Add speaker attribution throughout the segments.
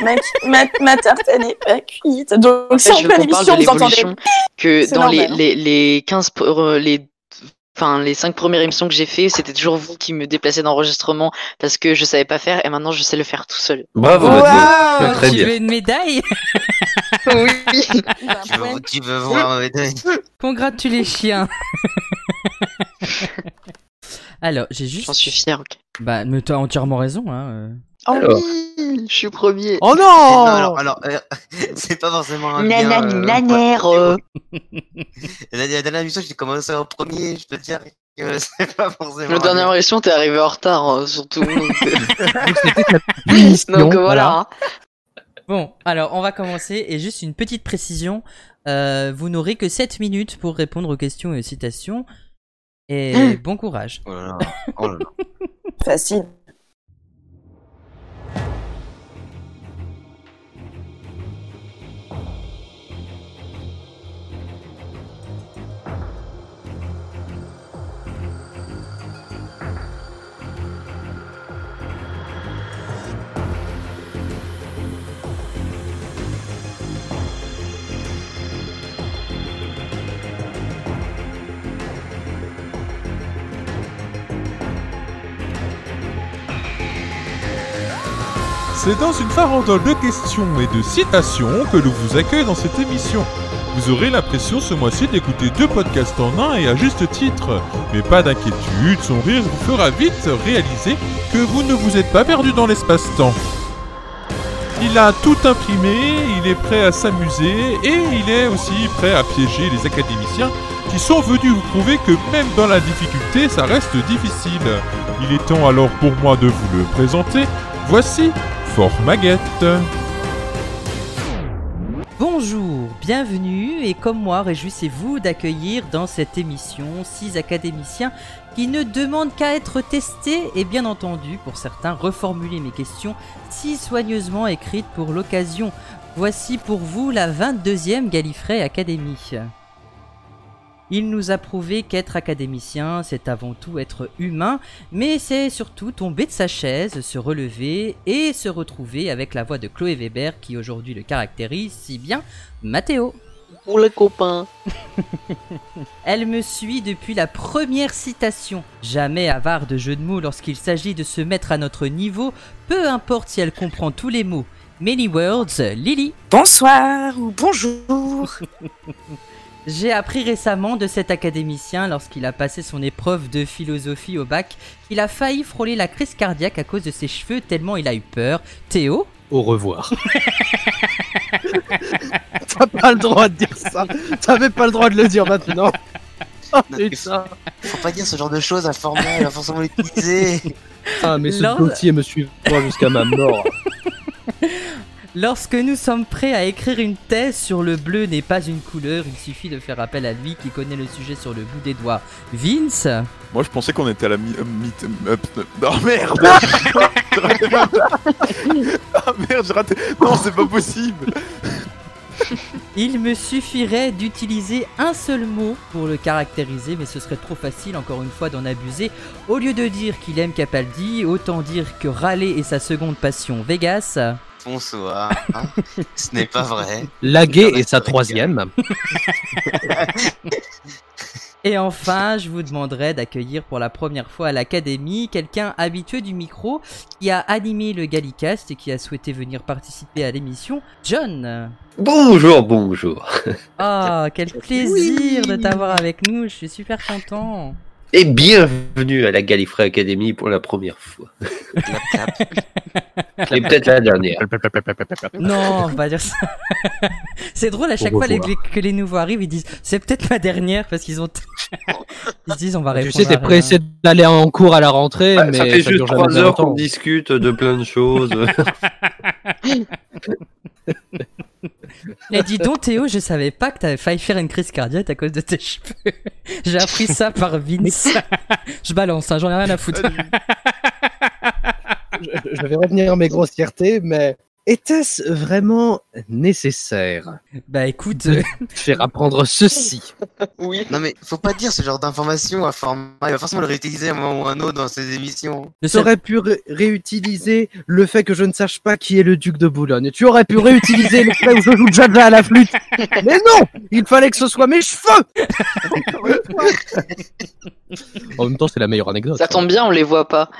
Speaker 1: ma, ma, ma, tarte, elle n'est pas cuite. Donc, en fait, si
Speaker 2: je veux qu'on parle de l'évolution, que dans normal, les, les, les 15, les enfin les cinq premières émissions que j'ai fait, c'était toujours vous qui me déplacez d'enregistrement parce que je savais pas faire et maintenant je sais le faire tout seul.
Speaker 3: Bravo,
Speaker 4: wow, très Ah, tu bien. veux une médaille
Speaker 2: Oui.
Speaker 5: tu, veux, tu veux voir ma médaille
Speaker 4: Congratule les chiens. Alors, j'ai juste.
Speaker 2: J'en suis fier. ok.
Speaker 4: Bah, mais t'as entièrement raison, hein.
Speaker 2: Oh alors. oui, je suis premier.
Speaker 4: Oh non,
Speaker 5: non eh Alors, alors euh, c'est pas forcément un euh,
Speaker 2: bien, euh,
Speaker 5: la, la, dernière émission, j'ai commencé en premier, je peux te dire que c'est pas forcément...
Speaker 2: La dernière émission, t'es arrivé en retard, euh, surtout.
Speaker 3: donc,
Speaker 2: donc voilà.
Speaker 4: Bon, alors, on va commencer, et juste une petite précision, euh, vous n'aurez que 7 minutes pour répondre aux questions et aux citations,
Speaker 2: Mmh.
Speaker 4: et bon courage.
Speaker 5: Oh là là. Oh là là.
Speaker 1: Facile.
Speaker 6: C'est dans une farandole de questions et de citations que nous vous accueille dans cette émission. Vous aurez l'impression ce mois-ci d'écouter deux podcasts en un et à juste titre. Mais pas d'inquiétude, son rire vous fera vite réaliser que vous ne vous êtes pas perdu dans l'espace-temps. Il a tout imprimé, il est prêt à s'amuser et il est aussi prêt à piéger les académiciens qui sont venus vous prouver que même dans la difficulté, ça reste difficile. Il est temps alors pour moi de vous le présenter. Voici Fort Maguette.
Speaker 4: Bonjour, bienvenue et comme moi, réjouissez-vous d'accueillir dans cette émission six académiciens qui ne demandent qu'à être testés et bien entendu, pour certains, reformuler mes questions si soigneusement écrites pour l'occasion. Voici pour vous la 22e Gallifrey Academy. Il nous a prouvé qu'être académicien, c'est avant tout être humain, mais c'est surtout tomber de sa chaise, se relever et se retrouver avec la voix de Chloé Weber qui aujourd'hui le caractérise si bien, Mathéo.
Speaker 2: Pour les copains.
Speaker 4: Elle me suit depuis la première citation. Jamais avare de jeux de mots lorsqu'il s'agit de se mettre à notre niveau, peu importe si elle comprend tous les mots. Many words, Lily.
Speaker 1: Bonsoir ou bonjour.
Speaker 4: J'ai appris récemment de cet académicien, lorsqu'il a passé son épreuve de philosophie au bac, qu'il a failli frôler la crise cardiaque à cause de ses cheveux tellement il a eu peur. Théo
Speaker 3: Au revoir.
Speaker 7: T'as pas le droit de dire ça. T'avais pas le droit de le dire maintenant. Oh, putain.
Speaker 5: Faut pas dire ce genre de choses à format, à forcément l'utiliser.
Speaker 7: Ah, mais ce Lors... Gauthier me suivra jusqu'à ma mort.
Speaker 4: Lorsque nous sommes prêts à écrire une thèse sur le bleu n'est pas une couleur, il suffit de faire appel à lui qui connaît le sujet sur le bout des doigts. Vince
Speaker 6: Moi je pensais qu'on était à la mi... Euh, mi euh, non merde Ah merde, j'ai raté... Non, c'est pas possible
Speaker 4: Il me suffirait d'utiliser un seul mot pour le caractériser, mais ce serait trop facile encore une fois d'en abuser. Au lieu de dire qu'il aime Capaldi, autant dire que râler est sa seconde passion. Vegas
Speaker 5: Bonsoir. hein. Ce n'est pas vrai.
Speaker 7: Laguer est sa troisième.
Speaker 4: Et enfin, je vous demanderai d'accueillir pour la première fois à l'académie quelqu'un habitué du micro qui a animé le Gallicast et qui a souhaité venir participer à l'émission, John.
Speaker 3: Bonjour, bonjour.
Speaker 4: Ah, oh, quel plaisir oui. de t'avoir avec nous, je suis super content.
Speaker 3: Et bienvenue à la Gallifrey Academy pour la première fois. Et peut-être la dernière.
Speaker 4: Non, on va dire ça. C'est drôle à chaque on fois les, que les nouveaux arrivent, ils disent c'est peut-être ma dernière parce qu'ils ont. ils se disent on va répondre.
Speaker 7: Tu sais, t'es pressé d'aller en cours à la rentrée, ouais, mais
Speaker 3: ça fait ça juste trois heures qu'on discute de plein de choses.
Speaker 4: Mais Eh, dis donc Théo, je savais pas que t'avais failli faire une crise cardiaque à cause de tes cheveux. J'ai appris ça par Vince. je balance, hein, j'en ai rien à foutre.
Speaker 7: je, je, vais revenir à mes grossièretés, mais Était-ce vraiment nécessaire
Speaker 4: Bah écoute, euh,
Speaker 7: de faire apprendre ceci
Speaker 2: Oui.
Speaker 5: Non mais faut pas dire ce genre d'information à format. Il va forcément le réutiliser à un moment ou à un autre dans ses émissions.
Speaker 4: le
Speaker 7: Tu
Speaker 4: seul-
Speaker 7: aurais pu ré- réutiliser le fait que je ne sache pas qui est le duc de Boulogne. Tu aurais pu réutiliser le fait où je joue Jaja à la flûte. Mais non Il fallait que ce soit mes cheveux Encore une fois. En même temps, c'est la meilleure anecdote.
Speaker 2: Ça tombe bien, on les voit pas.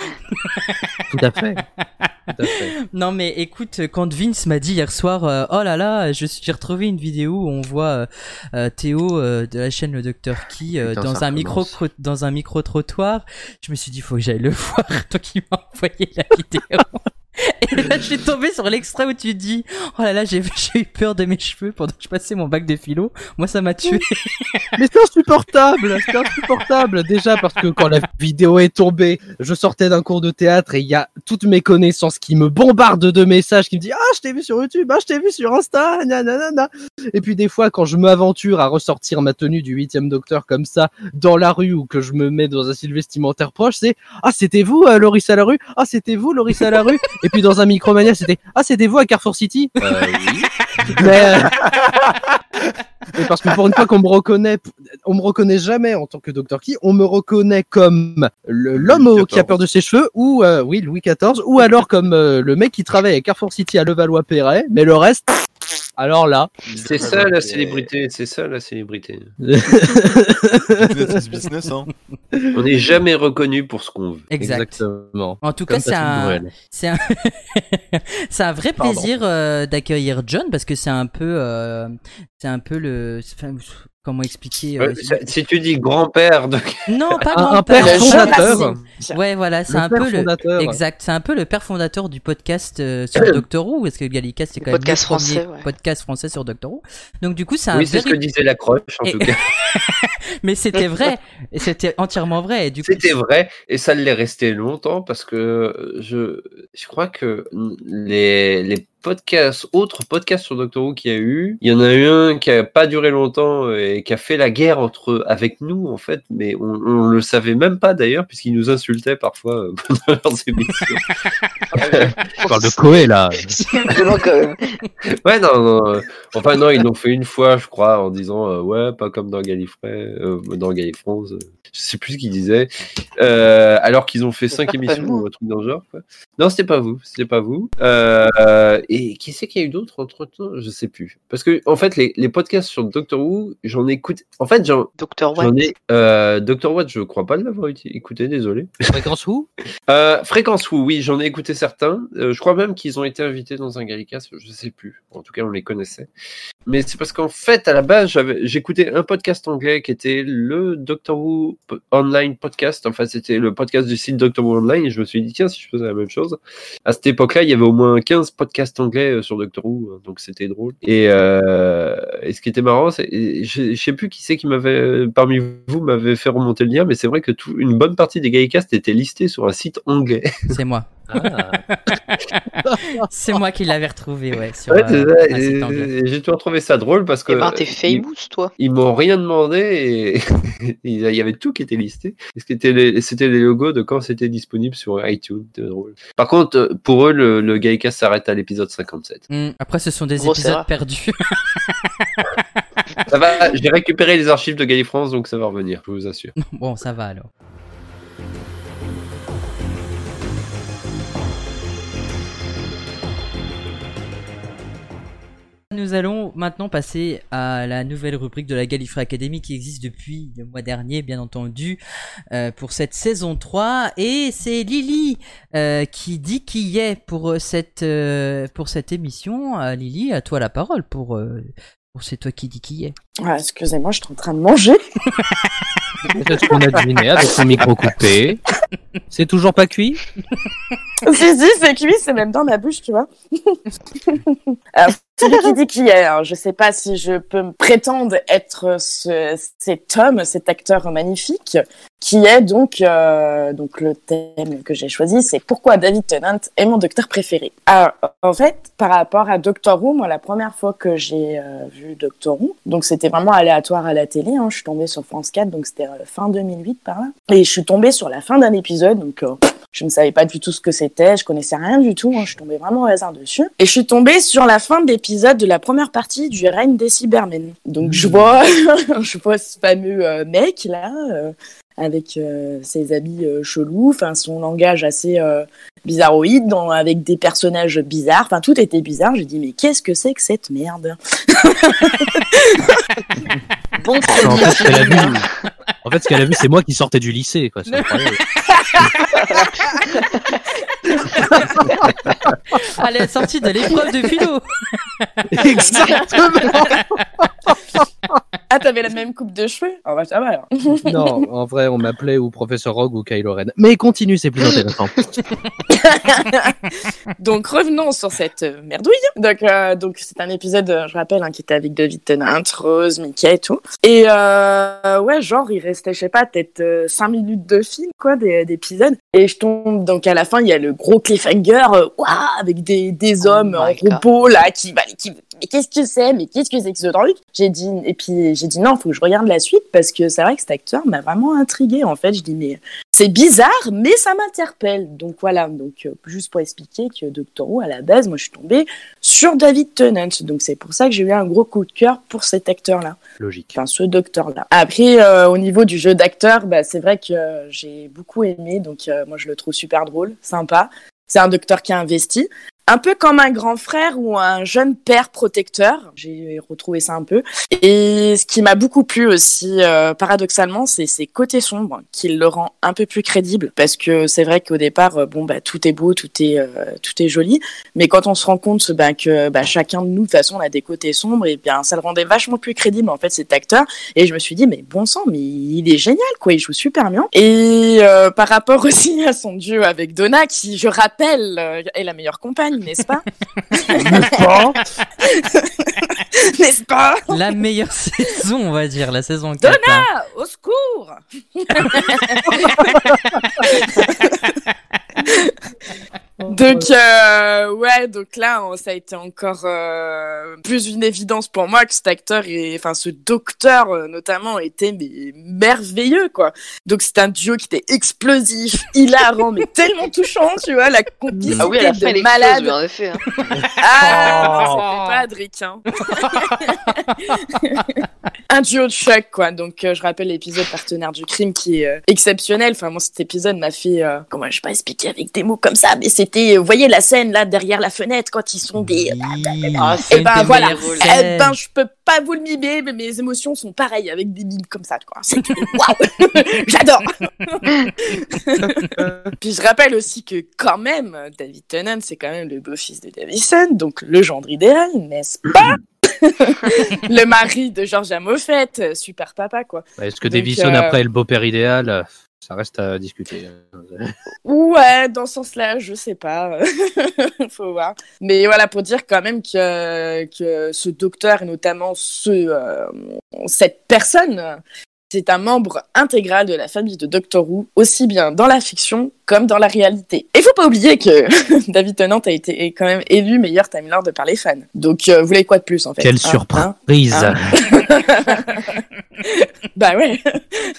Speaker 7: Tout à fait. Tout à fait.
Speaker 4: non mais écoute, quand Vince m'a dit hier soir, euh, oh là là, je suis- j'ai retrouvé une vidéo où on voit euh, euh, Théo euh, de la chaîne Le Docteur Qui euh,
Speaker 3: Putain,
Speaker 4: dans,
Speaker 3: ça
Speaker 4: un micro,
Speaker 3: recommence.
Speaker 4: dans un micro trottoir, je me suis dit faut que j'aille le voir, toi qui m'as envoyé la vidéo. Et là, je suis tombé sur l'extrait où tu dis Oh là là, j'ai j'ai eu peur de mes cheveux pendant que je passais mon bac de philo. Moi, ça m'a tué.
Speaker 7: Mais c'est insupportable, c'est insupportable. Déjà parce que quand la vidéo est tombée, je sortais d'un cours de théâtre et il y a toutes mes connaissances qui me bombardent de messages qui me disent ah je t'ai vu sur YouTube, ah je t'ai vu sur Insta, nanana. Et puis des fois quand je m'aventure à ressortir ma tenue du huitième docteur comme ça dans la rue ou que je me mets dans un style vestimentaire proche, c'est ah c'était vous euh, Loris à la rue, ah c'était vous Loris à la rue. Et puis dans un micromania c'était ah c'était vous à Carrefour City.
Speaker 3: Euh, oui.
Speaker 7: Mais, euh, mais parce que pour une fois qu'on me reconnaît, on me reconnaît jamais en tant que Docteur Qui, on me reconnaît comme le- l'homme
Speaker 3: Louis
Speaker 7: au- qui a peur de ses cheveux, ou euh, oui Louis XIV, ou alors comme euh, le mec qui travaille à Carrefour City à Levallois-Perret, mais le reste, alors là,
Speaker 3: C'est ça la célébrité, c'est ça la célébrité.
Speaker 6: Business is business, hein.
Speaker 3: On n'est jamais reconnu pour ce qu'on veut.
Speaker 4: Exact.
Speaker 7: exactement.
Speaker 4: En tout
Speaker 7: Comme
Speaker 4: cas, c'est
Speaker 7: Patrick
Speaker 4: un,
Speaker 7: Bruel.
Speaker 4: c'est un, c'est un vrai
Speaker 7: Pardon.
Speaker 4: plaisir euh, d'accueillir John parce que c'est un peu, euh, c'est un peu le, enfin, comment expliquer euh,
Speaker 3: Ouais, ça- si tu dis grand-père de
Speaker 4: Non, pas
Speaker 7: Un, un
Speaker 4: grand-père.
Speaker 7: père
Speaker 2: Le
Speaker 7: fondateur,
Speaker 4: Ouais, voilà, c'est un
Speaker 7: père
Speaker 4: peu le,
Speaker 7: fondateur.
Speaker 4: exact, c'est un peu le père fondateur du podcast euh, sur Doctor Who. Est-ce que Gallica c'est quand même
Speaker 2: Podcast
Speaker 4: le premier
Speaker 2: français, ouais.
Speaker 4: podcast français sur Doctor Who Donc du coup, c'est un
Speaker 3: Oui, c'est ce que
Speaker 4: véritable-
Speaker 3: disait la croche, en
Speaker 4: Et-
Speaker 3: tout cas.
Speaker 4: mais c'était vrai, et c'était entièrement vrai. Et du coup,
Speaker 3: C'était vrai, et ça l'est resté longtemps parce que euh, je, je crois que les, les podcasts, autres podcasts sur Doctor Who qu'il y a eu, il y en a eu un qui a pas duré longtemps et qui a fait la guerre entre avec nous, en fait, mais on, on le savait même pas d'ailleurs, puisqu'ils nous insultaient parfois euh, pendant leurs émissions.
Speaker 7: On parle de Coé là.
Speaker 2: Vraiment, quand même.
Speaker 3: Ouais, non, non, euh, enfin, non, ils l'ont fait une fois, je crois, en disant, euh, ouais, pas comme dans Gallifrey, euh, dans Gallifrance, euh, je sais plus ce qu'ils disaient, Euh, alors qu'ils ont fait cinq
Speaker 2: pas de
Speaker 3: émissions
Speaker 2: moi.
Speaker 3: ou un truc dans le genre, quoi. Non, c'était pas vous, c'était pas vous. Euh, euh, et qui c'est qu'il y a eu d'autres entre temps Je sais plus. Parce que, en fait, les, les podcasts sur Doctor Who, j'en écoute, en fait, j'en.
Speaker 2: Docteur Watt.
Speaker 3: J'en ai, euh, Doctor Watt, je crois pas l'avoir uti- écouté, désolé.
Speaker 7: Fréquence Who
Speaker 3: Euh, Fréquence Who, oui, j'en ai écouté certains. Euh, je crois même qu'ils ont été invités dans un Gallica, je sais plus. En tout cas, on les connaissait. Mais c'est parce qu'en fait, à la base, j'avais- j'écoutais un podcast anglais qui était le Doctor Who po- Online Podcast. Enfin, c'était le podcast du site Doctor Who Online. Et je me suis dit, tiens, si je faisais la même chose. À cette époque-là, il y avait au moins 15 podcasts anglais euh, sur Doctor Who. hein, donc, c'était drôle. Et, euh, et ce qui était marrant, c'est, et je, je sais plus qui c'est qui m'avait, parmi vous, m'avait fait remonter le lien. Mais c'est vrai que tout, une bonne partie des Gallicasts étaient listés sur un site anglais.
Speaker 4: c'est moi, c'est moi qui l'avais retrouvé, ouais. Sur,
Speaker 3: Ouais,
Speaker 4: euh,
Speaker 3: c'est
Speaker 4: un
Speaker 3: ça,
Speaker 4: site
Speaker 3: et-
Speaker 4: anglais.
Speaker 3: et j'ai toujours trouvé ça drôle parce que
Speaker 2: Eh ben, t'es
Speaker 3: ils,
Speaker 2: famous, toi.
Speaker 3: ils m'ont rien demandé et il y avait tout qui était listé. Et C'était les, c'était les logos de quand c'était disponible sur iTunes. C'était drôle. Par contre, euh, pour eux, le, le Gaïka s'arrête à l'épisode 57.
Speaker 4: Mm. Après, ce sont des
Speaker 2: Grosse
Speaker 4: épisodes
Speaker 2: erreur.
Speaker 4: perdus.
Speaker 3: Ça va, j'ai récupéré les archives de Galifrance, donc ça va revenir, je vous assure.
Speaker 4: bon, ça va alors. Nous allons maintenant passer à la nouvelle rubrique de la Gallifrey Academy qui existe depuis le mois dernier, bien entendu, euh, pour cette saison 3. Et c'est Lily euh, qui dit qui y est pour euh, cette, euh, pour cette émission. Euh, Lily, à toi la parole pour, euh, pour c'est toi qui dis qui y est.
Speaker 1: Ah, Excusez-moi, je suis en train de manger.
Speaker 7: Peut-être qu'on a deviné avec son micro coupé. C'est toujours pas cuit
Speaker 1: si, si, c'est cuit, c'est même dans ma bouche, tu vois. Alors, celui qui dit qui est, hein, je sais pas si je peux me prétendre être ce, cet homme, cet acteur magnifique, qui est donc, euh, donc le thème que j'ai choisi, c'est pourquoi David Tennant est mon docteur préféré. Alors, en fait, par rapport à Doctor Who, moi, la première fois que j'ai euh, vu Doctor Who, donc c'était vraiment aléatoire à la télé, hein, je suis tombée sur France 4, donc c'était euh, fin 2008 par là, et je suis tombée sur la fin d'un épisode, donc euh, Je ne savais pas du tout ce que c'était, je connaissais rien du tout, hein, je tombais vraiment au hasard dessus. Et je suis tombée sur la fin de l'épisode de la première partie du règne des Cybermen. Donc je vois, je vois ce fameux euh, mec là, euh, avec euh, ses habits euh, chelous, enfin son langage assez euh, bizarroïde, dans- avec des personnages bizarres, enfin tout était bizarre. J'ai dit mais qu'est-ce que c'est que cette merde
Speaker 2: Bon
Speaker 7: en,
Speaker 2: produit.
Speaker 7: fait, ce qu'elle a vu, en fait, ce qu'elle a vu, c'est moi qui sortais du lycée. Quoi. C'est incroyable.
Speaker 4: À la sortie de l'épreuve de philo.
Speaker 7: Exactement.
Speaker 1: Ah t'avais la même coupe de cheveux Ah bah ça va alors.
Speaker 7: Non, en vrai, on m'appelait ou Professeur Rogue ou Kylo Ren. Mais continue, c'est plus intéressant.
Speaker 1: Donc revenons sur cette euh, merdouille. Donc euh, donc c'est un épisode, euh, je rappelle, hein, qui était avec David Tennant, Rose, Mickey et tout. Et euh, ouais, genre il restait, je sais pas, peut-être 5 minutes de film, quoi, des- d'épisode. Et je tombe donc à la fin, il y a le gros cliffhanger, euh, ouah, avec des, des
Speaker 2: Oh
Speaker 1: hommes en
Speaker 2: my God.
Speaker 1: repos là, qui, bah, qui mais qu'est-ce que c'est, mais qu'est-ce que c'est que ce truc J'ai dit et puis j'ai dit non, faut que je regarde la suite parce que c'est vrai que cet acteur m'a vraiment intrigué. En fait, je dis mais c'est bizarre, mais ça m'interpelle. Donc voilà, donc euh, juste pour expliquer que Doctor Who à la base, moi je suis tombée sur David Tennant, donc c'est pour ça que j'ai eu un gros coup de cœur pour cet acteur-là
Speaker 7: Logique.
Speaker 1: enfin ce docteur là. Après euh, au niveau du jeu d'acteur, bah, c'est vrai que euh, j'ai beaucoup aimé donc euh, moi je le trouve super drôle, sympa. C'est un docteur qui a investi, un peu comme un grand frère ou un jeune père protecteur. J'ai retrouvé ça un peu. Et ce qui m'a beaucoup plu aussi, euh, paradoxalement, c'est ses côtés sombres qui le rend un peu plus crédible. Parce que c'est vrai qu'au départ, euh, bon, bah, tout est beau, tout est, euh, tout est joli. Mais quand on se rend compte bah, que bah, chacun de nous, de toute façon, on a des côtés sombres, et bien ça le rendait vachement plus crédible, en fait, cet acteur. Et je me suis dit, mais bon sang, mais il est génial, quoi, il joue super bien. Et euh, par rapport aussi à son duo avec Donna, qui, je rappelle, euh, est la meilleure compagne, n'est-ce pas N'est-ce pas
Speaker 4: La meilleure saison, on va dire, la saison 4. hein.
Speaker 1: Ah, au secours Donc euh, ouais, donc là on- ça a été encore euh, plus une évidence pour moi que cet acteur et enfin ce docteur euh, notamment était mais, merveilleux quoi. Donc c'est un duo qui était explosif, hilarant mais tellement touchant, tu vois, la complicité
Speaker 2: Ah oui, à la fin, elle
Speaker 1: de
Speaker 2: explose,
Speaker 1: malade.
Speaker 2: oui, en effet. hein.
Speaker 1: Ah, non,
Speaker 4: Oh.
Speaker 1: c'était pas Adric, hein. un duo de choc, quoi. Donc, euh, je rappelle l'épisode Partenaire du crime qui est euh, exceptionnel. Enfin, moi, cet épisode m'a fait. euh, comment je vais pas expliquer avec des mots comme ça, mais c'était. euh, vous voyez la scène là derrière la fenêtre quand ils sont des. euh, bah,
Speaker 2: Ah,
Speaker 4: c'est
Speaker 2: eh
Speaker 4: une
Speaker 1: ben,
Speaker 4: des
Speaker 1: voilà.
Speaker 4: meilleures
Speaker 2: Eh
Speaker 1: Eh
Speaker 4: scènes.
Speaker 1: ben, je peux pas vous le mimer, mais mes émotions sont pareilles avec des mimes comme ça, quoi. C'était waouh, j'adore. Euh, Puis je rappelle aussi que quand même, David Tennant, c'est quand même le beau-fils de Davison, donc le gendre idéal, n'est-ce pas Le mari de Georgia Moffett, euh, super papa, quoi.
Speaker 7: Est-ce que
Speaker 1: Donc,
Speaker 7: Davison,
Speaker 1: euh,
Speaker 7: après, est le beau-père idéal euh, Ça reste à discuter.
Speaker 1: Ouais, dans ce sens-là, je sais pas. Faut voir. Mais voilà, pour dire quand même que, que ce docteur et notamment ce, euh, cette personne, c'est un membre intégral de la famille de Doctor Who, aussi bien dans la fiction comme dans la réalité. Et faut pas oublier que David Tennant a été est quand même élu meilleur Time Lord par les fans. Donc, euh, vous voulez quoi de plus en fait
Speaker 7: Quelle
Speaker 1: Hein,
Speaker 7: surprise
Speaker 1: hein bah ouais,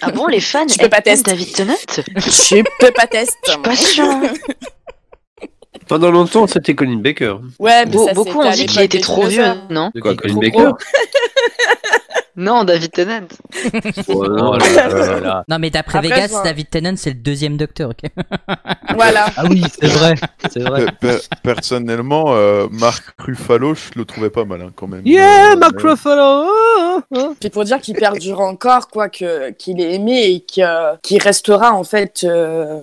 Speaker 2: Ah bon, les fans
Speaker 1: Je peux pas
Speaker 2: aiment
Speaker 1: tester.
Speaker 2: David Tennant
Speaker 1: je peux pas tester.
Speaker 2: Pas sûr. hein.
Speaker 3: Pendant longtemps, c'était Colin Baker.
Speaker 1: Ouais, mais
Speaker 2: Beau-
Speaker 1: ça,
Speaker 2: beaucoup
Speaker 1: c'était
Speaker 2: ont
Speaker 1: à
Speaker 2: dit qu'il
Speaker 1: l'époque
Speaker 2: était
Speaker 1: des
Speaker 2: trop vieux,
Speaker 1: dinosaures. Oh.
Speaker 2: non
Speaker 3: De quoi,
Speaker 7: Il est
Speaker 3: Colin
Speaker 7: trop
Speaker 3: Baker
Speaker 2: Non, David Tennant.
Speaker 3: Ouais, non,
Speaker 7: Oh
Speaker 3: là,
Speaker 7: là là là.
Speaker 4: Non, mais d'après
Speaker 1: Après,
Speaker 4: Vegas,
Speaker 1: je vois-
Speaker 4: David Tennant, c'est le deuxième docteur, ok
Speaker 1: Voilà.
Speaker 7: Ah oui, c'est vrai. C'est vrai.
Speaker 6: Euh,
Speaker 8: Pe- pe- personnellement, euh, Marc Ruffalo, je le trouvais pas mal hein, quand même.
Speaker 7: Yeah,
Speaker 8: Euh,
Speaker 7: Mark
Speaker 8: euh,
Speaker 7: Ruffalo oh, oh, oh.
Speaker 1: Puis pour dire qu'il perdure encore, quoi, que, qu'il est aimé et que, qu'il restera en fait euh,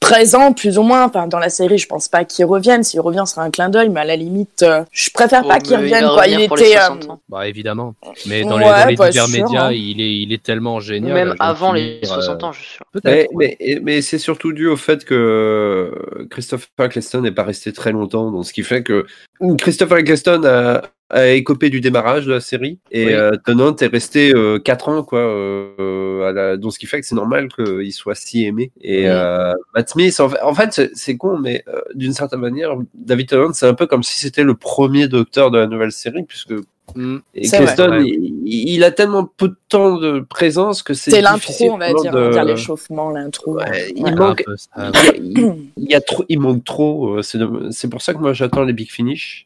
Speaker 1: présent plus ou moins. Enfin, dans la série, je pense pas qu'il revienne. S'il revient, ce sera un clin d'œil, mais à la limite, euh, je préfère
Speaker 2: Oh,
Speaker 1: pas qu'il
Speaker 2: mais
Speaker 1: revienne.
Speaker 2: va
Speaker 1: quoi.
Speaker 2: revenir
Speaker 1: Il
Speaker 2: pour les
Speaker 1: était.
Speaker 2: 60
Speaker 1: euh,
Speaker 2: ans. bah,
Speaker 7: Bah évidemment. Mais dans les,
Speaker 1: Ouais,
Speaker 7: dans les
Speaker 1: pas
Speaker 7: divers
Speaker 1: sûr,
Speaker 7: médias,
Speaker 1: hein.
Speaker 7: il, est, il est tellement génial.
Speaker 2: Même
Speaker 7: j'en
Speaker 2: avant les
Speaker 7: finir,
Speaker 2: 60
Speaker 7: euh,
Speaker 2: ans, je suis sûr.
Speaker 7: Peut-être.
Speaker 3: Mais,
Speaker 7: ouais.
Speaker 3: mais, mais c'est surtout dû au fait que euh, Christopher Eccleston n'est pas resté très longtemps, donc ce qui fait que Christopher Eccleston a, a écopé du démarrage de la série et
Speaker 7: Oui.
Speaker 3: euh, Tennant est resté 4 ans, quoi, euh, à la- donc ce qui fait que c'est normal qu'il soit si aimé. Et euh, Matt Smith, en fait, en fait, c'est- c'est con, mais euh, d'une certaine manière, David Tennant, c'est un peu comme si c'était le premier docteur de la nouvelle série, puisque
Speaker 2: Mm.
Speaker 3: Et
Speaker 1: C'est
Speaker 3: Keston,
Speaker 5: vrai.
Speaker 3: il, il a tellement peu de temps de présence que c'est.
Speaker 1: C'est l'intro,
Speaker 3: difficile
Speaker 1: on va dire,
Speaker 3: de-
Speaker 1: on va dire l'échauffement, l'intro.
Speaker 3: Ouais, il
Speaker 7: Ouais,
Speaker 3: manque,
Speaker 7: un peu ça.
Speaker 3: il, y a- il- il y a trop, il manque trop. euh, C'est domm- c'est pour ça que moi j'attends les big finish.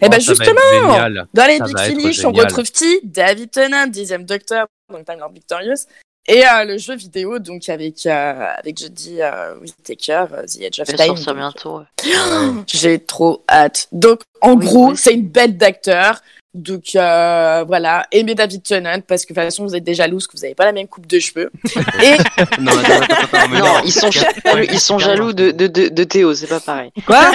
Speaker 1: Eh ben
Speaker 7: Oh, ça va être
Speaker 1: justement,
Speaker 7: génial.
Speaker 1: dans les
Speaker 7: ça
Speaker 1: Big
Speaker 7: va être
Speaker 1: Finish, on
Speaker 7: génial.
Speaker 1: retrouve qui David Tennant, dixième Docteur, donc Timeline Victorious, et euh, le jeu vidéo donc avec euh, avec jeudi euh, Whittaker, euh, The Edge of
Speaker 2: Ça va
Speaker 1: Time.
Speaker 2: sortir
Speaker 1: donc,
Speaker 2: bientôt. ouais.
Speaker 1: J'ai trop hâte. Donc, en
Speaker 2: Oui,
Speaker 1: gros,
Speaker 2: oui.
Speaker 1: c'est une bête d'acteur. Donc, euh, voilà. Aimez David Tennant parce que, de toute façon, vous êtes déjà loose, que vous n'avez pas la même coupe de cheveux. Et
Speaker 5: Non, attends, attends, attends, attends, mais
Speaker 2: Non, ils sont
Speaker 5: Car-
Speaker 2: jaloux, ils sont jaloux de, de, de, de Théo, c'est pas pareil.
Speaker 7: Quoi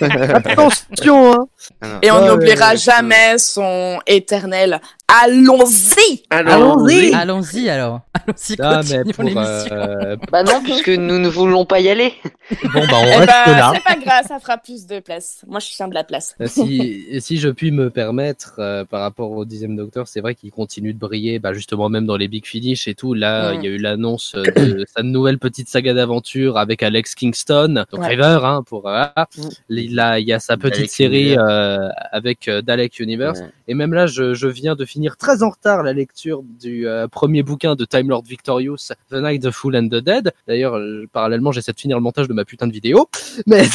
Speaker 7: Attention, hein
Speaker 5: Non,
Speaker 1: Et on
Speaker 7: Ouais,
Speaker 1: n'oubliera
Speaker 5: Ah, ouais, ouais.
Speaker 1: jamais son éternel Allons-y
Speaker 7: Allons-y.
Speaker 4: Allons-y alors. Allons-y,
Speaker 7: Ah, mais
Speaker 4: continuons
Speaker 7: pour,
Speaker 4: l'émission.
Speaker 7: euh,
Speaker 2: Bah non, puisque nous ne voulons pas y aller.
Speaker 7: Bon, bah, on
Speaker 1: Eh
Speaker 7: reste
Speaker 1: ben,
Speaker 7: là.
Speaker 1: c'est pas grave, ça fera plus de place. Moi, je suis chien de la place.
Speaker 7: Euh, Si, si je puis me permettre, euh, par rapport au dixième Docteur, c'est vrai qu'il continue de briller, bah, justement même dans les Big Finish et tout. Là, il y a eu l'annonce euh, de sa nouvelle petite saga d'aventure avec Alex Kingston, donc
Speaker 1: Ouais.
Speaker 7: River, hein, pour euh, ah. Il a- il y a sa petite
Speaker 5: Dalek
Speaker 7: série
Speaker 5: Universe.
Speaker 7: euh, avec euh, Dalek Universe.
Speaker 5: Ouais.
Speaker 7: Et même là, je, je viens de finir très en retard la lecture du euh, premier bouquin de Time Lord Victorious, The Night, The Fool and the Dead. D'ailleurs, euh, parallèlement, j'essaie de finir le montage de ma putain de vidéo. Mais,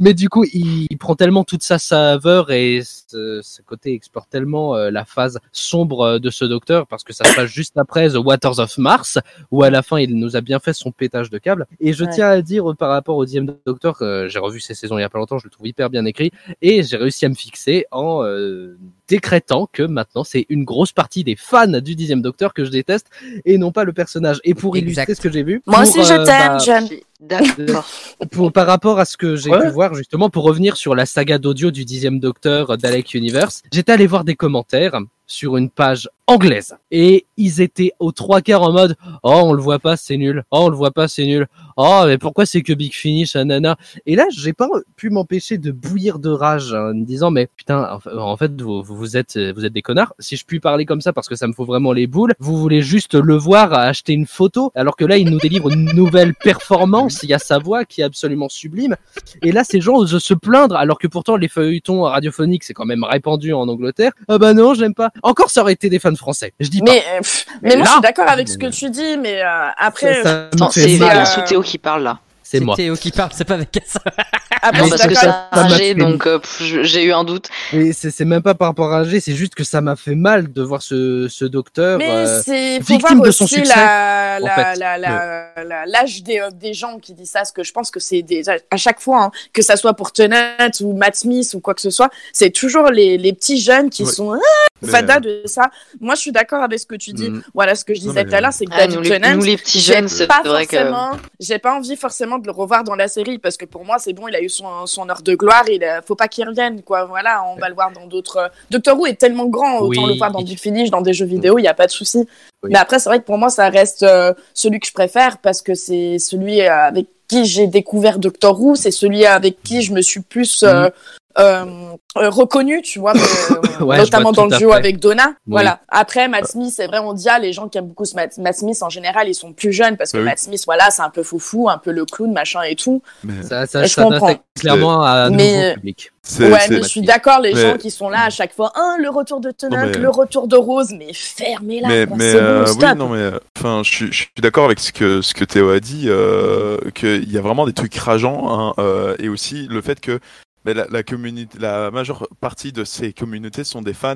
Speaker 7: mais du coup, il, il prend tellement toute sa saveur et ce, ce côté explore tellement euh, la phase sombre euh, de ce docteur parce que ça se passe juste après The Waters of Mars où à la fin, il nous a bien fait son pétage de câble. Et je
Speaker 1: Ouais.
Speaker 7: tiens à dire euh, par rapport au dixième docteur, que j'ai revu ses saisons il y a pas longtemps, je le trouve hyper bien écrit et j'ai réussi à me fixer en euh, décrétant que maintenant c'est une grosse partie des fans du dixième docteur que je déteste et non pas le personnage. Et pour illustrer
Speaker 4: Exact.
Speaker 7: ce que j'ai vu,
Speaker 1: Moi
Speaker 7: pour,
Speaker 1: aussi, je
Speaker 7: euh,
Speaker 1: t'aime,
Speaker 7: bah,
Speaker 1: John.
Speaker 2: D'accord.
Speaker 7: pour, par rapport à ce que j'ai
Speaker 3: Ouais.
Speaker 7: pu voir, justement, pour revenir sur la saga d'audio du dixième docteur euh, d'Alec Universe, j'étais allé voir des commentaires sur une page anglaise. Et ils étaient aux trois quarts en mode « Oh, on le voit pas, c'est nul. Oh, on le voit pas, c'est nul. Oh, mais pourquoi c'est que Big Finish, anana ?» Et là, j'ai pas pu m'empêcher de bouillir de rage hein, en me disant « Mais putain, en fa- en fait, vous, vous, êtes, euh, vous êtes des connards. Si je puis parler comme ça parce que ça me faut vraiment les boules, vous voulez juste le voir à acheter une photo alors que là, il nous délivre une nouvelle performance. Il y a sa voix qui est absolument sublime. Et là, ces gens osent se plaindre, alors que pourtant les feuilletons radiophoniques, c'est quand même répandu en Angleterre. Ah bah non, j'aime pas. Encore, ça aurait été des fans français. Je dis pas.
Speaker 1: Mais, euh, pff, mais moi,
Speaker 7: là-
Speaker 1: je suis d'accord avec ce que tu dis, mais euh, après,
Speaker 7: Ça- ça me
Speaker 2: Attends,
Speaker 7: fait
Speaker 2: c'est
Speaker 7: mal.
Speaker 1: euh,
Speaker 2: c'est sous Théo qui parle là.
Speaker 7: C'est moi.
Speaker 4: Théo qui parle, c'est pas avec ça.
Speaker 1: après,
Speaker 2: Non,
Speaker 1: je
Speaker 7: mais
Speaker 2: Ah, parce
Speaker 1: suis
Speaker 2: que
Speaker 1: d'accord.
Speaker 2: ça
Speaker 7: ça
Speaker 2: a
Speaker 7: m'a
Speaker 2: rangé,
Speaker 7: fait-
Speaker 2: donc euh, pff, je- j'ai eu un doute.
Speaker 7: Et c'est c'est même pas par rapport à G, c'est juste que ça m'a fait mal de voir ce, ce docteur.
Speaker 1: Mais
Speaker 7: euh,
Speaker 1: c'est faut
Speaker 7: victime
Speaker 1: voir
Speaker 7: de son
Speaker 1: aussi
Speaker 7: succès,
Speaker 1: la-
Speaker 7: en
Speaker 1: la-
Speaker 7: fait.
Speaker 1: la- la- la- l'âge des, euh, des gens qui disent ça, parce que je pense que c'est des- à à chaque fois, hein, que ça soit pour Tennant ou Matt Smith ou quoi que ce soit, c'est toujours les, les petits jeunes qui
Speaker 8: Ouais.
Speaker 1: sont ah,
Speaker 8: Mais,
Speaker 1: fada
Speaker 8: euh,
Speaker 1: de ça. Moi, je suis d'accord avec ce que tu dis.
Speaker 7: Mm. euh,
Speaker 1: Voilà ce que je disais
Speaker 8: mais-
Speaker 1: tout à l'heure, c'est que
Speaker 2: Ah,
Speaker 1: David
Speaker 2: nous, les,
Speaker 1: Tennant,
Speaker 2: nous, les petits
Speaker 1: j'ai
Speaker 2: jeunes, c'est
Speaker 1: pas
Speaker 2: vrai que.
Speaker 1: forcément- hein. j'ai pas envie forcément de le revoir dans la série parce que pour moi c'est bon il a eu son, son heure de gloire il euh, faut pas qu'il revienne quoi voilà on va le voir dans d'autres euh, Doctor Who est tellement grand autant
Speaker 7: Oui.
Speaker 1: le voir dans Big Finish dans des jeux vidéo il y a pas de souci
Speaker 7: Oui.
Speaker 1: mais après c'est vrai que pour moi ça reste euh, celui que je préfère parce que c'est celui euh, avec qui j'ai découvert Doctor Who c'est celui avec qui je me suis plus euh, euh, euh, reconnu, tu vois, mais, euh,
Speaker 7: Mm-hmm. Ouais, je
Speaker 1: notamment dans
Speaker 7: vois tout
Speaker 1: le
Speaker 7: à
Speaker 1: duo
Speaker 7: fait.
Speaker 1: avec Donna. Voilà. Après, Matt Smith, c'est vrai, on dit, ah, les gens qui aiment beaucoup ce Matt, Matt Smith, en général, ils sont plus jeunes parce que
Speaker 8: Bah oui.
Speaker 1: Matt Smith, voilà, c'est un peu foufou, un peu le clown, machin et tout.
Speaker 8: mais
Speaker 7: ça, ça,
Speaker 1: je
Speaker 7: ça
Speaker 1: comprends.
Speaker 7: s'attaque clairement à un nouveau
Speaker 1: Mais-
Speaker 7: public.
Speaker 8: c'est-
Speaker 1: ouais,
Speaker 8: c'est-
Speaker 1: mais je
Speaker 7: Matt
Speaker 1: suis
Speaker 7: Smith.
Speaker 1: d'accord, les
Speaker 8: Mais-
Speaker 1: gens qui sont là à chaque fois, hein, le retour de Tennant,
Speaker 8: Non, mais-
Speaker 1: le retour de Rose, mais fermez-la,
Speaker 8: mais,
Speaker 1: quoi,
Speaker 8: mais
Speaker 1: c'est bon,
Speaker 8: euh, oui,
Speaker 1: stop.
Speaker 8: non, mais euh, enfin, je, suis- je suis d'accord avec ce que ce que Théo a dit, euh, qu'il y a vraiment des trucs rageants, hein, euh, et aussi le fait que ben, la, la communauté, la majeure partie de ces communautés sont des fans,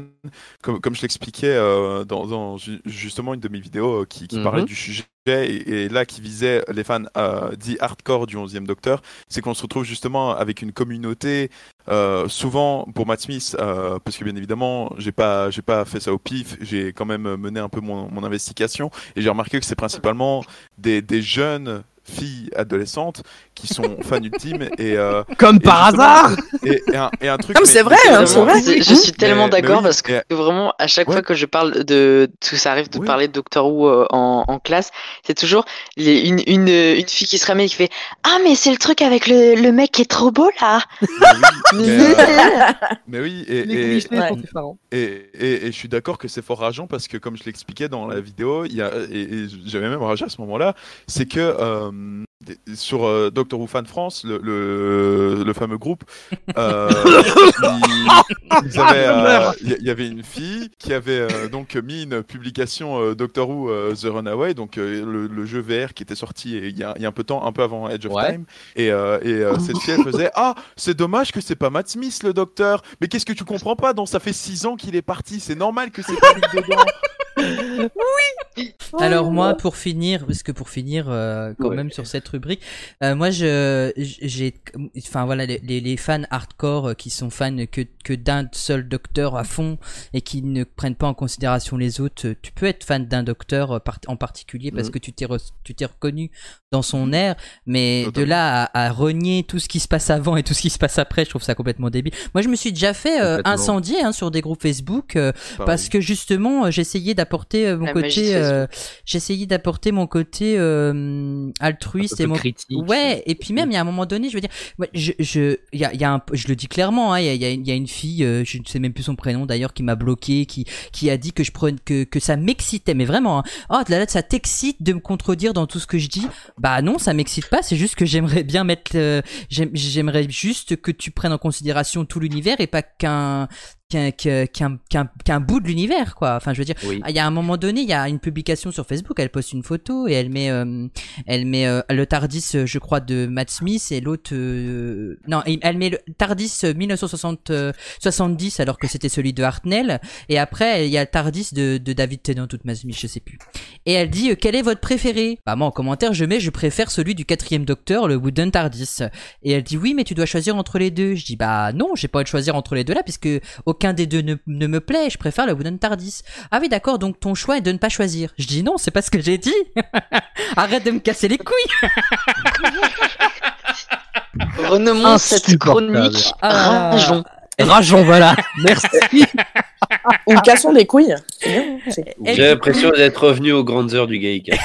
Speaker 8: comme comme je l'expliquais euh, dans, dans ju- justement une de mes vidéos euh, qui, qui
Speaker 7: Mhm.
Speaker 8: parlait du sujet. Et, et là, qui visait les fans euh, dits hardcore du 11e Docteur, c'est qu'on se retrouve justement avec une communauté euh, souvent pour Matt Smith, euh, parce que bien évidemment, j'ai pas, j'ai pas fait ça au pif, j'ai quand même mené un peu mon, mon investigation et j'ai remarqué que c'est principalement des, des jeunes filles adolescentes qui sont fans ultimes et, euh,
Speaker 7: Comme
Speaker 8: et
Speaker 7: par
Speaker 8: justement-
Speaker 7: hasard
Speaker 8: et, et un, et un truc.
Speaker 1: Non, mais c'est vrai, hein,
Speaker 8: vraiment-
Speaker 1: c'est vrai.
Speaker 2: C'est- Je suis tellement
Speaker 8: Mais-
Speaker 2: d'accord
Speaker 8: mais oui,
Speaker 2: parce que
Speaker 8: mais-
Speaker 2: vraiment à chaque
Speaker 8: Ouais.
Speaker 2: fois que je parle de parce que ça arrive de
Speaker 8: Oui.
Speaker 2: parler de Doctor Who euh, en, en classe, c'est toujours les- une, une, euh, une fille qui se ramène et qui fait Ah mais c'est le truc avec le, le mec qui est trop beau là.
Speaker 8: Mais oui, mais, euh, mais oui, et- et,
Speaker 1: Ouais.
Speaker 8: Et, et- et je suis d'accord que c'est fort rageant parce que, comme je l'expliquais dans la vidéo, il y a, et, et j'avais même ragé à ce moment-là, c'est que euh, des- sur euh, Doctor Who Fan France, le, le, le fameux groupe, euh, ils- ils avaient, euh, il y, il y avait une fille qui avait euh, donc mis une publication euh, Doctor Who euh, The Runaway, donc euh, le, le jeu VR qui était sorti il y, a, il y a un peu de temps, un peu avant Edge of
Speaker 7: Ouais.
Speaker 8: Time, et, euh, et euh, cette fille elle faisait ah c'est dommage que c'est pas Matt Smith le docteur, mais qu'est-ce que tu comprends pas, donc ça fait six ans qu'il est parti, c'est normal que c'est pas lui dedans.
Speaker 4: Alors moi,
Speaker 2: Oh.
Speaker 4: pour finir, parce que pour finir euh, quand
Speaker 3: Ouais.
Speaker 4: même sur cette rubrique, euh, moi je j'ai, enfin voilà, les, les- les fans hardcore euh, qui sont fans que que d'un seul docteur à fond et qui ne prennent pas en considération les autres, euh, tu peux être fan d'un docteur euh, par- en particulier parce
Speaker 8: Mm.
Speaker 3: Mhm.
Speaker 4: que tu t'es re- tu t'es reconnu dans
Speaker 2: Mm.
Speaker 4: son air, mais de
Speaker 8: Totalement.
Speaker 4: là à, à renier tout ce qui se passe avant et tout ce qui se passe après, je trouve ça complètement débile. Moi je me suis déjà fait euh,
Speaker 3: Complètement.
Speaker 4: incendier hein, sur des groupes Facebook. euh,
Speaker 8: Bah
Speaker 4: parce
Speaker 8: oui.
Speaker 4: que justement euh, j'essayais d'apporter euh, mon
Speaker 2: La magie de
Speaker 4: côté
Speaker 2: Facebook.
Speaker 4: euh, j'essayais d'apporter mon côté euh, altruiste et mon
Speaker 7: critique.
Speaker 4: Ouais, et puis même, il y a un moment donné, je veux dire, ouais, je, je, il y a, il y a un, je le dis clairement, hein, il y, a, il y a une- il y a une fille, euh, je ne sais même plus son prénom d'ailleurs, qui m'a bloqué, qui, qui a dit que je prenais, que, que ça m'excitait, mais vraiment, hein. oh, de la lettre, ça t'excite de me contredire dans tout ce que je dis. Bah non, ça m'excite pas, c'est juste que j'aimerais bien mettre, euh, j'aime- j'aimerais juste que tu prennes en considération tout l'univers et pas qu'un, qu'un, qu'un, qu'un, qu'un- qu'un bout de l'univers, quoi. Enfin, je veux dire,
Speaker 3: Oui.
Speaker 4: il y a un moment donné, il y a une publication sur Facebook, elle poste une photo et elle met, euh, elle met euh, le Tardis, euh, je crois, de Matt Smith et l'autre, euh, non, et elle met le Tardis euh, 1970 alors que c'était celui de Hartnell et après il y a le Tardis de, de David Tennant ou de Matt Smith, je sais plus. Et elle dit euh, quel est votre préféré Bah moi en commentaire je mets je préfère celui du quatrième Docteur, le Wooden Tardis. Et elle dit oui mais tu dois choisir entre les deux. Je dis bah non, j'ai pas le choisir entre les deux là puisque aucun des deux ne, ne me plaît, je préfère le Wooden Tardis. Ah oui, d'accord, donc ton choix est de ne pas choisir. Je dis non, c'est pas ce que j'ai dit. Arrête de me casser les couilles.
Speaker 2: Renommons cette
Speaker 7: Insupportable.
Speaker 2: chronique.
Speaker 4: Ah.
Speaker 2: Rageons.
Speaker 7: Rageons, voilà. Merci.
Speaker 1: Ou cassons des couilles. C'est bien. C'est-
Speaker 4: Elle-
Speaker 3: J'ai l'impression d'être revenu aux grandes heures du Gaïka.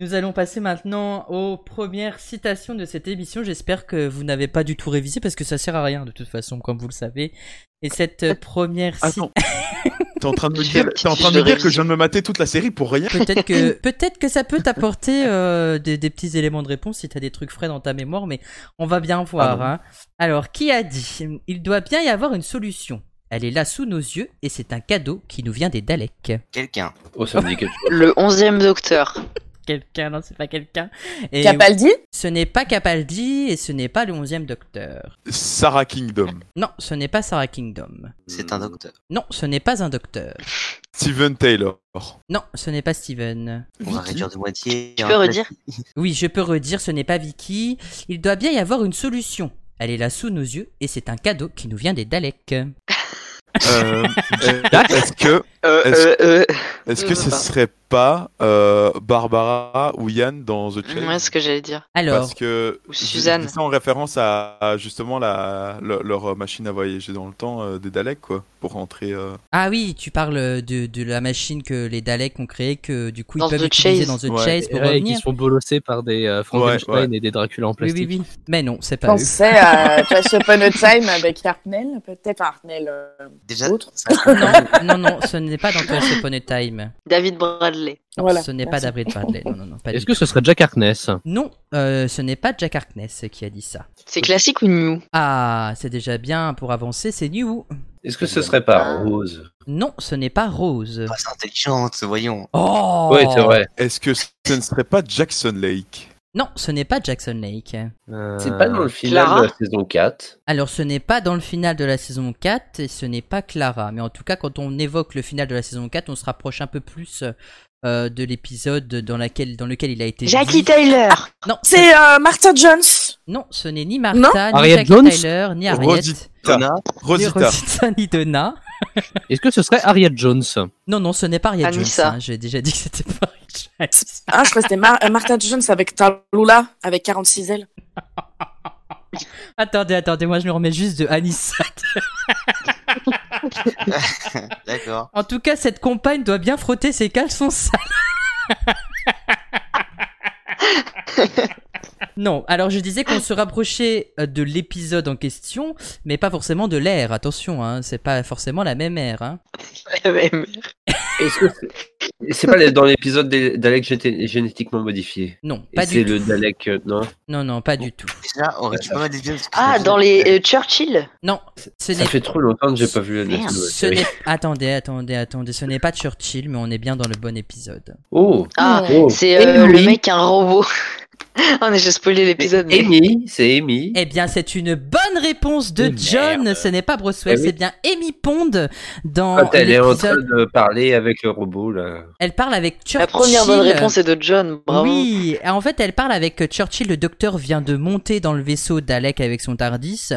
Speaker 4: Nous allons passer maintenant aux premières citations de cette émission. J'espère que vous n'avez pas du tout révisé parce que ça sert à rien de toute façon, comme vous le savez. Et cette euh, première citation,
Speaker 8: Attends. Ah, T'es en train de me
Speaker 2: J'ai
Speaker 8: dire,
Speaker 2: la petite
Speaker 8: t'es en train de
Speaker 2: fiche
Speaker 8: me
Speaker 2: de
Speaker 8: dire que je
Speaker 2: révision.
Speaker 8: viens de me mater toute la série pour rien
Speaker 4: peut-être que peut-être que ça peut t'apporter euh, des, des petits éléments de réponse si t'as des trucs frais dans ta mémoire, mais on va bien voir. hein. Alors, qui a dit Il doit bien y avoir une solution. Elle est là sous nos yeux et c'est un cadeau qui nous vient des Daleks.
Speaker 5: Quelqu'un.
Speaker 3: Oh, ça me dit quelque chose.
Speaker 2: Le onzième docteur.
Speaker 4: Quelqu'un, non, c'est pas quelqu'un. Et
Speaker 1: Capaldi
Speaker 4: ce n'est pas Capaldi et ce n'est pas le onzième Docteur.
Speaker 8: Sarah Ah, Kingdom,
Speaker 4: Non, ce n'est pas Sarah Kingdom.
Speaker 5: C'est un docteur.
Speaker 4: Non, ce n'est pas un docteur.
Speaker 8: Steven Taylor.
Speaker 4: Non, ce n'est pas Steven.
Speaker 5: On va réduire de moitié. hein.
Speaker 2: Tu
Speaker 5: et
Speaker 2: peux
Speaker 5: en fait,
Speaker 2: redire
Speaker 4: Oui, je peux redire, ce n'est pas Vicky. Il doit bien y avoir une solution. Elle est là sous nos yeux et c'est un cadeau qui nous vient des Daleks.
Speaker 8: Euh, est-ce que,
Speaker 2: Euh,
Speaker 8: Est-ce-
Speaker 2: euh,
Speaker 8: est-ce
Speaker 2: Je
Speaker 8: que
Speaker 2: sais
Speaker 8: ce
Speaker 2: pas.
Speaker 8: serait pas euh, Barbara ou Yann dans The Chase
Speaker 2: euh. Ouais, ce que j'allais dire.
Speaker 4: Alors,
Speaker 8: Parce que
Speaker 2: Ou
Speaker 8: je- je dis
Speaker 2: Suzanne.
Speaker 8: ça en référence à, à justement la, le- leur machine à voyager dans le temps euh, des Daleks quoi, pour rentrer. euh,
Speaker 4: ah oui, tu parles de, de la machine que les Daleks ont créée, que du coup ils
Speaker 2: Dans
Speaker 4: peuvent
Speaker 2: The
Speaker 4: utiliser
Speaker 2: Chase.
Speaker 4: dans The
Speaker 8: Ouais.
Speaker 4: Chase pour
Speaker 7: Et qui
Speaker 4: revenir.
Speaker 7: se font bolosser par des euh, Frankenstein et des Dracula en
Speaker 4: Oui,
Speaker 7: plastique.
Speaker 4: oui, oui. Mais non, c'est pas eux.
Speaker 1: Pensez à Twice euh, Upon a Time avec Hartnell, peut-être Hartnell euh,
Speaker 5: Déjà,
Speaker 1: autre.
Speaker 5: ça-
Speaker 4: Non, non, non, ce n'est pas dans Twice Upon a Time.
Speaker 2: David Bradley.
Speaker 4: Non,
Speaker 1: Voilà,
Speaker 4: ce n'est pas
Speaker 1: merci.
Speaker 4: d'Avril Bradley. Non, non, non, pas du
Speaker 7: Est-ce que ce serait Jack Harkness
Speaker 4: tout. Non, euh, ce n'est pas Jack Harkness qui a dit ça.
Speaker 2: C'est classique ou new
Speaker 4: Ah, c'est déjà bien pour avancer, c'est New.
Speaker 3: Est-ce que ce serait
Speaker 2: Ah.
Speaker 3: pas Rose
Speaker 4: Non, ce n'est pas Rose.
Speaker 5: pas intelligente, voyons.
Speaker 4: Oh
Speaker 3: Ouais, c'est vrai.
Speaker 8: Est-ce que ce ne serait pas Jackson Lake
Speaker 4: Non, ce n'est pas Jackson Lake.
Speaker 7: Euh,
Speaker 3: C'est pas dans le final
Speaker 2: Clara
Speaker 3: de la saison 4.
Speaker 4: Alors, ce n'est pas dans le final de la saison 4 et ce n'est pas Clara. Mais en tout cas, quand on évoque le final de la saison 4, on se rapproche un peu plus euh, de l'épisode dans, laquelle- dans lequel il a été.
Speaker 2: Jackie
Speaker 4: dit.
Speaker 2: Taylor.
Speaker 4: Non, ce-
Speaker 1: C'est euh, Martha Jones.
Speaker 4: non, ce n'est ni Martha,
Speaker 1: Non.
Speaker 4: ni
Speaker 7: Harriet
Speaker 4: Jackie
Speaker 7: Jones
Speaker 4: Tyler, ni Harriet,
Speaker 8: Rosita.
Speaker 5: Donna,
Speaker 4: ni
Speaker 8: Rosita.
Speaker 4: Rosita, ni Donna.
Speaker 7: Est-ce que ce serait Harriet Jones
Speaker 4: Non, non, ce n'est pas Harriet
Speaker 2: Anissa.
Speaker 4: Jones. hein. J'ai déjà dit que c'était pas Harriet Jones.
Speaker 1: Ah, je crois que c'était Mar- euh, Martha Jones avec Talula, avec 46 ailes.
Speaker 4: Attendez, attendez, moi je me remets juste de Anissa.
Speaker 5: d'accord.
Speaker 4: En tout cas, cette compagne doit bien frotter ses caleçons sales. Non, alors je disais qu'on se rapprochait euh, de l'épisode en question, mais pas forcément de l'ère. Attention, hein, c'est pas forcément la même ère. hein.
Speaker 2: La même.
Speaker 3: Est-ce que c'est- c'est pas dans l'épisode des Daleks gété- génétiquement modifiés
Speaker 4: Non,
Speaker 3: Et
Speaker 4: pas
Speaker 3: C'est
Speaker 4: du tout.
Speaker 3: le Dalek, euh, non
Speaker 4: Non, non, pas du tout.
Speaker 5: Déjà, on récupère des vieux.
Speaker 2: Ah, dans les euh, Churchill
Speaker 4: Non, ce
Speaker 3: Ça
Speaker 4: n'est
Speaker 3: fait trop longtemps que j'ai pas vu la
Speaker 2: Merde,
Speaker 3: la
Speaker 4: ce
Speaker 3: série.
Speaker 4: n'est- Attendez, attendez, attendez. Ce n'est pas Churchill, mais on est bien dans le bon épisode.
Speaker 3: Oh
Speaker 2: Ah,
Speaker 3: Oh.
Speaker 2: c'est euh,
Speaker 3: Amy.
Speaker 2: le mec, un robot. on a juste Oh, spoilé l'épisode. mais-
Speaker 3: Amy, c'est Amy.
Speaker 4: Eh bien, c'est une bonne réponse de
Speaker 3: Oh,
Speaker 4: John.
Speaker 3: merde.
Speaker 4: Ce n'est pas Broswell,
Speaker 3: Eh oui.
Speaker 4: c'est bien Amy Pond dans
Speaker 3: Quand elle est en train
Speaker 4: l'épisode-
Speaker 3: de parler avec le robot, là.
Speaker 4: Elle parle avec Churchill.
Speaker 2: La première bonne réponse est de John, bravo.
Speaker 4: Oui, en fait, elle parle avec Churchill. Le docteur vient de monter dans le vaisseau d'Alec avec son Tardis.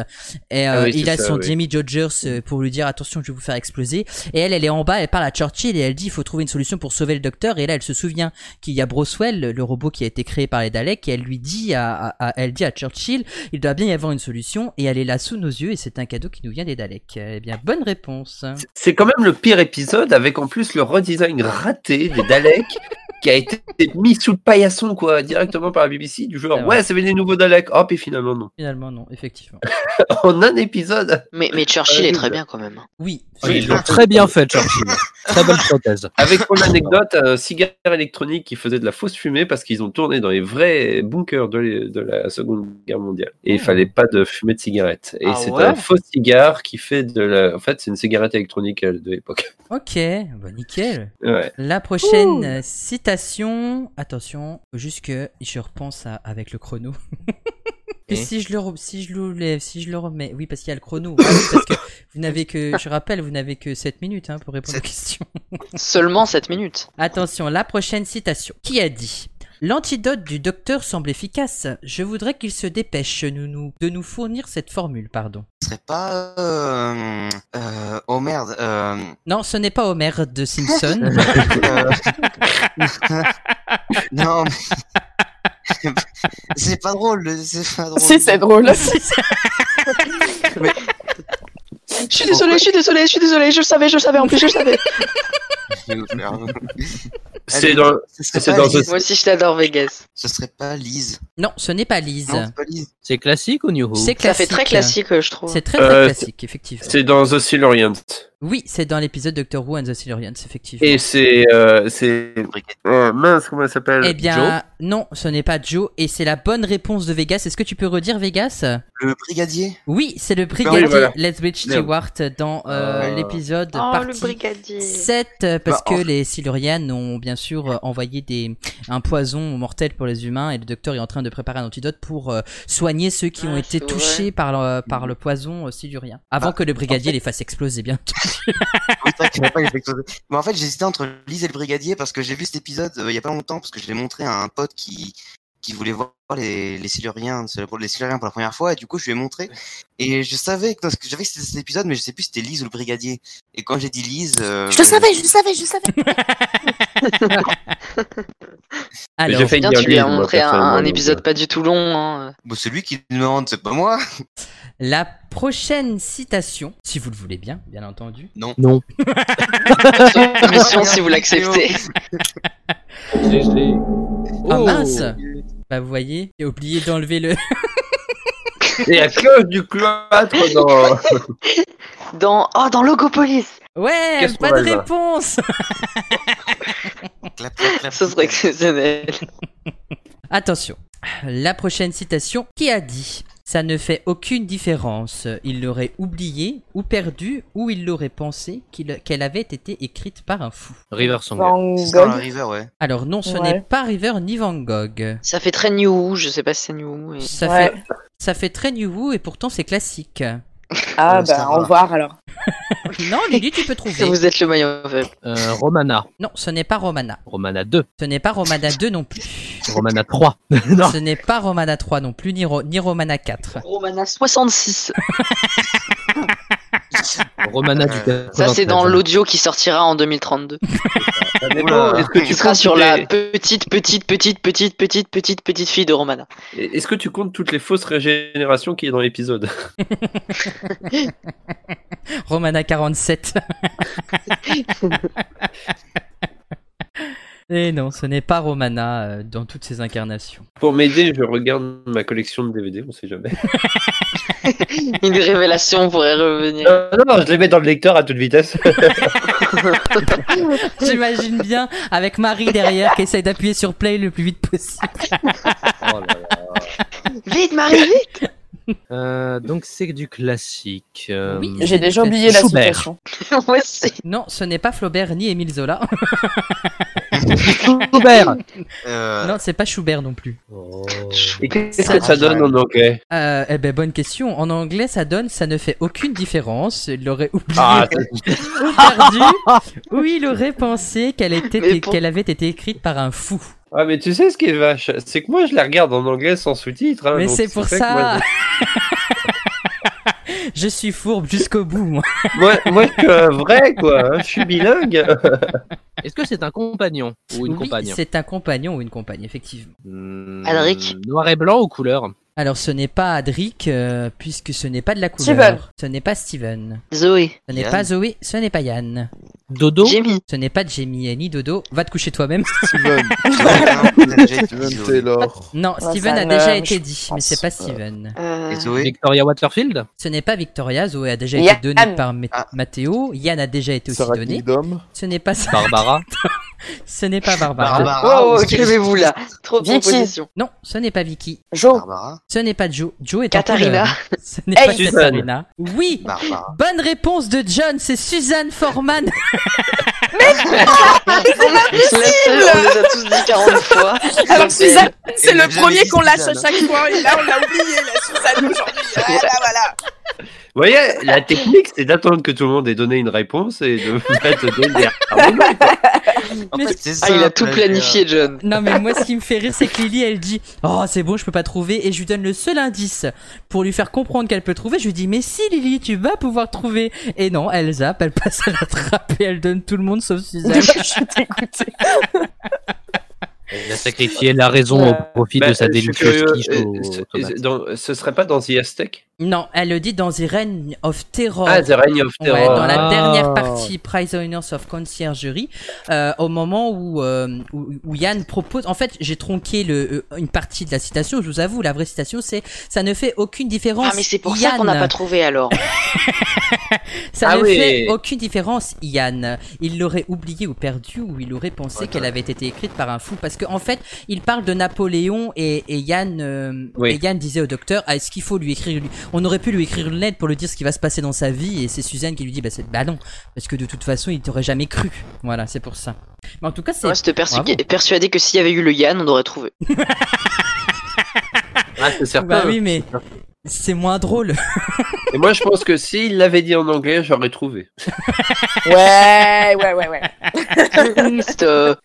Speaker 4: Et
Speaker 3: Ah
Speaker 4: euh,
Speaker 3: oui, c'est
Speaker 4: il a
Speaker 3: ça,
Speaker 4: son
Speaker 3: oui.
Speaker 4: Jamie Dodgers euh, pour lui dire attention, je vais vous faire exploser. Et elle, elle est en bas, elle parle à Churchill et elle dit il faut trouver une solution pour sauver le docteur. Et là, elle se souvient qu'il y a Broswell, le- le robot qui a été créé par les Daleks, et elle lui dit à, à- à- elle dit à Churchill il doit bien y avoir une solution. Et elle est là sous nos yeux et c'est un cadeau qui nous vient des Daleks. Eh bien, bonne réponse.
Speaker 3: C'est quand même le pire épisode avec en plus le redesign raté des Daleks qui a été mis sous le paillasson quoi directement par la BBC du
Speaker 4: C'est
Speaker 3: genre
Speaker 4: vrai.
Speaker 3: ouais c'est les nouveaux Daleks hop et finalement non
Speaker 4: Finalement, non, effectivement.
Speaker 3: en un épisode Euh, bah.
Speaker 2: Mais, mais Churchill est
Speaker 3: Horrible.
Speaker 2: très bien quand même.
Speaker 4: Oui,
Speaker 3: Oui,
Speaker 7: Ils l'ont très bien fait, Churchill. Très belle prothèse.
Speaker 3: avec pour anecdote un cigare électronique qui faisait de la fausse fumée parce qu'ils ont tourné dans les vrais bunkers de, les- de la Seconde Guerre mondiale et il fallait pas de fumée de cigarette et
Speaker 2: Hmm. Ah
Speaker 3: c'est
Speaker 2: ouais
Speaker 3: un faux cigare qui fait de la en fait c'est une cigarette électronique euh, de l'époque
Speaker 4: ok, bah nickel.
Speaker 3: ouais.
Speaker 4: La prochaine euh, citation, attention, faut juste que je repense à- avec le chrono. Et
Speaker 5: Et
Speaker 4: si je le re- si je l'enlève, si je le remets, oui parce qu'il y a le chrono, parce que vous n'avez que, je rappelle, vous n'avez que 7 minutes hein, pour répondre aux
Speaker 5: Sept.
Speaker 4: questions.
Speaker 2: Seulement 7 minutes.
Speaker 4: Attention, la prochaine citation. Qui a dit L'antidote du docteur semble efficace. Je voudrais qu'il se dépêche nous, nous, de nous fournir cette formule, pardon.
Speaker 5: Ce serait pas. Euh, euh, oh merde. Euh,
Speaker 4: Non, ce n'est pas Homer de Simpson.
Speaker 5: euh, non, mais. c'est pas drôle. le- C'est
Speaker 2: Oh,
Speaker 5: pas drôle.
Speaker 1: Si, c'est drôle.
Speaker 2: Je suis désolé, je suis désolé, je suis désolé, je le savais, je le savais, en plus je le savais.
Speaker 3: c'est dans
Speaker 5: Ce serait
Speaker 3: c'est
Speaker 5: pas
Speaker 3: dans
Speaker 5: Lise.
Speaker 2: Moi aussi je t'adore Vegas.
Speaker 5: Ce serait pas Lise.
Speaker 4: non, ce n'est pas Lise.
Speaker 5: Non, c'est pas Lise.
Speaker 7: C'est classique au New Who
Speaker 4: C'est
Speaker 2: Ça fait très classique euh, je trouve.
Speaker 4: C'est très, très
Speaker 3: Euh,
Speaker 4: classique, effectivement.
Speaker 3: c'est dans The Silurians
Speaker 4: Oui, c'est dans l'épisode Doctor Who and the Silurians, effectivement.
Speaker 3: Et c'est. euh, c'est. euh, mince, comment elle s'appelle
Speaker 4: eh bien, non, ce n'est pas Joe, et c'est la bonne réponse de Vegas. Est-ce que tu peux redire Vegas
Speaker 5: Le brigadier.
Speaker 4: Oui, c'est le brigadier
Speaker 3: Oui, voilà.
Speaker 4: Lethbridge Stewart dans euh,
Speaker 3: Euh.
Speaker 4: l'épisode
Speaker 2: Oh le
Speaker 4: partie
Speaker 2: brigadier.
Speaker 4: 7, euh, parce
Speaker 5: Bah, en-
Speaker 4: que les Silurians ont bien sûr euh, envoyé des, un poison mortel pour les humains, et le docteur est en train de préparer un antidote pour euh, soigner ceux qui
Speaker 2: Ah,
Speaker 4: ont été
Speaker 2: c'est
Speaker 4: touchés par le, par le poison euh, silurien. Avant
Speaker 5: Mm. Ah,
Speaker 4: que le brigadier les fasse exploser, bien
Speaker 5: Oui, c'est vrai qu'il y a pas les explosions. Mais en fait, j'hésitais entre Lise et le brigadier parce que j'ai vu cet épisode euh, il y a pas longtemps parce que je l'ai montré à un pote qui qui voulait voir les les Siluriens c'est pour les Siluriens pour la première fois et du coup je lui ai montré et je savais que parce que j'avais que c'était cet épisode mais je sais plus si c'était Lise ou le brigadier et quand j'ai dit Lise euh,
Speaker 1: Je le savais, je le savais, je le savais.
Speaker 4: Alors,
Speaker 3: J'ai failli
Speaker 2: Bien,
Speaker 3: dire
Speaker 2: tu lui as
Speaker 3: Lise, moi,
Speaker 2: montré un,
Speaker 3: personnellement,
Speaker 2: un
Speaker 3: donc,
Speaker 2: épisode pas du tout long. hein.
Speaker 5: bon, c'est lui qui demande c'est pas moi
Speaker 4: la prochaine citation, si vous le voulez bien, bien entendu.
Speaker 7: Non.
Speaker 2: Permission si vous l'acceptez.
Speaker 4: Ah
Speaker 5: Oh.
Speaker 4: mince Bah vous voyez, j'ai oublié d'enlever le...
Speaker 3: euh. Et la cloche du cloître dans.
Speaker 2: Dans oh dans Logopolis.
Speaker 4: Ouais,
Speaker 3: Qu'est-ce
Speaker 4: pas
Speaker 3: qu'on
Speaker 4: de
Speaker 3: a, là
Speaker 4: réponse
Speaker 5: Clap, clap, clap.
Speaker 2: Ça serait exceptionnel.
Speaker 4: Attention, la prochaine citation qui a dit « Ça ne fait aucune différence, il l'aurait oublié ou perdu ou il l'aurait pensé qu'il- qu'elle avait été écrite par un fou.
Speaker 7: River Song.
Speaker 1: Van
Speaker 5: C'est dans la
Speaker 1: Gogh.
Speaker 5: river ouais ».
Speaker 4: Alors non, ce
Speaker 1: Ouais.
Speaker 4: n'est pas River ni Van Gogh.
Speaker 2: Ça fait très New Who, je sais pas si c'est New Who. mais-
Speaker 4: Ça,
Speaker 1: Ouais.
Speaker 4: fait, ça fait très New Woo et pourtant c'est classique.
Speaker 1: Ah,
Speaker 5: Euh, ça
Speaker 1: bah,
Speaker 5: va.
Speaker 1: au revoir alors.
Speaker 4: Non, Lily, tu peux trouver.
Speaker 2: Vous êtes le maillon faible.
Speaker 7: Euh, Romana.
Speaker 4: Non, ce n'est pas Romana.
Speaker 7: Romana 2.
Speaker 4: Ce n'est pas Romana 2 non plus.
Speaker 7: Romana 3. non.
Speaker 4: Ce n'est pas Romana 3 non plus, ni, Ro- ni Romana 4.
Speaker 2: Romana 66.
Speaker 3: Ah,
Speaker 7: Romana du
Speaker 5: Ça,
Speaker 7: 93.
Speaker 2: Ça, c'est dans l'audio qui sortira en 2032.
Speaker 3: Ça dépend,
Speaker 5: Oula.
Speaker 3: Ah, Est-ce que
Speaker 2: Tu
Speaker 3: tu
Speaker 2: seras
Speaker 3: comptes
Speaker 2: sur
Speaker 3: toutes
Speaker 2: la
Speaker 3: les-
Speaker 2: petite, petite, petite, petite, petite, petite, petite fille de Romana.
Speaker 3: Est-ce que tu comptes toutes les fausses régénérations qui est dans l'épisode
Speaker 4: Romana 47. Et Eh non, ce n'est pas Romana euh, dans toutes ses incarnations.
Speaker 3: Pour m'aider, je regarde ma collection de DVD, on sait jamais.
Speaker 2: Une révélation pourrait revenir.
Speaker 3: Euh, non, non, je les mets dans le lecteur à toute vitesse.
Speaker 4: J'imagine bien avec Marie derrière qui essaye d'appuyer sur play le plus vite possible.
Speaker 3: Oh là là.
Speaker 2: Vite, Marie, vite
Speaker 7: Euh, donc c'est du classique. euh,
Speaker 4: Oui.
Speaker 1: J'ai déjà oublié la
Speaker 7: Schubert.
Speaker 1: citation.
Speaker 2: Moi aussi.
Speaker 4: Non, ce n'est pas Flaubert ni Émile Zola.
Speaker 7: Schubert.
Speaker 5: Euh,
Speaker 4: non, c'est pas Schubert non plus.
Speaker 7: Oh.
Speaker 3: Et qu'est-ce que ça donne en anglais
Speaker 4: Euh, eh ben bonne question. En anglais, ça donne, ça ne fait aucune différence. Il l'aurait oublié
Speaker 3: Ah, ça-
Speaker 4: ou perdu, ou il aurait pensé qu'elle était,
Speaker 2: Mais pour-
Speaker 4: qu'elle avait été écrite par un fou.
Speaker 3: ah, mais tu sais ce qui est vache C'est que moi, je la regarde en anglais sans sous-titres. hein,
Speaker 4: Mais
Speaker 3: donc
Speaker 4: c'est pour
Speaker 3: fait que
Speaker 4: ça. Je suis fourbe jusqu'au bout, moi.
Speaker 3: Moi, je- moi, moi, je suis un vrai, quoi. hein, Je suis bilingue.
Speaker 7: Est-ce que c'est un compagnon ou une
Speaker 4: Oui,
Speaker 7: compagne
Speaker 4: C'est un compagnon ou une compagne, effectivement.
Speaker 7: Hmm,
Speaker 2: Alric.
Speaker 7: Noir et blanc ou couleur
Speaker 4: Alors, ce n'est pas Adric, euh, puisque ce n'est pas de la couleur.
Speaker 1: Steven.
Speaker 4: Ce n'est pas Steven.
Speaker 2: Zoé.
Speaker 4: Ce n'est
Speaker 5: Yann.
Speaker 4: pas Zoé. Ce n'est pas Yann.
Speaker 7: Dodo
Speaker 2: Jimmy.
Speaker 4: Ce n'est pas Jamie eh, ni Dodo. Va te coucher toi-même.
Speaker 8: Steven, Steven
Speaker 5: Steven
Speaker 8: Taylor.
Speaker 4: Non,
Speaker 1: Ouais,
Speaker 4: Steven
Speaker 1: ça,
Speaker 4: a
Speaker 1: euh,
Speaker 4: déjà
Speaker 1: je
Speaker 4: été dit, mais
Speaker 1: pense,
Speaker 4: c'est pas Steven.
Speaker 2: Euh,
Speaker 5: et Zoé.
Speaker 7: Victoria Waterfield
Speaker 4: Ce n'est pas Victoria, Zoé a déjà
Speaker 1: Yann.
Speaker 4: été donnée par Ma-
Speaker 5: Ah.
Speaker 4: Mathéo, Yann a déjà été aussi
Speaker 8: Sarah
Speaker 4: donné.
Speaker 8: Kingdom.
Speaker 4: Ce n'est pas ça.
Speaker 7: Barbara
Speaker 4: Ce n'est pas Barbara.
Speaker 5: Barbara.
Speaker 2: Oh,
Speaker 5: ou-
Speaker 2: oh, calmez-vous là. Trop de
Speaker 1: Vicky.
Speaker 2: propositions.
Speaker 4: Non, ce n'est pas Vicky.
Speaker 1: Jo,
Speaker 5: Barbara.
Speaker 4: Ce n'est pas Joe. Joe est en
Speaker 2: Katharina.
Speaker 4: couleur. Ce n'est pas
Speaker 1: Suzanne.
Speaker 4: Katharina. Oui.
Speaker 5: Barbara.
Speaker 4: Bonne réponse de John, c'est Suzanne Forman.
Speaker 2: La seule, on les a tous dit 40 fois.
Speaker 1: alors Suzanne, c'est
Speaker 5: elle
Speaker 1: le
Speaker 5: a jamais
Speaker 1: premier
Speaker 5: dit
Speaker 1: qu'on lâche à
Speaker 5: Suzanne,
Speaker 1: chaque fois. Et là, on l'a oublié, la Suzanne aujourd'hui. Ah, Voilà, voilà.
Speaker 3: Vous voyez, la technique, c'est d'attendre que tout le monde ait donné une réponse et de vous mettre derrière.
Speaker 5: Ah, En
Speaker 4: Mais-
Speaker 5: fait, c'est
Speaker 2: Ah, il a
Speaker 5: simple,
Speaker 2: tout
Speaker 5: euh,
Speaker 2: planifié, John.
Speaker 4: Non mais moi ce qui me fait rire c'est que Lily elle dit "Oh, c'est bon, je peux pas trouver" et je lui donne le seul indice pour lui faire comprendre qu'elle peut trouver. Je lui dis "Mais si Lily, tu vas pouvoir trouver." Et non, elle zappe, elle passe à la trappe et elle donne tout le monde sauf Suzanne.
Speaker 1: Je suis dégoûtée.
Speaker 7: Elle a sacrifié la raison au
Speaker 1: Euh,
Speaker 7: profit
Speaker 3: Bah,
Speaker 7: de sa
Speaker 3: je suis
Speaker 7: délicieuse
Speaker 3: curieux,
Speaker 7: quiche
Speaker 3: euh,
Speaker 7: aux
Speaker 3: ce-
Speaker 7: tomates.
Speaker 3: dans- ce serait pas dans The Aztec
Speaker 4: Non, elle le dit dans The Reign of Terror.
Speaker 3: Ah, The Reign of
Speaker 4: Ouais,
Speaker 3: Terror.
Speaker 4: dans la
Speaker 7: Ah.
Speaker 4: dernière partie Prisoners of Conciergerie, euh, au moment où, euh, où, où Yann propose, en fait, j'ai tronqué le, euh, une partie de la citation. Je vous avoue, la vraie citation, c'est ça ne fait aucune différence.
Speaker 2: Ah, mais c'est pour ça
Speaker 4: Yann.
Speaker 2: qu'on n'a pas trouvé alors.
Speaker 4: Ça
Speaker 3: Ah
Speaker 4: ne
Speaker 3: oui.
Speaker 4: fait aucune différence, Yann. Il l'aurait oublié ou perdu, ou il aurait pensé qu'elle avait été écrite par un fou. Parce qu'en en fait, il parle de Napoléon et, et Yann, euh,
Speaker 3: Oui.
Speaker 4: et Yann disait au docteur, ah, est-ce qu'il faut lui écrire lui- On aurait pu lui écrire une lettre pour lui dire ce qui va se passer dans sa vie, et c'est Suzanne qui lui dit, bah, c'est- bah non, parce que de toute façon, il t'aurait jamais cru. Voilà, c'est pour ça. Mais en tout cas, c'est...
Speaker 2: Reste persu-
Speaker 4: Bravo.
Speaker 2: persuadé que s'il y avait eu le Yann, on aurait trouvé.
Speaker 3: Ah, c'est certain.
Speaker 4: Bah oui, mais c'est moins drôle.
Speaker 3: Et moi, je pense que s'il l'avait dit en anglais, j'aurais trouvé.
Speaker 1: Ouais, ouais, ouais, ouais.
Speaker 2: Stop.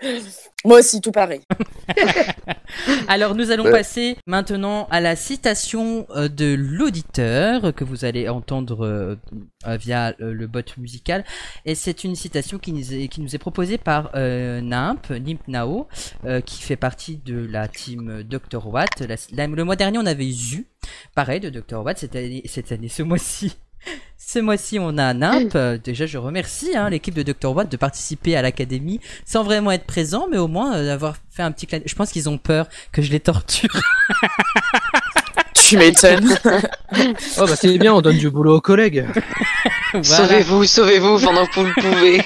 Speaker 1: Moi aussi, tout pareil.
Speaker 4: Alors nous allons
Speaker 8: Ouais.
Speaker 4: passer maintenant à la citation euh, de l'auditeur euh, que vous allez entendre euh, euh, via euh, le bot musical. Et c'est une citation qui nous est, qui nous est proposée par euh, Nimp, Nimp Nao, euh, qui fait partie de la team Dr. Watt. La- la- le mois dernier on avait Zu, pareil de Dr. Watt, cette année, cette année ce mois-ci. Ce mois-ci, on a Nimp. Euh, Déjà, je remercie hein, l'équipe de Dr. Watt de participer à l'académie sans vraiment être présent, mais au moins euh, d'avoir fait un petit. cla- Je pense qu'ils ont peur que je les torture.
Speaker 1: Tu m'étonnes.
Speaker 7: Oh bah c'est bien, on donne du boulot aux collègues.
Speaker 4: Voilà.
Speaker 2: Sauvez-vous, sauvez-vous pendant que vous le pouvez.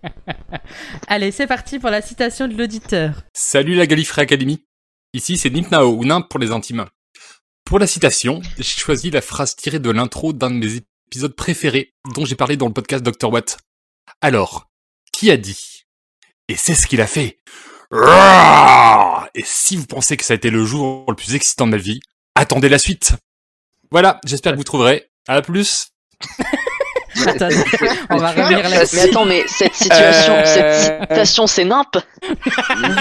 Speaker 4: Allez, c'est parti pour la citation de l'auditeur.
Speaker 9: Salut la Gallifrey Academy. Ici c'est Nipnao ou Nimp pour les intimes. Pour la citation, j'ai choisi la phrase tirée de l'intro d'un de mes épisodes préférés dont j'ai parlé dans le podcast Dr Watt. Alors, qui a dit Et c'est ce qu'il a fait. Roar Et si vous pensez que ça a été le jour le plus excitant de ma vie, attendez la suite. Voilà, j'espère que vous trouverez. À la plus.
Speaker 4: Attendez, on va revenir
Speaker 2: Mais
Speaker 4: là-dessus.
Speaker 2: attends, mais cette situation,
Speaker 1: Euh.
Speaker 2: cette citation, c'est nimp.
Speaker 3: Mais non,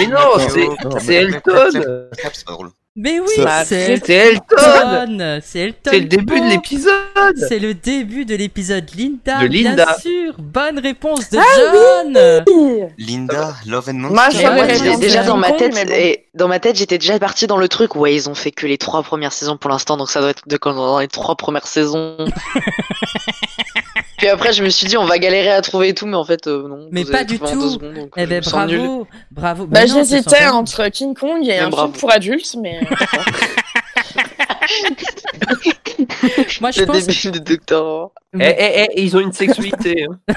Speaker 3: mais non, c'est-
Speaker 5: Non,
Speaker 3: c'est
Speaker 5: mais-
Speaker 3: Elton.
Speaker 5: Clap, c'est pas drôle.
Speaker 4: Mais oui,
Speaker 1: Ça,
Speaker 4: c'est
Speaker 3: C'était Elton
Speaker 4: Elton. C'est Elton.
Speaker 3: C'est le début de
Speaker 4: John.
Speaker 3: l'épisode
Speaker 4: C'est le début de l'épisode Linda.
Speaker 3: De Linda.
Speaker 4: Bien sûr. Bonne réponse de John.
Speaker 5: Linda, Love and Monster.
Speaker 1: Moi,
Speaker 2: Mais
Speaker 1: je
Speaker 2: ouais,
Speaker 1: l'aurais
Speaker 2: j'ai-
Speaker 1: dit,
Speaker 2: déjà
Speaker 1: c'est
Speaker 2: dans ma
Speaker 1: con,
Speaker 2: tête,
Speaker 1: mais bon.
Speaker 2: et dans ma tête, j'étais déjà parti dans le truc. Ouais, ils ont fait que les trois premières saisons pour l'instant, donc ça doit être de quand dans les trois premières saisons. Puis après, je me suis dit, on va galérer à trouver et tout, mais en fait, euh, non.
Speaker 4: Mais
Speaker 2: vous
Speaker 4: pas
Speaker 2: avez
Speaker 4: du
Speaker 2: trouvé en
Speaker 4: tout.
Speaker 2: deux secondes, donc, euh,
Speaker 4: Eh
Speaker 2: je me
Speaker 4: ben
Speaker 2: sens
Speaker 4: bravo,
Speaker 2: nul.
Speaker 4: bravo.
Speaker 1: Bah,
Speaker 4: Mais non, c'est
Speaker 1: j'hésitais
Speaker 4: sympa.
Speaker 1: entre King Kong et
Speaker 2: Mais
Speaker 1: un
Speaker 2: bravo.
Speaker 1: film pour adultes, mais. euh,
Speaker 4: Moi je
Speaker 2: Le
Speaker 4: pense.
Speaker 2: début du docteur.
Speaker 3: Eh, eh, eh, ils ont une sexualité. hein.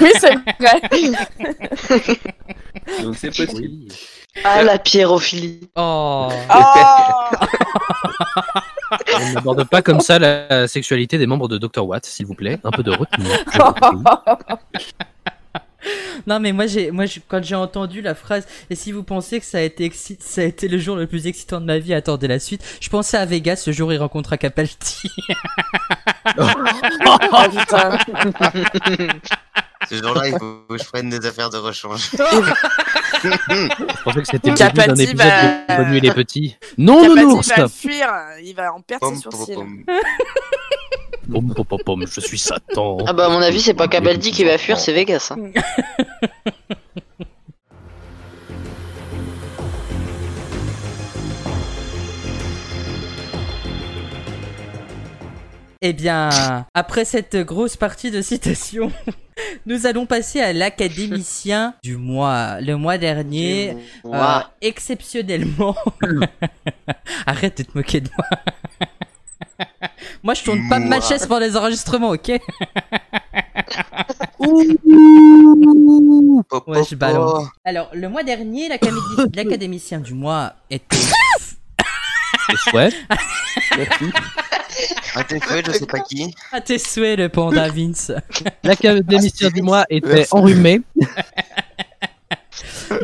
Speaker 1: oui, c'est vrai.
Speaker 3: Donc c'est possible.
Speaker 2: Ah, la pierrophilie.
Speaker 4: Oh.
Speaker 1: Oh
Speaker 7: On n'aborde pas comme ça la sexualité des membres de Dr. Watt, s'il vous plaît. Un peu de retenue. je vous prie.
Speaker 4: Non mais moi j'ai, moi je- quand j'ai entendu la phrase. Et si vous pensez que ça a été exci- ça a été le jour le plus excitant de ma vie, attendez la suite. Je pensais à Vegas ce jour il rencontra Capaldi.
Speaker 1: Oh, putain.
Speaker 5: Ce jour-là, il faut que je prenne des affaires de rechange.
Speaker 7: Je pensais que c'était le
Speaker 1: Capati
Speaker 7: début d'un épisode
Speaker 1: va-
Speaker 5: bah,
Speaker 7: de Bonne nuit les petits. Non,
Speaker 1: Capati
Speaker 7: non,
Speaker 1: va fuir, il va en perdre
Speaker 5: Pom,
Speaker 1: ses
Speaker 5: pom,
Speaker 1: sourcils.
Speaker 5: pom.
Speaker 7: Pom, pom, pom, pom, je suis Satan.
Speaker 2: Ah, bah, à mon avis, c'est pas Cabaldi qui va fuir, c'est Vegas. hein.
Speaker 4: Eh bien, après cette grosse partie de citation, nous allons passer à l'académicien du mois. Le mois dernier, euh,
Speaker 2: Ouah.
Speaker 4: exceptionnellement. Arrête de te moquer de moi. moi, je tourne pas ma
Speaker 5: Moi.
Speaker 4: chaise pour les enregistrements, ok
Speaker 5: Po, po,
Speaker 4: Ouais, je
Speaker 5: po.
Speaker 4: balance. Alors, le mois dernier, l'académi- l'académicien du mois était.
Speaker 7: Ouais.
Speaker 5: Ah, t'es fait, je sais pas qui.
Speaker 4: à tes souhaits, le panda Vince.
Speaker 7: L'académicien
Speaker 5: Ah,
Speaker 7: du mois était
Speaker 5: Merci.
Speaker 7: enrhumé.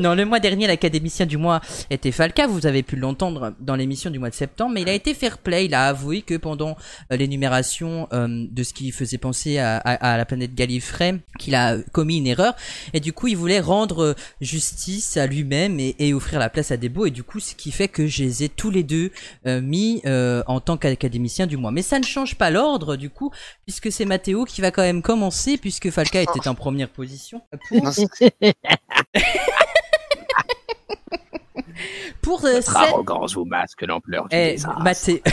Speaker 4: Non, le mois dernier, l'académicien du mois était Falca. Vous avez pu l'entendre dans l'émission du mois de septembre, mais il a été fair play. Il a avoué que pendant euh, l'énumération euh, de ce qui faisait penser à, à- à la planète Gallifrey, qu'il a commis une erreur. Et du coup, il voulait rendre euh, justice à lui-même et, et offrir la place à Debo. Et du coup, ce qui fait que je les ai tous les deux euh, mis euh, en tant qu'académicien du mois. Mais ça ne change pas l'ordre, du coup, puisque c'est Mathéo qui va quand même commencer, puisque Falca était en première position. Pour
Speaker 5: Non, c'est-
Speaker 4: Pour euh, cette-
Speaker 7: arrogance vous masque l'ampleur
Speaker 4: Eh,
Speaker 1: bah,
Speaker 4: Mathé...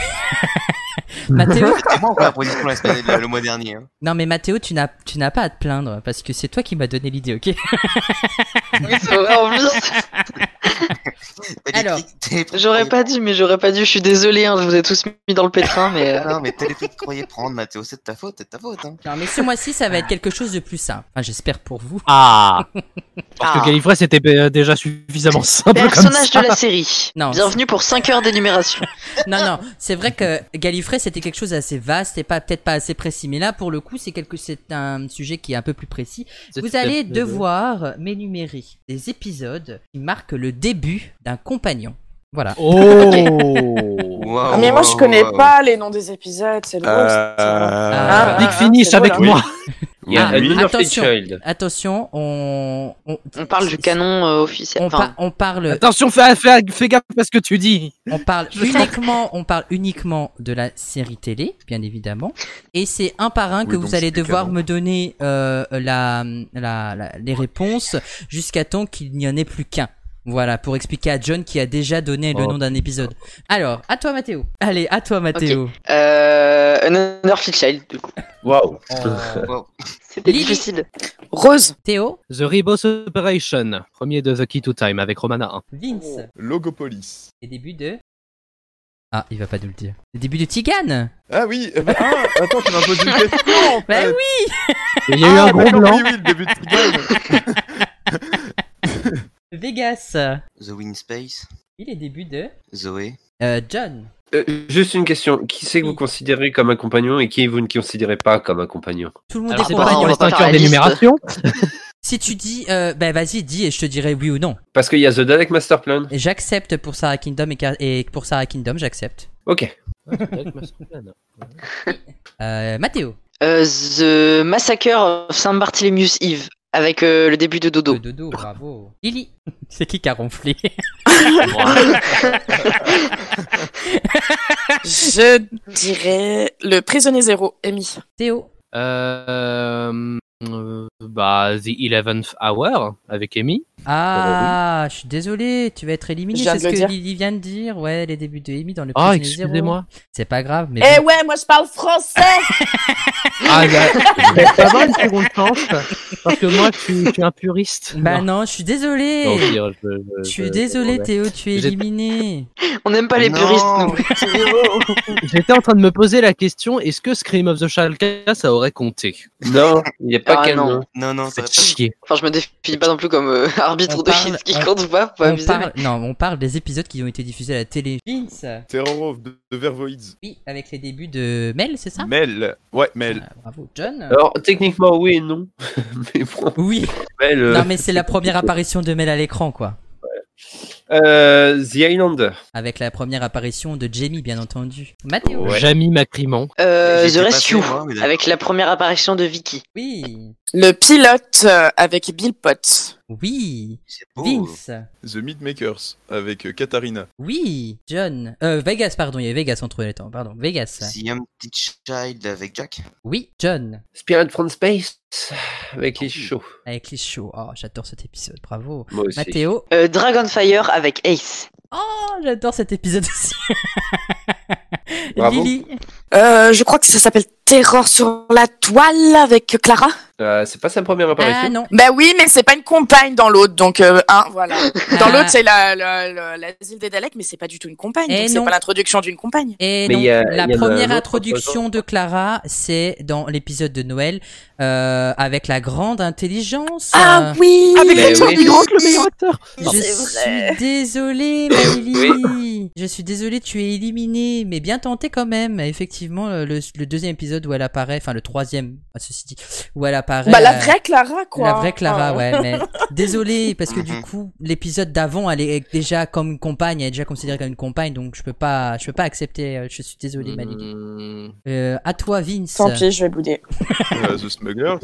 Speaker 4: Mathéo,
Speaker 5: c'est moi en première position la semaine- le, le mois dernier. hein.
Speaker 4: non mais Mathéo, tu n'as, tu n'as pas à te plaindre parce que c'est toi qui m'as donné l'idée, ok
Speaker 2: Oui, c'est vrai, en plus.
Speaker 5: T'as des
Speaker 4: Alors,
Speaker 5: prix- t'as des prix-
Speaker 2: J'aurais pas dû, mais j'aurais pas dû. Je suis désolé, hein, je vous ai tous mis dans le pétrin, mais. euh,
Speaker 5: Ah Non, mais t'as les prix que croyais prendre, Mathéo, c'est de ta faute, c'est de ta faute. Hein.
Speaker 4: Non mais ce mois-ci, ça va être quelque chose de plus simple. Enfin, j'espère pour vous.
Speaker 7: Ah
Speaker 2: ah.
Speaker 7: Parce que Gallifrey, c'était euh, déjà suffisamment simple comme
Speaker 2: Personnage
Speaker 7: ça.
Speaker 2: de la série.
Speaker 4: Non,
Speaker 2: Bienvenue pour 5 heures d'énumération.
Speaker 4: Non, non, c'est vrai que Gallifrey, c'était quelque chose d'assez vaste et pas peut-être pas assez précis. Mais là, pour le coup, c'est quelque, c'est un sujet qui est un peu plus précis. Vous allez devoir m'énumérer des épisodes qui marquent le début d'un compagnon. Voilà.
Speaker 7: Oh
Speaker 5: Waouh,
Speaker 1: Ah, mais moi, je
Speaker 5: waouh,
Speaker 1: connais
Speaker 5: waouh.
Speaker 1: pas les noms des épisodes, c'est drôle.
Speaker 8: Euh.
Speaker 1: ça.
Speaker 4: Ah,
Speaker 7: Big finish
Speaker 1: c'est drôle,
Speaker 7: avec
Speaker 1: hein.
Speaker 7: moi
Speaker 3: Il y a
Speaker 4: Ah,
Speaker 3: Admin of the
Speaker 4: attention.
Speaker 3: Child.
Speaker 4: Attention, on, on,
Speaker 2: On parle du canon euh, officiel.
Speaker 4: On,
Speaker 2: Enfin,
Speaker 4: par- on parle
Speaker 7: Attention, Ah, fais, fais, fais gaffe à ce que tu dis
Speaker 4: On parle uniquement, on parle uniquement de la série télé, bien évidemment. Et c'est un par un
Speaker 8: Oui,
Speaker 4: que
Speaker 8: donc
Speaker 4: vous allez
Speaker 8: c'est des
Speaker 4: devoir
Speaker 8: canons.
Speaker 4: me donner euh, la, la- la- les réponses jusqu'à temps qu'il n'y en ait plus qu'un. Voilà, pour expliquer à John qui a déjà donné le
Speaker 7: Oh.
Speaker 4: nom d'un épisode. Alors, à toi Mathéo. Allez, à toi Mathéo.
Speaker 2: euh, Another Field Child, du coup.
Speaker 3: Waouh.
Speaker 5: Oh, Waouh.
Speaker 2: C'était
Speaker 4: Lily.
Speaker 2: difficile.
Speaker 1: Rose.
Speaker 4: Théo,
Speaker 7: The Rebos Operation, premier de The Key to Time avec Romana 1.
Speaker 4: Vince.
Speaker 8: Logopolis.
Speaker 4: Les débuts de... Ah, il va pas nous le dire. Les débuts de Tigane.
Speaker 8: Ah oui, euh, bah, ah, attends, tu m'as posé une question. en
Speaker 4: Bah Ah,
Speaker 8: fait.
Speaker 7: Il y a eu un gros
Speaker 8: d'accord,
Speaker 7: blanc.
Speaker 8: Oui, oui, le début de Tigane.
Speaker 4: Vegas.
Speaker 5: The Wind Space,
Speaker 4: Et les débuts de...
Speaker 5: Zoé.
Speaker 4: Euh, John.
Speaker 3: Euh, juste une question. Qui c'est que vous
Speaker 4: Oui.
Speaker 3: considérez comme un compagnon et qui vous ne considérez pas comme un compagnon
Speaker 4: Tout le monde
Speaker 7: Alors,
Speaker 4: est
Speaker 7: c'est pas si
Speaker 4: convaincu.
Speaker 7: on
Speaker 2: va
Speaker 7: reste
Speaker 2: pas
Speaker 7: 5
Speaker 2: faire la
Speaker 7: heures
Speaker 2: liste.
Speaker 7: d'énumération.
Speaker 4: Si tu dis, euh, bah vas-y, dis et je te dirai oui ou non.
Speaker 3: Parce qu'il y a The Dalek Masterplan.
Speaker 4: J'accepte pour Sarah Kingdom et, Car- et pour Sarah Kingdom, j'accepte.
Speaker 3: Ok.
Speaker 4: Euh, Mathéo.
Speaker 2: Euh,
Speaker 4: Euh,
Speaker 2: the Massacre of Saint Bartholomew's Eve. Avec euh, le début de Dodo.
Speaker 4: Le dodo, Oh, bravo. Lily C'est qui qui a ronflé
Speaker 1: Je dirais le prisonnier zéro, Amy.
Speaker 4: Théo
Speaker 7: Euh, euh, bah, The Eleventh Hour avec Amy. Euh.
Speaker 4: Ah, je suis désolé, tu vas être éliminé.
Speaker 1: Je viens
Speaker 4: C'est
Speaker 1: de
Speaker 4: ce
Speaker 1: le dire.
Speaker 4: que Lily vient de dire. Ouais, les débuts de Amy dans le
Speaker 7: Ah,
Speaker 4: prisonnier zéro.
Speaker 7: excusez-moi.
Speaker 4: C'est pas grave, mais.
Speaker 1: Eh
Speaker 4: bon.
Speaker 1: ouais, moi je parle français
Speaker 7: Ah, y a- y a pas mal de seconde chance. Parce que moi, je suis, je suis un puriste.
Speaker 4: Bah
Speaker 7: Non.
Speaker 4: non, je suis désolé.
Speaker 7: Non, je veux dire, je-
Speaker 4: je
Speaker 7: je-
Speaker 4: suis
Speaker 7: je-
Speaker 4: désolé,
Speaker 7: je-
Speaker 4: Théo, tu es
Speaker 7: Vous êtes-
Speaker 4: éliminé.
Speaker 2: On n'aime pas les
Speaker 5: Non.
Speaker 2: puristes, nous.
Speaker 7: J'étais en train de me poser la question est-ce que Scream of the Shalka ça aurait compté
Speaker 3: Non, il n'y a pas
Speaker 2: Ah,
Speaker 3: qu'un
Speaker 2: non.
Speaker 3: nom.
Speaker 5: Non, non, ça va
Speaker 7: C'est
Speaker 5: pas.
Speaker 7: chier.
Speaker 2: Enfin, je me définis pas non plus comme euh, arbitre
Speaker 4: On
Speaker 2: de
Speaker 4: parle-
Speaker 2: ce qui
Speaker 4: on-
Speaker 2: compte ou pas. faut pas
Speaker 4: on
Speaker 2: abuser,
Speaker 4: parle... Non, on parle des épisodes qui ont été diffusés à la télé. Vince
Speaker 8: Terror of de, de Vervoids.
Speaker 4: Oui, avec les débuts de Mel, c'est ça
Speaker 8: Mel. Ouais, Mel.
Speaker 4: Ah, Bravo, John.
Speaker 3: Alors, techniquement, oui et non. mais bon,
Speaker 4: Oui,
Speaker 3: elle, euh,
Speaker 4: non mais c'est la première apparition de Mel à l'écran, quoi.
Speaker 3: euh, The Islander.
Speaker 4: Avec la première apparition de Jamie, bien entendu. Mathéo
Speaker 3: Ouais.
Speaker 7: Jamie Macriman.
Speaker 2: mais- Euh, The
Speaker 5: J'étais pas
Speaker 2: Rescue,
Speaker 5: sûr, moi, mais d'accord.
Speaker 2: avec la première apparition de Vicky.
Speaker 4: Oui,
Speaker 1: Le pilote euh, avec Bill Potts.
Speaker 4: oui.
Speaker 5: C'est beau.
Speaker 4: Vince
Speaker 8: The Meatmakers avec euh, Katharina.
Speaker 4: Oui, John. Euh, Vegas, pardon, il y a Vegas entre les temps, pardon. Vegas.
Speaker 5: The Empty Child avec Jack.
Speaker 4: Oui, John. Oh.
Speaker 3: Spirit from Space avec les shows.
Speaker 4: Avec les shows. Oh, j'adore cet épisode, bravo.
Speaker 3: Moi aussi.
Speaker 4: Mathéo.
Speaker 2: Euh, Dragonfire avec Ace.
Speaker 4: Oh, j'adore cet épisode aussi.
Speaker 3: Bravo.
Speaker 4: Lily.
Speaker 1: Euh, je crois que ça s'appelle Terror sur la toile avec Clara.
Speaker 3: Euh, c'est pas sa première apparition.
Speaker 4: Ah non.
Speaker 1: Bah oui, mais c'est pas une compagne dans l'autre, donc euh, un, voilà. Dans
Speaker 4: Ah,
Speaker 1: l'autre, c'est la- la- la- l'asile des Daleks, mais c'est pas du tout une compagne.
Speaker 4: Eh
Speaker 1: donc
Speaker 4: non.
Speaker 1: C'est pas l'introduction d'une compagne.
Speaker 4: Et
Speaker 3: Mais
Speaker 4: non,
Speaker 3: il y a-
Speaker 4: la
Speaker 3: il y en a un
Speaker 4: première
Speaker 3: autre
Speaker 4: introduction de Clara, c'est dans l'épisode de Noël euh, avec la grande intelligence.
Speaker 2: Ah
Speaker 4: Euh,
Speaker 1: Ah oui
Speaker 7: Avec
Speaker 3: Mais
Speaker 7: Richard
Speaker 3: oui.
Speaker 7: Grant, le meilleur acteur
Speaker 4: Je
Speaker 1: c'est vrai.
Speaker 4: suis désolée, Maëlie. Je suis désolée, tu es éliminée, mais bien tenté quand même. Effectivement, le, le deuxième épisode où elle apparaît, enfin le troisième, à ceci dit, où elle apparaît.
Speaker 1: Bah la
Speaker 4: euh,
Speaker 1: vraie Clara, quoi. Ah.
Speaker 4: La vraie Clara,
Speaker 1: Enfin,
Speaker 4: ouais, mais désolé parce que du
Speaker 5: Mhm.
Speaker 4: coup l'épisode d'avant elle est déjà comme une compagne, elle est déjà considérée comme une compagne, donc je peux pas, je peux pas accepter. euh, Je suis désolé, Maëlie.
Speaker 3: Hmm.
Speaker 4: Euh, à toi, Vince.
Speaker 1: Tant pis, je vais bouder.
Speaker 8: Euh, the Smugglers.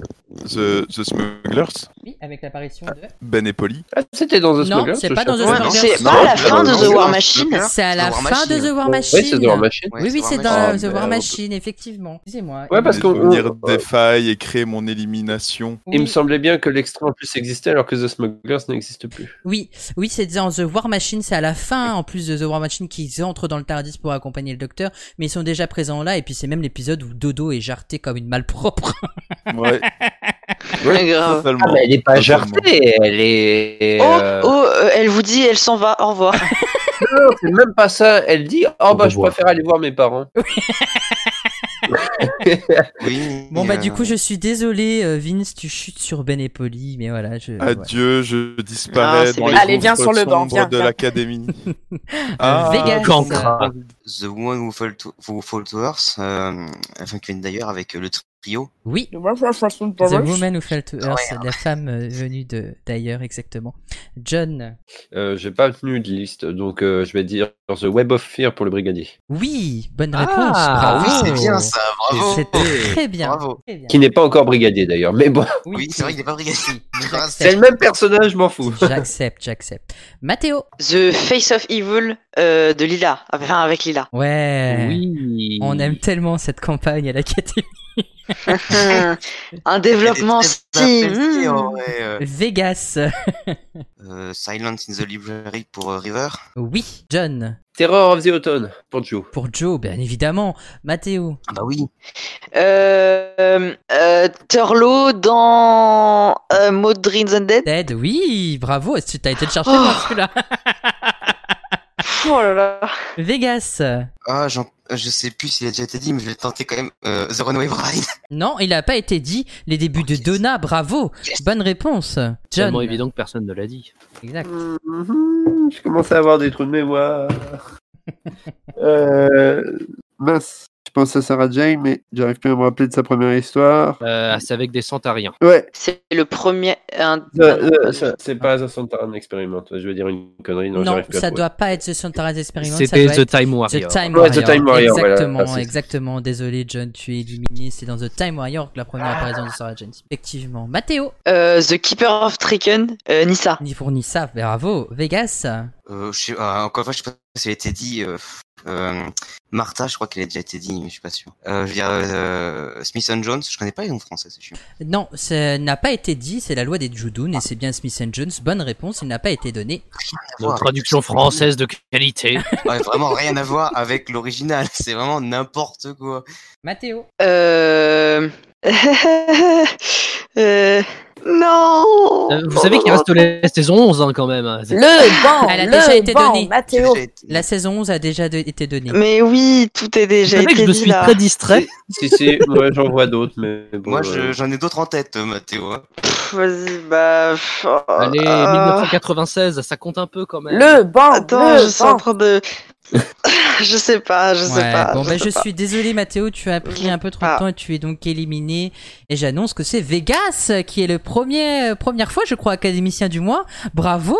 Speaker 8: The, The Smugglers.
Speaker 4: Oui, avec l'apparition de.
Speaker 8: Ben et Polly.
Speaker 3: Ah, c'était dans The
Speaker 4: Non,
Speaker 3: Smuggler,
Speaker 4: c'est
Speaker 3: ce
Speaker 4: pas dans The
Speaker 3: chien.
Speaker 4: Ouais,
Speaker 2: non,
Speaker 4: Smugglers.
Speaker 2: c'est
Speaker 8: Non,
Speaker 2: pas à la
Speaker 8: c'est
Speaker 2: fin
Speaker 8: dans
Speaker 2: de
Speaker 8: The
Speaker 2: The War
Speaker 8: War
Speaker 2: Machine.
Speaker 4: C'est à la
Speaker 5: War
Speaker 4: fin
Speaker 5: Machine.
Speaker 4: de The War Machine.
Speaker 3: Ouais, c'est dans la machine.
Speaker 5: Ouais,
Speaker 4: oui, oui,
Speaker 5: War
Speaker 4: c'est
Speaker 5: Machine.
Speaker 4: dans
Speaker 3: Ah,
Speaker 4: The War
Speaker 3: merde.
Speaker 4: Machine, effectivement. Excusez-moi.
Speaker 3: Ouais, parce
Speaker 8: Les
Speaker 3: qu'on-
Speaker 8: souvenirs
Speaker 3: on-
Speaker 8: des failles et créer mon élimination.
Speaker 4: Oui.
Speaker 3: Il me semblait bien que l'extrait en plus existait alors que The Smugglers n'existe plus.
Speaker 4: Oui, oui, c'est dans The War Machine, c'est à la fin en plus de The War Machine qu'ils entrent dans le Tardis pour accompagner le Docteur, mais ils sont déjà présents là et puis c'est même l'épisode où Dodo est jarté comme une malpropre.
Speaker 8: Ouais,
Speaker 2: Ouais, grave.
Speaker 8: totalement.
Speaker 3: Ah, elle est
Speaker 8: pas jartée,
Speaker 3: elle est.
Speaker 2: Oh, oh, euh, elle vous dit, elle s'en va, au revoir.
Speaker 3: c'est même pas ça. Elle dit Oh
Speaker 7: On
Speaker 3: bah,
Speaker 7: va
Speaker 3: je
Speaker 7: voir.
Speaker 3: préfère aller voir mes parents.
Speaker 5: Oui.
Speaker 4: Bon bah
Speaker 5: euh,
Speaker 4: du coup je suis désolé euh, Vince, tu chutes sur Ben et Polly, mais voilà, je ouais.
Speaker 8: Adieu, je disparais
Speaker 2: Ah, c'est
Speaker 8: dans les
Speaker 2: bien.
Speaker 1: Allez, viens sur le banc,
Speaker 8: sombres
Speaker 1: viens,
Speaker 8: de
Speaker 1: viens.
Speaker 8: l'académie. Ah, Euh,
Speaker 4: Euh, Vegas.
Speaker 7: Cancra.
Speaker 5: Euh, The Woman Who Fall to, Who Fall to Earth, euh, enfin, qui vient d'ailleurs avec euh, le trio.
Speaker 4: Oui. The Woman Who Fell to Earth, la femme euh, venue de d'ailleurs exactement. John.
Speaker 3: Euh, J'ai pas tenu de liste, donc euh, je vais dire The Web of Fear pour le brigadier.
Speaker 4: Oui, bonne réponse.
Speaker 7: Ah,
Speaker 4: bravo.
Speaker 5: oui, c'est bien ça, bravo. Eh,
Speaker 4: C'était très bien.
Speaker 5: Bravo.
Speaker 4: Très bien.
Speaker 3: Qui n'est pas encore brigadier d'ailleurs, mais bon,
Speaker 5: Oui, c'est vrai qu'il n'est pas brigadier.
Speaker 4: Oui, mais
Speaker 3: c'est le
Speaker 4: j'accepte.
Speaker 3: même personnage, je m'en fous.
Speaker 4: J'accepte, j'accepte. Mathéo.
Speaker 2: The Face of Evil euh, de Lila. Enfin, avec Lila.
Speaker 4: Ouais.
Speaker 3: Oui.
Speaker 4: On aime tellement cette campagne à l'Académie.
Speaker 2: Un développement
Speaker 5: Il
Speaker 2: si.
Speaker 5: est très apprécié, en
Speaker 2: hmm.
Speaker 5: vrai, euh,
Speaker 4: Vegas.
Speaker 5: euh, Silent in the Library pour euh, River.
Speaker 4: Oui, John.
Speaker 3: Terror of the Autumn pour Joe.
Speaker 4: Pour Joe, bien évidemment. Mathéo.
Speaker 5: Ah bah oui.
Speaker 2: Euh, euh, Turlo dans euh, Maud Dreams and Dead.
Speaker 4: Ted, oui, bravo. Est-ce que t'as été le chercher,
Speaker 2: Oh.
Speaker 4: moi, celui-là
Speaker 2: Oh là là.
Speaker 4: Vegas.
Speaker 5: Ah, j'en- euh, je sais plus s'il a déjà été dit, mais je vais tenter quand même. euh, the Runaway Bride.
Speaker 4: Non, il n'a pas été dit. Les débuts de
Speaker 5: Yes.
Speaker 4: Donna, bravo.
Speaker 5: Yes.
Speaker 4: Bonne réponse. John.
Speaker 7: Tellement évident que personne ne l'a dit.
Speaker 4: Exact.
Speaker 3: Mhm, Je commence à avoir des trous de mémoire. euh... Mince. Je pense à Sarah Jane, mais j'arrive plus à me rappeler de sa première histoire.
Speaker 7: Euh, c'est avec des centariens.
Speaker 3: Ouais,
Speaker 2: C'est le premier. un-
Speaker 3: ça- euh, ça- c'est pas The Santaran Experiment. Je vais dire une connerie. Non,
Speaker 4: Non,
Speaker 3: j'arrive plus à
Speaker 4: ça
Speaker 3: trouver.
Speaker 4: doit pas être The Santaran Experiment. ça
Speaker 7: C'était
Speaker 4: doit
Speaker 7: The
Speaker 4: être
Speaker 7: Time
Speaker 4: The
Speaker 7: Warrior.
Speaker 4: Time
Speaker 3: Ouais,
Speaker 4: Warrior.
Speaker 3: The Time Warrior, voilà,
Speaker 4: Exactement,
Speaker 3: merci.
Speaker 4: exactement. Désolé, John, tu es éliminé. C'est dans The Time Warrior que la première apparition de Sarah Jane. Effectivement. Mathéo,
Speaker 2: Euh, The Keeper of Tricken, euh, Nissa.
Speaker 4: ni pour ni ça, bravo. Vegas,
Speaker 5: Euh, je sais- ah, encore une fois, je sais pas si elle a été dit. Euh, euh, Martha, je crois qu'elle a déjà été dit, mais je suis pas sûr. Euh, je veux dire, euh, Smithson Jones, je connais pas les noms français, c'est chiant.
Speaker 4: non, ça n'a pas été dit. C'est la loi des Judoun et c'est bien Smith and Jones. Bonne réponse, il n'a pas été donné.
Speaker 7: Une traduction française de qualité.
Speaker 5: Ouais, vraiment rien à voir avec l'original, c'est vraiment n'importe quoi.
Speaker 4: Mathéo,
Speaker 2: Euh... euh,
Speaker 3: Oh,
Speaker 2: Non
Speaker 7: Euh, Vous savez qu'il reste la saison 11 hein, quand même. hein. C'est-
Speaker 1: Le banc,
Speaker 4: Elle a
Speaker 1: le
Speaker 4: déjà été
Speaker 1: banc,
Speaker 4: donnée.
Speaker 1: Mathéo.
Speaker 5: J'ai été-
Speaker 4: la saison 11 a déjà de- été donnée.
Speaker 2: Mais oui, tout est
Speaker 7: Vous
Speaker 2: déjà
Speaker 7: savez que
Speaker 2: été
Speaker 7: je me
Speaker 2: dit,
Speaker 7: suis
Speaker 2: là.
Speaker 7: très distrait.
Speaker 3: Si, si, ouais, j'en vois d'autres, mais bon.
Speaker 5: Moi,
Speaker 3: euh,
Speaker 5: je- j'en ai d'autres en tête, euh, Mathéo. hein.
Speaker 2: Pff, Vas-y, bah... pff, oh,
Speaker 7: Allez,
Speaker 2: ah.
Speaker 7: 1996, ça compte un peu quand même.
Speaker 1: Le banc,
Speaker 2: Attends,
Speaker 1: le
Speaker 2: je suis
Speaker 1: banc.
Speaker 2: en train de... je sais pas, je sais
Speaker 4: Ouais,
Speaker 2: pas.
Speaker 4: bon, bah,
Speaker 2: sais
Speaker 4: je
Speaker 2: pas.
Speaker 4: suis désolé, Mathéo, tu as pris un peu trop de
Speaker 2: Ah.
Speaker 4: temps et tu es donc éliminé. Et j'annonce que c'est Vegas euh, qui est le premier, euh, première fois, je crois, académicien du mois. Bravo!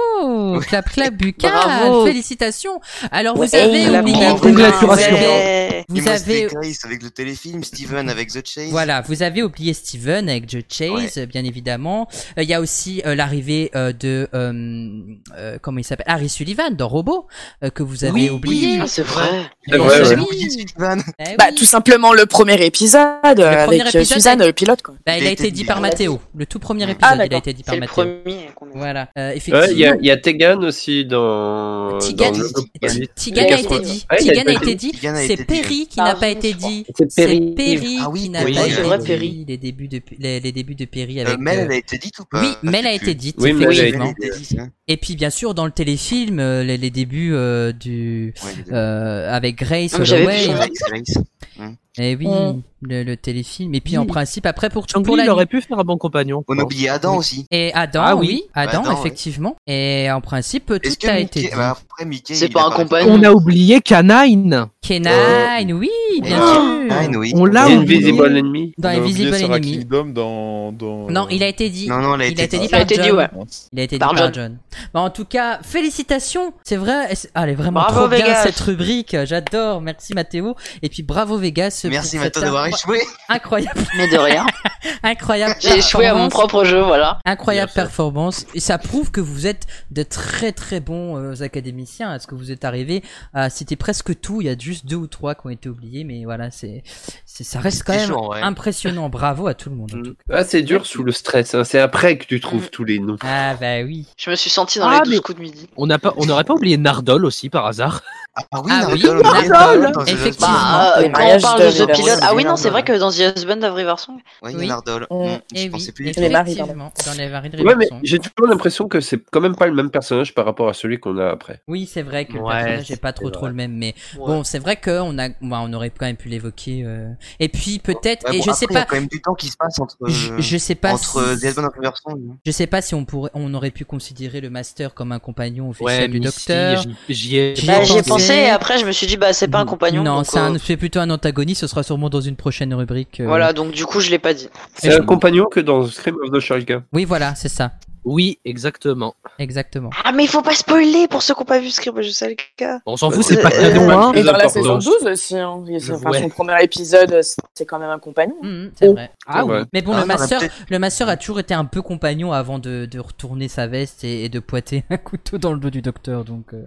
Speaker 4: Clap, clap, Buccal!
Speaker 2: Bravo.
Speaker 4: Félicitations! Alors, vous
Speaker 1: Ouais,
Speaker 4: avez
Speaker 1: la
Speaker 4: oublié,
Speaker 7: grande
Speaker 4: vous
Speaker 7: congratulations.
Speaker 4: avez,
Speaker 2: Ouais.
Speaker 4: Eh, vous
Speaker 5: Amos
Speaker 4: avez-
Speaker 5: Grace avec le téléfilm, Steven avec The Chase.
Speaker 4: voilà, vous avez oublié Steven avec The Chase, euh, bien évidemment. Euh, Il y a aussi euh, l'arrivée euh, de, euh, euh, comment il s'appelle? Harry Sullivan dans Robot, euh, que vous avez
Speaker 5: Oui,
Speaker 4: oublié.
Speaker 2: Ah, c'est vrai.
Speaker 3: c'est vrai,
Speaker 4: Et-
Speaker 3: ouais.
Speaker 5: J'ai
Speaker 4: oui,
Speaker 5: oublié Steven.
Speaker 4: bah oui.
Speaker 1: Bah, tout simplement le premier épisode avec
Speaker 4: premier épisode,
Speaker 1: euh, Suzanne,
Speaker 4: elle-
Speaker 1: le pilote, quoi.
Speaker 4: Bah, il a été dit par Mathéo. Le tout premier épisode, il a
Speaker 1: d'accord.
Speaker 4: été dit par
Speaker 2: C'est le
Speaker 4: Mathéo.
Speaker 2: premier qu'on a.
Speaker 4: Voilà, euh,
Speaker 3: ouais,
Speaker 4: effectivement.
Speaker 3: il y a- il y, a Tegan aussi dans.
Speaker 4: Tegan,
Speaker 3: dans le-
Speaker 4: Ti- Tigan a été dit.
Speaker 3: Ouais, il a
Speaker 4: Tigan
Speaker 3: été
Speaker 4: a été dit.
Speaker 5: Tigan a
Speaker 4: C'est
Speaker 5: été dit.
Speaker 4: Perry qui
Speaker 2: Ah,
Speaker 4: n'a pas
Speaker 2: oui,
Speaker 4: été
Speaker 2: je crois.
Speaker 4: dit.
Speaker 3: C'est Perry.
Speaker 4: C'est Perry
Speaker 5: Ah oui,
Speaker 4: qui n'a
Speaker 5: oui,
Speaker 4: pas
Speaker 5: c'est
Speaker 4: été
Speaker 2: vrai,
Speaker 4: dit.
Speaker 2: Perry.
Speaker 4: Les débuts de les, les débuts de Perry
Speaker 5: Euh,
Speaker 4: avec.
Speaker 5: Mel,
Speaker 4: euh,
Speaker 5: elle a été dite ou pas
Speaker 4: Oui, Mel a
Speaker 5: Je sais
Speaker 4: été
Speaker 5: Ah, plus.
Speaker 4: dite.
Speaker 3: Oui, Mel a été
Speaker 4: effectivement.
Speaker 5: Mel a été dite, hein.
Speaker 4: Et puis bien sûr dans le téléfilm euh, les, les débuts euh, du
Speaker 5: Ouais, les deux.
Speaker 4: euh, avec Grace
Speaker 2: Ah, j'avais
Speaker 4: Holloway.
Speaker 2: vu ça.
Speaker 5: Grace, Grace.
Speaker 4: Et oui,
Speaker 1: Mm.
Speaker 4: le, le téléfilm. Et puis
Speaker 7: Oui.
Speaker 4: en principe après pour
Speaker 7: Chang-Li,
Speaker 4: pour la
Speaker 7: il aurait pu faire un bon compagnon.
Speaker 5: On a oublié Adam
Speaker 7: Oui.
Speaker 5: aussi.
Speaker 4: et Adam
Speaker 7: Ah
Speaker 4: oui,
Speaker 7: oui.
Speaker 4: Adam,
Speaker 5: Adam, ouais.
Speaker 4: effectivement. Et en principe
Speaker 5: Est-ce
Speaker 4: tout
Speaker 5: que
Speaker 4: a
Speaker 5: Mickey...
Speaker 4: été dit.
Speaker 5: bah, après Mickey,
Speaker 2: C'est
Speaker 5: il
Speaker 2: pas
Speaker 5: a
Speaker 2: un
Speaker 5: parlé-
Speaker 2: compagnon.
Speaker 7: On a oublié Canine.
Speaker 4: Kenine, oui, bien sûr.
Speaker 5: Ah, Euh, oui.
Speaker 7: On l'a oublié.
Speaker 3: Invisible Enemy.
Speaker 4: Dans
Speaker 8: On a oublié
Speaker 4: Invisible
Speaker 8: Sarah
Speaker 4: Enemy.
Speaker 8: Kingdom dans, dans.
Speaker 4: Non, il a été dit.
Speaker 5: Non, non, elle a
Speaker 4: Il a
Speaker 5: été
Speaker 4: été
Speaker 5: dite.
Speaker 4: dit
Speaker 2: Il a
Speaker 4: par
Speaker 2: été dit,
Speaker 4: John.
Speaker 2: ouais.
Speaker 4: Il a été dit
Speaker 2: Par
Speaker 4: par John.
Speaker 2: John.
Speaker 4: Bah, en tout cas, félicitations. C'est vrai. elle- ah, elle est vraiment
Speaker 2: Bravo,
Speaker 4: trop bien
Speaker 2: Vegas.
Speaker 4: cette rubrique. J'adore. Merci Mathéo. Et puis bravo Vegas.
Speaker 5: Merci
Speaker 4: pour cette
Speaker 5: Mathieu d'avoir
Speaker 4: incro-
Speaker 5: échoué.
Speaker 4: Incroyable,
Speaker 2: Mais de rien.
Speaker 4: incroyable.
Speaker 2: J'ai échoué à mon
Speaker 4: performance.
Speaker 2: propre jeu, voilà.
Speaker 4: Incroyable
Speaker 3: Bien fait.
Speaker 4: performance et ça prouve que vous êtes de très très bons euh, académiciens. Est-ce que vous êtes arrivés à citer presque tout Il y a juste deux ou trois qui ont été oubliés, mais voilà, c'est c'est- ça reste quand
Speaker 5: C'est
Speaker 4: même
Speaker 5: chaud, ouais. Mm.
Speaker 4: impressionnant. Bravo à tout le monde. en tout cas.
Speaker 3: Ah, c'est dur sous le stress. hein. C'est après que tu trouves tous les noms.
Speaker 4: Ah bah oui.
Speaker 2: Je me suis senti dans
Speaker 7: Ah,
Speaker 2: les 12
Speaker 7: mais-
Speaker 2: coups de midi.
Speaker 7: On n'a pas, on n'aurait pas oublié Nardol aussi par hasard.
Speaker 5: Ah oui,
Speaker 4: Ah oui,
Speaker 5: Nardole, on a oublié
Speaker 4: Nardole.
Speaker 5: Nardole dans The
Speaker 4: Effectivement.
Speaker 5: Husband.
Speaker 1: les
Speaker 2: Bah, euh, quand on
Speaker 1: mariages
Speaker 2: parle de
Speaker 1: de
Speaker 2: The Pilot.
Speaker 1: River
Speaker 2: Ah oui, non,
Speaker 1: Song,
Speaker 2: c'est vrai que dans The Husband of River Song.
Speaker 5: Ouais, il y a
Speaker 4: Oui.
Speaker 5: Nardole.
Speaker 1: Mm.
Speaker 5: Mm,
Speaker 4: Et
Speaker 2: eh
Speaker 5: Je
Speaker 4: oui,
Speaker 5: pensais plus.
Speaker 1: Les maris,
Speaker 4: effectivement, dans les maris de
Speaker 3: Ouais, mais
Speaker 4: Riverson.
Speaker 3: j'ai toujours l'impression que c'est quand même pas le même personnage par rapport à celui qu'on a après.
Speaker 4: Oui, c'est vrai que le
Speaker 7: Ouais,
Speaker 4: personnage n'est
Speaker 7: c'est
Speaker 4: pas trop trop
Speaker 3: vrai.
Speaker 4: le même, mais bon, c'est vrai qu'on a, bah, on aurait quand même pu l'évoquer. euh. Et puis peut-être,
Speaker 5: Ouais,
Speaker 4: et
Speaker 5: bon,
Speaker 4: je
Speaker 5: après,
Speaker 4: sais
Speaker 5: Il y a
Speaker 4: pas,
Speaker 5: quand même du temps qui se passe entre.
Speaker 4: je, je sais pas,
Speaker 5: Entre
Speaker 4: si,
Speaker 5: The Husband of River Song. hein.
Speaker 4: je sais pas si on pourrait, on aurait pu considérer le master comme un compagnon officiel du
Speaker 7: mais
Speaker 4: docteur.
Speaker 7: si, J'y ai.
Speaker 4: J'y ai
Speaker 2: Bah, j'y ai
Speaker 4: pensé.
Speaker 2: pensé et après je me suis dit bah c'est pas un compagnon.
Speaker 4: Non,
Speaker 2: donc,
Speaker 4: c'est
Speaker 2: euh,
Speaker 4: un- c'est plutôt un antagoniste. Ce sera sûrement dans une prochaine rubrique. euh.
Speaker 2: Voilà, donc du coup je l'ai pas dit.
Speaker 3: C'est un compagnon que dans Scream of the Shuriken.
Speaker 4: Oui, voilà, c'est ça,
Speaker 7: Oui, exactement.
Speaker 4: exactement.
Speaker 2: Ah mais il faut pas spoiler pour ceux qui ont pas vu Scream, je sais le cas.
Speaker 7: On s'en fout,
Speaker 2: Euh,
Speaker 7: c'est pas
Speaker 2: euh,
Speaker 7: canon, hein.
Speaker 1: Et dans la
Speaker 3: Important.
Speaker 1: saison 12 aussi, hein. Il- enfin,
Speaker 7: Ouais.
Speaker 1: son premier épisode, euh, c'est quand même un compagnon.
Speaker 4: Mhm, c'est
Speaker 1: Oh.
Speaker 4: vrai.
Speaker 7: Ah oui.
Speaker 4: Mais bon,
Speaker 5: Ah,
Speaker 4: le
Speaker 5: on aurait
Speaker 4: master,
Speaker 5: peut-être-
Speaker 4: le master a toujours été un peu compagnon avant de, de retourner sa veste et, et de pointer un couteau dans le dos du docteur. Donc, euh.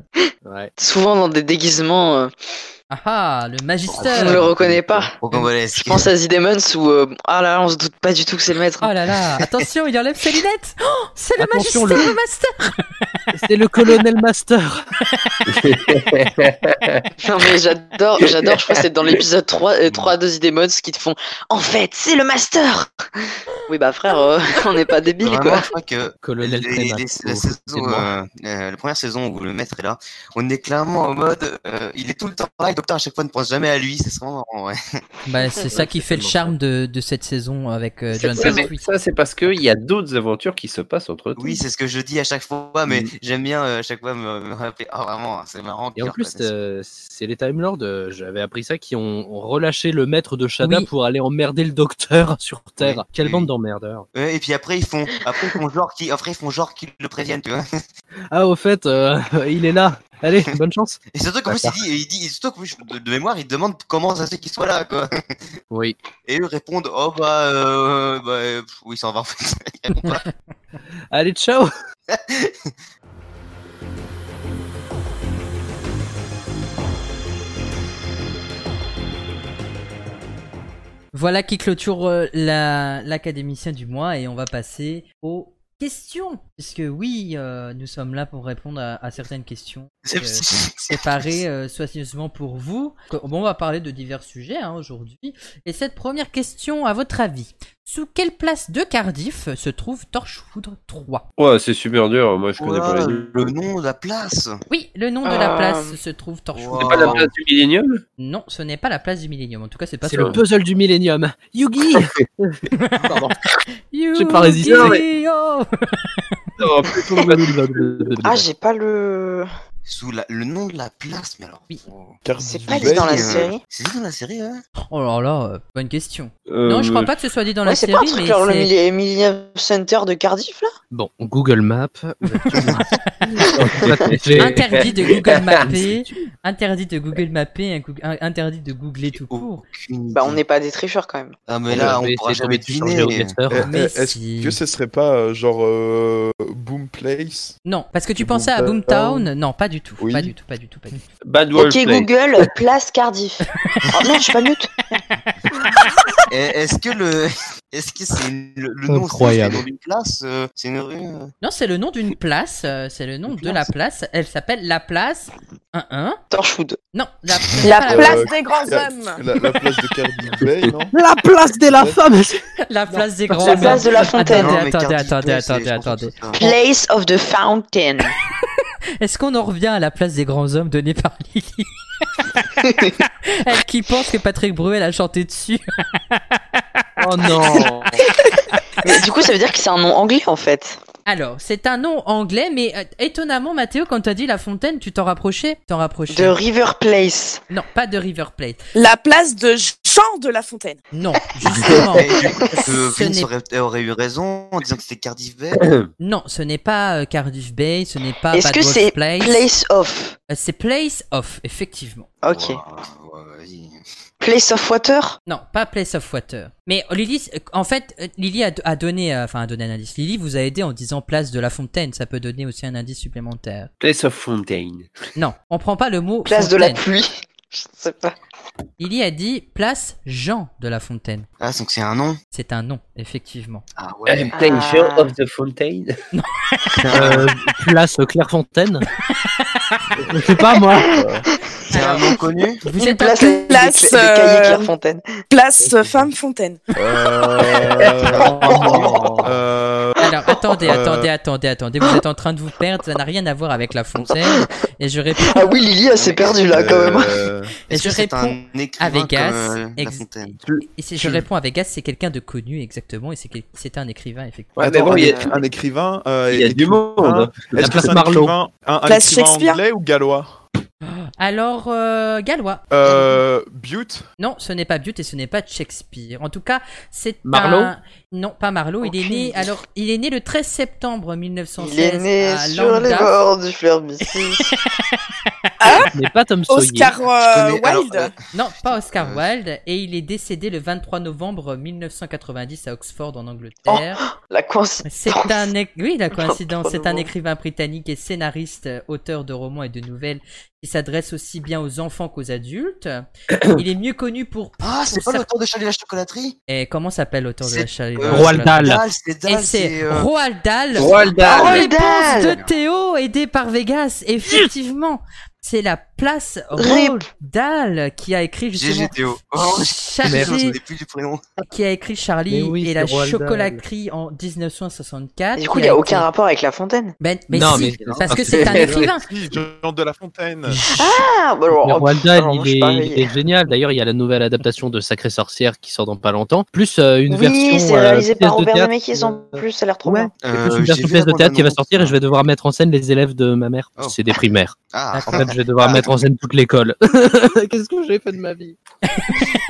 Speaker 2: Souvent dans des déguisements, euh,
Speaker 4: ah ah, le
Speaker 2: on ne le
Speaker 4: magister.
Speaker 2: reconnaît pas.
Speaker 5: Faut qu'on va
Speaker 2: Je pense à Zidemons où euh, ah là là, on se doute pas du tout que c'est le maître.
Speaker 4: Oh là là, attention, il enlève ses lunettes. Oh, c'est le magister,
Speaker 7: Attention,
Speaker 4: le...
Speaker 7: le-
Speaker 4: master.
Speaker 7: C'est le colonel Master.
Speaker 2: Non mais j'adore, j'adore, je crois que c'est dans l'épisode 3, euh, 3 de Zidemons qui te font en fait c'est le master. Oui bah frère, euh, on n'est pas débiles
Speaker 5: Vraiment,
Speaker 2: quoi.
Speaker 5: je crois que
Speaker 7: Colonel
Speaker 5: les- les-
Speaker 7: Prémato,
Speaker 5: la, saison,
Speaker 7: excusez-moi.
Speaker 5: euh, euh, la première saison où le maître est là, on est clairement en mode, euh, il est tout le temps là, le docteur à chaque fois ne pense jamais à lui, c'est vraiment marrant. Ouais.
Speaker 4: Bah, c'est ça qui fait le charme de, de cette saison avec euh, John
Speaker 3: Ouais, mais
Speaker 4: Pertwee.
Speaker 3: ça, c'est parce qu'il y a d'autres aventures qui se passent entre
Speaker 5: Oui, c'est ce que je dis à chaque fois, mais
Speaker 3: Mm.
Speaker 5: J'aime bien euh, à chaque fois me, me rappeler. Ah, vraiment, c'est marrant.
Speaker 7: Et en
Speaker 5: Kirk,
Speaker 7: plus,
Speaker 5: quoi,
Speaker 7: euh, c'est les Time Lords, euh, j'avais appris ça, qui ont ont relâché le maître de Shada
Speaker 4: Oui.
Speaker 7: pour aller emmerder le docteur sur Terre.
Speaker 5: Oui,
Speaker 7: Quelle
Speaker 5: oui,
Speaker 7: bande
Speaker 5: oui.
Speaker 7: d'emmerdeurs.
Speaker 5: Ouais, euh, et puis après ils font, après ils font genre qu'ils, après ils font genre qu'ils le préviennent, tu vois.
Speaker 7: Ah, au fait, euh, il est là. Allez, bonne chance.
Speaker 5: Et surtout qu'en plus il dit, il dit, et surtout qu'en plus de, de mémoire il demande comment ça se fait qu'il soit là, quoi.
Speaker 7: Oui.
Speaker 5: Et eux répondent, oh bah, euh, bah, euh, pff, oui, ça va en fait. Ils répondent pas.
Speaker 7: Allez, ciao.
Speaker 4: Voilà qui clôture euh, la- l'académicien du mois et on va passer aux questions. Puisque oui, euh, nous sommes là pour répondre à, à certaines questions
Speaker 5: C'est-
Speaker 4: euh,
Speaker 5: c'est- c'est-
Speaker 4: préparées euh, soigneusement pour vous. Bon, on va parler de divers sujets hein, aujourd'hui. Et cette première question, à votre avis, sous quelle place de Cardiff se trouve Torchwood 3
Speaker 3: Ouais, c'est super dur. Moi, je connais
Speaker 5: Ouah,
Speaker 3: pas les
Speaker 5: le nom de la place.
Speaker 4: Oui, le nom de la
Speaker 2: Euh,
Speaker 4: place se trouve Torchwood
Speaker 5: c'est
Speaker 3: Pas la
Speaker 4: 3.
Speaker 3: place du Millennium
Speaker 4: Non, ce n'est pas la place du Millennium. En tout cas, c'est pas
Speaker 7: C'est
Speaker 4: ça.
Speaker 7: le puzzle du millénium. Yugi Pardon. J'ai pas résisté.
Speaker 4: You
Speaker 7: Oh,
Speaker 4: Yu-Gi-Oh Oh.
Speaker 3: Non, plutôt le Millennium.
Speaker 2: Ah, j'ai pas le.
Speaker 5: Sous la- le nom de la place, mais alors.
Speaker 4: Oui.
Speaker 5: oh.
Speaker 8: Car
Speaker 2: C'est
Speaker 8: vous
Speaker 2: pas
Speaker 8: êtes-
Speaker 2: dit dans la
Speaker 5: euh,
Speaker 2: série.
Speaker 5: C'est dit dans la série, hein
Speaker 4: Oh là là, euh, bonne question.
Speaker 3: Euh,
Speaker 4: non, je crois pas que ce soit dit dans
Speaker 2: Ouais,
Speaker 4: la
Speaker 2: c'est
Speaker 4: série,
Speaker 2: pas un truc
Speaker 4: mais
Speaker 2: genre le
Speaker 4: c'est-
Speaker 2: Milli- Millennium Center de Cardiff là
Speaker 7: Bon, Google Maps.
Speaker 4: interdit de Google mapper, interdit de Google mapper, un Goog- un- interdit de googler tout court.
Speaker 5: Aucune
Speaker 2: Bah,
Speaker 5: idée.
Speaker 2: on n'est pas des tricheurs quand même.
Speaker 5: Ah, mais là, on pourra jamais deviner.
Speaker 8: Eh, eh,
Speaker 4: Mais
Speaker 8: Est-ce
Speaker 4: si.
Speaker 8: que ce serait pas euh, genre euh, Boom Place
Speaker 4: Non, parce que tu pensais à
Speaker 8: Boomtown.
Speaker 4: Boomtown, non, pas du tout,
Speaker 8: Oui.
Speaker 4: pas du tout, pas du tout, pas du tout.
Speaker 3: Bad Wolf
Speaker 2: Ok Google, place Cardiff. oh non, je suis pas mute.
Speaker 5: Eh, Est-ce que le. Est-ce que c'est une- le, le nom c'est- c'est le
Speaker 7: Incroyable.
Speaker 5: nom d'une place euh, C'est une rue euh,
Speaker 4: Non, c'est le nom d'une place, euh, c'est le nom
Speaker 5: Une
Speaker 4: de la place. Elle s'appelle la place 1-1.
Speaker 2: Torchwood.
Speaker 4: Non, la, c'est
Speaker 1: La
Speaker 4: pas
Speaker 8: Euh,
Speaker 1: place
Speaker 8: euh,
Speaker 1: des grands
Speaker 8: la,
Speaker 1: hommes.
Speaker 8: la- la place de Cardi Bay, non
Speaker 7: La place de la femme
Speaker 4: la place des grands.
Speaker 2: La place de la fontaine.
Speaker 5: Non,
Speaker 4: Attendez,
Speaker 5: mais Cardi
Speaker 4: attendez,
Speaker 5: Place,
Speaker 4: attendez,
Speaker 5: c'est-
Speaker 4: attendez,
Speaker 5: je pense que
Speaker 4: attendez.
Speaker 5: c'est ça.
Speaker 2: Place of the Fountain.
Speaker 4: Est-ce qu'on en revient à la place des grands hommes donnée par Lily Elle qui pense que Patrick Bruel a chanté dessus.
Speaker 7: Oh non
Speaker 2: Mais du coup, ça veut dire que c'est un nom anglais en fait.
Speaker 4: Alors, c'est un nom anglais, mais euh, étonnamment, Mathéo, quand t'as dit La Fontaine, tu t'en rapprochais T'en rapprochais
Speaker 2: De River Place.
Speaker 4: Non, pas de River Plate.
Speaker 1: La place de Jean de la Fontaine.
Speaker 4: Non, justement.
Speaker 5: Eh, du coup, euh,
Speaker 4: Ce
Speaker 5: Vince
Speaker 4: n'est-
Speaker 5: aurait, aurait eu raison en disant que c'était Cardiff Bay.
Speaker 4: non, ce n'est pas euh, Cardiff Bay, ce n'est pas
Speaker 2: Est-ce
Speaker 4: Bad
Speaker 2: que
Speaker 4: Wolf
Speaker 2: c'est
Speaker 4: Place.
Speaker 2: Place of
Speaker 4: Euh, C'est Place of, effectivement.
Speaker 2: Ok.
Speaker 5: Ouah, ouais, vas-y.
Speaker 2: Place of Water
Speaker 4: Non, pas Place of Water. Mais euh, Lily, euh, en fait, euh, Lily a, a donné, euh, enfin, a donné un indice. Lily vous a aidé en disant Place de la Fontaine. Ça peut donner aussi un indice supplémentaire.
Speaker 3: Place of Fontaine.
Speaker 4: Non, on prend pas le mot.
Speaker 2: Place de la
Speaker 4: Fontaine.
Speaker 2: pluie Je sais pas.
Speaker 4: Lily a dit Place Jean de la Fontaine.
Speaker 5: Ah, donc c'est un nom
Speaker 4: C'est un nom, effectivement.
Speaker 5: Ah ouais.
Speaker 2: Ah.
Speaker 3: Euh, Jean of the Fontaine.
Speaker 7: euh, Place Clairefontaine Je sais pas, moi
Speaker 5: Euh, C'est un nom connu
Speaker 4: Vous
Speaker 2: Une
Speaker 4: êtes
Speaker 2: place,
Speaker 4: en-
Speaker 2: des-
Speaker 1: place,
Speaker 2: des, des
Speaker 1: euh,
Speaker 2: cahiers Clairefontaine.
Speaker 1: Place euh, femme Fontaine.
Speaker 8: Euh, euh,
Speaker 4: Alors attendez,
Speaker 8: Euh.
Speaker 4: attendez, attendez, attendez. Vous êtes en train de vous perdre. Ça n'a rien à voir avec la fontaine. Et je réponds
Speaker 2: Ah oui, Lily, elle s'est perdue là quand même.
Speaker 8: euh,
Speaker 4: Et
Speaker 5: Est-ce
Speaker 4: je
Speaker 5: que c'est
Speaker 4: réponds
Speaker 5: un écrivain
Speaker 4: à Vegas,
Speaker 5: comme, euh, La
Speaker 4: ex-
Speaker 5: Fontaine
Speaker 4: et si je réponds à Vegas, c'est quelqu'un de connu exactement, et c'est quel- c'est un écrivain effectivement.
Speaker 3: Ouais, mais
Speaker 8: attends,
Speaker 3: bon,
Speaker 8: un,
Speaker 3: il y
Speaker 8: un écrivain. euh,
Speaker 3: Il y a du
Speaker 8: écrivain-
Speaker 3: monde. hein.
Speaker 8: Est-ce que
Speaker 7: place
Speaker 8: c'est un
Speaker 7: Marlowe.
Speaker 8: écrivain, un, un
Speaker 1: Place
Speaker 8: écrivain
Speaker 1: Shakespeare.
Speaker 8: anglais ou gallois
Speaker 4: Alors euh, gallois.
Speaker 8: euh, Butte
Speaker 4: Non, ce n'est pas Butte et ce n'est pas Shakespeare. En tout cas, c'est
Speaker 7: Marlowe
Speaker 4: un- Non, pas Marlowe. Il est
Speaker 2: Aucune
Speaker 4: né.
Speaker 2: idée.
Speaker 4: Alors, il est né le 13 septembre 1916
Speaker 2: Il est né
Speaker 4: à
Speaker 2: sur les
Speaker 4: Lambeth.
Speaker 2: bords du fleuve mystique.
Speaker 7: Mais pas Tom Sawyer.
Speaker 1: Oscar euh,
Speaker 5: Je connais- alors,
Speaker 1: Wilde.
Speaker 5: euh,
Speaker 4: Non, pas Oscar
Speaker 5: Euh,
Speaker 4: Wilde. Et il est décédé le 23 novembre 1990 à Oxford en Angleterre.
Speaker 2: Oh,
Speaker 5: Oh,
Speaker 2: La coïncidence.
Speaker 4: C'est un é- oui la coïncidence. C'est un
Speaker 2: Probablement.
Speaker 4: écrivain britannique et scénariste, euh, auteur de romans et de nouvelles, qui s'adresse aussi bien aux enfants qu'aux adultes. Il est mieux connu pour
Speaker 5: Ah, c'est
Speaker 4: pour
Speaker 5: pas
Speaker 4: cer-
Speaker 5: l'auteur de Charlie la chocolaterie
Speaker 4: et comment s'appelle l'auteur de la
Speaker 5: C'est,
Speaker 4: Charlie
Speaker 5: euh,
Speaker 7: Roald Dahl.
Speaker 5: Dahl, c'est
Speaker 4: Et
Speaker 5: Dahl,
Speaker 4: c'est
Speaker 5: euh,
Speaker 4: Roald Dahl.
Speaker 3: Roald Dahl.
Speaker 2: Roald Dahl.
Speaker 4: Réponse de Théo aidé par Vegas. Effectivement, c'est la place Roald Dahl qui a écrit justement
Speaker 5: GGTO. Oh, merde, je
Speaker 4: Charlie,
Speaker 5: n'ai plus du prénom.
Speaker 4: qui a écrit Charlie
Speaker 7: Mais oui,
Speaker 4: et la
Speaker 7: c'est Roald Dahl.
Speaker 4: chocolaterie en 1964.
Speaker 2: Du coup, il n'y
Speaker 4: qui
Speaker 2: a
Speaker 4: été-
Speaker 2: aucun rapport avec La Fontaine.
Speaker 4: Ben, mais
Speaker 10: Non,
Speaker 4: si,
Speaker 10: mais-
Speaker 4: parce que c'est un écrivain.
Speaker 8: Si, Jean de la Fontaine.
Speaker 2: Ah, bah alors,
Speaker 7: Mais
Speaker 2: oh,
Speaker 7: Roald
Speaker 2: putain,
Speaker 7: Dahl,
Speaker 2: alors, moi, je
Speaker 7: il,
Speaker 2: suis
Speaker 7: est,
Speaker 2: pareil.
Speaker 7: il est génial. D'ailleurs, il y a la nouvelle adaptation de Sacrée Sorcière qui sort dans pas longtemps. Plus euh, une version.
Speaker 2: Oui, c'est
Speaker 7: euh,
Speaker 2: réalisé
Speaker 7: pièce
Speaker 2: par
Speaker 7: de
Speaker 2: Robert
Speaker 7: théâtre,
Speaker 2: Zemeckis en
Speaker 7: euh,
Speaker 2: plus, ça a l'air trop
Speaker 7: ouais.
Speaker 2: bien.
Speaker 7: et plus
Speaker 5: Euh,
Speaker 7: une
Speaker 5: j'ai
Speaker 7: version
Speaker 5: vu
Speaker 7: pièce
Speaker 5: la
Speaker 7: de théâtre qui va
Speaker 5: bande-annonce.
Speaker 7: sortir et je vais devoir mettre en scène les élèves de ma mère.
Speaker 5: Oh.
Speaker 7: C'est des primaires.
Speaker 5: Ah,
Speaker 7: En fait, je vais devoir
Speaker 5: Ah.
Speaker 7: mettre en scène toute l'école. Qu'est-ce que j'ai fait de ma vie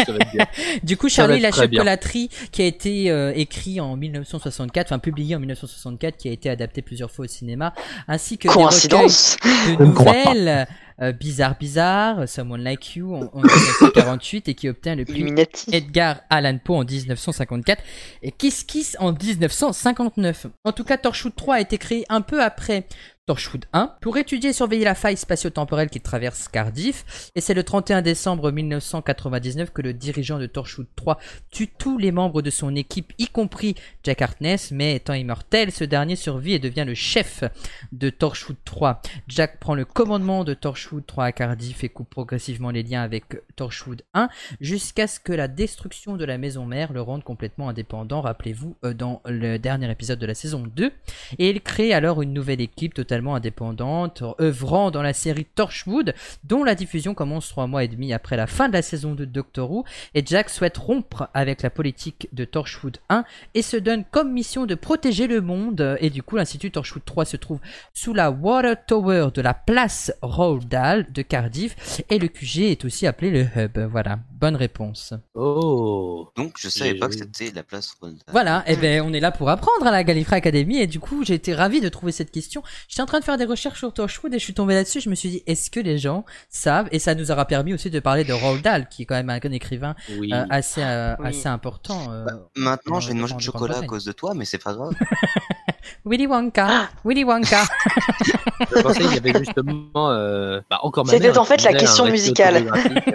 Speaker 7: Ça va être bien.
Speaker 4: euh, Du coup,
Speaker 7: Ça va
Speaker 4: Charlie
Speaker 7: être
Speaker 4: la
Speaker 7: très bien.
Speaker 4: chocolaterie qui a été euh, écrit en 1964, enfin publié en 1964, qui a été adapté plusieurs fois au cinéma, ainsi que des recueils
Speaker 2: Coïncidence
Speaker 4: de
Speaker 7: Je ne crois pas.
Speaker 4: nouvelles euh, bizarre bizarre, Someone Like You en, en 1948 et qui obtient le prix
Speaker 2: Illuminati.
Speaker 4: Edgar Allan Poe en 1954 et Kiss Kiss en 1959. En tout cas, Torchwood 3 a été créé un peu après Torchwood 1 pour étudier et surveiller la faille spatio-temporelle qui traverse Cardiff et c'est le 31 décembre 1999 que le dirigeant de Torchwood 3 tue tous les membres de son équipe, y compris Jack Hartness, mais étant immortel, ce dernier survit et devient le chef de Torchwood 3. Jack prend le commandement de Torchwood 3 à Cardiff et coupe progressivement les liens avec Torchwood 1 jusqu'à ce que la destruction de la maison mère le rende complètement indépendant, rappelez-vous, euh, dans le dernier épisode de la saison 2. Et il crée alors une nouvelle équipe totalement indépendante, œuvrant dans la série Torchwood, dont la diffusion commence trois mois et demi après la fin de la saison 2 de Doctor Who, et Jack souhaite rompre avec la politique de Torchwood 1 et se donne comme mission de protéger le monde, et du coup l'Institut Torchwood 3 se trouve sous la Water Tower de la place Roald Dahl de Cardiff et le QG est aussi appelé le Hub. Voilà, bonne réponse.
Speaker 7: Oh.
Speaker 5: Donc, je savais
Speaker 7: J'ai-
Speaker 5: pas que c'était la place Roald Dahl.
Speaker 4: Voilà, et ben on est là pour apprendre à la Gallifrey Academy et du coup j'ai été ravi de trouver cette question. J'étais en train de faire des recherches sur Torchwood et je suis tombé là-dessus. Je me suis dit est-ce que les gens savent et ça nous aura permis aussi de parler de Roald Dahl qui est quand même un écrivain
Speaker 7: Oui. Bah,
Speaker 4: euh, assez euh,
Speaker 2: Oui.
Speaker 4: assez important. euh,
Speaker 5: Maintenant, je vais
Speaker 4: Non,
Speaker 5: une manger
Speaker 4: on
Speaker 5: de
Speaker 4: dépend
Speaker 5: chocolat
Speaker 4: pas,
Speaker 5: à
Speaker 4: mais-
Speaker 5: cause de toi, mais c'est pas grave.
Speaker 4: Willy Wonka, Willy Wonka.
Speaker 7: Ah Je pensais qu'il y avait justement. euh, bah, encore ma
Speaker 2: C'était
Speaker 7: mère
Speaker 2: en fait
Speaker 7: qui
Speaker 2: la
Speaker 7: lisait un
Speaker 2: question
Speaker 7: récit
Speaker 2: musicale.
Speaker 7: autobiographique.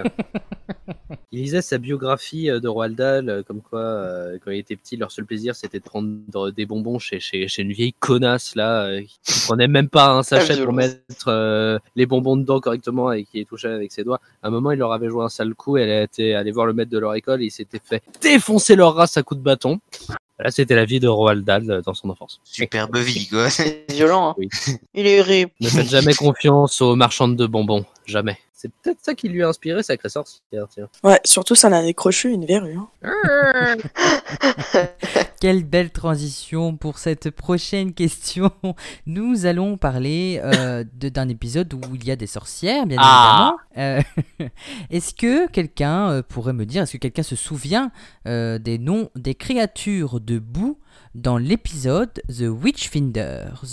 Speaker 7: Il lisait sa biographie euh, de Roald Dahl, euh, comme quoi, euh, quand il était petit, leur seul plaisir c'était de prendre des bonbons chez, chez, chez une vieille connasse là, euh, qui prenait même pas un sachet pour
Speaker 2: violence.
Speaker 7: mettre euh, les bonbons dedans correctement et qui les touchait avec ses doigts. À un moment, il leur avait joué un sale coup, elle était allée voir le maître de leur école et il s'était fait défoncer leur race à coups de bâton. Là, c'était la vie de Roald Dahl euh, dans son enfance.
Speaker 5: Superbe vie, quoi.
Speaker 2: C'est violent. hein.
Speaker 7: Oui.
Speaker 2: Il est horrible.
Speaker 7: Ne faites jamais confiance aux marchandes de bonbons. Jamais. C'est peut-être ça qui lui a inspiré Sacré Sorcière, tiens.
Speaker 1: Ouais, surtout ça en a décroché une verrue. hein.
Speaker 4: Mmh. Quelle belle transition pour cette prochaine question. Nous allons parler euh, de- d'un épisode où il y a des sorcières, bien
Speaker 7: Ah.
Speaker 4: évidemment. Euh, est-ce que quelqu'un euh, pourrait me dire, est-ce que quelqu'un se souvient euh, des noms des créatures de boue dans l'épisode The Witchfinders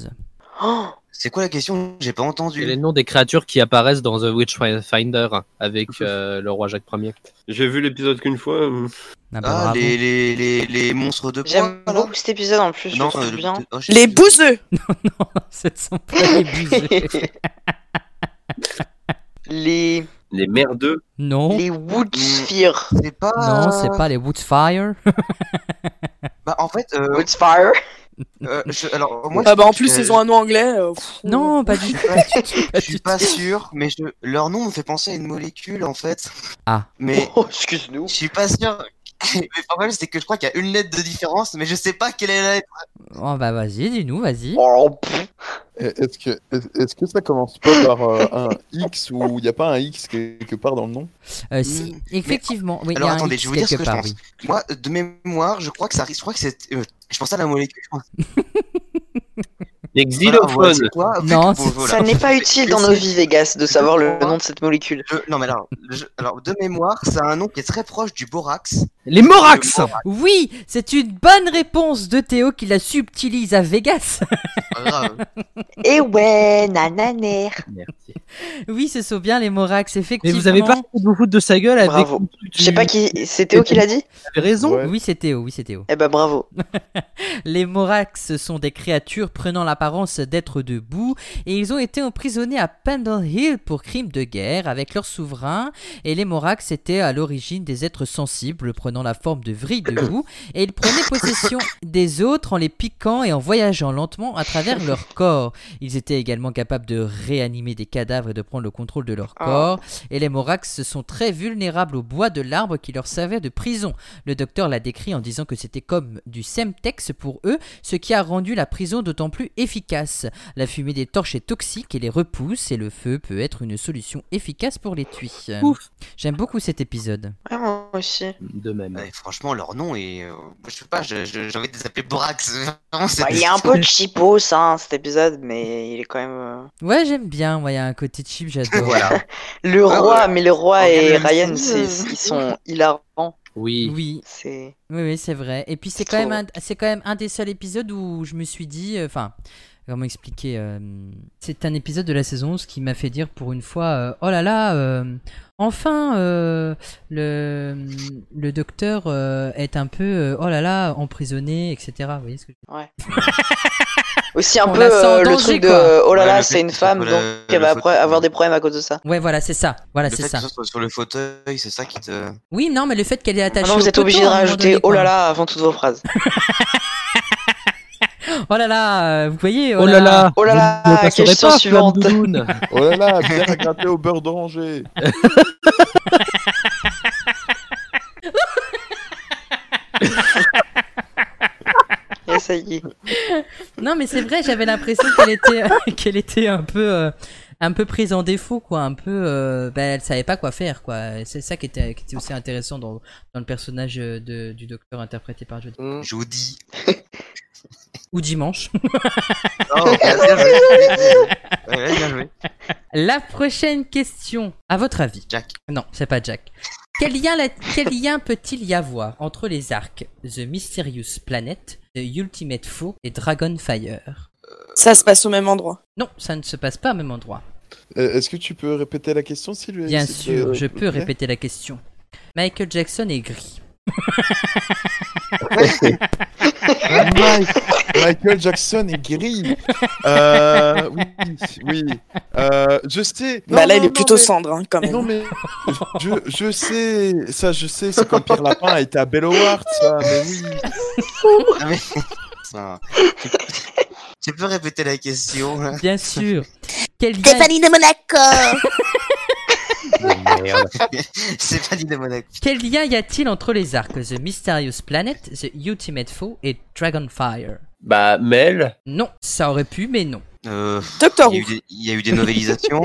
Speaker 2: Oh,
Speaker 5: C'est quoi la question J'ai pas
Speaker 7: C'est les
Speaker 5: entendu.
Speaker 7: noms des créatures qui apparaissent dans The Witchfinder avec euh, le roi Jacques Ier.
Speaker 3: J'ai vu l'épisode qu'une fois. euh,
Speaker 4: Ah bah
Speaker 5: Ah,
Speaker 4: bravo.
Speaker 5: les, les, les, les monstres de
Speaker 2: J'aime
Speaker 5: poids, là
Speaker 2: beaucoup cet épisode en plus, je le
Speaker 5: Non,
Speaker 2: trouve
Speaker 5: euh,
Speaker 2: bien.
Speaker 5: oh, je-
Speaker 1: Les bouseux
Speaker 4: Non, ce ne sont pas les bouseux.
Speaker 2: les
Speaker 3: Les Mm. merdeux.
Speaker 4: Non,
Speaker 2: les Woodsphere.
Speaker 5: C'est pas.
Speaker 4: non, c'est pas les Woodfire.
Speaker 5: Bah, en fait, euh,
Speaker 2: Woodspire.
Speaker 5: euh, je- alors, moi,
Speaker 1: Ah bah en
Speaker 5: je-
Speaker 1: plus
Speaker 5: je-
Speaker 1: ils ont un nom anglais. euh, pff.
Speaker 4: Non, pas du tout.
Speaker 5: Ouais,
Speaker 4: pas
Speaker 5: Je
Speaker 4: du
Speaker 5: suis
Speaker 4: tout.
Speaker 5: pas sûr, mais je... leur nom me fait penser à une molécule en fait.
Speaker 4: Ah.
Speaker 5: Mais
Speaker 2: Oh, excuse-nous.
Speaker 5: je suis pas sûr. mais pas mal, c'est que je crois qu'il y a une lettre de différence, mais je sais pas quelle est la lettre.
Speaker 4: Oh bah vas-y, dis-nous, vas-y.
Speaker 2: Oh, pff.
Speaker 8: Et Est-ce que, est- est-ce que ça commence pas par euh, un X ou il n'y a pas un X quelque part dans le nom
Speaker 4: Euh, si,
Speaker 5: Mm.
Speaker 4: effectivement. Oui, il y
Speaker 5: Alors,
Speaker 4: a un
Speaker 5: attendez,
Speaker 4: X
Speaker 5: je vais vous dire ce
Speaker 4: quelque
Speaker 5: que je
Speaker 4: part,
Speaker 5: pense.
Speaker 4: oui.
Speaker 5: Moi, euh, de mémoire, je crois que ça arrive. Je crois que c'est. euh, je pensais à la molécule. je pense-
Speaker 3: Les
Speaker 5: Voilà, voilà, c'est
Speaker 3: xylophones.
Speaker 5: quoi, vu
Speaker 4: Non,
Speaker 5: que- bon, voilà.
Speaker 2: Ça n'est pas utile dans nos vies, Vegas, de savoir le
Speaker 5: Je
Speaker 2: nom de cette molécule.
Speaker 5: Je- Non, mais alors, je- alors, de mémoire, ça a un nom qui est très proche du borax.
Speaker 7: Les Morax
Speaker 4: Oui, c'est une bonne réponse de Théo qui la subtilise à Vegas.
Speaker 5: Pas grave.
Speaker 2: Eh ouais, nananer.
Speaker 7: Merci.
Speaker 4: Oui, ce sont bien les Morax,
Speaker 7: Mais
Speaker 4: effectivement.
Speaker 7: vous avez pas fait de vous foutre de sa gueule avec.
Speaker 2: Bravo.
Speaker 7: du-
Speaker 2: Je sais pas qui. C'est Théo qui l'a dit
Speaker 7: Vous avez raison.
Speaker 8: Ouais.
Speaker 4: Oui, c'est Théo, oui, c'est Théo.
Speaker 2: Eh ben bravo.
Speaker 4: Les Morax sont des créatures prenant l'apparence d'être debout et ils ont été emprisonnés à Pendle Hill pour crime de guerre avec leur souverain et les Morax étaient à l'origine des êtres sensibles prenant la forme de vrilles debout et ils prenaient possession des autres en les piquant et en voyageant lentement à travers leur corps. Ils étaient également capables de réanimer des cadavres cadavres et de prendre le contrôle de leur corps. Et les Morax sont très vulnérables au bois de l'arbre qui leur servait de prison. Le docteur l'a décrit en disant que c'était comme du semtex pour eux, ce qui a rendu la prison d'autant plus efficace. La fumée des torches est toxique et les repousse, et le feu peut être une solution efficace pour les tuis.
Speaker 7: Ouf.
Speaker 4: J'aime beaucoup cet épisode.
Speaker 10: Ouais, moi aussi.
Speaker 11: De même.
Speaker 5: Ouais, franchement, leur nom est. euh, je sais pas, je- je- j'ai envie de les appeler Borax. Vraiment, c'est-
Speaker 10: Bah, il est un peu cheapos ça, hein, cet épisode, mais il est quand même. euh,
Speaker 4: Ouais, j'aime bien. Moi, il y a un côté cheap, j'adore.
Speaker 5: Voilà.
Speaker 10: Le
Speaker 5: Ah,
Speaker 10: roi,
Speaker 5: voilà.
Speaker 10: mais le roi
Speaker 5: On
Speaker 10: et
Speaker 5: regarde la
Speaker 10: Ryan,
Speaker 5: même
Speaker 10: c'est,
Speaker 5: chose.
Speaker 10: ils sont hilarants.
Speaker 11: Oui.
Speaker 4: Oui,
Speaker 10: C'est.
Speaker 4: oui, oui, c'est vrai. Et puis c'est
Speaker 10: Je
Speaker 4: quand même
Speaker 10: trouve.
Speaker 4: un, c'est quand même un des seuls épisodes où je me suis dit, euh, enfin, comment expliquer euh, C'est un épisode de la saison 11 qui m'a fait dire pour une fois, euh, oh là là, euh, enfin euh, le le docteur euh, est un peu, euh, oh là là, emprisonné, etc. Vous voyez ce que je-
Speaker 10: Aussi un
Speaker 4: On
Speaker 10: peu
Speaker 4: la sent en
Speaker 10: euh, le
Speaker 4: danger,
Speaker 10: truc
Speaker 4: quoi.
Speaker 10: de oh là
Speaker 5: Ouais,
Speaker 10: là,
Speaker 5: le
Speaker 10: c'est
Speaker 5: fait
Speaker 10: une
Speaker 5: que ce
Speaker 10: femme,
Speaker 5: soit
Speaker 10: donc
Speaker 5: la-
Speaker 10: elle
Speaker 5: le
Speaker 10: va
Speaker 5: faute-
Speaker 10: après avoir des problèmes à cause de ça.
Speaker 4: Ouais, voilà, c'est ça. Voilà,
Speaker 5: le
Speaker 4: c'est
Speaker 5: fait
Speaker 4: ça.
Speaker 5: que ce soit sur le fauteuil, c'est ça qui te.
Speaker 4: Oui, non, mais le fait qu'elle est attachée.
Speaker 10: Maintenant,
Speaker 4: au
Speaker 10: Ah vous êtes
Speaker 4: poteau,
Speaker 10: obligé
Speaker 4: à
Speaker 10: de
Speaker 4: un moment
Speaker 10: rajouter
Speaker 4: donné,
Speaker 10: oh
Speaker 4: quoi.
Speaker 10: là là avant toutes vos phrases.
Speaker 4: Oh là là, euh, vous voyez
Speaker 7: Oh là là,
Speaker 10: Oh là là,
Speaker 7: vous ne passerez
Speaker 10: question
Speaker 7: pas,
Speaker 10: suivante.
Speaker 7: flamme doudoune.
Speaker 8: Oh là là, bière à gratter au beurre d'oranger.
Speaker 4: Oh.
Speaker 10: Et ça y est.
Speaker 4: Non, mais c'est vrai, j'avais l'impression qu'elle était, qu'elle était un peu, euh, un peu prise en défaut, quoi. Un peu, euh, ben, elle savait pas quoi faire, quoi. Et C'est ça qui était, qui était aussi intéressant dans, dans le personnage euh, de, du docteur interprété par Jodie.
Speaker 10: Mm.
Speaker 5: Je vous dis.
Speaker 4: Ou dimanche.
Speaker 5: Oh, bien joué, bien joué. Ouais, bien joué.
Speaker 4: La prochaine question. À votre avis.
Speaker 5: Jack.
Speaker 4: Non, c'est pas Jack. Quel lien, la- quel lien peut-il y avoir entre les arcs The Mysterious Planet, The Ultimate Foe et Dragonfire
Speaker 1: Ça se passe au même endroit.
Speaker 4: Non, ça ne se passe pas au même endroit.
Speaker 8: Euh, Est-ce que tu peux répéter la question,
Speaker 1: Euh,
Speaker 8: Sylvie
Speaker 4: Bien
Speaker 8: s'il te
Speaker 4: sûr, je peux
Speaker 8: plaît
Speaker 4: répéter la question. Michael Jackson est gris.
Speaker 8: Mike- Michael Jackson est gris. Euh, oui, oui. Euh, je sais. Non,
Speaker 1: bah là,
Speaker 8: non,
Speaker 1: il est
Speaker 8: non,
Speaker 1: plutôt
Speaker 8: mais-
Speaker 1: cendre, hein, quand même.
Speaker 8: Non mais je, je sais ça je sais c'est quand Pierre Lapin a été à Bellowart ça mais oui
Speaker 5: Ah, mais- Ça va. Tu peux répéter la question hein. là
Speaker 4: Bien sûr. Quel lien
Speaker 1: de Monaco
Speaker 11: Merde.
Speaker 5: C'est pas dit de Monaco.
Speaker 4: Quel lien y a-t-il entre les arcs The Mysterious Planet, The Ultimate Foe et Dragonfire
Speaker 3: Bah, Mel,
Speaker 4: Non, ça aurait pu, mais non.
Speaker 5: Euh,
Speaker 1: Doctor
Speaker 5: il, y a
Speaker 1: Who.
Speaker 5: eu des- il y a eu des novélisations.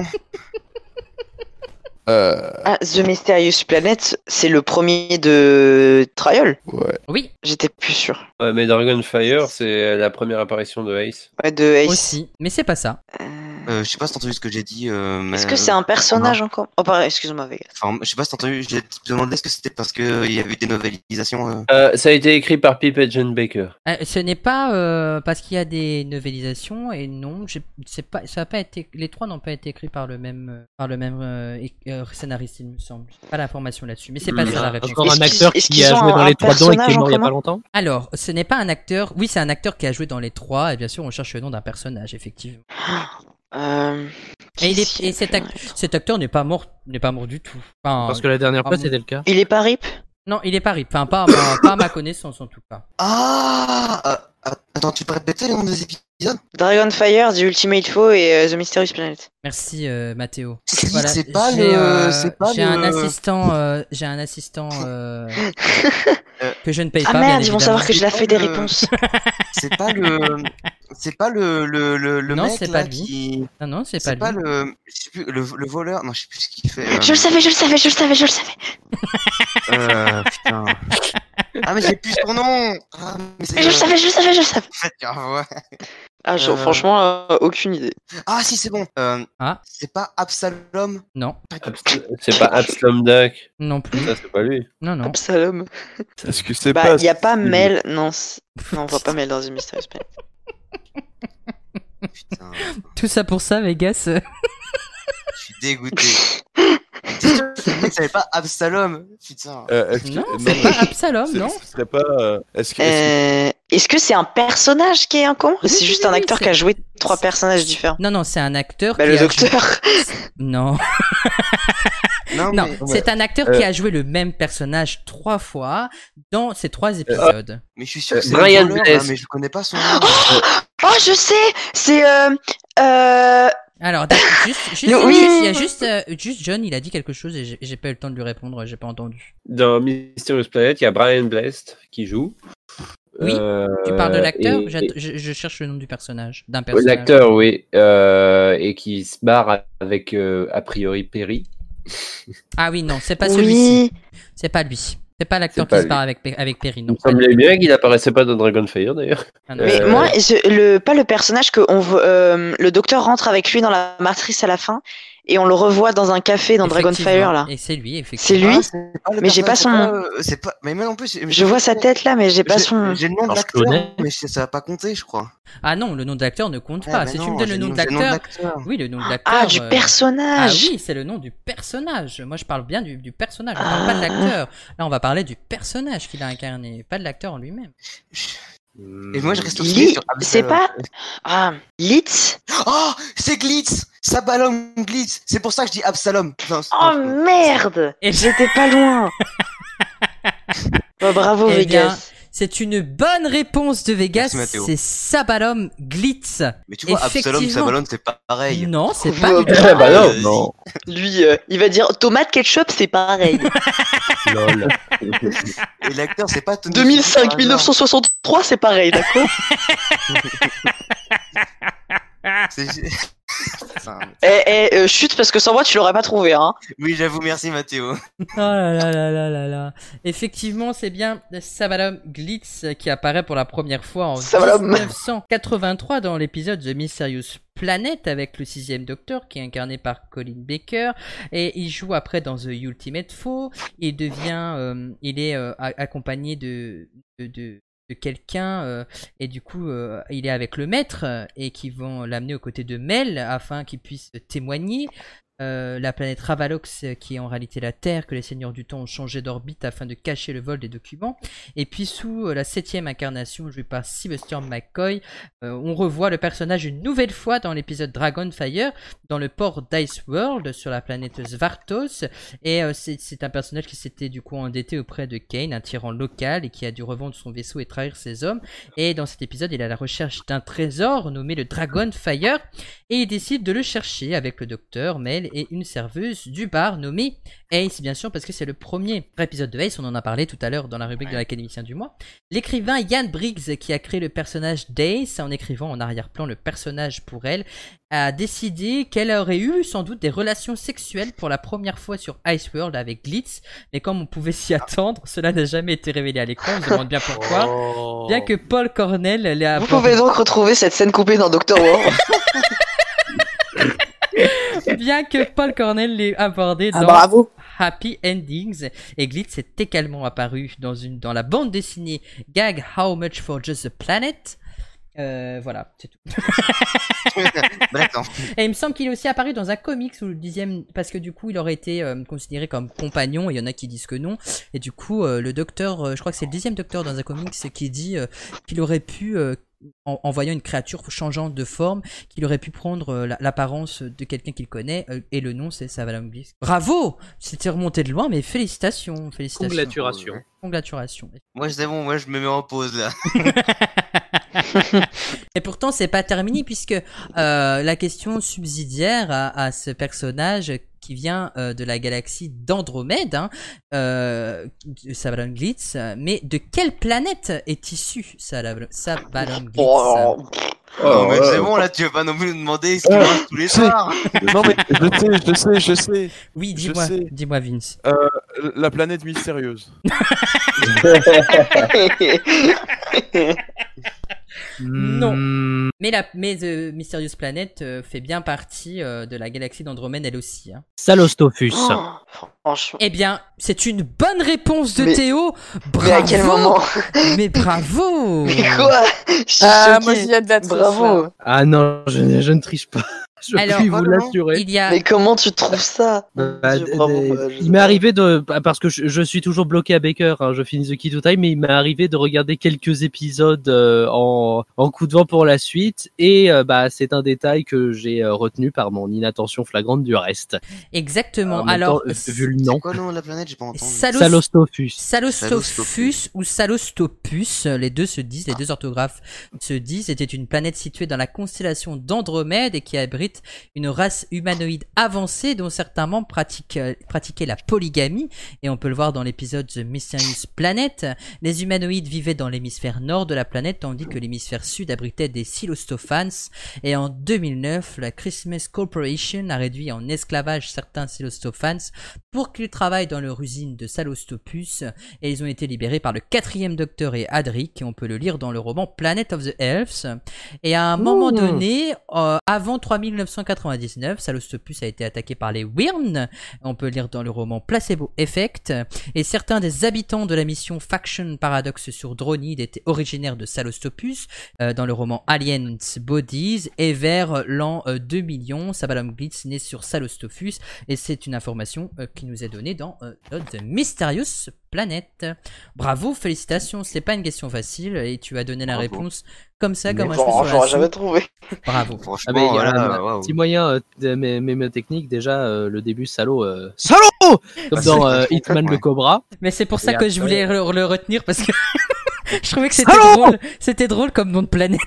Speaker 8: euh,
Speaker 10: Ah, The Mysterious Planet, c'est le premier de Trial.
Speaker 8: ouais
Speaker 4: Oui,
Speaker 10: J'étais plus sûr.
Speaker 3: ouais, mais Dragonfire, c'est la première apparition de Ace.
Speaker 10: Ouais, de Ace.
Speaker 4: aussi, mais c'est pas ça.
Speaker 10: Euh,
Speaker 5: Euh, je sais pas si t'as entendu ce que j'ai dit. euh,
Speaker 10: Est-ce que c'est un personnage encore Oh, pardon, excuse-moi, Vega.
Speaker 5: Enfin, je sais pas si t'as entendu. J'ai demandé est-ce que c'était parce que euh, il y avait eu des novélisations. euh.
Speaker 3: Euh, ça a été écrit par Pip et John Baker.
Speaker 4: Euh, ce n'est pas euh, parce qu'il y a des novelisations et non, j'ai- c'est pas, ça a pas été, les trois n'ont pas été écrits par le même, euh, par le même euh, é- euh, scénariste, il me semble. J'ai Pas l'information là-dessus, mais c'est pas
Speaker 3: Hmm.
Speaker 4: ça la
Speaker 7: Il y a
Speaker 4: réponse.
Speaker 7: Mmh. Encore un
Speaker 10: Est-ce qu'ils-
Speaker 7: acteur
Speaker 10: est-ce
Speaker 7: qui
Speaker 10: qu'ils
Speaker 7: a
Speaker 10: ont
Speaker 7: joué
Speaker 10: un-
Speaker 7: dans les
Speaker 10: un
Speaker 7: trois dents et qui est
Speaker 10: personnage en
Speaker 7: mort il y a
Speaker 10: commun
Speaker 7: pas longtemps.
Speaker 4: Alors, ce n'est pas un acteur. Oui, c'est un acteur qui a joué dans les trois. Et bien sûr, on cherche le nom d'un personnage, effectivement.
Speaker 10: Euh,
Speaker 4: Et, il est-
Speaker 10: qu'est-ce
Speaker 4: et
Speaker 10: qu'il
Speaker 4: cet,
Speaker 10: y a
Speaker 4: ac- cet acteur n'est pas mort, n'est pas mort du tout. Enfin,
Speaker 7: Parce que la dernière
Speaker 4: Ah,
Speaker 7: fois,
Speaker 4: bon.
Speaker 7: c'était le cas.
Speaker 10: Il est pas rip
Speaker 4: Non, il est pas rip. Enfin, pas, à ma- pas à ma connaissance en tout cas.
Speaker 5: Ah ah, ah, Attends, tu peux répéter le nom des épisodes
Speaker 10: Dragonfire, The Ultimate Foe et euh, The Mysterious Planet.
Speaker 4: Merci, euh, Mathéo.
Speaker 5: Si, C'est pas
Speaker 4: j'ai,
Speaker 5: le.
Speaker 4: euh,
Speaker 5: c'est pas
Speaker 4: j'ai un
Speaker 5: le-
Speaker 4: assistant, euh, j'ai un assistant euh, que je ne paye
Speaker 10: Ah
Speaker 4: pas. bien
Speaker 10: merde, ils vont savoir que
Speaker 4: évidemment.
Speaker 10: je la fais des
Speaker 5: Euh,
Speaker 10: réponses.
Speaker 5: C'est pas le. C'est pas le le le, le
Speaker 4: Non,
Speaker 5: mec
Speaker 4: c'est
Speaker 5: là
Speaker 4: pas lui.
Speaker 5: qui.
Speaker 4: Non, non, c'est pas
Speaker 5: C'est
Speaker 4: lui.
Speaker 5: pas, le. Je sais plus le, le voleur. Non, je sais plus ce qu'il fait. euh,
Speaker 10: Je le savais, je le savais, je le savais, je le savais.
Speaker 5: Euh, putain. Ah mais j'ai plus son nom. Ah, mais c'est
Speaker 10: Je le savais, je le savais, je le savais.
Speaker 5: Ah, ouais.
Speaker 10: Ah, je-
Speaker 5: Euh.
Speaker 10: franchement, euh, aucune idée.
Speaker 5: Ah, si c'est bon. Euh,
Speaker 4: Ah.
Speaker 5: C'est pas Absalom.
Speaker 4: Non,
Speaker 3: Abs- C'est pas Absalom Duck.
Speaker 4: non plus.
Speaker 3: Ça, c'est pas lui.
Speaker 4: Non, non.
Speaker 10: Absalom.
Speaker 8: est-ce que c'est
Speaker 10: Bah,
Speaker 8: pas
Speaker 10: il y a pas Mel. Non, c'est- non, on voit pas Mel dans The Mysterious Planet.
Speaker 5: Putain,
Speaker 4: Tout ça pour ça, Vegas. euh.
Speaker 5: je suis dégoûté. Le mec savait pas Absalom. Putain.
Speaker 8: Euh, est-ce que-
Speaker 4: Non, c'est pas Absalom,
Speaker 8: c'est-
Speaker 4: non
Speaker 8: ce serait pas euh, est-ce que est-ce
Speaker 10: Euh, Est-ce que c'est un personnage qui est un con
Speaker 4: Oui,
Speaker 10: C'est
Speaker 4: oui,
Speaker 10: juste
Speaker 4: oui,
Speaker 10: un
Speaker 4: oui,
Speaker 10: acteur
Speaker 4: c'est-
Speaker 10: qui a joué trois personnages différents.
Speaker 4: Non, non, c'est un acteur.
Speaker 10: Bah,
Speaker 4: qui
Speaker 10: le
Speaker 4: a joué-
Speaker 10: docteur.
Speaker 4: Non, non,
Speaker 5: mais,
Speaker 4: c'est un acteur
Speaker 8: Euh.
Speaker 4: qui a joué le même personnage trois fois dans ces trois épisodes.
Speaker 5: mais je suis
Speaker 8: Euh,
Speaker 5: sûr que Euh, c'est hein,
Speaker 3: Brian
Speaker 5: Brian voleur, là,
Speaker 3: Blessed.
Speaker 5: mais je connais pas son nom.
Speaker 10: Oh, je sais C'est. Euh, euh,
Speaker 4: Alors, d'accord, juste, juste,
Speaker 10: Non,
Speaker 4: juste-
Speaker 10: oui.
Speaker 4: il y a juste, euh, juste John, il a dit quelque chose et j'ai- j'ai pas eu le temps de lui répondre, j'ai pas entendu.
Speaker 3: Dans Mysterious Planet, il y a Brian Blessed qui joue.
Speaker 4: Oui,
Speaker 3: Euh,
Speaker 4: Tu parles de l'acteur
Speaker 3: et-
Speaker 4: J'att- je, je cherche le nom du personnage, d'un
Speaker 3: Oui,
Speaker 4: personnage.
Speaker 3: L'acteur, oui. euh, et qui se barre avec, euh, a priori, Perry.
Speaker 4: Ah oui, non, c'est pas celui-ci.
Speaker 10: oui.
Speaker 4: C'est pas lui. C'est pas l'acteur
Speaker 3: C'est pas
Speaker 4: qui se
Speaker 3: lui.
Speaker 4: barre avec, Pe- avec Perry,
Speaker 3: Il
Speaker 4: non.
Speaker 3: me semblait bien qu'il n'apparaissait pas dans Dragonfire, d'ailleurs.
Speaker 4: Ah non.
Speaker 10: Mais
Speaker 3: Euh,
Speaker 10: moi, je- le, pas le personnage que on, veut- euh, le docteur rentre avec lui dans la matrice à la fin et on le revoit dans un café dans
Speaker 4: Effectivement.
Speaker 10: Dragonfire là.
Speaker 4: Et c'est lui,
Speaker 10: C'est
Speaker 4: effectivement.
Speaker 10: lui
Speaker 5: Ah, c'est pas le
Speaker 10: Mais j'ai pas
Speaker 5: personnage,
Speaker 10: son-
Speaker 5: c'est euh, C'est pas. Mais moi non plus. j'ai-
Speaker 10: Je vois sa tête là, mais j'ai pas
Speaker 5: J'ai-
Speaker 10: son.
Speaker 5: J'ai le nom de
Speaker 7: Alors, je
Speaker 5: l'acteur,
Speaker 7: connais.
Speaker 5: mais ça ça va pas compter, je crois.
Speaker 4: Ah non, le nom de l'acteur ne compte
Speaker 5: Ah,
Speaker 4: pas.
Speaker 5: bah
Speaker 4: si tu
Speaker 5: non,
Speaker 4: me donnes
Speaker 5: j'ai
Speaker 4: le nom de
Speaker 5: j'ai
Speaker 4: l'acteur. Oui, le nom de l'acteur.
Speaker 10: Ah, du
Speaker 4: euh, Ah
Speaker 10: personnage.
Speaker 4: oui, c'est le nom du personnage. Moi, je parle bien du, du personnage. On parle pas de l'acteur. Là, on va parler du personnage qu'il a incarné, pas de l'acteur en lui-même.
Speaker 5: Et moi, je reste
Speaker 10: Lit-
Speaker 5: aussi sur-
Speaker 10: c'est pas- Ah, Litz.
Speaker 5: Oh, c'est Glitz Sabalom Glitz C'est pour ça que je dis Absalom. Enfin, c'est-
Speaker 10: Oh merde.
Speaker 4: Et-
Speaker 10: J'étais pas loin. Bah, bravo
Speaker 4: Eh bien,
Speaker 10: Vegas.
Speaker 4: C'est une bonne réponse de Vegas.
Speaker 5: Merci, Mathéo.
Speaker 4: C'est Sabalom Glitz.
Speaker 5: Mais tu vois, Absalom,
Speaker 4: Effectivement.
Speaker 5: Sabalom, c'est pas pareil.
Speaker 4: Non, c'est pas
Speaker 10: Vous-
Speaker 4: du tout.
Speaker 3: Ah bah non,
Speaker 5: Euh,
Speaker 3: non.
Speaker 10: Lui, euh, il va dire tomate ketchup, c'est pareil.
Speaker 3: lol.
Speaker 5: Et l'acteur, c'est pas Tony. hein,
Speaker 10: 2005,
Speaker 5: Soprano.
Speaker 10: 1963, c'est pareil, d'accord
Speaker 5: C'est- Enfin,
Speaker 10: Eh, eh, euh, chute, parce que sans moi, tu l'aurais pas trouvé, hein.
Speaker 5: Oui, j'avoue, merci Mathéo.
Speaker 4: Oh là là là là là là. Effectivement, c'est bien Sabalom Glitz qui apparaît pour la première fois en
Speaker 10: Sabalom.
Speaker 4: 1983 dans l'épisode The Mysterious Planet avec le sixième docteur qui est incarné par Colin Baker et il joue après dans The Ultimate Four. Il devient, euh, il est euh, a- accompagné de de, de- de quelqu'un euh, et du coup euh, il est avec le maître euh, et qui vont l'amener aux côtés de Mel afin qu'il puisse témoigner. Euh, la planète Ravalox, euh, qui est en réalité la Terre, que les seigneurs du temps ont changé d'orbite afin de cacher le vol des documents. Et puis sous euh, la septième incarnation jouée par Sylvester McCoy, euh, on revoit le personnage une nouvelle fois dans l'épisode Dragonfire, dans le port d'Ice World, sur la planète Svartos. Et euh, c'est c'est un personnage qui s'était du coup endetté auprès de Kane, un tyran local, et qui a dû revendre son vaisseau et trahir ses hommes. Et dans cet épisode, il est à la recherche d'un trésor nommé le Dragonfire et il décide de le chercher avec le docteur, Mel et une serveuse du bar nommée Ace, bien sûr, parce que c'est le premier épisode de Ace, on en a parlé tout à l'heure dans la rubrique de l'Académicien du mois. L'écrivain Ian Briggs, qui a créé le personnage d'Ace en écrivant en arrière-plan le personnage pour elle, a décidé qu'elle aurait eu sans doute des relations sexuelles pour la première fois sur Ice World avec Glitz, mais comme on pouvait s'y attendre, cela n'a jamais été révélé à l'écran, on se demande bien pourquoi. Bien que Paul Cornell
Speaker 7: Ah,
Speaker 4: l'a
Speaker 10: Vous pouvez donc retrouver cette scène coupée dans Doctor Who.
Speaker 4: bien que Paul Cornell l'ait abordé
Speaker 1: Ah,
Speaker 4: dans
Speaker 1: bravo.
Speaker 4: Happy Endings et Glitz est également apparu dans, une, dans la bande dessinée Gag How Much for Just the Planet. Euh, voilà, c'est tout.
Speaker 5: D'accord.
Speaker 4: Et il me semble qu'il est aussi apparu dans un comics où le dixième, parce que du coup il aurait été euh, considéré comme compagnon, et il y en a qui disent que non. Et du coup euh, le docteur, euh, je crois que c'est le dixième docteur dans un comics qui dit euh, qu'il aurait pu, euh, en, en voyant une créature changeant de forme, qu'il aurait pu prendre euh, la- l'apparence de quelqu'un qu'il connaît, euh, et le nom c'est Savalon Bliss. Bravo C'était remonté de loin, mais félicitations, euh, félicitations.
Speaker 3: Congratulations.
Speaker 4: Congratulations.
Speaker 5: Moi, je bon, moi, je me mets en pause là.
Speaker 4: Et pourtant, c'est pas terminé puisque euh, la question subsidiaire à, à ce personnage qui vient euh, de la galaxie d'Andromède, hein, euh, de Savalon Glitz, euh, mais de quelle planète est issu Saval- Savalon Glitz
Speaker 10: Oh,
Speaker 5: non, mais c'est
Speaker 3: ouais.
Speaker 5: bon, là, tu vas pas non plus nous demander ce qu'il mange tous les
Speaker 8: c'est-
Speaker 5: soirs.
Speaker 8: non mais je sais, je sais, je sais.
Speaker 4: Oui,
Speaker 8: Je
Speaker 4: dis-moi,
Speaker 8: sais. Euh,
Speaker 4: dis-moi Vince.
Speaker 8: La planète mystérieuse.
Speaker 4: Non. Mais la mais The Mysterious Planet euh, fait bien partie euh, de la galaxie d'Andromède elle aussi. hein.
Speaker 7: Salostopus.
Speaker 10: Oh, Franchement.
Speaker 4: Eh bien, c'est une bonne réponse de
Speaker 10: Mais-
Speaker 4: Théo. Bravo.
Speaker 10: Mais à quel moment
Speaker 4: Mais bravo.
Speaker 10: Mais quoi Je suis
Speaker 1: Ah,
Speaker 10: choquée.
Speaker 1: moi j'y ai de la triche, là.
Speaker 10: Bravo.
Speaker 7: Ah non, je, je ne triche pas. Je
Speaker 4: Alors,
Speaker 7: puis vous
Speaker 5: vraiment,
Speaker 7: l'assurer.
Speaker 4: Il y a
Speaker 10: Mais comment tu trouves ça
Speaker 7: Bah,
Speaker 1: Euh,
Speaker 10: Dieu,
Speaker 7: d-
Speaker 10: bravo,
Speaker 7: d-
Speaker 10: bah, je-
Speaker 7: Il m'est arrivé de bah, parce que je, je suis toujours bloqué à Baker. hein, je finis The Key to Time, mais il m'est arrivé de regarder quelques épisodes euh, en, en coup de vent pour la suite. Et euh, bah c'est un détail que j'ai euh, retenu par mon inattention flagrante du reste. En
Speaker 4: Exactement.
Speaker 7: même
Speaker 4: Alors,
Speaker 7: temps, euh, vu le nom,
Speaker 5: C'est quoi le nom de la planète J'ai pas entendu.
Speaker 4: salos-
Speaker 7: Salostopus.
Speaker 4: Salostopus
Speaker 5: Salostopus.
Speaker 4: ou Salostopus, les deux
Speaker 5: Ah.
Speaker 4: se disent, les deux orthographes se disent, était une planète située dans la constellation d'Andromède et qui abrite décrite une race humanoïde avancée dont certains membres pratiquent, euh, pratiquaient la polygamie, et on peut le voir dans l'épisode The Mysterious Planet. Les humanoïdes vivaient dans l'hémisphère nord de la planète, tandis que l'hémisphère sud abritait des silostophans, et en 2009, la Christmas Corporation a réduit en esclavage certains silostophans pour qu'ils travaillent dans leur usine de Salostopus, et ils ont été libérés par le quatrième docteur et Adric, et on peut le lire dans le roman Planet of the Elves. Et à un moment donné, euh, avant 3999, Salostopus a été attaqué par les Wyrm, on peut le lire dans le roman Placebo Effect, et certains des habitants de la mission Faction Paradox sur Dronid étaient originaires de Salostopus, euh, dans le roman Aliens Bodies, et vers l'an euh, 2 millions, Sabalom Glitz naît sur Salostopus, et c'est une information euh, qui nous est donnée dans euh, The Mysterious Planet. Bravo, félicitations, c'est pas une question facile, et tu as donné la
Speaker 5: Bravo.
Speaker 4: réponse comme ça, comme un cheveu
Speaker 2: Bon,
Speaker 4: sur la
Speaker 2: j'aurais
Speaker 4: soupe.
Speaker 2: jamais trouvé.
Speaker 4: Bravo.
Speaker 7: Ah ben,
Speaker 5: Franchement,
Speaker 7: il y a
Speaker 5: voilà,
Speaker 7: un
Speaker 5: waouh.
Speaker 7: petit moyen euh, de- mé- mémotechnique, déjà euh, le début salaud. euh, Salaud Comme
Speaker 5: Bah, c'est
Speaker 7: dans euh,
Speaker 5: complètement,
Speaker 7: Hitman le
Speaker 5: ouais.
Speaker 7: Cobra.
Speaker 4: Mais c'est pour ça
Speaker 7: Et
Speaker 4: que je
Speaker 7: après-
Speaker 4: voulais le, le retenir parce que je trouvais que c'était
Speaker 7: Salaud
Speaker 4: drôle. C'était drôle comme nom de planète.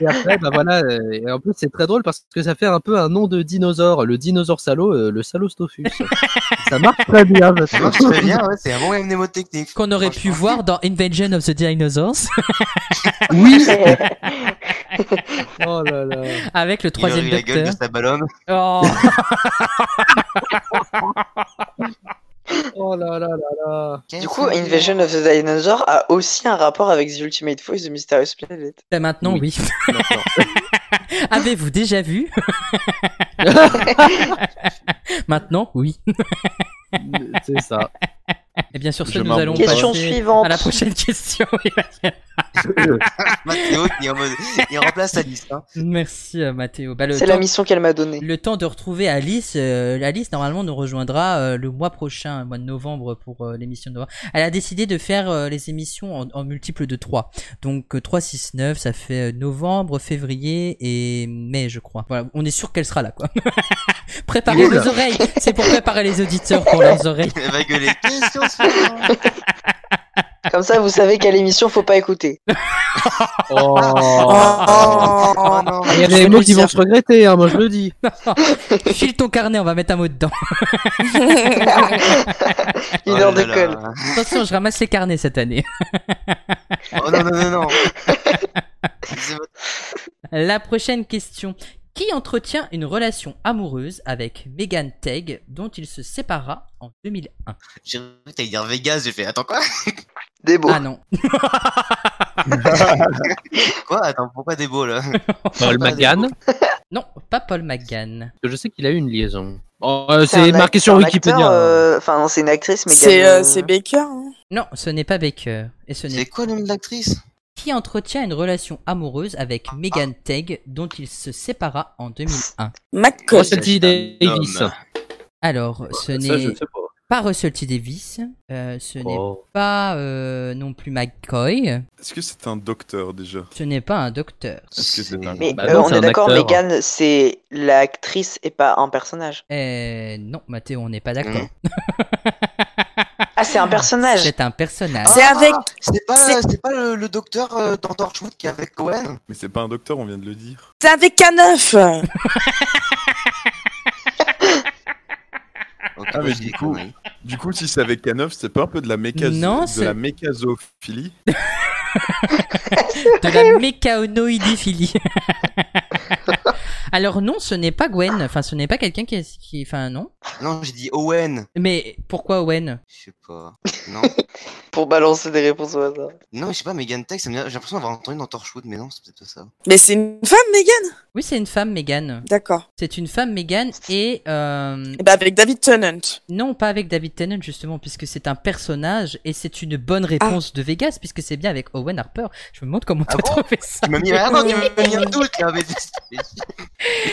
Speaker 7: Et après, bah voilà, euh, et en plus c'est très drôle parce que ça fait un peu un nom de dinosaure. Le dinosaure salaud, euh, le Salostophus. ça marche très bien, je
Speaker 5: Ça
Speaker 7: trouve.
Speaker 5: marche très bien, ouais, c'est un bon mnémotechnique.
Speaker 4: Qu'on aurait pu
Speaker 5: Franchement.
Speaker 4: voir dans Invasion of the Dinosaurs
Speaker 7: Oui Oh là là
Speaker 4: avec
Speaker 5: Il aurait
Speaker 4: le troisième
Speaker 5: eu la gueule de
Speaker 4: docteur.
Speaker 5: Sabalhomme.
Speaker 4: Oh.
Speaker 7: Oh là là là là
Speaker 5: Qu'est-ce
Speaker 2: Du coup,
Speaker 5: que-
Speaker 2: Invasion of the Dinosaur a aussi un rapport avec The Ultimate Force de Mysterious Planet.
Speaker 4: Bah, maintenant, oui.
Speaker 7: Maintenant.
Speaker 4: Avez-vous déjà vu Maintenant, oui.
Speaker 7: C'est ça.
Speaker 4: Et bien sûr,
Speaker 8: Je
Speaker 4: ça, nous
Speaker 8: m'en
Speaker 4: allons
Speaker 8: moque.
Speaker 2: Question
Speaker 4: passer
Speaker 2: suivante.
Speaker 4: à la prochaine question. Oui, vas-y.
Speaker 5: Mathéo qui est en mode- il remplace Alice. Hein.
Speaker 4: Merci, euh, Mathéo. Bah, le
Speaker 2: C'est la
Speaker 4: temps-
Speaker 2: mission qu'elle m'a donnée.
Speaker 4: le temps de retrouver Alice. euh, Alice, normalement, nous rejoindra euh, le mois prochain, le mois de novembre, pour euh, l'émission de novembre. Elle a décidé de faire euh, les émissions en, en multiple de 3. Donc euh, 3, 6, 9, ça fait euh, novembre, février et mai, je crois. Voilà, on est sûr qu'elle sera là, quoi. Préparez
Speaker 7: Cool.
Speaker 4: vos oreilles. C'est pour préparer les auditeurs pour leurs oreilles.
Speaker 5: Elle va gueuler. Question suivante.
Speaker 2: Comme ça, vous savez quelle émission faut pas écouter.
Speaker 7: Oh.
Speaker 5: Oh, non.
Speaker 7: Il y a des mots qui vont se regretter, hein, moi je le dis.
Speaker 4: File ton carnet, on va mettre un mot dedans.
Speaker 2: Une
Speaker 5: Oh
Speaker 2: heure
Speaker 5: là là.
Speaker 2: d'école.
Speaker 4: Attention, je ramasse les carnets cette année.
Speaker 5: Oh non, non, non, non. C'est votre-
Speaker 4: La prochaine question. Qui entretient une relation amoureuse avec Megan Teg, dont il se sépara en 2001
Speaker 5: J'ai cru que t'allais dire Vegas, j'ai fait attends quoi
Speaker 2: Des beaux.
Speaker 4: Ah non.
Speaker 5: Quoi Attends, pourquoi des beaux là
Speaker 7: Paul
Speaker 5: McGann.
Speaker 7: McGann,
Speaker 4: Non, pas Paul McGann.
Speaker 7: je sais qu'il a eu une liaison. Oh, euh,
Speaker 2: un
Speaker 7: c'est
Speaker 2: act-
Speaker 7: marqué sur
Speaker 2: un
Speaker 7: Wikipédia. hein.
Speaker 2: acteur, euh, Enfin, non, c'est une actrice, mais
Speaker 1: C'est
Speaker 2: gagne,
Speaker 1: euh,
Speaker 2: euh,
Speaker 1: c'est Baker. hein.
Speaker 4: Non, ce n'est pas Baker. Et ce
Speaker 5: C'est
Speaker 4: n'est
Speaker 5: quoi le nom de l'actrice Ah,
Speaker 4: qui entretient une relation amoureuse avec Megan Teg, dont il se sépara en 2001.
Speaker 1: McCall.
Speaker 7: Russell T. Davis.
Speaker 5: Homme.
Speaker 4: Alors,
Speaker 3: Ça,
Speaker 4: ce
Speaker 3: je
Speaker 4: n'est
Speaker 3: ne sais pas.
Speaker 4: pas Russell T. Davis, euh, ce n'est
Speaker 7: Oh.
Speaker 4: pas euh, non plus McCoy,
Speaker 8: Est-ce que c'est un docteur déjà
Speaker 4: ce n'est pas un docteur.
Speaker 8: Est-ce que c'est un
Speaker 2: Mais
Speaker 7: Bah
Speaker 2: euh,
Speaker 7: non,
Speaker 2: on
Speaker 7: c'est
Speaker 2: est
Speaker 7: un
Speaker 2: d'accord,
Speaker 7: acteur.
Speaker 2: Megan, c'est l'actrice et pas un personnage.
Speaker 4: Euh, non, Mathéo, on n'est
Speaker 5: Mm.
Speaker 4: pas d'accord.
Speaker 2: Ah, c'est un personnage.
Speaker 4: C'est un personnage.
Speaker 1: C'est avec.
Speaker 5: Ah, C'est pas,
Speaker 1: C'est-
Speaker 5: c'est pas le, le docteur euh, dans Torchwood qui est avec Cohen
Speaker 8: Mais c'est pas un docteur, on vient de le dire.
Speaker 1: C'est avec un œuf.
Speaker 5: Ok,
Speaker 8: Ah, mais
Speaker 5: je dis
Speaker 8: du
Speaker 5: des
Speaker 8: coup-
Speaker 5: conneries.
Speaker 8: Du coup, si c'est avec K9, c'est pas un peu de la, mécas...
Speaker 4: Non,
Speaker 8: de
Speaker 4: c'est-
Speaker 8: la mécasophilie
Speaker 4: de la mécanoïdiphilie. Alors non, ce n'est pas Gwen. Enfin, ce n'est pas quelqu'un qui, est- qui... Enfin, non.
Speaker 5: Non, j'ai dit Owen.
Speaker 4: Mais pourquoi Owen
Speaker 5: Je sais pas. Non,
Speaker 2: Pour balancer des réponses au hasard.
Speaker 5: non je sais pas, Megan Tech, ça me dit- j'ai l'impression d'avoir entendu dans Torchwood, mais non, c'est peut-être pas ça.
Speaker 1: Mais c'est une femme, Megan.
Speaker 4: Oui, c'est une femme, Megan.
Speaker 1: D'accord.
Speaker 4: C'est une femme, Megan, et euh,
Speaker 1: Et ben avec David Tennant.
Speaker 4: non, pas avec David Tennant, justement, puisque c'est un personnage, et c'est une bonne
Speaker 1: Ah.
Speaker 4: réponse de Vegas, puisque c'est bien avec Owen Harper. Je me demande comment
Speaker 5: Ah
Speaker 4: t'as
Speaker 5: bon
Speaker 4: trouvé ça.
Speaker 5: Tu m'as mis, ah non, tu m'as mis un doute là, mais. Si,
Speaker 4: Euh,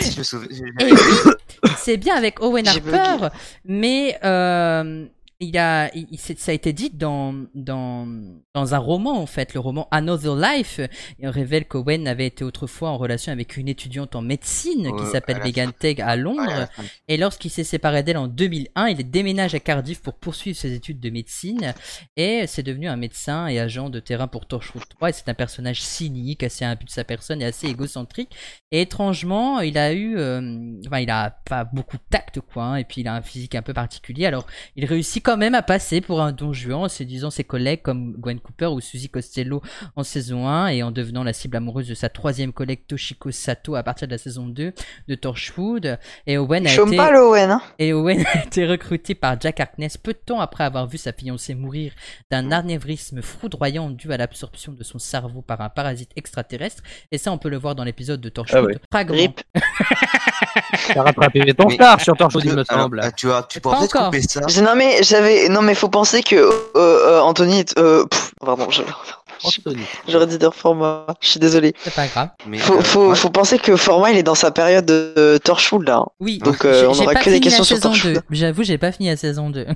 Speaker 5: je me souviens.
Speaker 4: Et oui, c'est bien avec Owen
Speaker 2: J'ai bugué.
Speaker 4: Harper, mais euh, il a, il- il- c'est- ça a été dit dans, dans, dans un roman, en fait, le roman Another Life. Il révèle qu'Owen avait été autrefois en relation avec une étudiante en médecine qui
Speaker 5: Ouais,
Speaker 4: s'appelle
Speaker 5: Euh, à la
Speaker 4: Megan Teg à Londres.
Speaker 5: Ah, la fin.
Speaker 4: Et lorsqu'il s'est séparé d'elle en 2001, il déménage à Cardiff pour poursuivre ses études de médecine. Et c'est devenu un médecin et agent de terrain pour Torchwood 3. Et c'est un personnage cynique, assez imbu de sa personne et assez égocentrique. Et étrangement, il a eu. euh, enfin, il a pas beaucoup de tact, quoi. hein, et puis, il a un physique un peu particulier. Alors, il réussit quand même à passer pour un don juan en séduisant ses collègues comme Gwen Cooper ou Suzy Costello en saison 1 et en devenant la cible amoureuse de sa troisième collègue Toshiko Sato à partir de la saison 2 de Torchwood. Et Owen a
Speaker 10: Chôme
Speaker 4: été.
Speaker 10: pas l'Owen. Hein.
Speaker 4: Et Owen a été recruté par Jack Harkness peu de temps après avoir vu sa fiancée mourir
Speaker 10: Mm.
Speaker 4: d'un anévrisme foudroyant dû à l'absorption de son cerveau par un parasite extraterrestre. Et ça, on peut le voir dans l'épisode de Torchwood.
Speaker 3: Ah ouais.
Speaker 4: Fragment.
Speaker 10: Rip.
Speaker 7: T'as rattrapé ton
Speaker 5: Mais-
Speaker 7: retard sur Torchwood, il me
Speaker 5: Alors,
Speaker 7: semble.
Speaker 5: ah, tu vois, tu
Speaker 4: Pas
Speaker 5: pourras peut-être
Speaker 4: encore.
Speaker 5: couper ça.
Speaker 10: Je- Non mais j'avais, non mais faut penser que euh, euh, Anthony, est- euh, pff, pardon, je-
Speaker 7: Anthony.
Speaker 10: j'aurais dit dans format. Je suis désolé.
Speaker 4: C'est pas grave.
Speaker 5: Mais,
Speaker 10: Faut,
Speaker 5: euh,
Speaker 10: faut,
Speaker 5: ouais.
Speaker 10: faut penser que format il est dans sa période de de Torchwood là. hein.
Speaker 4: Oui.
Speaker 10: Donc, euh,
Speaker 4: J'ai-
Speaker 10: on
Speaker 4: j'ai
Speaker 10: aura
Speaker 4: pas
Speaker 10: que des
Speaker 4: fini
Speaker 10: questions
Speaker 4: la
Speaker 10: sur
Speaker 4: saison
Speaker 10: Torchwood.
Speaker 4: 2. J'avoue, j'ai pas fini la saison 2.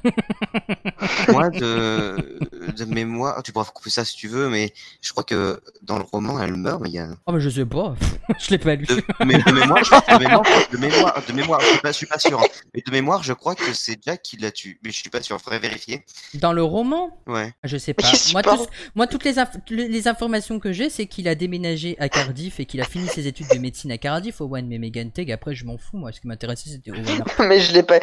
Speaker 5: Moi, de, de mémoire, tu pourras couper ça si tu veux, mais je crois que dans le roman, elle meurt. mais Il y a...
Speaker 4: oh, mais je sais pas. je l'ai pas lu.
Speaker 5: de, mais de mémoire, je, de mémoire, de mémoire, de mémoire, je suis pas, je suis pas sûr. hein. Mais de mémoire, je crois que c'est Jack qui la tue, mais je suis pas sûr. Faudrait vérifier.
Speaker 4: Dans le roman,
Speaker 5: Ouais.
Speaker 4: Je sais pas.
Speaker 10: Je sais
Speaker 4: moi,
Speaker 10: pas.
Speaker 4: tout- moi, toutes les, inf- les- les informations que j'ai, c'est qu'il a déménagé à Cardiff et qu'il a fini ses études de médecine à Cardiff, Owen mais Megan Teg. Après, je m'en fous, moi. Ce qui m'intéressait, c'était Owen.
Speaker 10: mais je l'ai pas.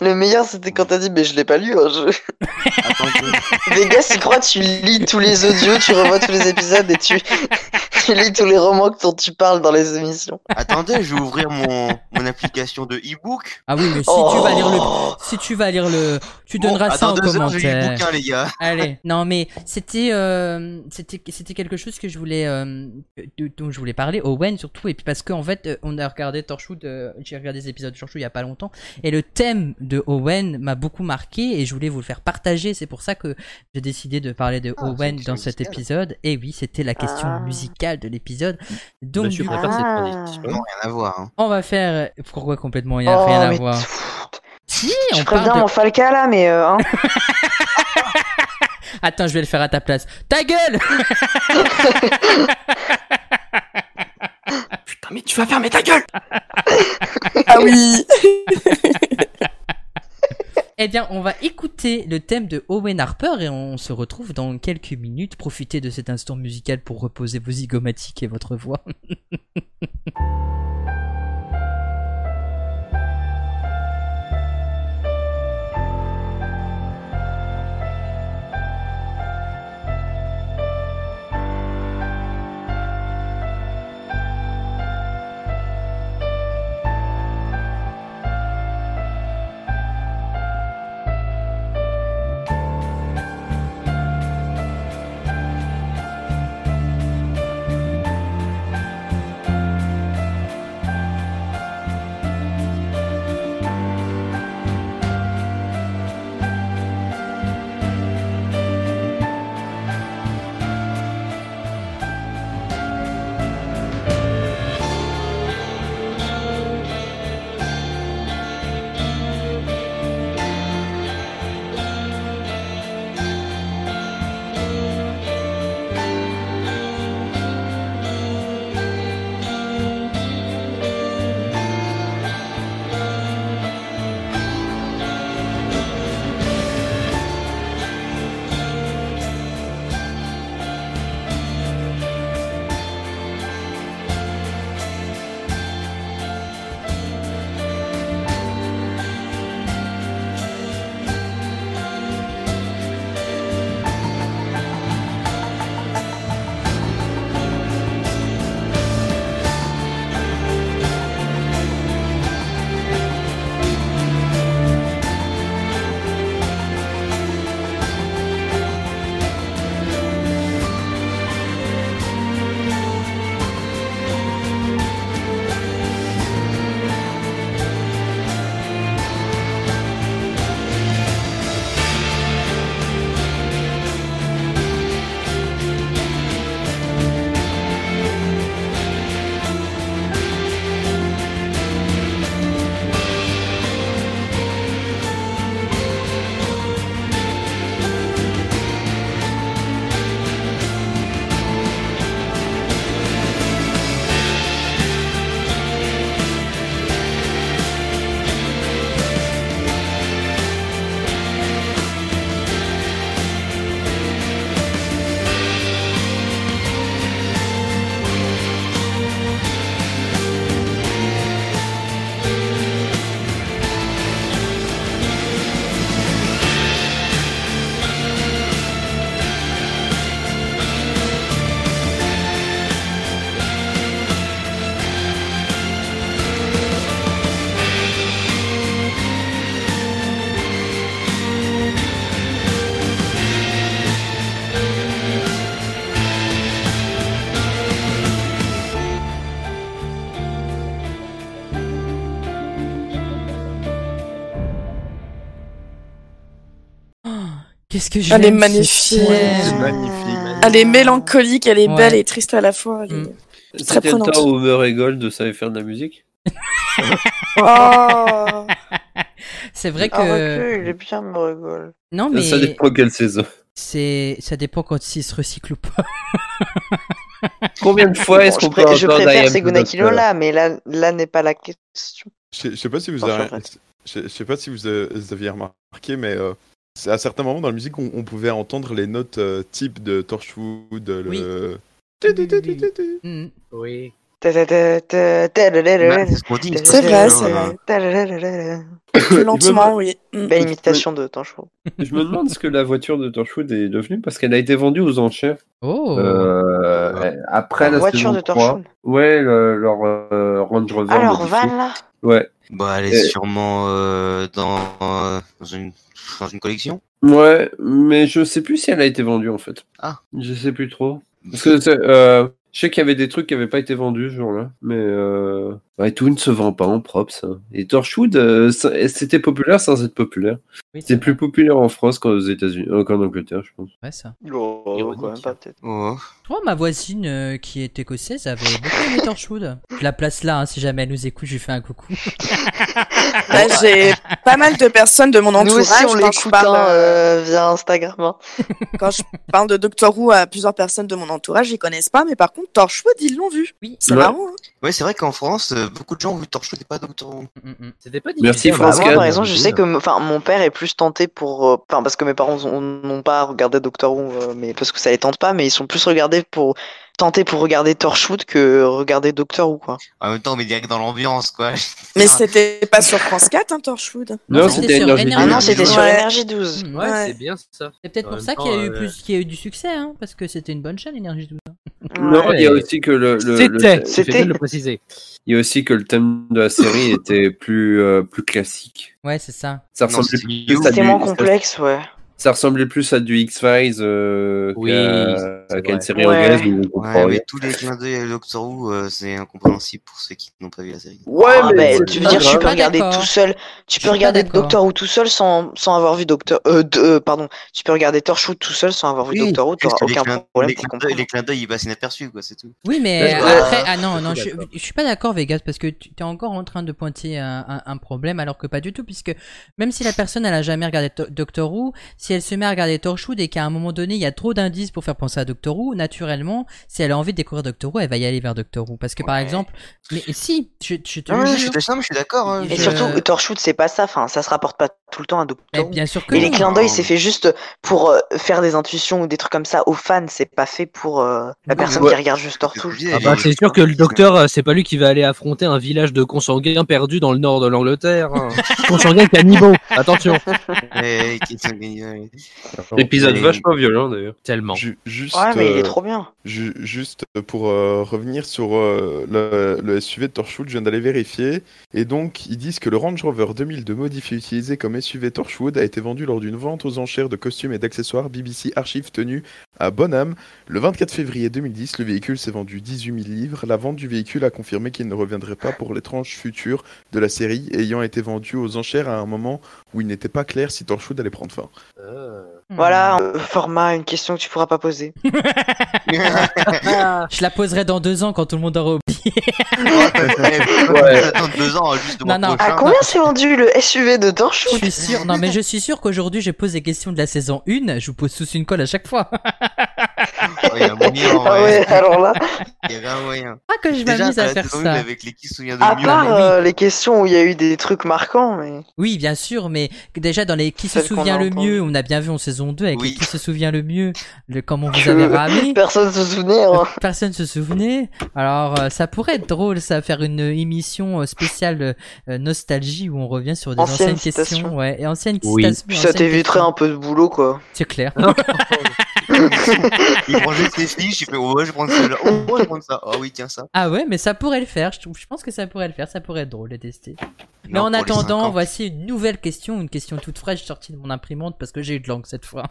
Speaker 10: Le meilleur c'était quand t'as dit mais je l'ai pas lu. Hein, je...
Speaker 5: Attends, je-
Speaker 10: Vegas, il croit, tu lis tous les audios, tu revois tous les épisodes et tu, tu lis tous les romans dont tu parles dans les émissions.
Speaker 5: attendez, je vais ouvrir mon, mon application de e-book.
Speaker 4: Ah oui, mais si tu vas lire le.
Speaker 10: Oh.
Speaker 4: Si tu vas lire le. Tu
Speaker 5: Bon,
Speaker 4: donneras
Speaker 5: attends
Speaker 4: ça en
Speaker 5: deux heures, j'ai lu le
Speaker 4: commentaire.
Speaker 5: bouquin, les gars.
Speaker 4: Allez. Non, mais c'était, euh, c'était, c'était quelque chose que je voulais, euh, de- dont je voulais parler. Owen surtout, et puis parce qu'en fait, euh, on a regardé Torchwood, euh, j'ai regardé des épisodes de Torchwood il y a pas longtemps, et le thème de Owen m'a beaucoup marqué, et je voulais vous le faire partager. C'est pour ça que j'ai décidé de parler de
Speaker 5: Ah, c'est une
Speaker 4: Owen
Speaker 5: question
Speaker 4: dans cet
Speaker 5: musicale.
Speaker 4: épisode. Et oui, c'était la question
Speaker 10: Ah.
Speaker 4: musicale de l'épisode. Donc,
Speaker 7: Monsieur
Speaker 4: du
Speaker 7: préfère
Speaker 4: coup,
Speaker 7: ses
Speaker 10: Ah.
Speaker 7: prédictions.
Speaker 5: Non, rien à voir. hein.
Speaker 4: on va faire. Pourquoi complètement Il n'y
Speaker 5: Oh,
Speaker 4: a rien à
Speaker 10: mais
Speaker 4: voir.
Speaker 10: pff,
Speaker 4: Si,
Speaker 10: Je
Speaker 4: on parle
Speaker 10: préviens
Speaker 4: de-
Speaker 10: mon Falca là, mais euh, hein.
Speaker 4: Attends, je vais le faire à ta place. Ta gueule
Speaker 2: Putain, mais tu vas fermer ta gueule
Speaker 1: Ah oui
Speaker 4: Eh bien, on va écouter le thème de Owen Harper et on se retrouve dans quelques minutes. Profitez de cet instant musical pour reposer vos zygomatiques et votre voix.
Speaker 11: Thank
Speaker 4: Qu'est-ce que je
Speaker 1: Elle est magnifique.
Speaker 3: C'est magnifique.
Speaker 1: Elle est mélancolique, elle est
Speaker 4: Ouais.
Speaker 1: belle et triste à la fois. elle est-
Speaker 4: Mm.
Speaker 1: très
Speaker 3: C'était le
Speaker 1: prenante.
Speaker 3: temps où Homer et Gold savaient faire de la musique.
Speaker 1: Oh,
Speaker 4: C'est vrai
Speaker 10: Ah,
Speaker 4: que
Speaker 10: recul, il est bien, me rigole.
Speaker 4: non mais
Speaker 3: Ça dépend quelle saison.
Speaker 4: c'est ça dépend quand s'il se recycle ou pas.
Speaker 3: Combien de fois est-ce
Speaker 10: Bon, je,
Speaker 3: qu'on peut
Speaker 10: pré- je
Speaker 3: entendre I
Speaker 10: préfère
Speaker 3: Am
Speaker 10: Seguna
Speaker 3: Doctor
Speaker 10: Kilola, mais là, là n'est pas la question.
Speaker 8: Je sais- je sais pas si vous
Speaker 10: Enfin,
Speaker 8: avez-
Speaker 10: je regrette.
Speaker 8: je- je sais pas si vous euh, vous aviez remarqué, mais euh, c'est- à certains moments dans la musique, on, on pouvait entendre les notes euh, type de Torchwood, le.
Speaker 4: Oui.
Speaker 8: Tu- tu- tu- tu- tu- tu.
Speaker 4: Mm.
Speaker 7: Oui.
Speaker 10: Ta- ta- ta- ta- ta- la- la- la- la-
Speaker 5: C'est ce qu'on dit, une
Speaker 1: C'est vrai,
Speaker 5: question,
Speaker 1: c'est
Speaker 5: euh,
Speaker 1: vrai.
Speaker 10: ta- la- la- la- la.
Speaker 1: plus lentement, oui. Mm.
Speaker 10: Belle imitation de Tancho.
Speaker 3: Je me demande ce que la voiture de Torchwood est devenue parce qu'elle a été vendue aux enchères.
Speaker 4: Oh.
Speaker 3: Euh, euh, après la,
Speaker 10: La voiture
Speaker 3: saison
Speaker 10: de
Speaker 3: 3.
Speaker 10: Torchwood.
Speaker 3: Ouais, le- leur euh, Range Rover.
Speaker 10: Alors,
Speaker 3: modifié.
Speaker 10: Van, là
Speaker 3: Ouais.
Speaker 5: Bah, elle
Speaker 3: Euh.
Speaker 5: est sûrement euh, dans, euh, dans, une, dans une collection.
Speaker 3: Ouais, mais je sais plus si elle a été vendue en fait.
Speaker 5: Ah.
Speaker 3: Je sais plus trop. Parce que c'est, euh, je sais qu'il y avait des trucs qui n'avaient pas été vendus ce jour-là, mais euh... ouais, tout ne se vend pas en propre ça. Et Torchwood, euh, ça- c'était populaire sans être populaire.
Speaker 4: Oui, c'est
Speaker 3: C'était plus populaire en France qu'aux États-Unis, euh, qu'en Angleterre, je pense.
Speaker 4: vrai ça.
Speaker 10: Oh, quand même
Speaker 5: Ironique.
Speaker 10: pas, peut-être.
Speaker 5: Oh.
Speaker 4: Toi, ma voisine euh, qui est écossaise avait beaucoup aimé Torchwood. Je la place là, hein, si jamais elle nous écoute, je lui fais un coucou.
Speaker 1: Là, Ah, j'ai pas mal de personnes de mon
Speaker 10: Nous
Speaker 1: entourage.
Speaker 10: aussi, on
Speaker 1: quand je
Speaker 10: l'écoute
Speaker 1: parle,
Speaker 10: hein,
Speaker 1: euh,
Speaker 10: euh, via Instagram. hein.
Speaker 1: Quand je parle de Doctor Who à plusieurs personnes de mon entourage, ils connaissent pas, mais par contre, Torchwood, ils l'ont vu.
Speaker 4: Oui.
Speaker 1: C'est
Speaker 3: Ouais.
Speaker 1: marrant. hein.
Speaker 5: Ouais, c'est vrai qu'en France, euh, beaucoup de gens ont vu Torchwood et pas hein. Doctor Who.
Speaker 4: Mm, mm.
Speaker 7: C'était pas
Speaker 3: Merci,
Speaker 7: difficile,
Speaker 10: Bah,
Speaker 3: France
Speaker 7: bah,
Speaker 10: moi,
Speaker 3: Gall,
Speaker 10: par exemple, je
Speaker 3: j'imagine.
Speaker 10: sais que m- enfin, mon père est plus tenté pour. euh, Enfin, parce que mes parents ont- n'ont pas regardé Doctor Who, euh, mais parce que ça les tente pas, mais ils sont plus regardés pour. tentés pour regarder Torchwood que regarder Doctor Who, quoi.
Speaker 5: En même temps, mais direct dans l'ambiance, quoi.
Speaker 1: Mais c'était pas sur France 4, hein, Torchwood.
Speaker 4: Non, c'était sur
Speaker 3: Energy
Speaker 10: Ah
Speaker 4: Energy.
Speaker 10: non,
Speaker 3: Drink.
Speaker 10: c'était sur
Speaker 1: Ouais.
Speaker 10: Energy 12.
Speaker 4: Mm.
Speaker 7: Ouais,
Speaker 1: Euh, Hmm, Ouais.
Speaker 7: c'est bien ça.
Speaker 4: C'est peut-être
Speaker 7: En
Speaker 4: pour
Speaker 7: même
Speaker 4: ça qu'il y a
Speaker 7: temps,
Speaker 4: eu
Speaker 7: euh,
Speaker 4: plus, qu'il y a eu du succès, hein, parce que c'était une bonne chaîne, Énergie 12.
Speaker 3: Non,
Speaker 7: Ouais.
Speaker 3: il y a aussi que le, le- le-
Speaker 7: C'était,
Speaker 10: c'était-
Speaker 7: c'était le préciser.
Speaker 3: il y a aussi que le thème de la série était plus euh, plus classique.
Speaker 4: Ouais, c'est ça.
Speaker 3: Ça
Speaker 5: Non,
Speaker 3: ressemblait
Speaker 5: c'est
Speaker 3: plus
Speaker 5: You.
Speaker 3: à
Speaker 10: C'était
Speaker 3: du,
Speaker 10: moins
Speaker 3: ça-
Speaker 10: complexe, ouais.
Speaker 3: ça ressemblait plus à du X Files euh,
Speaker 7: Oui,
Speaker 3: qu'à
Speaker 7: c'est
Speaker 3: qu'à une
Speaker 7: vrai.
Speaker 3: série
Speaker 10: Ouais.
Speaker 3: anglaise où on comprend
Speaker 5: Ouais,
Speaker 3: rien.
Speaker 5: mais tous les clins d'œil à Doctor Who, euh, c'est incompréhensible pour ceux qui n'ont pas vu la série.
Speaker 3: Ouais,
Speaker 10: Ah, bah,
Speaker 3: mais c'est
Speaker 10: tu veux
Speaker 3: pas
Speaker 10: dire,
Speaker 3: grave.
Speaker 10: tu peux
Speaker 4: Pas
Speaker 10: regarder
Speaker 4: d'accord.
Speaker 10: tout seul. Tu
Speaker 4: suis
Speaker 10: peux
Speaker 4: pas
Speaker 10: regarder
Speaker 4: d'accord.
Speaker 10: Doctor Who tout seul sans, sans avoir vu Doctor. Euh, de- euh, pardon. Tu peux regarder Torchwood tout seul sans avoir vu
Speaker 5: Oui,
Speaker 10: Doctor Who,
Speaker 5: Juste
Speaker 10: t'auras
Speaker 5: que les
Speaker 10: aucun
Speaker 5: clins-
Speaker 10: problème
Speaker 5: les
Speaker 10: pour
Speaker 5: clins
Speaker 10: comprendre.
Speaker 5: d'œil- les clins d'œil, ils passent inaperçus, quoi, c'est tout.
Speaker 4: Oui, mais
Speaker 3: Ouais,
Speaker 4: euh,
Speaker 3: ouais.
Speaker 4: après, ah non, non, je,
Speaker 7: d'accord.
Speaker 4: je suis pas d'accord, Vegas, parce que tu es encore en train de pointer un, un- un problème, alors que pas du tout, puisque même si la personne elle a jamais regardé To- Doctor Who, si elle se met à regarder Torchwood et qu'à un moment donné il y a trop d'indices pour faire penser à Doctor Who, naturellement, si elle a envie de découvrir Doctor Who, elle va y aller vers Doctor Who, parce que par
Speaker 5: Ouais.
Speaker 4: exemple, mais si, je, je te
Speaker 5: Ah
Speaker 4: le
Speaker 5: ouais, je suis
Speaker 4: jure,
Speaker 5: d'accord, non, mais je suis d'accord. hein,
Speaker 4: Et
Speaker 10: Et
Speaker 5: je-
Speaker 10: surtout, Torchwood, c'est pas ça. Enfin, ça se rapporte pas tout le temps à
Speaker 4: mais
Speaker 10: Doctor Who.
Speaker 4: bien sûr que
Speaker 10: Et les
Speaker 4: non.
Speaker 10: clins d'œil, c'est fait juste pour euh, faire des intuitions ou des trucs comme ça aux fans. C'est pas fait pour euh, la personne
Speaker 3: Ouais.
Speaker 10: qui regarde juste Torchwood.
Speaker 5: je-
Speaker 7: Ah bah, c'est sûr que le docteur, euh, c'est pas lui qui va aller affronter un village de consanguins perdus dans le nord de l'Angleterre. hein. consanguins cannibaux, attention.
Speaker 5: Ouais, qui sont gagnés, ouais.
Speaker 3: Épisode
Speaker 5: Et-
Speaker 3: vachement violent d'ailleurs.
Speaker 7: Tellement.
Speaker 8: Ju- juste,
Speaker 10: Ouais, mais il est
Speaker 8: euh,
Speaker 10: trop bien.
Speaker 8: ju- juste pour euh, revenir sur euh, le, le SUV de Torchwood, je viens d'aller vérifier. Et donc, ils disent que le Range Rover 2002 modifié utilisé comme SUV Torchwood a été vendu lors d'une vente aux enchères de costumes et d'accessoires BBC Archives tenue à Bonham. Le 24 février 2010, le véhicule s'est vendu 18 000 livres. La vente du véhicule a confirmé qu'il ne reviendrait pas pour les tranches futures de la série, ayant été vendu aux enchères à un moment où il n'était pas clair si Torchwood allait prendre fin.
Speaker 10: Voilà, euh, format, une question que tu pourras pas poser.
Speaker 4: Je la poserai dans deux ans quand tout le monde aura oublié.
Speaker 5: Ouais. Attendre deux ans, juste le mois
Speaker 4: Non, non.
Speaker 10: À
Speaker 5: prochain.
Speaker 10: combien s'est vendu le SUV de
Speaker 4: Je
Speaker 10: Torchwood
Speaker 4: suis sûr, non mais je suis sûr qu'aujourd'hui je pose des questions de la saison 1, je vous pose tous une colle à chaque fois.
Speaker 5: Ouais, il y a moyen,
Speaker 10: Ah ouais,
Speaker 5: ouais.
Speaker 10: alors là.
Speaker 5: Il y a grave moyen.
Speaker 4: Ah que je
Speaker 5: Déjà,
Speaker 4: m'amuse à
Speaker 5: t'as
Speaker 4: faire
Speaker 5: raison,
Speaker 4: ça.
Speaker 5: Avec les qui se souviennent de
Speaker 10: À
Speaker 5: mieux,
Speaker 10: part
Speaker 5: mais-
Speaker 10: euh, les questions où il y a eu des trucs marquants, mais.
Speaker 4: Oui, bien sûr, mais que déjà dans les qui se
Speaker 10: Celle qu'on
Speaker 4: souvient
Speaker 10: a
Speaker 4: le
Speaker 10: entendue.
Speaker 4: mieux, on a bien vu en saison 2 avec les
Speaker 5: Oui.
Speaker 4: qui se souvient le mieux, le comment vous
Speaker 10: Que-
Speaker 4: avez ramené. Euh,
Speaker 10: Personne se souvenait. hein.
Speaker 4: Personne se souvenait. Alors euh, ça pourrait être drôle ça faire une émission euh, spéciale euh, nostalgie où on revient sur des
Speaker 10: Anciennes
Speaker 4: anciennes questions,
Speaker 10: citations.
Speaker 4: ouais, et anciennes
Speaker 7: Oui.
Speaker 4: citations.
Speaker 10: Puis ça
Speaker 4: anciennes
Speaker 10: t'éviterait
Speaker 4: questions.
Speaker 10: un peu de boulot, quoi.
Speaker 4: C'est clair.
Speaker 5: Il prend juste ses fiches, il fait oh, ouais, je prends celle-là, oh, ouais, je prends ça, oh oui, tiens ça.
Speaker 4: Ah ouais, mais ça pourrait le faire. Je, trouve, je pense que ça pourrait le faire. Ça pourrait être drôle de tester. Mais
Speaker 5: Non,
Speaker 4: en
Speaker 5: pour les cinq
Speaker 4: attendant,
Speaker 5: ans.
Speaker 4: voici une nouvelle question, une question toute fraîche sortie de mon imprimante parce que j'ai eu de l'encre cette fois.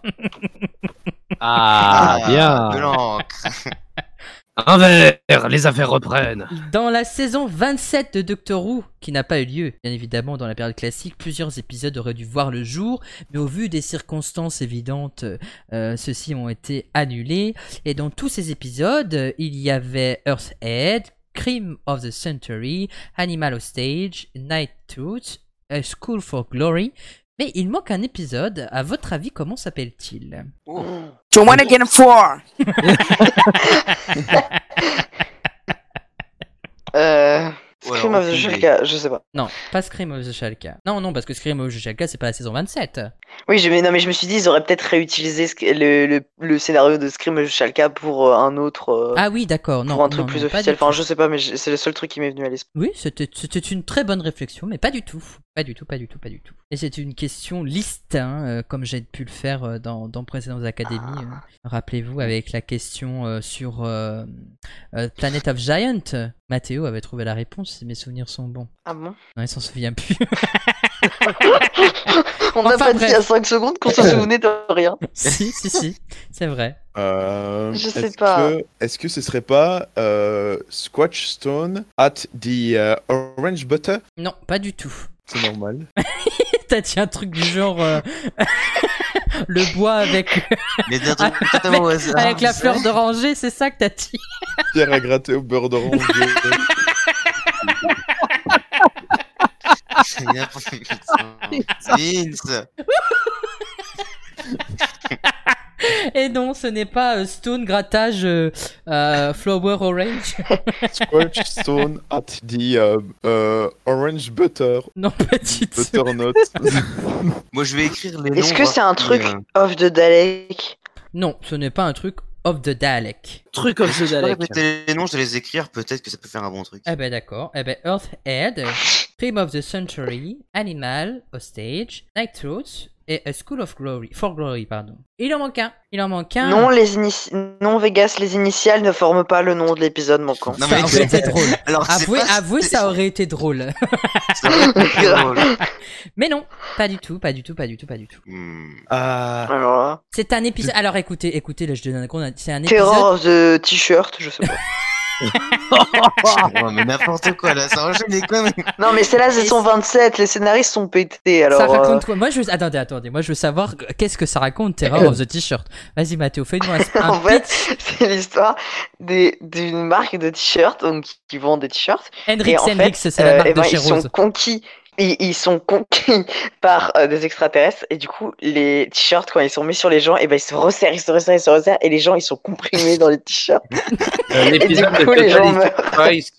Speaker 7: Ah, bien.
Speaker 5: de l'encre.
Speaker 7: Un verre, les affaires reprennent.
Speaker 4: Dans la saison 27 de Doctor Who, qui n'a pas eu lieu, bien évidemment, dans la période classique, plusieurs épisodes auraient dû voir le jour, mais au vu des circonstances évidentes, euh, ceux-ci ont été annulés. Et dans tous ces épisodes, euh, il y avait Earth Head, Crime of the Century, Animal Stage, Night Tooth, A School for Glory, mais il manque un épisode. À votre avis, comment s'appelle-t-il
Speaker 1: Don't wanna get a four.
Speaker 10: Euh,
Speaker 5: Ouais,
Speaker 10: Scream
Speaker 5: alors,
Speaker 10: of
Speaker 5: aucune idée.
Speaker 10: the Shulka, je sais pas.
Speaker 4: Non, pas Scream of the Shalka. Non, non, parce que Scream of the Shalka, c'est pas la saison 27.
Speaker 10: Oui, je, mais non, mais je me suis dit, ils auraient peut-être réutilisé ce- le, le, le scénario de Scream of the Shalka pour euh, un autre. euh,
Speaker 4: Ah oui, d'accord. Non,
Speaker 10: pour un truc
Speaker 4: non,
Speaker 10: plus
Speaker 4: non, pas
Speaker 10: officiel.
Speaker 4: du tout.
Speaker 10: Enfin, je sais pas, mais je- c'est le seul truc qui m'est venu à l'esprit.
Speaker 4: Oui, c'était c'était une très bonne réflexion, mais pas du tout. Pas du tout, pas du tout, pas du tout. Et c'est une question liste, hein, euh, comme j'ai pu le faire euh, dans, dans précédentes académies. hein. Rappelez-vous, avec la question euh, sur euh, euh, Planet of Giant, Mathéo avait trouvé la réponse, si mes souvenirs sont bons.
Speaker 10: Ah bon
Speaker 4: Non, il s'en souvient plus.
Speaker 10: On n'a
Speaker 4: Enfin,
Speaker 10: pas
Speaker 4: bref.
Speaker 10: dit à 5 secondes qu'on se souvenait de rien.
Speaker 4: si, si, si, c'est vrai.
Speaker 8: Euh,
Speaker 10: Je sais
Speaker 8: est-ce
Speaker 10: pas.
Speaker 8: que- Est-ce que ce serait pas euh, Squatch Stone at the euh, Orange Butter
Speaker 4: Non, pas du tout.
Speaker 8: C'est normal.
Speaker 4: T'as dit un truc du genre euh, le bois avec,
Speaker 5: Mais d'un truc totalement au hasard.
Speaker 4: avec la fleur d'oranger, c'est ça que t'as dit
Speaker 8: Pierre à gratter au beurre d'orange.
Speaker 5: C'est n'importe quoi. Vince.
Speaker 4: Et non, ce n'est pas euh, Stone Grattage euh, euh, Flower Orange.
Speaker 8: Squatch Stone at the euh, euh, Orange Butter.
Speaker 4: Non, petite.
Speaker 8: Butternut.
Speaker 5: Moi, je vais écrire les noms.
Speaker 10: Est-ce que
Speaker 5: voir
Speaker 10: c'est un
Speaker 5: si,
Speaker 10: truc
Speaker 5: euh,
Speaker 10: off de Dalek
Speaker 4: Non, ce n'est pas un truc of the Dalek.
Speaker 7: Truc comme
Speaker 5: Je
Speaker 7: ce
Speaker 5: vais
Speaker 7: Dalek.
Speaker 5: répéter les noms, je vais les écrire, peut-être que ça peut faire un bon truc.
Speaker 4: Eh ben d'accord. Eh ben Earth Head, Crime of the Century, Animal, Hostage, Night Truth et A School of Glory. For Glory, pardon. Il en manque un. Il en manque un.
Speaker 10: Non, les ini- non, Vegas, les initiales ne forment pas le nom de l'épisode manquant.
Speaker 5: Non,
Speaker 4: ça
Speaker 5: mais-
Speaker 4: aurait été drôle.
Speaker 5: Alors, c'est
Speaker 4: Avouez,
Speaker 5: pas-
Speaker 4: avouez, ça aurait été drôle.
Speaker 5: c'est pas drôle.
Speaker 4: Mais non, pas du tout, pas du tout, pas du tout, pas du tout.
Speaker 5: Hmm.
Speaker 4: Euh,
Speaker 8: Ah.
Speaker 10: Alors là,
Speaker 4: C'est un épisode. Alors écoutez, écoutez, là je donne un compte. C'est un
Speaker 10: Terror
Speaker 4: épisode.
Speaker 10: of the T-shirt, je sais pas.
Speaker 5: Ouais, mais n'importe quoi, là, ça enchaîne les conneries.
Speaker 10: non, mais c'est là, c'est son 27, les scénaristes sont pétés. Alors,
Speaker 4: ça
Speaker 10: euh,
Speaker 4: raconte quoi Moi je veux. Attendez, attendez. Moi je veux savoir qu'est-ce que ça raconte Terror of the T-shirt. Vas-y Mathéo, fais-nous un, un
Speaker 10: en fait, c'est l'histoire des- d'une marque de t-shirts, donc qui- qui vend des t-shirts.
Speaker 4: Hendrix,
Speaker 10: Et en fait,
Speaker 4: Hendrix, c'est la
Speaker 10: Euh,
Speaker 4: marque
Speaker 10: eh ben,
Speaker 4: de chez
Speaker 10: ils
Speaker 4: Rose.
Speaker 10: sont conquis. Ils, ils sont conquis par euh, des extraterrestres et du coup les t-shirts quand ils sont mis sur les gens et ben ils se resserrent, ils se resserrent, ils se resserrent et les gens ils sont comprimés dans les t-shirts
Speaker 2: Euh,
Speaker 3: Un
Speaker 10: et du
Speaker 3: épisode de
Speaker 10: coup les gens
Speaker 3: Total
Speaker 10: meurent.
Speaker 3: Spice.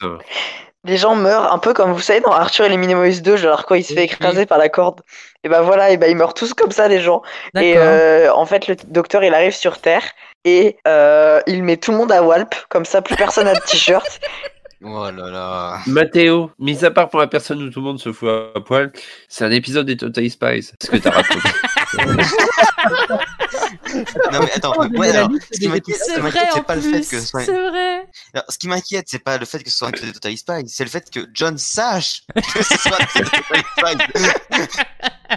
Speaker 10: Les gens meurent un peu comme vous savez dans Arthur et les Minimoys 2 genre quand il se fait écraser par la corde et ben voilà et ben ils meurent tous comme ça les gens et
Speaker 4: D'accord.
Speaker 10: euh, en fait le docteur il arrive sur Terre et euh, il met tout le monde à Walp comme ça plus personne a de t-shirt
Speaker 5: Oh là là.
Speaker 3: Mathéo, mis à part pour la personne où tout le monde se fout à poil, c'est un épisode des Total Spice. Ce que t'as raconté.
Speaker 5: Non, mais attends, ouais, alors, ce qui m'inquiète, ce qui m'inquiète, c'est pas le fait que ce soit
Speaker 4: c'est vrai.
Speaker 5: Alors, ce qui m'inquiète, c'est pas le fait que ce soit un épisode de Total Spies, c'est le fait que John sache que ce soit un épisode de Total Spies.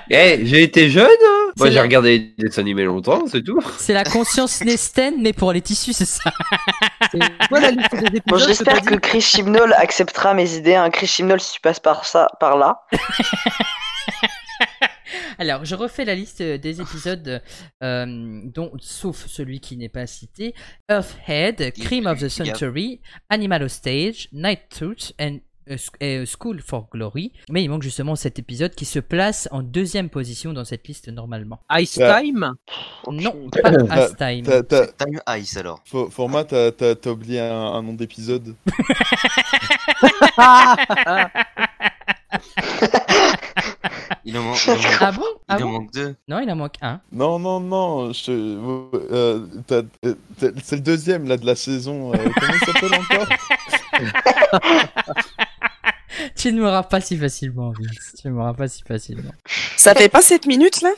Speaker 3: Eh, j'ai été jeune, hein. Moi,
Speaker 4: C'est
Speaker 3: j'ai
Speaker 4: la-
Speaker 3: regardé des dessins animés longtemps, c'est tout.
Speaker 4: C'est la conscience Nesten, mais pour les tissus, c'est ça.
Speaker 7: C'est quoi la liste des épisodes
Speaker 10: Bon,
Speaker 7: que
Speaker 10: j'espère
Speaker 7: t'as
Speaker 10: que
Speaker 7: dit
Speaker 10: Chris Chibnall acceptera mes idées. Hein. Chris Chibnall, si tu passes par ça, par là.
Speaker 4: Alors, je refais la liste des épisodes, euh, dont, sauf celui qui n'est pas cité Earth Head, Cream of the Century, Animal Hostage, Night Truth and euh, Sc- et, euh, School for Glory. Mais il manque justement cet épisode qui se place en deuxième position dans cette liste normalement.
Speaker 7: Ice
Speaker 8: Ouais.
Speaker 7: Time
Speaker 4: Non, pas Ice Time.
Speaker 8: T'as- t'as-
Speaker 5: Time Ice, alors.
Speaker 8: fo- Format, t'as- t'as t'as oublié un, un nom d'épisode.
Speaker 5: Il en manque, il en manque,
Speaker 4: Ah bon Ah
Speaker 5: il en
Speaker 4: bon
Speaker 5: manque deux.
Speaker 4: Non, il en manque un.
Speaker 8: Non, non, non. je- euh, t'as- euh, t'as- c'est le deuxième là de la saison. euh, comment il s'appelle encore
Speaker 4: Tu ne m'auras pas si facilement, Vince. Tu ne m'auras pas si facilement.
Speaker 1: Ça fait pas 7 minutes là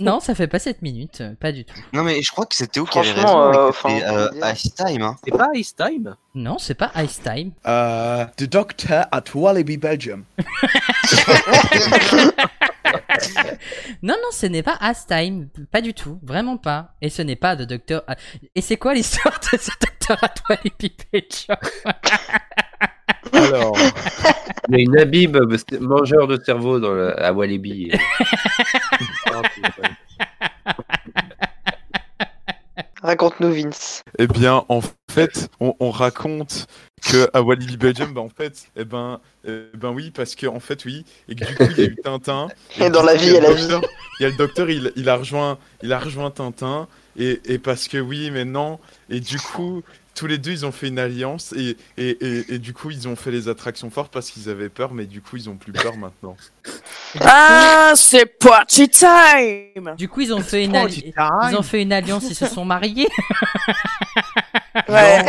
Speaker 4: Non, ça fait pas 7 minutes, euh, pas du tout.
Speaker 5: Non, mais je crois que c'était Théo qui avait
Speaker 10: Franchement,
Speaker 5: raison.
Speaker 10: euh,
Speaker 5: et que c'était,
Speaker 10: enfin,
Speaker 5: euh,
Speaker 10: comment dire.
Speaker 5: Ice Time, hein.
Speaker 7: C'est pas Ice Time
Speaker 4: Non, c'est pas Ice Time.
Speaker 8: Euh, The Doctor at Wallaby Belgium.
Speaker 4: Non, non, ce n'est pas Time, pas du tout, vraiment pas. Et ce n'est pas de Docteur. Ha- Et c'est quoi l'histoire de ce Docteur à toi, Happy Page
Speaker 8: Alors,
Speaker 3: Il y a une abîme mangeur de cerveau dans la- à Walibi.
Speaker 10: Raconte-nous, Vince.
Speaker 8: eh bien, en fait, on, on raconte que à Walibi Belgium, bah, en fait, eh ben, eh ben oui, parce que en fait, oui, et que du coup, il y a eu Tintin.
Speaker 10: Et dans
Speaker 8: du
Speaker 10: la
Speaker 8: coup,
Speaker 10: vie,
Speaker 8: il
Speaker 10: il y
Speaker 8: y a
Speaker 10: a
Speaker 8: le
Speaker 10: la vie.
Speaker 8: docteur- Il y a le docteur, il, il a rejoint, il a rejoint Tintin, et, et parce que oui, mais non, et du coup, tous les deux, ils ont fait une alliance, et, et, et, et du coup, ils ont fait les attractions fortes parce qu'ils avaient peur, mais du coup, ils ont plus peur maintenant.
Speaker 1: Ah, c'est party time
Speaker 4: Du coup, ils ont fait une alli- ils ont fait une alliance, ils se sont mariés.
Speaker 1: Ouais.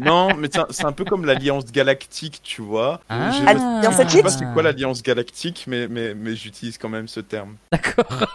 Speaker 8: Non, mais c'est un- c'est un peu comme l'alliance galactique, tu vois.
Speaker 4: Ah.
Speaker 8: Je-
Speaker 1: Dans cette
Speaker 8: Je sais pas
Speaker 1: Ah.
Speaker 8: c'est quoi l'Alliance Galactique, mais, mais, mais j'utilise quand même ce terme.
Speaker 4: D'accord.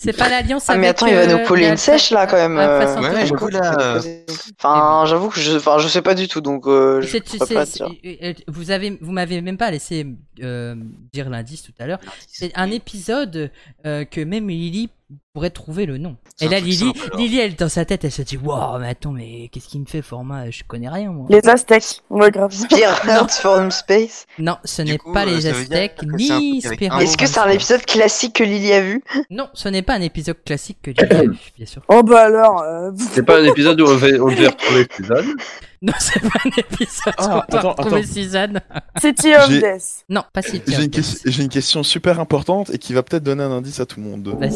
Speaker 4: c'est pas l'alliance.
Speaker 10: Ah, mais
Speaker 4: avec,
Speaker 10: attends, il va
Speaker 4: euh,
Speaker 10: nous coller une
Speaker 4: Alpha-
Speaker 10: sèche là quand même.
Speaker 4: Alpha
Speaker 10: euh.
Speaker 4: Centauri.
Speaker 5: Ouais, du coup, là, euh,
Speaker 4: Eh
Speaker 10: Enfin, j'avoue que je, enfin, je sais pas du tout, donc euh, je
Speaker 4: C'est-
Speaker 10: pourrais
Speaker 4: c'est-
Speaker 10: pas te
Speaker 4: c'est-
Speaker 10: dire.
Speaker 4: euh, vous avez, vous m'avez même pas laissé euh, dire l'indice tout à l'heure. C'est un épisode euh, que même Lily pourrait trouver le nom.
Speaker 5: C'est
Speaker 4: Et
Speaker 5: un
Speaker 4: là,
Speaker 5: truc
Speaker 4: Lily,
Speaker 5: simple, alors.
Speaker 4: Lily, elle dans sa tête, elle se dit, waouh, mais attends, mais qu'est-ce qui me fait format euh, Je connais rien moi.
Speaker 1: Les Aztèques, ouais, grave.
Speaker 10: Spear Heart Forum Space.
Speaker 4: Non, ce
Speaker 5: Du
Speaker 4: n'est
Speaker 5: coup,
Speaker 4: pas
Speaker 5: euh,
Speaker 4: les
Speaker 5: ça veut dire
Speaker 4: Aztèques
Speaker 5: que c'est un
Speaker 4: ni
Speaker 5: truc avec
Speaker 4: Spiro.
Speaker 5: un-
Speaker 10: Est-ce que c'est un épisode classique que Lily a vu
Speaker 4: Non, ce n'est pas un épisode classique que Lily a vu, bien sûr.
Speaker 1: Oh bah alors, euh, pff,
Speaker 3: C'est pas un épisode où on, devait- on devait retrouver Suzanne.
Speaker 4: Non, c'est pas un épisode
Speaker 8: Ah,
Speaker 4: où on va
Speaker 8: attends,
Speaker 4: retrouver
Speaker 8: attends.
Speaker 4: Suzanne.
Speaker 1: City of
Speaker 8: J'ai-
Speaker 1: Death.
Speaker 4: Non, pas si.
Speaker 8: J'ai une, ques- j'ai une question super importante et qui va peut-être donner un indice à tout le monde.
Speaker 4: Vas-y.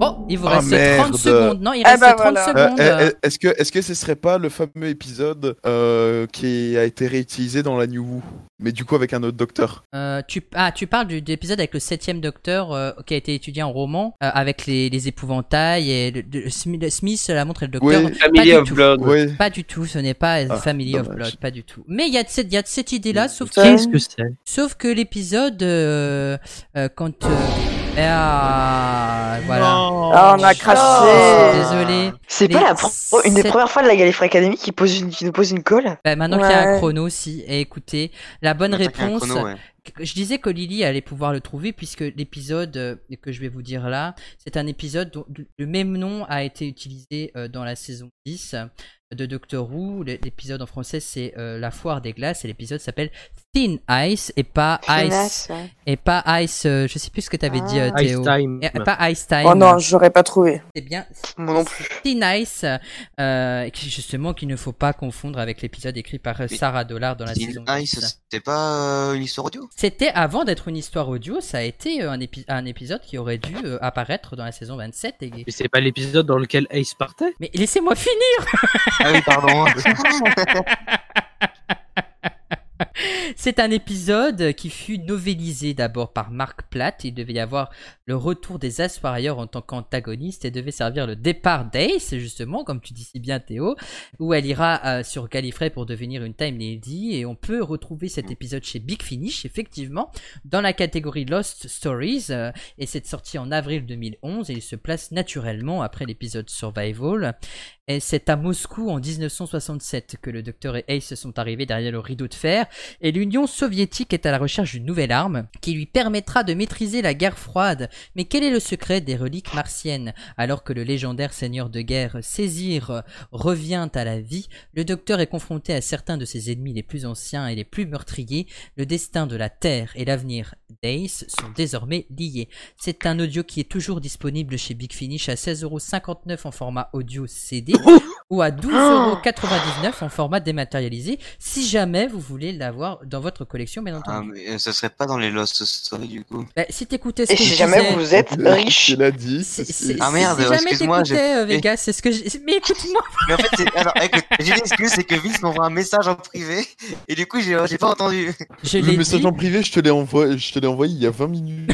Speaker 4: Oh, il vous
Speaker 8: Ah,
Speaker 4: reste 30
Speaker 8: merde.
Speaker 4: secondes. Non, il
Speaker 1: Ah
Speaker 4: reste
Speaker 1: bah
Speaker 4: 30
Speaker 1: voilà.
Speaker 8: Euh,
Speaker 4: secondes.
Speaker 8: eh, eh, Est-ce que, est que ce serait pas le fameux épisode euh, qui a été réutilisé dans la New Who Mais du coup avec un autre docteur.
Speaker 4: Euh, tu, ah, tu parles du- de l'épisode avec le septième docteur euh, qui a été étudié en roman, euh, avec les, les épouvantails et le, le- le Smith, le Smith l'a montré le docteur.
Speaker 8: Oui.
Speaker 4: Pas du
Speaker 3: Family of
Speaker 4: tout.
Speaker 3: Blood.
Speaker 8: Oui.
Speaker 4: Pas du tout, ce n'est pas
Speaker 8: Ah,
Speaker 4: Family of
Speaker 8: dommage.
Speaker 4: Blood, pas du tout. Mais il y, a de cette- il y a de cette idée-là, sauf que,
Speaker 7: Qu'est-ce que c'est
Speaker 4: sauf que l'épisode, euh, euh, quand... euh, ah, voilà.
Speaker 1: Ah, on a
Speaker 10: Oh.
Speaker 1: craché.
Speaker 4: Désolé.
Speaker 10: C'est
Speaker 4: Les
Speaker 10: pas la pro- oh,
Speaker 4: sept-
Speaker 10: une des premières fois de la Galifrey Academy qui, pose une... qui nous pose une colle
Speaker 4: Bah, maintenant qu'il y a un
Speaker 1: Ouais.
Speaker 4: chrono aussi, et écoutez, la bonne réponse, Je disais que Lily allait pouvoir le trouver puisque l'épisode euh, que je vais vous dire là, c'est un épisode dont le même nom a été utilisé euh, dans la saison 10 de Doctor Who. L'é- L'épisode en français c'est euh, La foire des glaces et l'épisode s'appelle Thin Ice et pas Ice
Speaker 10: Finesse, ouais.
Speaker 4: et pas Ice. euh, je sais plus ce que t'avais dit euh,
Speaker 10: Ah.
Speaker 7: Ice
Speaker 4: Théo.
Speaker 7: Time.
Speaker 4: Et- pas Ice Time.
Speaker 1: Oh non, j'aurais pas trouvé.
Speaker 4: c'est bien
Speaker 10: Moi non plus.
Speaker 4: Thin Ice, euh, qui- justement qu'il ne faut pas confondre avec l'épisode écrit par euh,
Speaker 5: Mais-
Speaker 4: Sarah Dollard dans la
Speaker 5: Teen
Speaker 4: saison 10.
Speaker 5: Ice, c'était pas euh, une histoire audio
Speaker 4: C'était avant d'être une histoire audio, ça a été euh, un, épi- un épisode qui aurait dû euh, apparaître dans la saison 27. et-
Speaker 7: Mais c'est pas l'épisode dans lequel Ace partait
Speaker 4: Mais laissez-moi finir
Speaker 5: Ah oui, pardon.
Speaker 4: C'est un épisode qui fut novélisé d'abord par Mark Platt. Il devait y avoir le retour des Aswarriors en tant qu'antagoniste et devait servir le départ d'Ace, justement, comme tu dis si bien Théo, où elle ira euh, sur Gallifrey pour devenir une Time Lady. Et on peut retrouver cet épisode chez Big Finish, effectivement, dans la catégorie Lost Stories. euh, et c'est sorti en avril 2011 et il se place naturellement après l'épisode Survival. Et c'est à Moscou en 1967 que le docteur et Ace sont arrivés derrière le rideau de fer et l'Union soviétique est à la recherche d'une nouvelle arme qui lui permettra de maîtriser la guerre froide. Mais quel est le secret des reliques martiennes Alors que le légendaire seigneur de guerre Saisir revient à la vie, le docteur est confronté à certains de ses ennemis les plus anciens et les plus meurtriers. Le destin de la Terre et l'avenir d'Ace sont désormais liés. C'est un audio qui est toujours disponible chez Big Finish à 16,59€ en format audio CD ou à 12,99€ en format dématérialisé si jamais vous voulez l'avoir dans votre collection, bien
Speaker 5: Ah,
Speaker 4: entendu.
Speaker 5: mais euh, ça serait pas dans les Lost Stories du coup.
Speaker 4: Bah, si t'écoutais ce
Speaker 10: Et
Speaker 4: qu'on
Speaker 10: si jamais
Speaker 4: disait-
Speaker 10: vous êtes riche,
Speaker 8: Il a dit.
Speaker 4: euh, si- si-
Speaker 8: c'est-
Speaker 5: Ah,
Speaker 4: si-
Speaker 5: merde,
Speaker 4: si jamais
Speaker 5: excuse-moi, j'ai-
Speaker 4: t'écoutais, euh, Vegas, c'est ce que j'ai... Mais écoute-moi
Speaker 5: Mais en fait, c'est- alors, avec le- j'ai une excuse, c'est que Vince m'envoie un message en privé et du coup, j'ai j'ai pas entendu.
Speaker 4: Je
Speaker 8: le
Speaker 4: l'ai
Speaker 8: message
Speaker 4: dit,
Speaker 8: en privé, je te l'ai envoyé, je te l'ai envoyé il y a 20 minutes.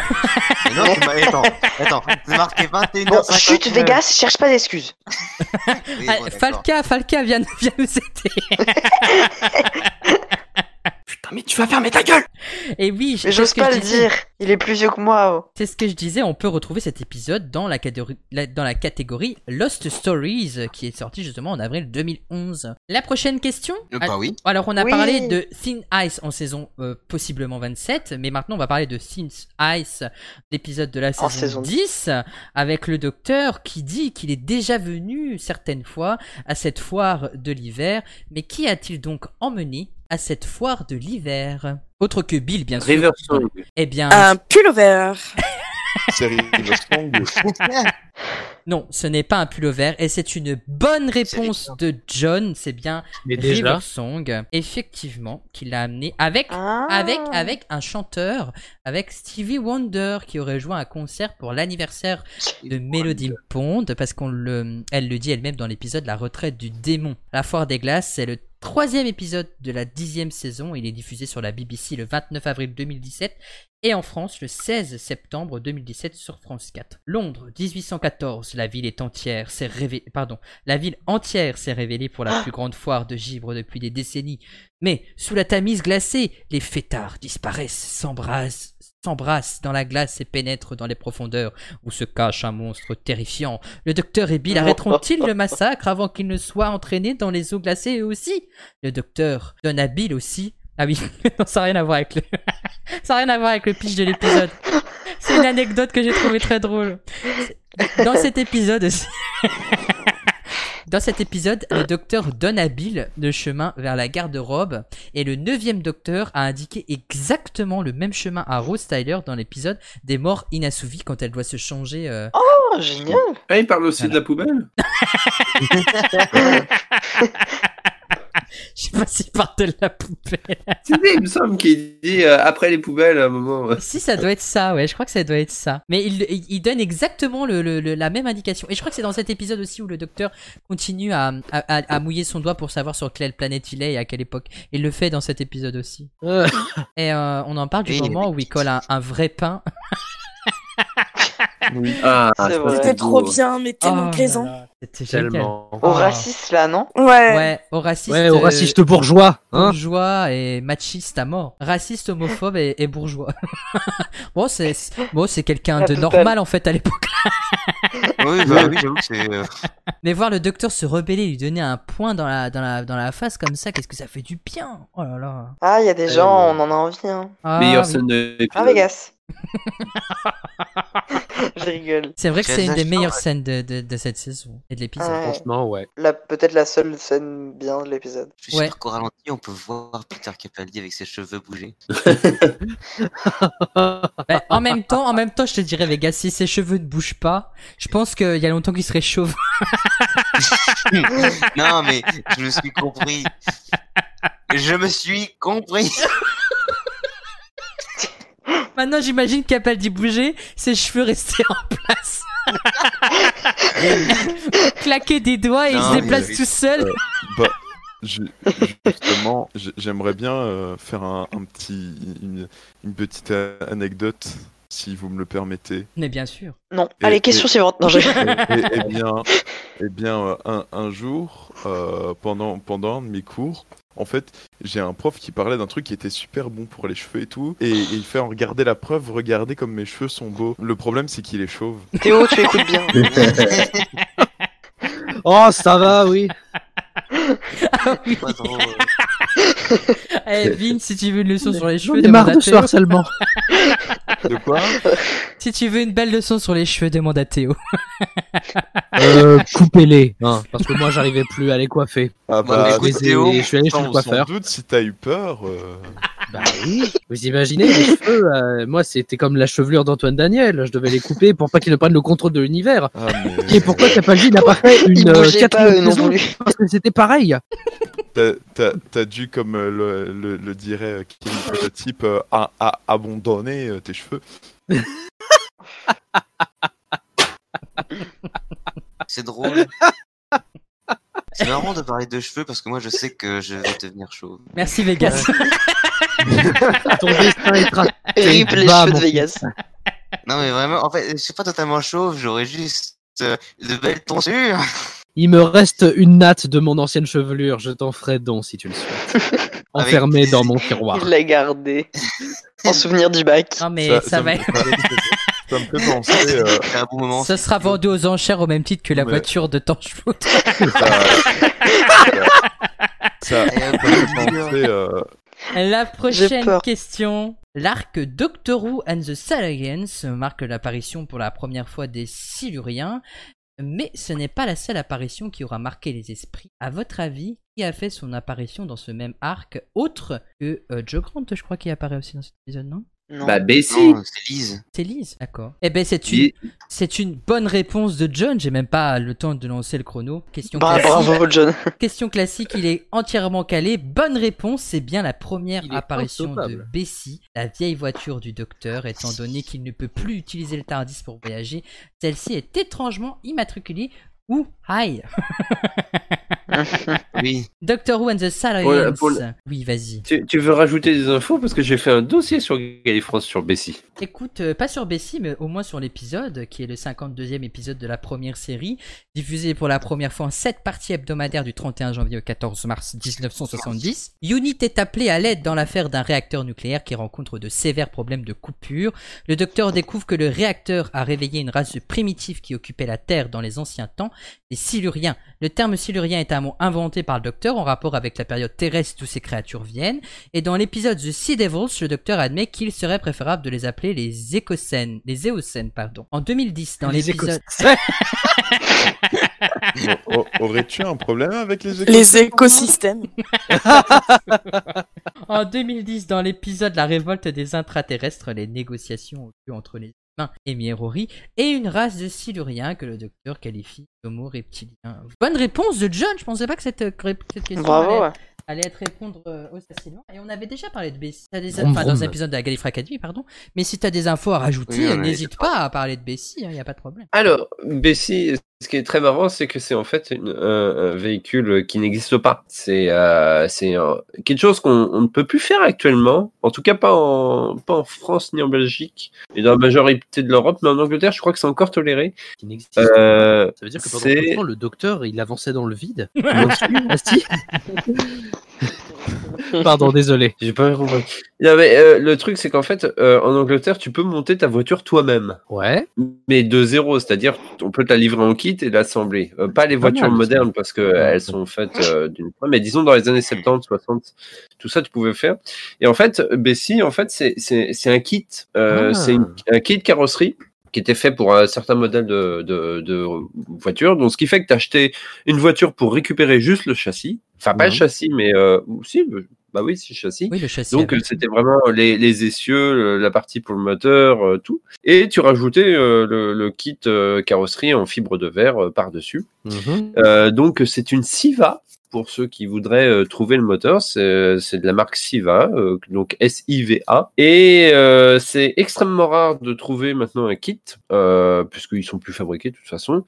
Speaker 5: Mais non, c'est ma- attends, attends, c'est marqué 21h59.
Speaker 10: Bon, chut, Vegas, cherche pas d'excuses.
Speaker 5: euh, Oui,
Speaker 4: Ah,
Speaker 5: bon, d'accord.
Speaker 4: Falca, Falca vient, vient nous aider.
Speaker 11: Putain, mais tu vas fermer ta gueule
Speaker 4: Et oui,
Speaker 10: Mais
Speaker 4: c'est
Speaker 10: j'ose
Speaker 4: ce que
Speaker 10: pas
Speaker 4: je
Speaker 10: le
Speaker 4: disais.
Speaker 10: dire. Il est plus vieux que moi. oh.
Speaker 4: C'est ce que je disais, on peut retrouver cet épisode dans la, catégorie, la- dans la catégorie Lost Stories, euh, qui est sorti justement en avril 2011. La prochaine question
Speaker 5: Euh, Bah oui.
Speaker 4: Ah, Alors, on a
Speaker 10: Ah, Oui.
Speaker 4: parlé de Thin Ice en saison euh, possiblement 27, mais maintenant on va parler de Thin Ice, l'épisode de la saison,
Speaker 10: En saison
Speaker 4: 10, avec le docteur qui dit qu'il est déjà venu certaines fois à cette foire de l'hiver, mais qui a-t-il donc emmené à cette foire de l'hiver Autre que Bill, bien sûr.
Speaker 3: River Song.
Speaker 4: Eh bien,
Speaker 1: Un pullover.
Speaker 8: Série Riversong.
Speaker 4: non, ce n'est pas un pullover, et c'est une bonne réponse de John, c'est bien
Speaker 11: Mais déjà,
Speaker 4: River Song, effectivement, qui l'a amené avec
Speaker 10: Ah.
Speaker 4: avec, avec un chanteur, avec Stevie Wonder, qui aurait joué un concert pour l'anniversaire de Melody Pond, parce qu'on le, elle le dit elle-même dans l'épisode La retraite du démon. La foire des glaces, c'est le troisième épisode de la dixième saison. Il est diffusé sur la BBC le 29 avril 2017 et en France le 16 septembre 2017 sur France 4. Londres, 1814. La ville est entière, s'est révé... pardon, la ville entière s'est révélée pour la plus grande foire de givre depuis des décennies. Mais sous la tamise glacée, les fêtards disparaissent, s'embrassent, s'embrassent dans la glace et pénètrent dans les profondeurs où se cache un monstre terrifiant. Le docteur et Bill arrêteront-ils le massacre avant qu'il ne soit entraîné dans les eaux glacées eux aussi Le docteur donne à Bill aussi. Ah oui, non, ça n'a rien à voir avec le. ça n'a rien à voir avec le pitch de l'épisode. C'est une anecdote que j'ai trouvée très drôle. Dans cet épisode aussi. Dans cet épisode, le docteur donne à Bill le chemin vers la garde-robe et le neuvième docteur a indiqué exactement le même chemin à Rose Tyler dans l'épisode des morts inassouvis quand elle doit se changer. euh,
Speaker 10: Oh, génial.
Speaker 3: Ah, il parle aussi de la poubelle
Speaker 4: Je sais pas s'il part de la poubelle.
Speaker 3: Tu sais, il me semble qu'il dit euh, après les poubelles à un moment. euh,
Speaker 4: si, ça doit être ça, ouais, je crois que ça doit être ça. Mais il, il- il donne exactement le, le- le- la même indication. Et je crois que c'est dans cet épisode aussi où le docteur continue à, à- à- à mouiller son doigt pour savoir sur quelle planète il est et à quelle époque. Il le fait dans cet épisode aussi.
Speaker 7: Euh,
Speaker 4: Et euh, on en parle du
Speaker 5: Oui,
Speaker 4: moment où il colle un, un vrai pain.
Speaker 3: Ah,
Speaker 10: C'est
Speaker 3: ça,
Speaker 10: vrai.
Speaker 3: beau.
Speaker 10: C'est
Speaker 1: C'était trop bien, mais tellement
Speaker 4: Oh
Speaker 1: plaisant.
Speaker 4: là là, C'était génial.
Speaker 3: Tellement.
Speaker 10: Au raciste là, non
Speaker 1: Ouais.
Speaker 4: Ouais, au raciste.
Speaker 7: ouais, au
Speaker 4: euh,
Speaker 7: raciste bourgeois, hein
Speaker 4: bourgeois et machiste à mort. Raciste, homophobe et, et bourgeois. bon, c'est bon, c'est quelqu'un
Speaker 10: La
Speaker 4: de
Speaker 10: totale.
Speaker 4: normal en fait à l'époque.
Speaker 5: oui, bah oui, j'avoue que c'est. euh,
Speaker 4: Mais voir le docteur se rebeller, lui donner un point dans la, dans la, dans la face comme ça, qu'est-ce que ça fait du bien Oh là là
Speaker 10: Ah, il y a des
Speaker 3: Euh,
Speaker 10: gens, on en a envie. Hein.
Speaker 4: Ah,
Speaker 3: Meilleure
Speaker 4: oui.
Speaker 3: scène de
Speaker 10: Ah,
Speaker 3: l'épisode.
Speaker 10: Vegas. Je rigole.
Speaker 4: C'est vrai que c'est une des
Speaker 5: Quel
Speaker 4: meilleures scènes de, de, de cette saison et de l'épisode.
Speaker 10: Ouais.
Speaker 11: franchement, ouais.
Speaker 10: La- Peut-être la seule scène bien de l'épisode.
Speaker 5: Je suis
Speaker 4: Ouais.
Speaker 5: sûr qu'au ralenti, on peut voir Peter Capaldi avec ses cheveux bouger.
Speaker 4: Bah, en même temps, en même temps, je te dirais Vegas, si ses cheveux ne bougent pas, je pense qu'il y a longtemps qu'il serait chauve.
Speaker 5: non, mais je me suis compris. Je me suis compris.
Speaker 4: Maintenant, j'imagine qu'à pas dit bouger, ses cheveux restaient en place. Claquer des doigts et il
Speaker 5: Non,
Speaker 4: se
Speaker 5: mais
Speaker 4: déplace
Speaker 5: oui.
Speaker 4: tout seul.
Speaker 8: Bah, je- justement, je- j'aimerais bien euh, faire un, un petit, une, une petite euh, anecdote, si vous me le permettez.
Speaker 4: Mais bien sûr.
Speaker 10: Non.
Speaker 8: Et-
Speaker 10: Allez, question suivante. Non, je...
Speaker 8: Eh eh bien, eh bien euh, un, un jour, euh, pendant, pendant un de mes cours, en fait, j'ai un prof qui parlait d'un truc qui était super bon pour les cheveux et tout, et, et il fait en regarder la preuve, regardez comme mes cheveux sont beaux. Le problème, c'est qu'il est chauve.
Speaker 10: Théo, tu écoutes bien.
Speaker 7: Oh, ça va, oui.
Speaker 4: Ah
Speaker 5: Pas trop, euh,
Speaker 4: Eh, Vin, si tu veux une leçon sur les
Speaker 7: J'en
Speaker 4: cheveux,
Speaker 7: ai
Speaker 4: demande
Speaker 7: marre
Speaker 4: à
Speaker 7: de ce
Speaker 4: Théo.
Speaker 7: harcèlement.
Speaker 8: De quoi
Speaker 4: Si tu veux une belle leçon sur les cheveux, demande à Théo.
Speaker 7: Euh, coupez-les, hein, parce que moi, j'arrivais plus à les coiffer.
Speaker 8: Ah
Speaker 5: Bah,
Speaker 8: bah,
Speaker 7: je les ai-
Speaker 5: Théo,
Speaker 7: je suis allé chez le
Speaker 8: sans,
Speaker 7: coiffeur.
Speaker 8: sans doute, si t'as eu peur... euh,
Speaker 7: Bah oui, vous imaginez les cheveux, euh, moi c'était comme la chevelure d'Antoine Daniel, je devais les couper pour pas qu'il ne prenne le contrôle de l'univers.
Speaker 8: ah, mais-
Speaker 7: Et pourquoi Capaldi n'a pas fait
Speaker 10: Ils
Speaker 7: une euh,
Speaker 10: bougeaient pas
Speaker 7: quatrième
Speaker 10: eux non
Speaker 7: saison
Speaker 10: plus.
Speaker 7: Parce que c'était pareil.
Speaker 8: T'as- T'as t'as dû, comme euh, le, le, le dirait euh, Kim Prototype, euh, à, à abandonner euh, tes cheveux.
Speaker 5: C'est drôle. C'est marrant de parler de cheveux parce que moi je sais que je vais devenir chauve.
Speaker 4: Merci Vegas.
Speaker 7: Ton destin est tra-
Speaker 10: Rip les
Speaker 7: Bah,
Speaker 10: cheveux de
Speaker 7: mon
Speaker 10: Vegas.
Speaker 5: Non mais vraiment, en fait, je suis pas totalement chauve, j'aurais juste euh, de belles tonsures.
Speaker 7: Il me reste une natte de mon ancienne chevelure, je t'en ferai don si tu le souhaites. Enfermée dans mon tiroir.
Speaker 10: Il l'a gardé en souvenir du bac.
Speaker 4: Non, mais ça,
Speaker 8: Ça- ça
Speaker 4: va
Speaker 8: me- Ça me fait penser. euh,
Speaker 5: C'est un bon moment.
Speaker 4: Ça sera vendu aux enchères au même titre que la
Speaker 8: Mais-
Speaker 4: voiture de Torchwood.
Speaker 8: ça
Speaker 5: Et, euh,
Speaker 8: ça me fait penser, euh,
Speaker 4: La prochaine
Speaker 10: peur.
Speaker 4: question. L'arc Doctor Who and the Salarians marque l'apparition pour la première fois des Siluriens, mais ce n'est pas la seule apparition qui aura marqué les esprits. À votre avis, qui a fait son apparition dans ce même arc autre que euh, Joe Grant, je crois, qui apparaît aussi dans cet épisode, non
Speaker 10: Non. euh,
Speaker 3: Bah, Bessie.
Speaker 5: Non, c'est Lise.
Speaker 4: C'est Lise, d'accord. Eh ben, c'est une,
Speaker 3: Il-
Speaker 4: c'est une bonne réponse de John. J'ai même pas le temps de lancer le chrono. Question
Speaker 10: Bah,
Speaker 4: classique.
Speaker 10: bravo, John.
Speaker 4: Question classique, il est entièrement calé. Bonne réponse, c'est bien la première
Speaker 7: Il est
Speaker 4: apparition de
Speaker 7: instoppable.
Speaker 4: Bessie, la vieille voiture du docteur, étant donné qu'il ne peut plus utiliser le TARDIS pour voyager. Celle-ci est étrangement immatriculée ou Hi.
Speaker 5: Oui.
Speaker 4: Doctor Who and the
Speaker 3: Pour
Speaker 4: Salarians.
Speaker 3: la- pour
Speaker 4: Oui, vas-y.
Speaker 3: Tu, tu veux rajouter des infos parce que j'ai fait un dossier sur Galifrance sur Bessie.
Speaker 4: Écoute, euh, pas sur Bessie, mais au moins sur l'épisode, qui est le 52e épisode de la première série, diffusé pour la première fois en 7 parties hebdomadaires du 31 janvier au 14 mars 1970. Unit est appelé à l'aide dans l'affaire d'un réacteur nucléaire qui rencontre de sévères problèmes de coupure. Le docteur découvre que le réacteur a réveillé une race primitive qui occupait la Terre dans les anciens temps, les Siluriens. Le terme Silurien est un mot inventé par le docteur en rapport avec la période terrestre d'où ces créatures viennent. Et dans l'épisode The Sea Devils, le docteur admet qu'il serait préférable de les appeler les Écocènes, les Éocènes, pardon. En 2010, dans
Speaker 7: Les
Speaker 4: l'épisode,
Speaker 8: a- a- Aurais-tu un problème avec les écoles
Speaker 1: Les écosystèmes.
Speaker 4: en 2010, dans l'épisode La révolte des intraterrestres, les négociations ont lieu entre les humains et Mierori et une race de Siluriens que le docteur qualifie d'homo reptilien. Bonne réponse de John. Je pensais pas que cette, euh, cette question
Speaker 10: Bravo.
Speaker 4: allait,
Speaker 10: ouais.
Speaker 4: allait être répondre euh, aussi facilement. Et on avait déjà parlé de Bessie. T'as des-
Speaker 7: Vroom,
Speaker 4: Enfin, dans
Speaker 7: vroom.
Speaker 4: un épisode de la Galifrey Academy, pardon. Mais si t'as des infos à rajouter,
Speaker 5: Oui, on avait
Speaker 4: n'hésite pas à parler de Bessie. Il n'y a pas de problème.
Speaker 3: Alors, Bessie, ce qui est très marrant, c'est que c'est en fait une- un, un véhicule qui n'existe pas. C'est euh, c'est, euh, quelque chose qu'on on ne peut plus faire actuellement, en tout cas pas en, pas en France ni en Belgique, et dans la majorité de l'Europe, mais en Angleterre, je crois que c'est encore toléré.
Speaker 7: Qui n'existe
Speaker 3: Euh,
Speaker 7: Ça veut dire que pendant
Speaker 3: c'est-
Speaker 7: tout le temps, le docteur, il avançait dans le vide. Ah, si. Pardon, désolé.
Speaker 3: J'ai pas compris. Non, mais, euh, le truc, c'est qu'en fait, euh, en Angleterre, tu peux monter ta voiture toi-même.
Speaker 7: Ouais.
Speaker 3: mais de zéro, c'est-à-dire on peut la livrer en kit et l'assembler. Euh, pas les
Speaker 7: Pas mal,
Speaker 3: voitures
Speaker 7: ça.
Speaker 3: modernes parce que
Speaker 7: Ouais.
Speaker 3: elles sont faites euh, d'une fois, mais disons dans les années 70, 60, tout ça tu pouvais faire. Et en fait, Bessie, en fait, c'est c'est c'est un kit, euh,
Speaker 7: Ah.
Speaker 3: c'est une- un kit carrosserie qui était fait pour un certain modèle de, de, de voiture. Donc, ce qui fait que tu acheté une voiture pour récupérer juste le châssis. Enfin, pas le
Speaker 7: Mhm.
Speaker 3: châssis, mais euh, si, bah oui, c'est le châssis.
Speaker 4: Oui, le châssis.
Speaker 3: Donc
Speaker 4: avait-
Speaker 3: euh, c'était vraiment les, les essieux, le- la partie pour le moteur, euh, tout. Et tu rajoutais euh, le, le kit euh, carrosserie en fibre de verre euh, par-dessus. Euh, donc c'est une Siva pour ceux qui voudraient euh, trouver le moteur. C'est c'est de la marque Siva, euh, donc S-I-V-A. Et euh, c'est extrêmement rare de trouver maintenant un kit, euh, puisqu'ils sont plus fabriqués de toute façon.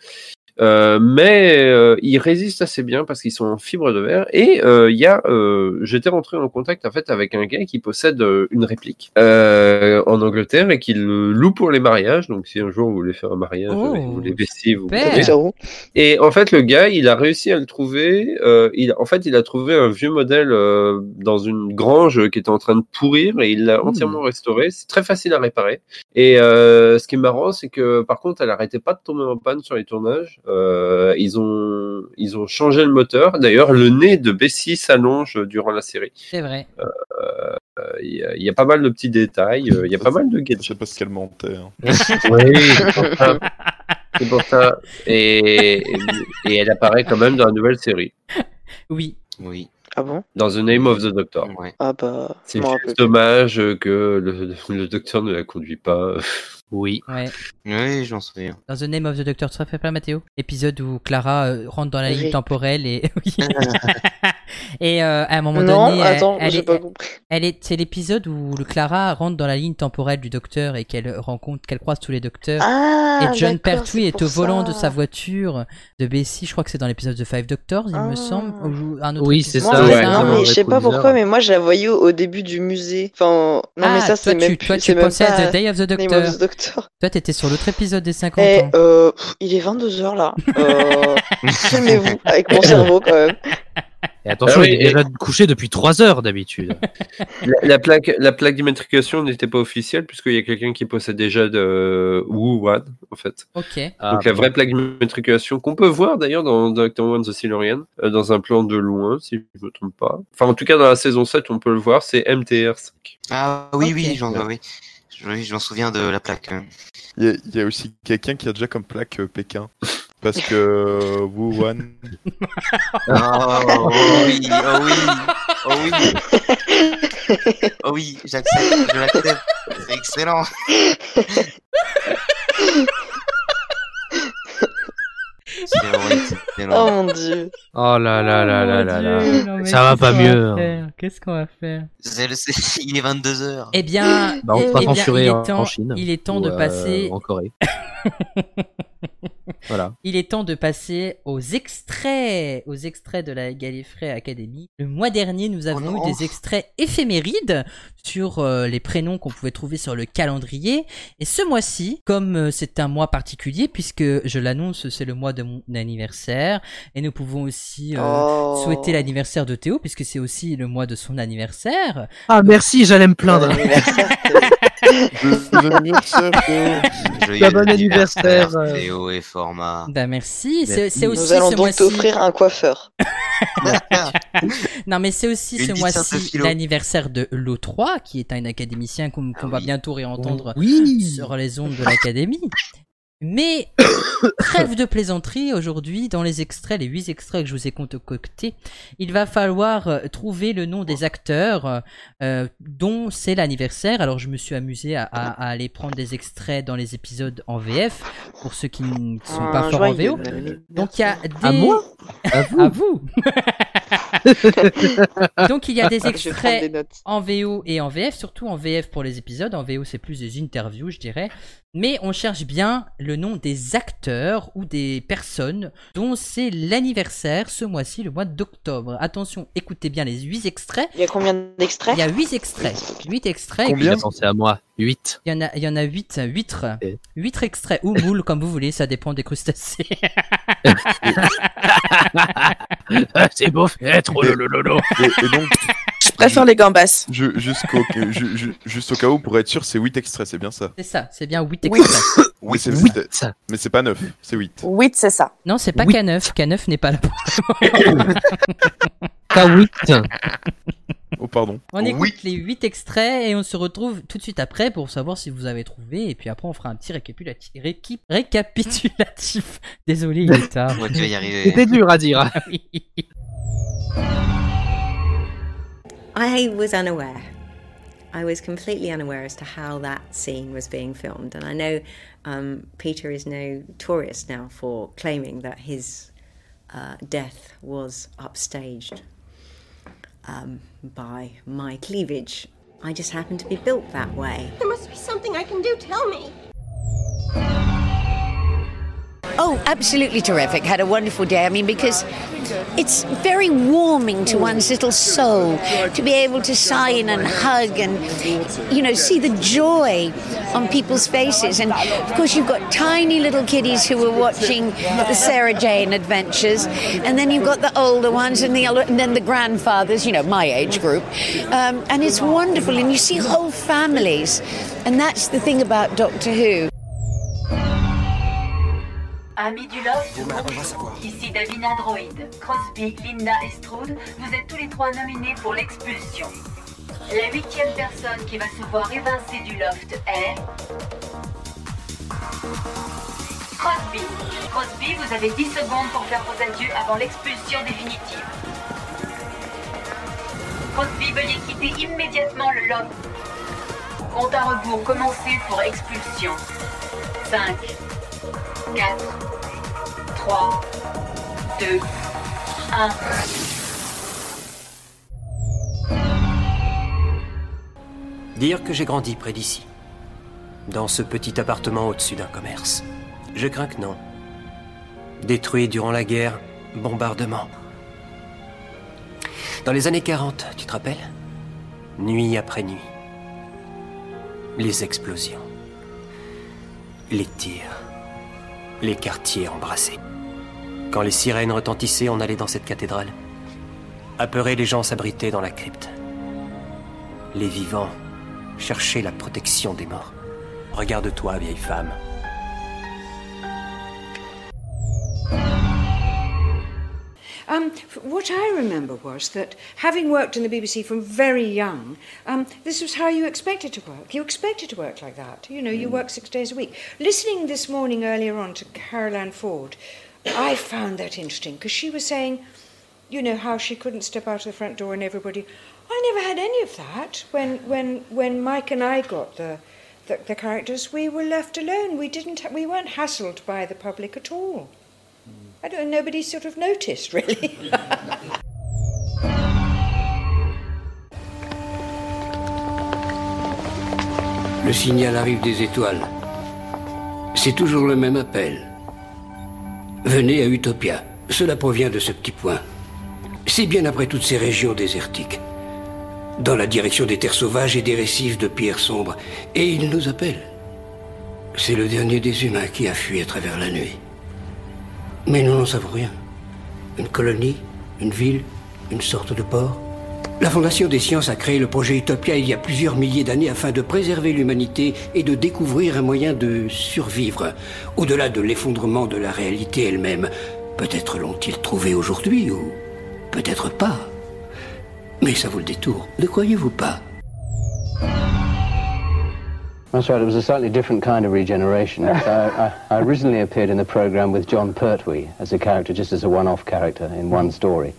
Speaker 3: Euh, mais euh, ils résistent assez bien parce qu'ils sont en fibre de verre. Et euh, il y a, euh, j'étais rentré en contact en fait avec un gars qui possède euh, une réplique euh, en Angleterre et qui le loue pour les mariages. Donc si un jour vous voulez faire un mariage,
Speaker 4: Oh,
Speaker 3: avec vous les vestives, vous
Speaker 4: super.
Speaker 3: pouvez.
Speaker 10: Docteur Who.
Speaker 3: Et en fait, le gars, il a réussi à le trouver. euh, il, en fait, il a trouvé un vieux modèle euh, dans une grange qui était en train de pourrir et il l'a entièrement restauré. C'est très facile à réparer. Et euh, ce qui est marrant, c'est que par contre, elle arrêtait pas de tomber en panne sur les tournages. Euh, ils ont, ils ont changé le moteur. D'ailleurs, le nez de Bessie s'allonge durant la série.
Speaker 4: C'est vrai.
Speaker 3: Euh, Il y, a- il y a pas mal de petits détails. euh, Il y a pas mal de
Speaker 8: Je
Speaker 3: gadgets.
Speaker 8: sais pas ce qu'elle mentait. hein.
Speaker 3: Oui, c'est pour ça. C'est pour ça. Et, et elle apparaît quand même dans la nouvelle série.
Speaker 4: Oui.
Speaker 5: Oui.
Speaker 10: Ah bon
Speaker 3: Dans The Name of the Doctor.
Speaker 5: Ouais.
Speaker 10: Ah bah. je
Speaker 3: C'est
Speaker 10: m'en
Speaker 3: juste
Speaker 10: rappelle.
Speaker 3: dommage que le, le docteur ne la conduit pas.
Speaker 7: Oui.
Speaker 4: Ouais.
Speaker 5: Oui, j'en souviens.
Speaker 4: Dans The Name of the Doctor, tu te rappelles pas, Mathéo Épisode où Clara euh, rentre dans la ligne
Speaker 10: Oui. Ah.
Speaker 4: temporelle et. Oui. Et euh, à un moment
Speaker 2: Non,
Speaker 4: donné, elle-
Speaker 2: attends,
Speaker 4: elle,
Speaker 2: j'ai
Speaker 4: est- euh,
Speaker 2: pas compris.
Speaker 4: elle est, c'est l'épisode où le Clara rentre dans la ligne temporelle du docteur et qu'elle euh, rencontre, qu'elle croise tous les docteurs.
Speaker 2: Ah,
Speaker 4: et John
Speaker 2: d'accord,
Speaker 4: Pertwee
Speaker 2: c'est
Speaker 4: est
Speaker 2: pour
Speaker 4: au volant
Speaker 2: ça.
Speaker 4: de sa voiture de Bessie. Je crois que c'est dans l'épisode de Five Doctors, il me semble. ou un autre
Speaker 7: Oui,
Speaker 4: épisode.
Speaker 7: c'est
Speaker 10: Ah. Moi,
Speaker 7: ça,
Speaker 10: mais-
Speaker 7: ouais,
Speaker 10: non,
Speaker 7: vraiment,
Speaker 10: mais
Speaker 7: ouais,
Speaker 10: je sais pas
Speaker 7: trop
Speaker 10: pourquoi,
Speaker 7: bizarre.
Speaker 10: mais moi je la voyais au, au début du musée. Enfin, non, mais
Speaker 4: Ah,
Speaker 10: ça, c'est
Speaker 4: toi,
Speaker 10: même
Speaker 4: tu,
Speaker 10: plus.
Speaker 4: toi, tu
Speaker 10: c'est même
Speaker 4: pensais
Speaker 10: pas
Speaker 4: à The Day of the
Speaker 10: Name of
Speaker 4: Doctor.
Speaker 10: the Doctor.
Speaker 4: Toi, t'étais sur l'autre épisode des 50
Speaker 10: Eh,
Speaker 4: ans.
Speaker 10: euh, pff, il est 22h là. Euh, Calmez-vous avec mon cerveau quand même.
Speaker 7: Et attention,
Speaker 3: Ah oui,
Speaker 7: il est
Speaker 3: et-
Speaker 7: déjà couché depuis 3 heures d'habitude.
Speaker 3: La, la plaque, la plaque d'immatriculation n'était pas officielle puisqu'il y a quelqu'un qui possède déjà de Wuhan en fait.
Speaker 4: Ok.
Speaker 7: Ah,
Speaker 3: Donc la vraie plaque d'immatriculation qu'on peut voir d'ailleurs dans Doctor One the Silurian, euh, dans un plan de loin si je me trompe pas. Enfin en tout cas dans la saison 7 on peut le voir, c'est MTR5.
Speaker 5: Ah oui,
Speaker 4: Ok.
Speaker 5: oui, j'en oui. Je- oui, je m'en souviens de la plaque. euh.
Speaker 8: Il y, a- il y a aussi quelqu'un qui a déjà comme plaque euh, Pékin. Parce que euh, Wuhan.
Speaker 7: Ah,
Speaker 5: Oh, oh oui, oh oui, oh oui. Oh oui, j'accepte, je l'accepte. C'est excellent. C'est vrai, c'est
Speaker 10: Oh
Speaker 5: excellent.
Speaker 10: mon dieu.
Speaker 7: Oh là là là là là là.
Speaker 4: Oh, Dieu, non, mais
Speaker 7: Ça va
Speaker 4: qu'est-ce
Speaker 7: pas
Speaker 4: qu'on
Speaker 7: mieux, hein.
Speaker 4: faire Qu'est-ce qu'on va faire
Speaker 5: C'est le- c'est- Il est 22h.
Speaker 4: Eh bien,
Speaker 7: Bah, on
Speaker 4: eh-
Speaker 7: sera
Speaker 4: eh bien,
Speaker 7: censuré
Speaker 4: il
Speaker 7: en-
Speaker 4: est temps,
Speaker 7: en Chine,
Speaker 4: il est temps
Speaker 7: Ou,
Speaker 4: de
Speaker 7: euh,
Speaker 4: passer,
Speaker 7: En Corée. voilà.
Speaker 4: il est temps de passer aux extraits, aux extraits de la Gallifrey Academy. Le mois dernier, nous avons
Speaker 10: Oh
Speaker 5: non.
Speaker 4: eu des extraits éphémérides sur euh, les prénoms qu'on pouvait trouver sur le calendrier. Et ce mois-ci, comme euh, c'est un mois particulier, puisque je l'annonce, c'est le mois de mon anniversaire, et nous pouvons aussi euh,
Speaker 10: Oh.
Speaker 4: souhaiter l'anniversaire de Théo, puisque c'est aussi le mois de son anniversaire.
Speaker 7: Ah merci, j'allais me plaindre.
Speaker 10: Bon anniversaire,
Speaker 5: Joyeux
Speaker 7: bon anniversaire.
Speaker 5: Théo Ah, et format.
Speaker 4: euh, Bah merci, c'est
Speaker 7: Merci.
Speaker 4: c'est aussi
Speaker 10: Nous allons
Speaker 4: ce
Speaker 10: donc
Speaker 4: mois-ci.
Speaker 10: t'offrir un coiffeur.
Speaker 4: Non, mais c'est aussi
Speaker 5: Une
Speaker 4: ce
Speaker 5: petite sorte de
Speaker 4: mois-ci
Speaker 5: philo. Ah
Speaker 4: l'anniversaire de l'O3, qui est un académicien qu'on qu'on va
Speaker 5: oui.
Speaker 4: bientôt réentendre
Speaker 7: Oui.
Speaker 4: sur les ondes de l'académie. Mais trêve de plaisanterie, aujourd'hui, dans les extraits, les huit extraits que je vous ai concoctés, il va falloir euh, trouver le nom des acteurs euh, dont c'est l'anniversaire. Alors je me suis amusé à, à- à aller prendre des extraits dans les épisodes en VF, pour ceux qui ne sont pas
Speaker 10: Un
Speaker 4: forts en
Speaker 10: joyeux
Speaker 4: VO.
Speaker 10: anniversaire.
Speaker 4: Donc il y a des...
Speaker 7: Euh, À moi À vous
Speaker 4: À vous Donc il y a des
Speaker 10: Je vais prendre des
Speaker 4: extraits
Speaker 10: notes.
Speaker 4: en VO et en VF, surtout en VF pour les épisodes. En VO, c'est plus des interviews, je dirais. Mais on cherche bien le nom des acteurs ou des personnes dont c'est l'anniversaire ce mois-ci, le mois d'octobre. Attention, écoutez bien les huit extraits.
Speaker 10: Il y a combien d'extraits
Speaker 4: Il y a huit extraits. Huit extraits.
Speaker 8: Combien
Speaker 7: Bien pensé à moi. 8.
Speaker 4: Il y en a, il y en a huit, huîtres.
Speaker 7: Eh.
Speaker 4: Huîtres extraits ou moules, comme vous voulez, ça dépend des crustacés.
Speaker 7: C'est beau fait. oh là là là là.
Speaker 8: Et, et donc,
Speaker 1: Je préfère les gambas.
Speaker 8: ju- jusqu'au, ju- ju- juste au cas où, pour être sûr, c'est 8 extraits, c'est bien ça.
Speaker 4: c'est ça, c'est bien huit extraits.
Speaker 8: Oui, c'est,
Speaker 7: Huit.
Speaker 8: c'est- mais c'est pas 9, c'est 8.
Speaker 1: Oui, c'est ça.
Speaker 4: Non, c'est pas
Speaker 7: Huit.
Speaker 4: K9, K9 n'est pas là.
Speaker 7: T'as 8.
Speaker 8: Oh, pardon.
Speaker 4: On
Speaker 5: Oui.
Speaker 4: écoute les 8 extraits et on se retrouve tout de suite après pour savoir si vous avez trouvé. Et puis après, on fera un petit récapitulatif. récapitulatif. Désolé, il est tard.
Speaker 5: Ouais, tu vas y arriver.
Speaker 7: C'était dur à dire.
Speaker 12: I was unaware. I was completely unaware as to how that scene was being filmed. And I know um, Peter is notorious now for claiming that his uh, death was upstaged um, by my cleavage. I just happened to be built that way.
Speaker 13: There must be something I can do. Tell me.
Speaker 14: Oh, absolutely terrific. Had a wonderful day. I mean, because it's very warming to one's little soul to be able to sign and hug and, you know, see the joy on people's faces. And of course, you've got tiny little kiddies who were watching the Sarah Jane adventures, and then you've got the older ones and the other, and then the grandfathers, you know, my age group. Um, and it's wonderful, and you see whole families. And that's the thing about Doctor Who.
Speaker 13: Amis du Love, ici Davina Droid, Crosby, Linda et Stroud, vous êtes tous les trois nominés pour l'expulsion. La huitième personne qui va se voir évincée du loft est... Crosby. Crosby, vous avez 10 secondes pour faire vos adieux avant l'expulsion définitive. Crosby, veuillez quitter immédiatement le loft. Compte à rebours commencé pour expulsion. 5, 4, 3, 2, 1.
Speaker 15: Dire que j'ai grandi près d'ici, dans ce petit appartement au-dessus d'un commerce. Je crains que non. Détruit durant la guerre, bombardement. Dans les années 40, tu te rappelles Nuit après nuit. Les explosions. Les tirs. Les quartiers embrassés. Quand les sirènes retentissaient, on allait dans cette cathédrale. Apeurés, les gens s'abritaient dans la crypte. Les vivants cherchaient la protection des morts. Regarde-toi, vieille femme.
Speaker 16: Um, f- what I remember was that having worked in the BBC from very young, um, this was how you expected to work. You expected to work like that. You know, you work six days a week. Listening this morning earlier on to Carol Ann Ford, I found that interesting because she was saying, you know, how she couldn't step out of the front door and everybody. I never had any of that when when when Mike and I got the. The, the characters, we were left alone. We didn't. ha- We weren't hassled by the public at all. I don't. Nobody sort of noticed, really.
Speaker 17: Le signal arrive des étoiles. C'est toujours le même appel. Venez à Utopia. Cela provient de ce petit point. C'est bien après toutes ces régions désertiques, dans la direction des terres sauvages et des récifs de pierres sombres, et il nous appelle. C'est le dernier des humains qui a fui à travers la nuit. Mais nous n'en savons rien. Une colonie, une ville, une sorte de port. La Fondation des sciences a créé le projet Utopia il y a plusieurs milliers d'années afin de préserver l'humanité et de découvrir un moyen de survivre, au-delà de l'effondrement de la réalité elle-même. Peut-être l'ont-ils trouvé aujourd'hui ou peut-être pas. Mais ça vaut le détour, ne croyez-vous pas
Speaker 18: That's right. It was a slightly different kind of regeneration. I, I, I originally appeared in the programme with John Pertwee as a character, just as a one-off character in one story.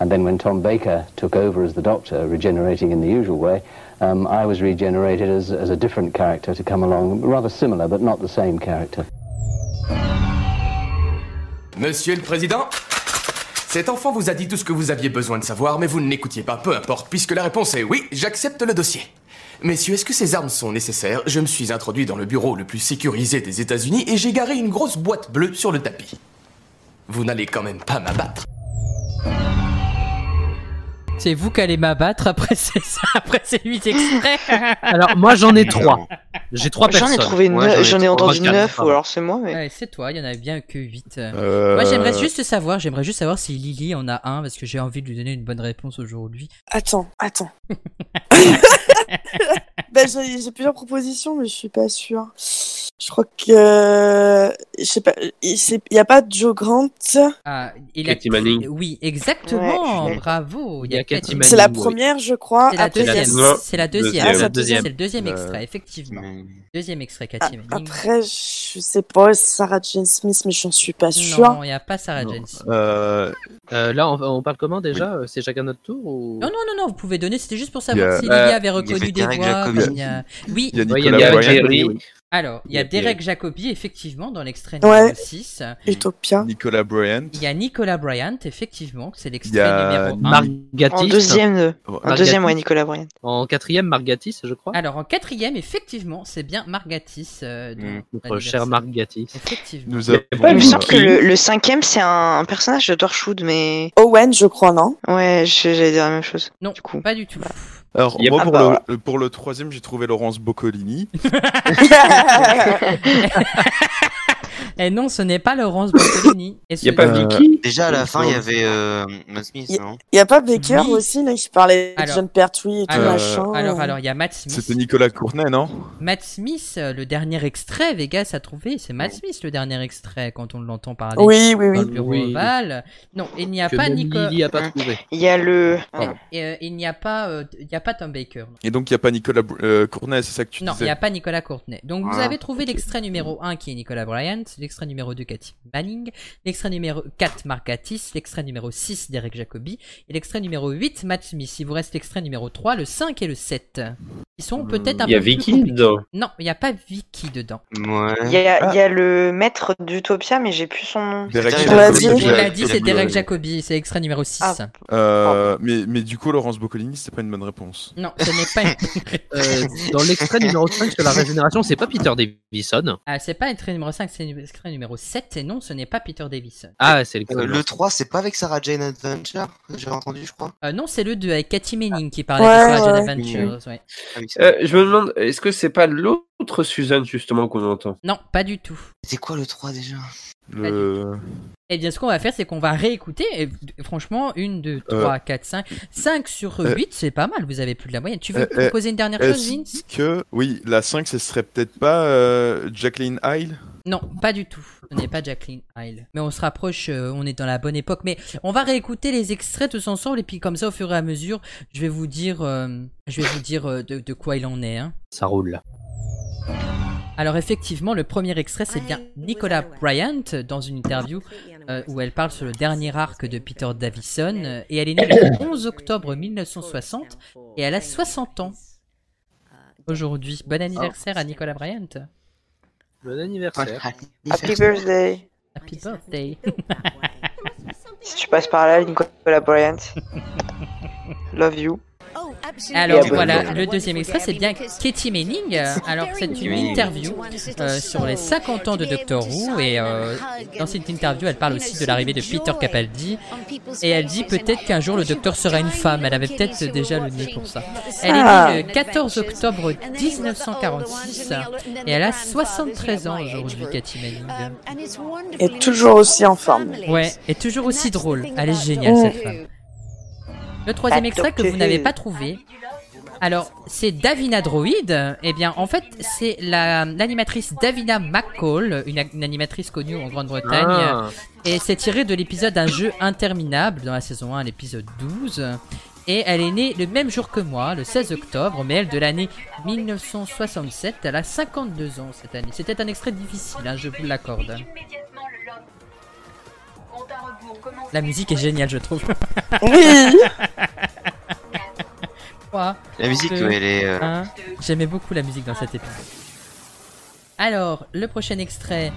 Speaker 18: And then when Tom Baker took over as the Doctor, regenerating in the usual way, um, I was regenerated as, as a different character to come along, rather similar but not the same character.
Speaker 11: Monsieur le Président, cet enfant vous a dit tout ce que vous aviez besoin de savoir, mais vous ne l'écoutiez pas, peu importe, puisque la réponse est oui, j'accepte le dossier. Messieurs, est-ce que ces armes sont nécessaires Je me suis introduit dans le bureau le plus sécurisé des États-Unis et j'ai garé une grosse boîte bleue sur le tapis. Vous n'allez quand même pas m'abattre.
Speaker 4: C'est vous qui allez m'abattre après ces, après ces 8 extraits.
Speaker 7: Alors, moi, j'en ai trois. J'ai trois
Speaker 4: J'en ai
Speaker 7: personnes.
Speaker 4: trouvé
Speaker 7: Moi,
Speaker 4: neuf-
Speaker 7: ai
Speaker 4: j'en ai
Speaker 7: trois.
Speaker 4: entendu
Speaker 7: Quatre,
Speaker 4: neuf, ou
Speaker 7: pardon.
Speaker 4: alors
Speaker 10: Ah, c'est moi, mais.
Speaker 4: Ouais, c'est toi, il y en avait bien que 8.
Speaker 10: Euh,
Speaker 4: Moi, j'aimerais juste savoir, j'aimerais juste savoir si Lily en a un parce que j'ai envie de lui donner une bonne réponse aujourd'hui.
Speaker 1: Attends, attends. ben, j'ai j'ai plusieurs propositions, mais je suis pas sûre. Je crois que. Je sais pas. Il n'y a pas Joe Grant.
Speaker 4: Ah, il
Speaker 3: Katie Manning.
Speaker 4: Oui, exactement.
Speaker 1: Ouais.
Speaker 4: Bravo. Il y a Katie
Speaker 1: C'est la
Speaker 4: Manning, oui.
Speaker 1: première, je crois.
Speaker 4: C'est la
Speaker 1: Après, il y a-
Speaker 4: deuxième.
Speaker 1: Non.
Speaker 4: C'est la deuxième.
Speaker 1: Ah, c'est la
Speaker 4: C'est
Speaker 1: deuxième.
Speaker 4: le deuxième
Speaker 1: Euh,
Speaker 4: extrait, effectivement. Deuxième extrait,
Speaker 1: Ah,
Speaker 4: Cathy Manning.
Speaker 1: Après, je sais pas, Sarah Jane Smith, mais j'en suis pas sûre.
Speaker 4: Non, il n'y a pas Sarah Jane.
Speaker 7: Euh, là, on, on parle comment déjà Euh, C'est chacun notre tour ou...
Speaker 4: Non, non, non, non, vous pouvez donner, c'était juste pour
Speaker 7: Il y
Speaker 4: savoir
Speaker 7: a-
Speaker 4: si Lily
Speaker 7: Euh,
Speaker 4: avait
Speaker 7: il y
Speaker 4: reconnu
Speaker 7: avait
Speaker 4: des
Speaker 7: Derek
Speaker 4: voix.
Speaker 7: Jacobi.
Speaker 4: comme il y a- Oui,
Speaker 7: Il y a Nicolas Il y a Bryan. Jerry. Oui.
Speaker 4: Alors, il y a
Speaker 7: Il y a
Speaker 4: Derek Jacobi, effectivement, dans l'extrait
Speaker 1: Ouais.
Speaker 4: numéro 6.
Speaker 1: Utopia.
Speaker 8: Nicolas Bryant.
Speaker 4: Il y a Nicolas Bryant, effectivement, c'est
Speaker 8: Il y
Speaker 4: l'extrait
Speaker 8: a
Speaker 4: numéro 1.
Speaker 7: Margatis.
Speaker 4: en deuxième, ouais, Nicolas
Speaker 7: Bryan. En quatrième, Margatis, je crois.
Speaker 4: Alors, en quatrième, effectivement, c'est bien Margatis.
Speaker 7: Mm.
Speaker 4: euh, dont
Speaker 7: Notre
Speaker 4: l'anniversaire.
Speaker 7: cher Margatis.
Speaker 4: Effectivement.
Speaker 7: Nous euh,
Speaker 10: Il me semble que le, le cinquième, c'est un, un personnage de Torchwood, mais.
Speaker 1: Owen, je crois, non
Speaker 10: Ouais, je- j'allais dire la même chose.
Speaker 4: Non, pas du tout.
Speaker 8: Alors,
Speaker 10: Il y a
Speaker 8: moi,
Speaker 10: pas-
Speaker 8: pour,
Speaker 10: Ah,
Speaker 8: le,
Speaker 10: bah,
Speaker 8: le- pour le troisième, j'ai trouvé Laurence Boccolini.
Speaker 4: euh, Et non, ce n'est pas Laurence Boccolini. Et ce-
Speaker 5: Déjà à la fin, il y
Speaker 4: Non.
Speaker 5: avait euh, Matt Smith, non
Speaker 1: Il n'y a pas Baker
Speaker 4: Oui.
Speaker 1: aussi, là, qui parlait de
Speaker 4: Alors-
Speaker 1: John Pertwee et tout
Speaker 4: alors,
Speaker 1: machin.
Speaker 4: alors, alors, il y a Matt Smith.
Speaker 8: Euh, C'était Nicolas Cournet, non
Speaker 4: Matt Smith, euh, le dernier extrait, Vegas a trouvé, c'est
Speaker 7: Oh.
Speaker 4: Matt Smith le dernier extrait quand on l'entend parler
Speaker 1: Oui, oui,
Speaker 4: dans
Speaker 1: oui.
Speaker 4: le bureau
Speaker 1: Oui.
Speaker 4: ovale. Non, il n'y a
Speaker 7: Que
Speaker 4: pas
Speaker 7: même
Speaker 4: Nicolas.
Speaker 7: Lily a pas trouvé.
Speaker 10: Il y a le.
Speaker 4: Et, euh, il n'y a pas, euh, il n'y a pas Tom Baker.
Speaker 8: Et donc, il n'y a pas Nicolas Br- euh, Cournet, c'est ça que tu
Speaker 4: Non, il
Speaker 8: disais
Speaker 4: n'y a pas Nicolas Courtenay. Donc vous
Speaker 8: Ah,
Speaker 4: avez trouvé l'extrait numéro 1 qui est Nicolas Bryant, l'extrait numéro 2 Cathy Manning, l'extrait numéro 4 Margatis, l'extrait numéro 6 Derek Jacobi et l'extrait numéro 8 Matt Smith. Il vous reste l'extrait numéro 3, le 5 et le 7. Ils sont
Speaker 7: Euh,
Speaker 4: peut-être un
Speaker 3: Il y a
Speaker 4: peu plus
Speaker 3: Vicky
Speaker 4: compliqués.
Speaker 3: dedans.
Speaker 4: Non, il n'y a pas Vicky dedans.
Speaker 10: Il y,
Speaker 5: Ah.
Speaker 10: a, il y a le maître d'Utopia, mais j'ai plus son nom.
Speaker 8: Derek
Speaker 10: C'est
Speaker 8: Jacobi.
Speaker 4: On
Speaker 8: On
Speaker 4: l'a
Speaker 8: l'a
Speaker 4: dit,
Speaker 8: dit.
Speaker 4: c'est Derek Jacobi, c'est extrait numéro 6.
Speaker 10: Ah.
Speaker 8: Euh, mais, mais du coup, Laurence Boccolini, c'est pas une bonne réponse.
Speaker 4: Non, ce n'est pas une
Speaker 7: Euh, dans l'extrait numéro 5 sur la régénération, c'est pas Peter Davison.
Speaker 4: Ah, c'est pas extrait numéro 5, c'est extrait numéro 7, et non, ce n'est pas Peter Davison.
Speaker 7: Ah, c'est le
Speaker 5: Euh, le 3, c'est pas avec Sarah Jane Adventure J'ai entendu, je crois. Ah.
Speaker 4: Euh, non, c'est le 2 Ah, avec Cathy Manning qui parlait
Speaker 5: Ouais,
Speaker 4: de Sarah Jane
Speaker 5: ouais.
Speaker 4: Adventures. ouais.
Speaker 5: Ah
Speaker 3: Euh, je me demande, est-ce que c'est pas l'autre Suzanne justement qu'on entend
Speaker 4: Non, pas du tout.
Speaker 5: C'est quoi le 3 déjà
Speaker 8: Le...
Speaker 4: Eh bien, ce qu'on va faire, c'est qu'on va réécouter. Et franchement, 1, 2,
Speaker 8: Euh.
Speaker 4: 3, 4, 5. 5 sur
Speaker 8: Euh.
Speaker 4: 8, c'est pas mal. Vous avez plus de la moyenne. Tu veux
Speaker 8: Eh, eh,
Speaker 4: proposer une dernière chose,
Speaker 8: est-ce
Speaker 4: Vince
Speaker 8: que... Oui, la 5, ce serait peut-être pas euh, Jacqueline Hyde
Speaker 4: Non, pas du tout. Ce n'est pas Jacqueline Hyde. Mais on se rapproche, euh, on est dans la bonne époque. Mais on va réécouter les extraits tous ensemble. Et puis, comme ça, au fur et à mesure, je vais vous dire, euh, je vais vous dire euh, de, de quoi il en est. hein.
Speaker 7: Ça roule là.
Speaker 4: Alors effectivement, le premier extrait, c'est bien Nicola Bryant dans une interview euh, où elle parle sur le dernier arc de Peter Davison euh, et elle est née le 11 octobre 1960 et elle a 60 ans aujourd'hui. Bon anniversaire à Nicola Bryant.
Speaker 7: Bon anniversaire.
Speaker 10: Happy birthday.
Speaker 4: Happy birthday.
Speaker 10: Si tu passes par là, Nicolas Bryant. Love you.
Speaker 4: Alors
Speaker 10: Yeah,
Speaker 4: voilà,
Speaker 10: but-
Speaker 4: le deuxième extrait, c'est bien Katie Manning. Euh, Alors c'est une
Speaker 10: Manning.
Speaker 4: interview euh, sur les 50 ans de Doctor Who et euh, dans cette interview, elle parle aussi de l'arrivée de Peter Capaldi et elle dit peut-être qu'un jour le Docteur sera une femme. Elle avait peut-être déjà le nez pour ça. Elle
Speaker 10: Ah.
Speaker 4: est née le 14 octobre 1946 et elle a 73 ans aujourd'hui, Katie Manning.
Speaker 1: Et toujours aussi en forme.
Speaker 4: Ouais, et toujours aussi drôle. Elle est géniale
Speaker 1: Mm.
Speaker 4: cette femme. Le troisième
Speaker 1: Bah,
Speaker 4: extrait que
Speaker 1: Doctor
Speaker 4: vous n'avez
Speaker 1: Who.
Speaker 4: pas trouvé. Alors, c'est Davina Droid. Eh bien, en fait, c'est la- l'animatrice Davina McCall, une, a- une animatrice connue en Grande-Bretagne.
Speaker 7: Ah.
Speaker 4: Et c'est tiré de l'épisode Un jeu interminable dans la saison 1, l'épisode 12. Et elle est née le même jour que moi, le 16 octobre, mais elle de l'année 1967. Elle a 52 ans cette année. C'était un extrait difficile, hein, je vous l'accorde. La musique est géniale, je trouve.
Speaker 1: Oui.
Speaker 4: Trois,
Speaker 5: La musique,
Speaker 4: deux,
Speaker 5: ouais, elle est, euh,
Speaker 4: un. Hein J'aimais beaucoup la musique dans cet épisode. Alors, le prochain extrait,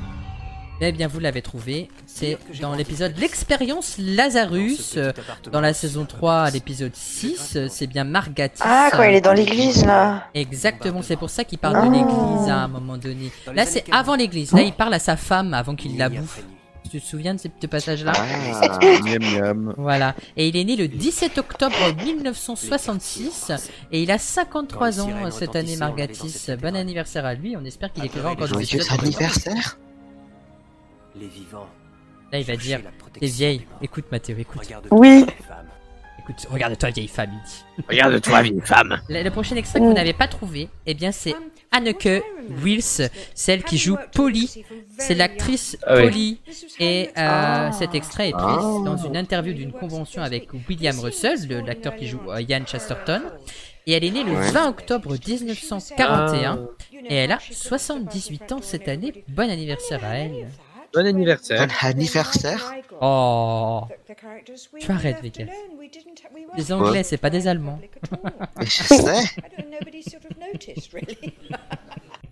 Speaker 4: eh bien, vous l'avez trouvé. C'est dans l'épisode L'expérience Lazarus, euh, dans la saison 3, l'épisode 6. euh, C'est bien Margatis.
Speaker 10: Ah, quand il est dans l'église, là.
Speaker 4: Exactement, c'est pour ça qu'il parle de
Speaker 10: Ah. Oh.
Speaker 4: l'église hein, à un moment donné. Là, c'est avant l'église. Là, il parle à sa femme avant qu'il la bouffe. Tu te souviens de ce petit passage-là
Speaker 8: Ah, miam miam.
Speaker 4: voilà. Et il est né le 17 octobre 1966 et il a 53 ans euh, cette année, Margatis. Bon anniversaire à lui. On espère qu'il écrira encore des
Speaker 5: Joyeux
Speaker 4: épisodes.
Speaker 5: anniversaire
Speaker 15: Les vivants.
Speaker 4: Là, il va dire T'es vieille. Écoute, Mathéo, écoute.
Speaker 1: Oui.
Speaker 4: Écoute, regarde-toi, vieille femme, il dit.
Speaker 15: Regarde-toi, vieille femme.
Speaker 4: Le, le prochain extrait
Speaker 2: Mm.
Speaker 4: que vous n'avez pas trouvé, eh bien, c'est Anneke Wills, celle qui joue Polly. C'est l'actrice
Speaker 2: Ah oui.
Speaker 4: Polly. Et euh,
Speaker 2: Ah.
Speaker 4: cet extrait est pris
Speaker 2: Ah.
Speaker 4: dans une interview d'une convention avec William Russell, le- l'acteur qui joue euh, Ian Chesterton. Et elle est née le
Speaker 2: Ouais.
Speaker 4: 20 octobre 1941.
Speaker 7: Ah.
Speaker 4: Et elle a 78 ans cette année. Bon anniversaire à elle.
Speaker 7: Bon anniversaire.
Speaker 5: Bon anniversaire.
Speaker 4: Oh.
Speaker 16: Tu arrêtes, Vika.
Speaker 4: Les Anglais, c'est pas des Allemands.
Speaker 5: Mais je sais.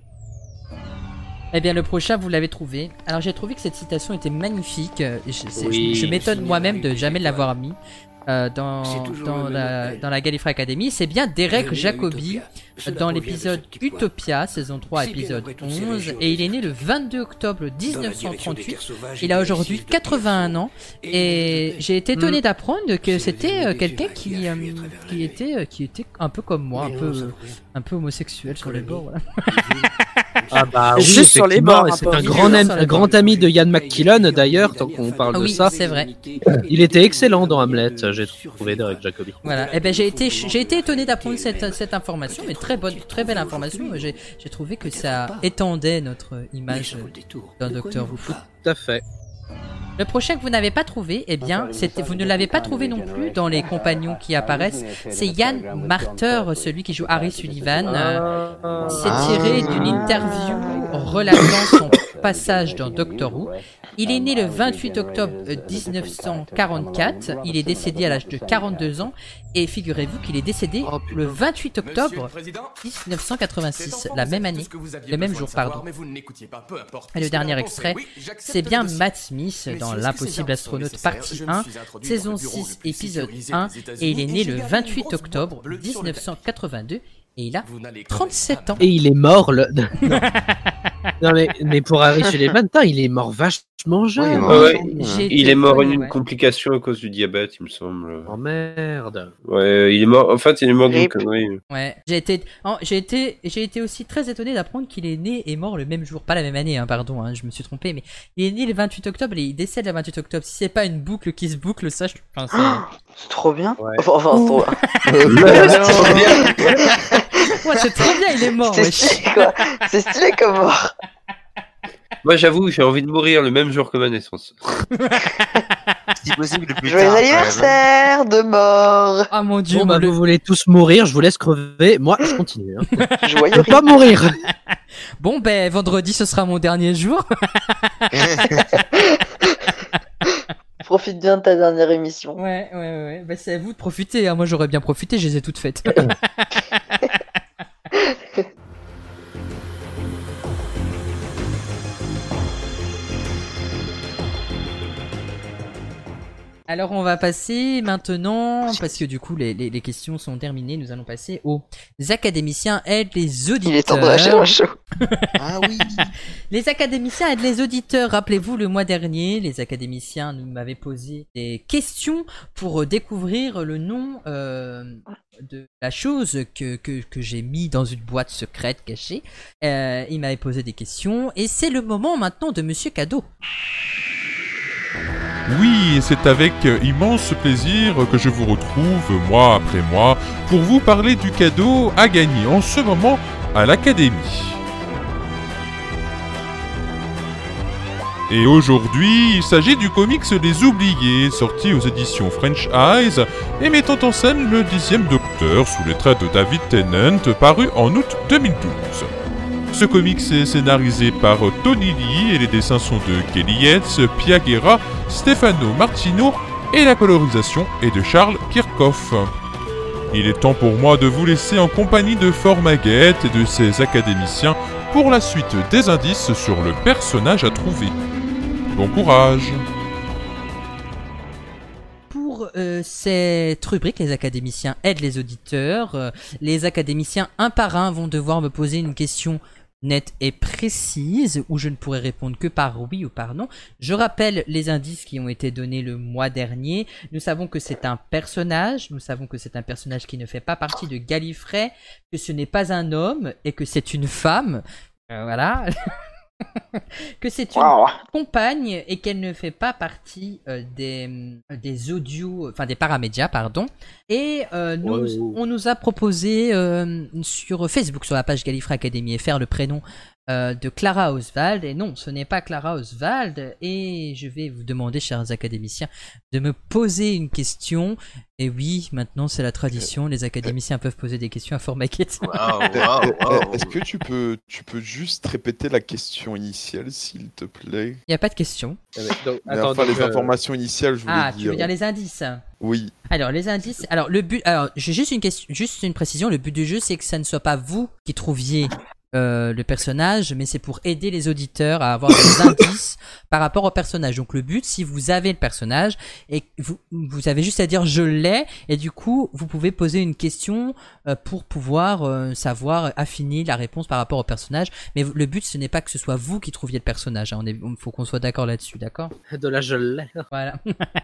Speaker 4: Eh bien, le prochain, vous l'avez trouvé. Alors, j'ai trouvé que cette citation était magnifique. Euh, Je, c'est-
Speaker 2: Oui.
Speaker 4: je- je m'étonne moi-même de jamais l'avoir mis euh, dans,
Speaker 2: C'est toujours
Speaker 4: dans,
Speaker 2: le même
Speaker 4: la,
Speaker 2: appel.
Speaker 4: dans la Gallifrey Academy. C'est bien Derek
Speaker 2: Venez à
Speaker 4: Jacobi
Speaker 2: Utopia. Cela
Speaker 4: dans
Speaker 2: provient de
Speaker 4: l'épisode
Speaker 2: ce petit point.
Speaker 4: Utopia, saison 3,
Speaker 2: C'est bien
Speaker 4: épisode
Speaker 2: après toutes ces
Speaker 4: 11.
Speaker 2: régions
Speaker 4: Et il est né le 22 octobre
Speaker 2: Dans la direction des
Speaker 4: 1938.
Speaker 2: terres sauvages
Speaker 4: Il a
Speaker 2: et
Speaker 4: aujourd'hui 81 ans. Et j'ai été étonné d'apprendre que c'était euh, quelqu'un qui, euh, qui, était, euh, qui était un peu comme moi, un peu, euh, un peu homosexuel sur les bords. voilà.
Speaker 7: Ah bah oui,
Speaker 4: Juste sur les
Speaker 7: effectivement,
Speaker 4: bords,
Speaker 7: et
Speaker 4: un
Speaker 7: C'est
Speaker 4: peu.
Speaker 7: un grand, am-
Speaker 4: Sur les
Speaker 7: un grand ami de Ian McKillon d'ailleurs, tant qu'on parle
Speaker 4: Ah
Speaker 7: de
Speaker 4: oui,
Speaker 7: ça.
Speaker 4: c'est vrai.
Speaker 7: Il était excellent dans Hamlet, j'ai trouvé Derek Jacobi.
Speaker 4: Voilà. Eh ben, j'ai été, j'ai été étonné d'apprendre cette, cette information, mais très bonne, très belle information. J'ai, j'ai trouvé que ça étendait notre image d'un Docteur Who.
Speaker 7: Tout à fait.
Speaker 4: Le prochain que vous n'avez pas trouvé, eh bien, c'était, vous ne l'avez pas trouvé non plus dans les compagnons qui apparaissent. C'est Yann Marter, celui qui joue Harry Sullivan. Euh, C'est tiré d'une interview relatant son passage dans Doctor Who. Il est né le 28 octobre euh, 1944, il est décédé à l'âge de 42 ans, et figurez-vous qu'il est décédé le 28
Speaker 11: Oh, Monsieur le
Speaker 4: octobre
Speaker 11: Président, cet
Speaker 4: 1986,
Speaker 11: enfant
Speaker 4: la
Speaker 11: vous
Speaker 4: même
Speaker 11: a dit
Speaker 4: année,
Speaker 11: tout ce que vous aviez
Speaker 4: le même
Speaker 11: besoin
Speaker 4: jour,
Speaker 11: de savoir,
Speaker 4: pardon.
Speaker 11: mais vous ne l'écoutiez pas, peu importe.
Speaker 4: Et le
Speaker 11: Puisque la
Speaker 4: dernier
Speaker 11: réponse est
Speaker 4: extrait,
Speaker 11: oui, j'accepte
Speaker 4: c'est bien
Speaker 11: le dossier.
Speaker 4: Matt Smith dans
Speaker 11: Messieurs, ces
Speaker 4: L'impossible
Speaker 11: armes sont
Speaker 4: astronaute
Speaker 11: nécessaires.
Speaker 4: partie
Speaker 11: Je me
Speaker 4: 1,
Speaker 11: suis introduit dans
Speaker 4: saison
Speaker 11: le bureau le
Speaker 4: 6,
Speaker 11: plus
Speaker 4: épisode
Speaker 11: sécurisé
Speaker 4: 1,
Speaker 11: des États-Unis
Speaker 4: et il est
Speaker 11: et
Speaker 4: né
Speaker 11: j'ai
Speaker 4: le
Speaker 11: gardé une
Speaker 4: 28
Speaker 11: grosse
Speaker 4: octobre
Speaker 11: bleue sur le
Speaker 4: 1982, et il a 37 ans.
Speaker 7: Et il est mort le. Non, Non, mais, mais pour Harry Sullivan, putain, il est mort vachement jeune.
Speaker 3: hein.
Speaker 7: hein.
Speaker 3: Ah Ouais,
Speaker 5: hein.
Speaker 7: J'ai
Speaker 3: Il
Speaker 7: été
Speaker 3: est mort
Speaker 7: folle,
Speaker 3: d'une
Speaker 7: ouais.
Speaker 3: complication à cause du diabète, il me semble.
Speaker 7: Oh merde.
Speaker 3: Ouais, il est mort. En fait, il est mort d'une
Speaker 4: Rip.
Speaker 3: connerie.
Speaker 4: Ouais, j'ai été, oh, j'ai été, j'ai été aussi très étonné d'apprendre qu'il est né et mort le même jour, pas la même année, hein, pardon, hein, je me suis trompé, mais il est né le 28 octobre et il décède le 28 octobre. Si c'est pas une boucle qui se boucle, ça, je pense.
Speaker 10: C'est trop bien. Enfin, enfin, c'est trop
Speaker 4: Ouais, c'est trop bien, il est mort.
Speaker 10: C'est
Speaker 4: wesh.
Speaker 10: stylé, quoi. C'est stylé comme mort.
Speaker 3: Moi, j'avoue, j'ai envie de mourir le même jour que ma naissance.
Speaker 5: Si possible, le plus
Speaker 10: Joyeux
Speaker 5: tard.
Speaker 10: anniversaire de mort.
Speaker 4: Ah mon
Speaker 7: Bon, bah, vous voulez tous mourir, je vous laisse crever. Moi, je continue. hein.
Speaker 10: Joyeux
Speaker 7: Je veux pas mourir.
Speaker 4: Bon, ben, vendredi, ce sera mon dernier jour.
Speaker 10: Profite bien de ta dernière émission.
Speaker 4: Ouais, ouais, ouais. ouais. Bah, c'est à vous de profiter. hein. Moi, j'aurais bien profité, je les ai toutes faites. Alors, on va passer
Speaker 5: Ah,
Speaker 4: maintenant, parce que du coup, les, les- les questions sont terminées. Nous allons passer aux académiciens aident les auditeurs.
Speaker 10: Il est temps de lâcher un show.
Speaker 5: Ah oui.
Speaker 4: Les académiciens aident les auditeurs. Rappelez-vous, le mois dernier, les académiciens nous m'avaient posé des questions pour découvrir le nom euh, de la chose que, que, que j'ai mis dans une boîte secrète cachée. Euh, ils m'avaient posé des questions. Et c'est le moment maintenant de Monsieur Cadeau.
Speaker 6: Oui, et c'est avec euh, immense plaisir que je vous retrouve, euh, mois après mois, pour vous parler du cadeau à gagner en ce moment à l'Académie. Et aujourd'hui, il s'agit du comics Les Oubliés, sorti aux éditions French Eyes et mettant en scène le dixième Docteur sous les traits de David Tennant, paru en août 2012. Ce comics est scénarisé par Tony Lee et les dessins sont de Kelly Yates, Pia Guerra, Stefano Martino et la colorisation est de Charles Kirchhoff. Il est temps pour moi de vous laisser en compagnie de Formaguette et de ses académiciens pour la suite des indices sur le personnage à trouver. Bon courage
Speaker 4: Pour euh, cette rubrique, les académiciens aident les auditeurs. Euh, les académiciens, un par un, vont devoir me poser une question nette et précise, où je ne pourrai répondre que par oui ou par non. Je rappelle les indices qui ont été donnés le mois dernier. Nous savons que c'est un personnage, nous savons que c'est un personnage qui ne fait pas partie de Gallifrey, que ce n'est pas un homme et que c'est une femme. Euh, voilà. que c'est une compagne et qu'elle ne fait pas partie euh, des, des audios, enfin des paramédias, pardon. Et euh, nous, on nous a proposé euh, sur Facebook, sur la page Gallifrey Academy FR, le prénom euh, de Clara Oswald. Et non, ce n'est pas Clara Oswald. Et je vais vous demander, chers académiciens, de me poser une question. Et oui, maintenant c'est la tradition, les académiciens peuvent poser des questions à Formaquette.
Speaker 8: Euh, euh, Est-ce que tu peux, tu peux juste répéter la question initiale, s'il te plaît
Speaker 4: Il n'y a pas de question.
Speaker 8: Mais enfin, les informations initiales, je voulais
Speaker 4: Ah,
Speaker 8: dire.
Speaker 4: tu veux dire les indices
Speaker 8: Oui.
Speaker 4: Alors les indices. Alors le but. Alors j'ai juste une question, juste une précision. Le but du jeu, c'est que ça ne soit pas vous qui trouviez euh, le personnage, mais c'est pour aider les auditeurs à avoir des indices par rapport au personnage. Donc le but, si vous avez le personnage et que vous vous avez juste à dire je l'ai, et du coup vous pouvez poser une question euh, pour pouvoir euh, savoir affiner la réponse par rapport au personnage. Mais le but, ce n'est pas que ce soit vous qui trouviez le personnage. hein. On est, faut qu'on soit d'accord là-dessus, d'accord
Speaker 7: De la je l'ai.
Speaker 4: Voilà.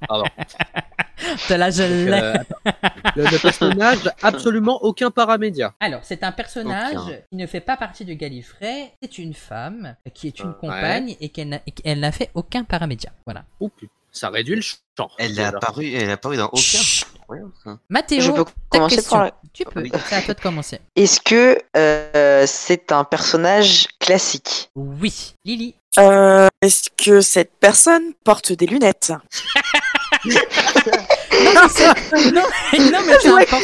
Speaker 7: Pardon.
Speaker 4: De la je l'ai.
Speaker 7: Euh, attends. le, le personnage, absolument aucun paramédia.
Speaker 4: Alors, c'est un personnage
Speaker 7: Aucun.
Speaker 4: qui ne fait pas partie de Gallifrey. C'est une femme qui est une compagne et qu'elle n'a- et qu'elle n'a fait aucun paramédia. Voilà.
Speaker 7: Ça réduit le champ.
Speaker 5: Elle est apparue, elle est apparue dans aucun.
Speaker 4: Mathéo,
Speaker 10: Je peux
Speaker 4: ta
Speaker 10: commencer
Speaker 4: question.
Speaker 10: par la-
Speaker 4: Tu peux. C'est à toi de commencer.
Speaker 10: Est-ce que euh, c'est un personnage classique
Speaker 4: Oui. Lily.
Speaker 1: Euh, Est-ce que cette personne porte des lunettes
Speaker 4: Non, mais c'est- non, non, mais c'est important.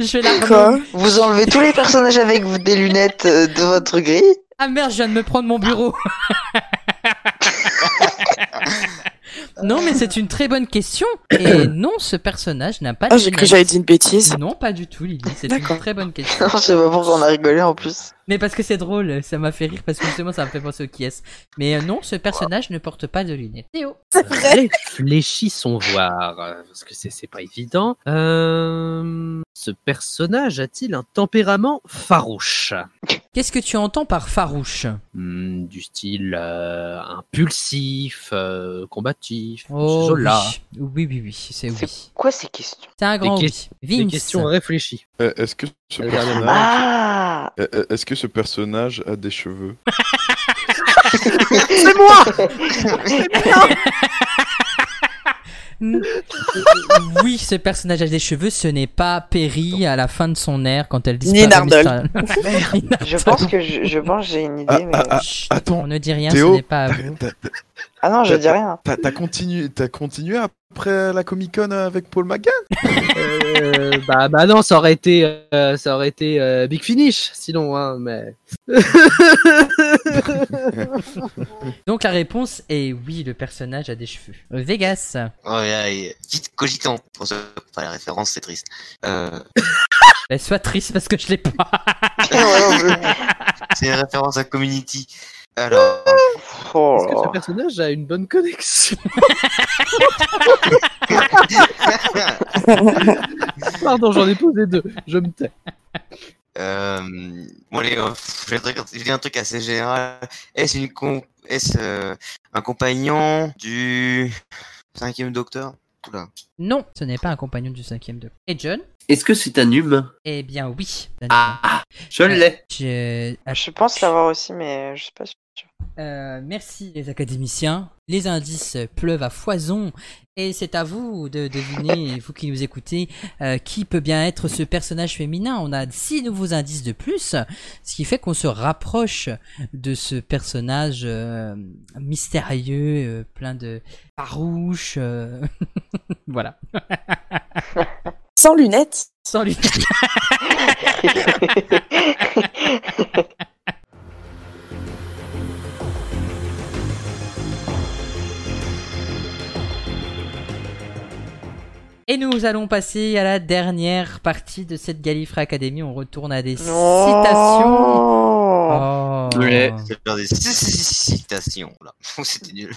Speaker 4: Je la
Speaker 10: Vous enlevez tous les personnages avec vous des lunettes euh, de votre grille
Speaker 4: Ah merde, je viens de me prendre mon bureau. non, mais c'est une très bonne question. Et non, ce personnage n'a pas.
Speaker 1: Ah, j'ai cru que j'avais dit une bêtise.
Speaker 4: Non, pas du tout, Lily. C'est une très bonne question.
Speaker 10: Je sais pas pourquoi on a rigolé en plus.
Speaker 4: Mais parce que c'est drôle, ça m'a fait rire parce que justement ça m'a fait penser au qui est. Mais euh, non, ce personnage ne porte pas de lunettes. Théo.
Speaker 1: C'est vrai.
Speaker 7: Réfléchissons voir, euh, parce que c'est c'est pas évident. Euh, ce personnage a-t-il un tempérament farouche
Speaker 4: Qu'est-ce que tu entends par farouche
Speaker 7: Hmm, Du style euh, impulsif, euh, combatif,
Speaker 4: Oh,
Speaker 7: ce genre-là.
Speaker 4: oui. oui, oui, oui, c'est oui.
Speaker 10: Quoi ces questions
Speaker 4: C'est un
Speaker 7: Des
Speaker 4: grand oui.
Speaker 7: ques- des
Speaker 4: Vince.
Speaker 7: questions réfléchies.
Speaker 8: Euh, Est-ce que ce
Speaker 7: Le dernier
Speaker 8: personnage...
Speaker 10: Ah
Speaker 8: Euh, euh, Est-ce que ce personnage a des cheveux
Speaker 10: C'est
Speaker 1: moi
Speaker 4: Mm.
Speaker 7: hein.
Speaker 4: euh, oui, ce personnage a des cheveux, ce n'est pas Perry à la fin de son air quand elle disparaît.
Speaker 1: Ni Nardole.
Speaker 10: Je pense que je, je pense que j'ai une idée, mais.
Speaker 8: Ah, Attends,
Speaker 4: On ne dit rien,
Speaker 8: Théo,
Speaker 4: ce n'est pas à vous.
Speaker 8: t'as- t'as-
Speaker 10: Ah non, je dis rien.
Speaker 8: t'as t'as continué, t'as continué après la Comic Con avec Paul McGann
Speaker 7: Euh, bah, bah non, ça aurait été, euh, ça aurait été euh, Big Finish, sinon, hein, mais.
Speaker 4: Donc la réponse est oui, le personnage a des cheveux. Euh, Vegas.
Speaker 5: Oh, là, il- vite cogitant pour ce... enfin, la référence, c'est triste. Euh,
Speaker 4: Bah, sois triste parce que je l'ai pas.
Speaker 5: c'est une référence à Community. Alors,
Speaker 7: Est-ce que ce personnage a une bonne connexion Pardon, j'en ai posé deux. Je me tais.
Speaker 5: euh, bon, allez, euh, pff, j'ai un truc- j'ai un truc assez général. Est-ce une com- est-ce euh, un compagnon du cinquième docteur Oula.
Speaker 4: Non, ce n'est pas un compagnon du cinquième de. Et John
Speaker 19: Est-ce que c'est un humain
Speaker 4: Eh bien oui. Euh,
Speaker 19: Ah, je l'ai.
Speaker 4: Je...
Speaker 10: Je pense l'avoir aussi, mais je sais pas.
Speaker 4: Euh, merci les académiciens. Les indices pleuvent à foison et c'est à vous de deviner, vous qui nous écoutez, euh, qui peut bien être ce personnage féminin. On a six nouveaux indices de plus, ce qui fait qu'on se rapproche de ce personnage euh, mystérieux, euh, plein de farouche. euh, voilà.
Speaker 1: Sans lunettes.
Speaker 4: Sans lunettes. Et nous allons passer à la dernière partie de cette Gallifrey Academy. On retourne à des
Speaker 2: Oh.
Speaker 4: citations. Oh.
Speaker 5: Ouais, je vais faire des c- c- c- citations. Là. Oh, C'était nul.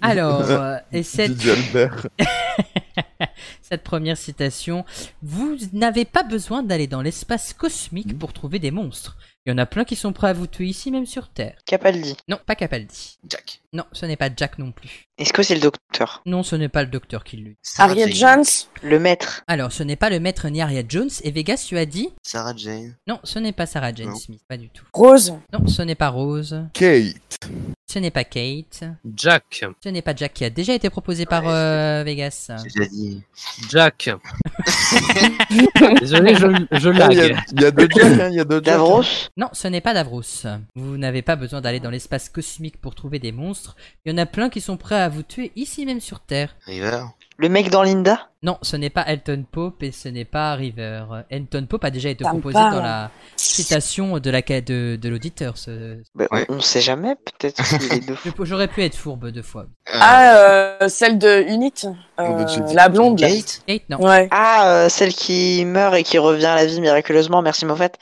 Speaker 4: Alors, euh, et cette...
Speaker 5: Didier Albert.
Speaker 4: cette première citation, vous n'avez pas besoin d'aller dans l'espace cosmique pour trouver des monstres. Il y en a plein qui sont prêts à vous tuer ici, même sur Terre.
Speaker 10: Capaldi.
Speaker 4: Non, pas Capaldi.
Speaker 5: Jack.
Speaker 4: Non, ce n'est pas Jack non plus.
Speaker 10: Est-ce que c'est le docteur
Speaker 4: Non, ce n'est pas le docteur qui le dit.
Speaker 5: Sarah Harriet Jane.
Speaker 10: Le maître.
Speaker 4: Alors, ce n'est pas le maître ni Harriet Jones. Et Vegas, tu as dit
Speaker 5: Sarah Jane.
Speaker 4: Non, ce n'est pas Sarah Jane
Speaker 5: Non.
Speaker 4: Smith, pas du tout.
Speaker 1: Rose.
Speaker 4: Non, ce n'est pas Rose.
Speaker 8: Kate.
Speaker 4: Ce n'est pas Kate.
Speaker 7: Jack.
Speaker 4: Ce n'est pas Jack qui a déjà été proposé par euh, Vegas.
Speaker 5: J'ai dit.
Speaker 7: Jack. Désolé, je, je
Speaker 8: Ah, Il y
Speaker 7: lag.
Speaker 8: a- il y, a deux Jack, hein, il y a deux Jack. hein.
Speaker 4: Non, ce n'est pas Davros. Vous n'avez pas besoin d'aller dans l'espace cosmique pour trouver des monstres. Il y en a plein qui sont prêts à vous tuer ici même sur Terre.
Speaker 5: River.
Speaker 10: Le mec dans Linda
Speaker 4: Non, ce n'est pas Elton Pope et ce n'est pas River. Elton Pope a déjà été
Speaker 1: Ça me
Speaker 4: proposé
Speaker 1: parle.
Speaker 4: dans la citation de la de, de l'auditeur. ce-
Speaker 10: Bah, on- On sait jamais, peut-être qu'il est deux
Speaker 4: Je- J'aurais pu être fourbe deux fois.
Speaker 1: Ah, euh, celle de Unit.
Speaker 10: bah,
Speaker 1: Euh,
Speaker 10: j'ai dit
Speaker 1: la blonde. là.
Speaker 5: Kate.
Speaker 4: Kate, non.
Speaker 1: Ouais.
Speaker 10: Ah, euh, celle qui meurt et qui revient à la vie miraculeusement, merci Moffat.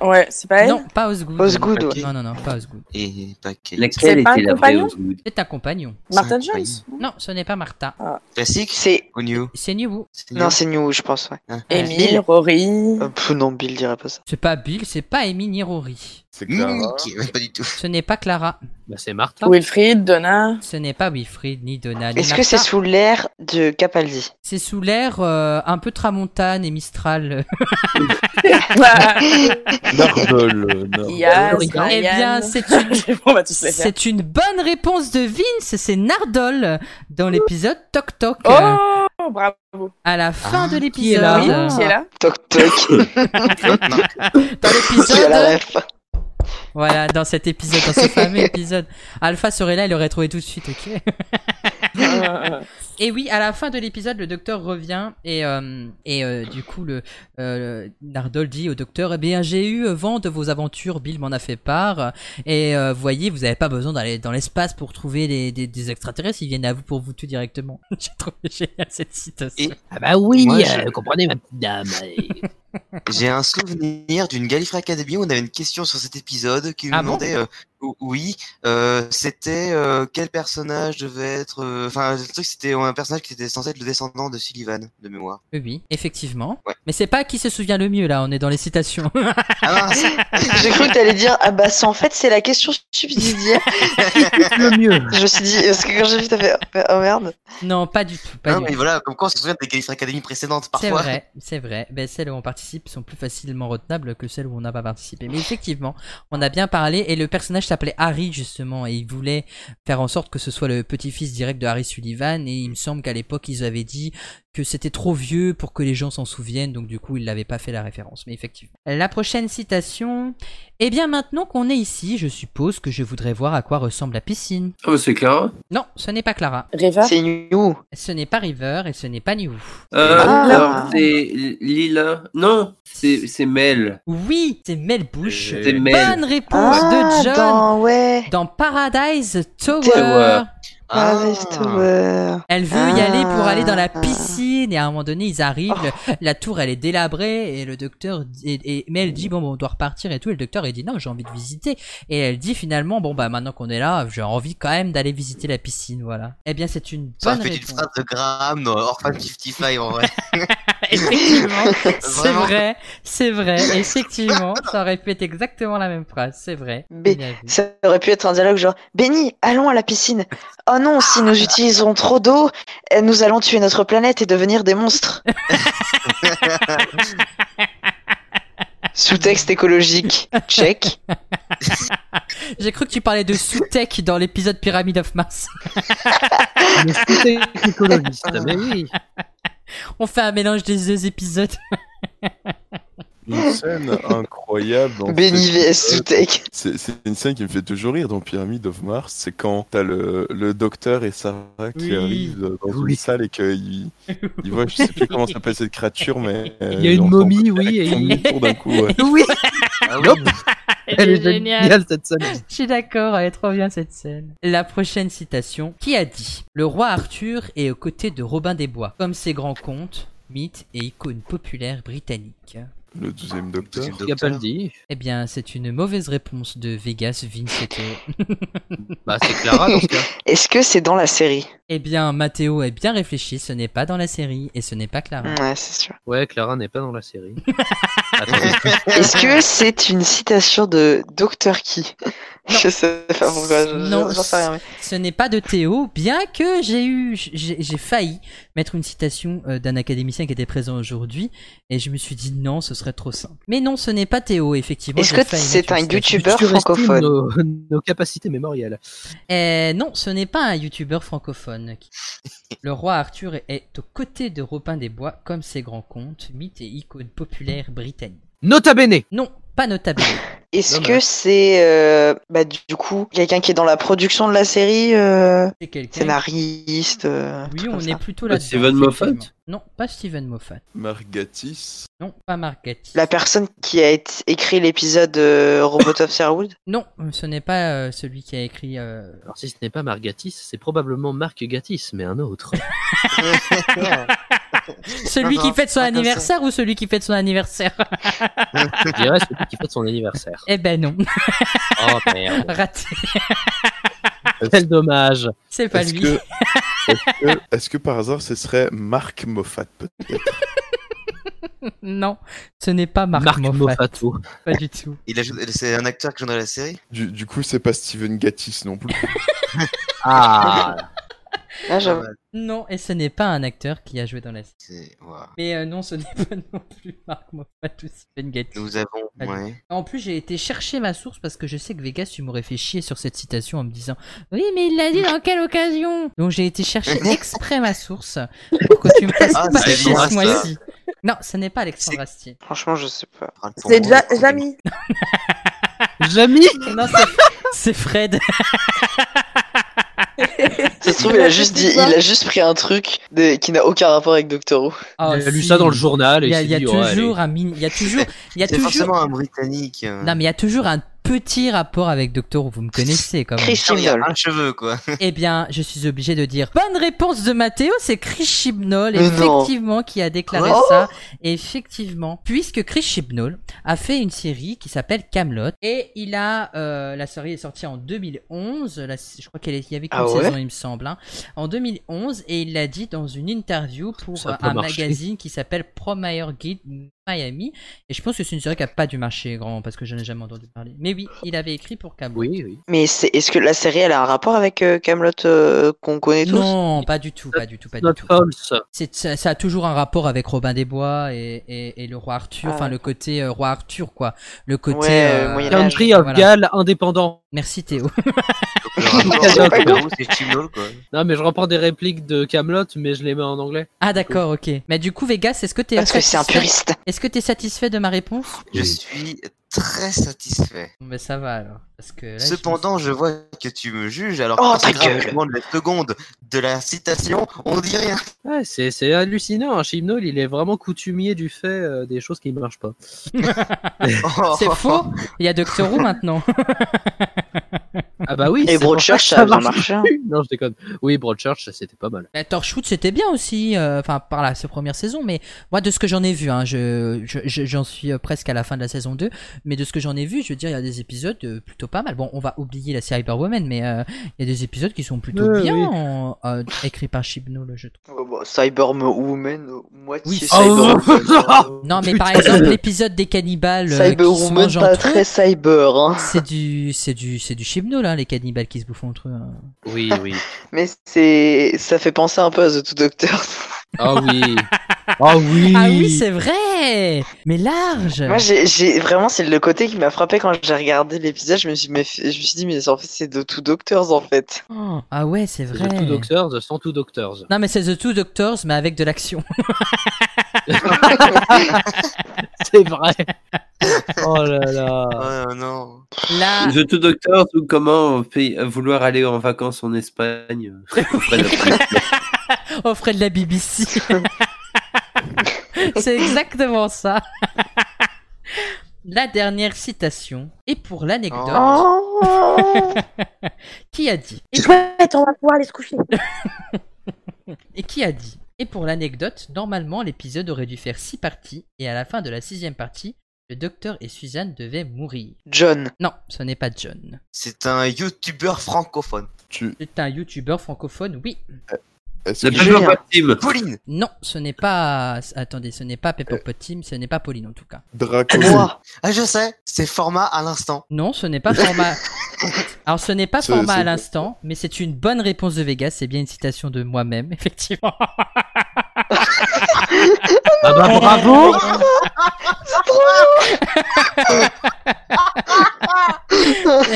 Speaker 1: Ouais, c'est pas elle.
Speaker 4: Non, pas Osgood.
Speaker 10: Osgood, ouais.
Speaker 4: Non, non, non, pas Osgood.
Speaker 5: Et pas Kate.
Speaker 19: Laquelle
Speaker 1: C'est pas un
Speaker 19: était la vraie
Speaker 1: compagnon
Speaker 19: Osgood
Speaker 4: C'est un compagnon.
Speaker 1: Martha
Speaker 5: C'est un
Speaker 1: Jones.
Speaker 4: Non, ce n'est pas Martha.
Speaker 5: Classique
Speaker 10: C'est.
Speaker 5: ou new Ah.
Speaker 4: C'est Niwu.
Speaker 10: Non, c'est New, je pense, ouais.
Speaker 1: Emile, Rory.
Speaker 10: Euh, pff, non, Bill dirait pas ça.
Speaker 4: C'est pas Bill, c'est pas Amy ni Rory.
Speaker 8: C'est
Speaker 10: Hmm,
Speaker 8: Clara.
Speaker 5: Nick. Pas du tout.
Speaker 4: Ce n'est pas Clara.
Speaker 7: Bah, c'est Martha.
Speaker 1: Wilfried, Donna.
Speaker 4: Ce n'est pas Wilfried ni Donna. ni
Speaker 10: Est-ce que c'est
Speaker 4: Martha.
Speaker 10: sous l'air de Capaldi
Speaker 4: C'est sous l'air euh, un peu tramontane et mistral.
Speaker 8: Nardole. euh, Nardole.
Speaker 1: Yes,
Speaker 4: Eh bien, c'est une,
Speaker 1: On va tous les faire.
Speaker 4: c'est une bonne réponse de Vince, c'est Nardole dans l'épisode Toc Toc. euh,
Speaker 1: Oh, bravo.
Speaker 4: à la fin de
Speaker 7: Ah, est
Speaker 4: l'épisode.
Speaker 7: là euh,
Speaker 1: Oui, qui est là
Speaker 10: Toc toc.
Speaker 4: Dans
Speaker 10: Tu as la
Speaker 4: l'épisode.
Speaker 10: ref.
Speaker 4: voilà, dans cet épisode, dans ce fameux épisode. Alpha serait là, il aurait trouvé tout de suite, ok Et oui, à la fin de l'épisode, le docteur revient et, euh, et euh, du coup, le, euh, Nardol dit au docteur, eh bien, j'ai eu vent de vos aventures, Bill m'en a fait part, et euh, voyez, vous n'avez pas besoin d'aller dans l'espace pour trouver les- des, des extraterrestres, ils viennent à vous pour vous tuer directement. J'ai trouvé génial cette citation.
Speaker 7: Ah bah oui,
Speaker 5: Moi, je-
Speaker 7: euh, comprenez ma petite dame.
Speaker 5: J'ai un souvenir d'une Gallifrey Academy où on avait une question sur cet épisode qui nous
Speaker 7: Ah bon
Speaker 5: demandait, euh, ou- oui, euh, c'était euh, quel personnage devait être, euh, enfin le truc c'était un personnage qui était censé être le descendant de Sullivan de mémoire.
Speaker 4: Oui, oui, effectivement. Mais c'est pas qui se souvient le mieux là, on est dans les citations.
Speaker 5: Ah
Speaker 10: J'ai cru que t'allais dire ah bah ça en fait c'est la question subsidiaire.
Speaker 7: le mieux.
Speaker 10: Je me suis dit parce que quand j'ai vu t'as fait oh merde.
Speaker 4: non, pas du tout. Pas
Speaker 5: Non
Speaker 4: du
Speaker 5: mais
Speaker 4: tout.
Speaker 5: voilà, comme quoi on se souvient des Gallifrey Academy précédentes
Speaker 4: C'est
Speaker 5: parfois.
Speaker 4: vrai, c'est vrai. Ben, celles où on participe sont plus facilement retenables que celles où on n'a pas participé. Mais effectivement, on a bien parlé et le personnage s'appelait Harry justement et il voulait faire en sorte que ce soit le petit-fils direct de Harry Sullivan et il me semble qu'à l'époque ils avaient dit que c'était trop vieux pour que les gens s'en souviennent donc du coup ils l'avaient pas fait la référence. Mais effectivement. La prochaine citation. Eh bien maintenant qu'on est ici, je suppose que je voudrais voir à quoi ressemble la piscine.
Speaker 19: Ah, bah, c'est Clara.
Speaker 4: Non, ce n'est pas Clara.
Speaker 1: River.
Speaker 10: C'est New.
Speaker 4: Ce n'est pas River et ce n'est pas New.
Speaker 19: Euh,
Speaker 4: Ah.
Speaker 19: Alors, c'est Lila. Non, c'est c'est Mel.
Speaker 4: Oui, c'est Mel Bush.
Speaker 19: C'est Mel.
Speaker 4: Bonne réponse
Speaker 10: Ah,
Speaker 4: de John.
Speaker 10: dans-
Speaker 4: Dans Paradise Tower.
Speaker 10: Tower. Paradise Tower. Ah.
Speaker 4: Elle veut y aller pour aller dans la piscine et à un moment donné ils arrivent,
Speaker 10: Oh.
Speaker 4: le- la tour elle est délabrée et le docteur dit- et, et Mel dit bon, bon, on doit repartir et tout et le docteur il dit non j'ai envie de visiter et elle dit finalement bon bah maintenant qu'on est là j'ai envie quand même d'aller visiter la piscine voilà. Eh bien c'est une
Speaker 5: Ça
Speaker 4: bonne
Speaker 5: aurait fait une
Speaker 4: réponse.
Speaker 5: phrase de Graham dans Orphan 55 en vrai.
Speaker 4: Effectivement, c'est
Speaker 5: Vraiment.
Speaker 4: vrai, c'est vrai, effectivement, ça répète exactement la même phrase, c'est vrai.
Speaker 10: Bé- ça aurait pu être un dialogue genre Béni, allons à la piscine. Oh non, si nous utiliserons trop d'eau, eh, nous allons tuer notre planète et devenir des monstres. Sous-texte écologique, check.
Speaker 4: J'ai cru que tu parlais de sous-tech dans l'épisode Pyramid of Mars.
Speaker 7: Le sous-tech écologiste, mais oui.
Speaker 4: On fait un mélange des deux épisodes.
Speaker 8: Une scène incroyable. dans
Speaker 10: Benny
Speaker 8: cet
Speaker 10: VS
Speaker 8: épisode.
Speaker 10: Soutec.
Speaker 8: C'est c'est une scène qui me fait toujours rire dans Pyramid of Mars. C'est quand t'as le, le docteur et Sarah qui
Speaker 7: Oui.
Speaker 8: arrivent dans une salle et qu'ils ils voient, je sais plus comment s'appelle cette créature, mais. euh,
Speaker 7: Il y a une
Speaker 8: dans-
Speaker 7: momie, oui.
Speaker 8: dans-
Speaker 7: Et
Speaker 8: tourne
Speaker 7: il-
Speaker 8: autour d'un coup. ouais. Ah
Speaker 7: Oui. Hop. Elle est
Speaker 4: géniale.
Speaker 7: géniale cette scène.
Speaker 4: Je suis d'accord, elle est trop bien cette scène. La prochaine citation qui a dit Le roi Arthur est aux côtés de Robin des Bois, comme ses grands contes, mythes et icônes populaires britanniques.
Speaker 8: Le douzième docteur.
Speaker 7: Il a pas le dit.
Speaker 4: Eh bien, c'est une mauvaise réponse de Vegas Vincetto.
Speaker 7: bah, c'est Clara dans ce cas.
Speaker 10: Est-ce que c'est dans la série
Speaker 4: Eh bien, Mathéo est bien réfléchi, ce n'est pas dans la série et ce n'est pas Clara.
Speaker 10: Ouais, Ah, c'est sûr.
Speaker 7: Ouais, Clara n'est pas dans la série.
Speaker 10: Est-ce que c'est une citation de Docteur Qui Je sais pas pourquoi, je-
Speaker 4: Non,
Speaker 10: j'en sais rien. mais-
Speaker 4: ce n'est pas de Théo, bien que j'ai eu, j'ai j'ai failli mettre une citation euh, d'un académicien qui était présent aujourd'hui, et je me suis dit non, ce serait trop simple. Mais non, ce n'est pas Théo, effectivement.
Speaker 10: Est-ce
Speaker 4: j'ai
Speaker 10: que
Speaker 4: failli
Speaker 10: c'est
Speaker 4: mettre
Speaker 10: un
Speaker 4: une citation.
Speaker 10: youtubeur
Speaker 7: Tu restimes
Speaker 10: francophone
Speaker 7: Nos, nos capacités mémorielles.
Speaker 4: Euh, non, ce n'est pas un youtubeur francophone. qui- Le roi Arthur est- est aux côtés de Robin des Bois, comme ses grands contes, mythes et icônes populaires britanniques.
Speaker 7: Nota bene.
Speaker 4: Non, pas notable.
Speaker 10: Est-ce que c'est euh, bah, du du coup quelqu'un qui est dans la production de la série euh,
Speaker 4: C'est quelqu'un-
Speaker 10: Scénariste euh,
Speaker 4: Oui,
Speaker 10: truc
Speaker 4: on
Speaker 10: comme
Speaker 4: est
Speaker 10: ça.
Speaker 4: plutôt là.
Speaker 10: Steven Moffat
Speaker 4: Non, pas Steven Moffat.
Speaker 8: Mark Gatiss.
Speaker 4: Non, pas Mark Gatiss.
Speaker 10: La personne qui a été- écrit l'épisode euh, Robot of Sherwood
Speaker 4: Non, ce n'est pas euh, celui qui a écrit. euh,
Speaker 7: Alors, si ce n'est pas Marc Gatiss, c'est probablement Marc Gatiss, mais un autre.
Speaker 4: Celui
Speaker 7: Non,
Speaker 4: qui
Speaker 7: non,
Speaker 4: fête son
Speaker 7: pas comme ça.
Speaker 4: anniversaire ou celui qui fête son anniversaire
Speaker 7: Je dirais celui qui fête son anniversaire.
Speaker 4: Eh ben non.
Speaker 7: Oh merde.
Speaker 4: Raté.
Speaker 7: Quel dommage.
Speaker 4: C'est pas
Speaker 8: Est-ce
Speaker 4: lui.
Speaker 8: que- Est-ce que, est-ce que par hasard ce serait Marc Moffat peut-être
Speaker 4: Non, ce n'est pas Marc, Moffat. Pas du tout.
Speaker 5: Il a joué- c'est un acteur qui joue dans la série.
Speaker 8: du, du coup, c'est pas Steven Gattis non plus.
Speaker 7: Ah.
Speaker 10: Ah, j'avoue.
Speaker 4: Non, et ce n'est pas un acteur qui a joué dans la
Speaker 5: série.
Speaker 4: Mais euh, non, ce n'est pas non plus Marc Moffat ou Stephen Gattis.
Speaker 5: Nous avons,
Speaker 4: Pas du
Speaker 5: ouais.
Speaker 4: tout. En plus, j'ai été chercher ma source parce que je sais que Vegas, tu m'aurais fait chier sur cette citation en me disant Oui, mais il l'a dit dans quelle occasion Donc j'ai été chercher exprès ma source pour que tu me fasses
Speaker 10: Ah,
Speaker 4: pas
Speaker 10: c'est
Speaker 4: chier
Speaker 10: bon,
Speaker 4: ce
Speaker 10: ça.
Speaker 4: mois-ci. Non, ce n'est pas Alexandre Astier.
Speaker 10: Franchement, je sais pas.
Speaker 1: C'est Ja- Jamie.
Speaker 7: Jamie
Speaker 4: Non, c'est- c'est Fred.
Speaker 10: C'est
Speaker 2: trouve, il a juste dit, il a juste pris un truc de- qui n'a aucun rapport avec Doctor Who.
Speaker 7: Ah, Il a lu si. ça dans le journal et
Speaker 4: Il y a,
Speaker 7: il s'est
Speaker 4: il y a
Speaker 7: dit, oh, ouais,
Speaker 4: toujours un min- il y a toujours, il y a
Speaker 5: C'est
Speaker 4: toujours.
Speaker 5: forcément un Britannique. euh.
Speaker 4: Non, mais il y a toujours un petit rapport avec Doctor Who. Vous me connaissez quand même.
Speaker 5: Putain, il y a un cheveu, quoi.
Speaker 4: Eh bien, je suis obligé de dire bonne réponse de Mathéo, c'est Chris Chibnall,
Speaker 5: Mais non.
Speaker 4: effectivement, qui a déclaré
Speaker 5: Oh
Speaker 4: ça. Effectivement. Puisque Chris Chibnall a fait une série qui s'appelle Camelot. Et il a, euh, la série est sortie en 2011. La- je crois qu'il y avait qu'une
Speaker 10: Ah ouais
Speaker 4: saison, il me semble. hein. En 2011, et il l'a dit dans une interview pour
Speaker 10: Ça a
Speaker 4: euh,
Speaker 10: pas
Speaker 4: un
Speaker 10: marché.
Speaker 4: magazine qui s'appelle Promire Guide Miami. Et je pense que c'est une série qui a pas dû marcher grand, parce que je n'ai jamais entendu parler. Mais oui, il avait écrit pour Camelot. Oui, oui.
Speaker 10: Mais c'est- est-ce que la série, elle a un rapport avec euh, Camelot qu'on connaît tous
Speaker 4: Non, pas du tout, pas du tout, pas du tout. C'est- ça, ça a toujours un rapport avec Robin des Bois et, et- et le roi Arthur,
Speaker 7: Ah
Speaker 4: enfin
Speaker 7: ouais.
Speaker 4: le côté euh, roi Arthur quoi, le côté
Speaker 7: Ouais, euh, Moyen Âge. Country of Galles indépendant.
Speaker 4: Merci Théo.
Speaker 7: Non, mais je reprends des répliques de Camelot, mais je les mets en anglais.
Speaker 4: ah d'accord, ok. Mais du coup Vegas, est-ce que t'es
Speaker 7: Parce que c'est un
Speaker 4: satisfait-
Speaker 7: puriste.
Speaker 4: Est-ce que t'es satisfait de ma réponse
Speaker 5: Je suis très satisfait.
Speaker 4: Mais ça va alors, parce que là, je-
Speaker 5: Cependant, je vois que tu me juges, alors
Speaker 4: Oh,
Speaker 5: quand
Speaker 4: ta
Speaker 5: c'est grave,
Speaker 4: gueule.
Speaker 5: je demande la seconde de la citation, on dit rien.
Speaker 7: Ouais, c'est c'est hallucinant. Hein. Chibnall, il est vraiment coutumier du fait euh, des choses qui ne marchent pas. Oh.
Speaker 4: c'est faux. Il y a Doctor Who maintenant.
Speaker 7: Ah bah oui.
Speaker 4: Et
Speaker 7: c'est pour
Speaker 4: Broadchurch,
Speaker 7: que
Speaker 4: ça a bien
Speaker 7: marche
Speaker 4: marché, hein.
Speaker 7: plus. Non, je déconne. Oui, Broadchurch, ça, c'était pas mal.
Speaker 4: La Torchwood Bah, c'était bien aussi, euh, enfin par la sa première saison, mais moi de ce que j'en ai vu, hein, je, je- je- j'en suis euh, presque à la fin de la saison 2, mais de ce que j'en ai vu, je veux dire, il y a des épisodes euh, plutôt pas mal. Bon, on va oublier la série Cyberwoman, mais euh, il y a des épisodes qui sont plutôt
Speaker 10: Ouais,
Speaker 4: bien
Speaker 10: oui.
Speaker 4: en- euh, écrits par Chibnall, je trouve.
Speaker 10: Oh, bah, Cyberwoman, euh, moitié
Speaker 4: Oui,
Speaker 10: cyber.
Speaker 4: Ah, non, mais par exemple, l'épisode des cannibales euh, qui se
Speaker 10: Cyberwoman,
Speaker 4: mangent
Speaker 10: pas
Speaker 4: entre
Speaker 10: très
Speaker 4: eux,
Speaker 10: cyber. Hein.
Speaker 4: c'est du, c'est du, c'est du Chibnall, hein, les cannibales qui se bouffent entre eux. hein.
Speaker 7: Oui, oui.
Speaker 10: Mais c'est, ça fait penser un peu à The Two Doctors.
Speaker 7: Ah oui. Ah oui.
Speaker 4: Ah oui, c'est vrai. Mais large.
Speaker 10: Moi, j'ai, j'ai- vraiment, c'est le côté qui m'a frappé quand j'ai regardé l'épisode. Je me suis, mais- je me suis dit, mais en fait, c'est The Two Doctors en fait.
Speaker 4: Oh, ah ouais, c'est vrai.
Speaker 7: The Two Doctors, euh, sans Two Doctors.
Speaker 4: Non, mais c'est The Two Doctors, mais avec de l'action.
Speaker 7: c'est vrai. Oh là là.
Speaker 5: Oh non.
Speaker 4: Là,
Speaker 19: The Two Doctors ou comment on fait vouloir aller en vacances en Espagne Après, la-
Speaker 4: au frais de la BBC. c'est exactement ça. La dernière citation est pour l'anecdote.
Speaker 7: Oh.
Speaker 4: qui a dit et,
Speaker 1: Chouette, on va pouvoir aller se coucher.
Speaker 4: et qui a dit Et pour l'anecdote, normalement l'épisode aurait dû faire six parties et à la fin de la sixième partie, le docteur et Suzanne devaient mourir.
Speaker 10: John.
Speaker 4: Non, ce n'est pas John.
Speaker 5: C'est un youtubeur francophone.
Speaker 4: C'est un youtubeur francophone, oui.
Speaker 8: Est-ce
Speaker 19: La
Speaker 8: que-
Speaker 19: Pepper Pot Team.
Speaker 5: Pauline
Speaker 4: Non, ce n'est pas. Attendez, ce n'est pas Pepper Pot Team, ce n'est pas Pauline en tout cas.
Speaker 8: Draco.
Speaker 5: Ah, je sais, c'est format à l'instant.
Speaker 4: Non, ce n'est pas format. Alors, ce n'est pas
Speaker 5: C'est-
Speaker 4: format à
Speaker 5: c'est-
Speaker 4: l'instant, mais c'est une bonne réponse de Vegas. C'est bien une citation de moi-même, effectivement.
Speaker 7: Ah bah bravo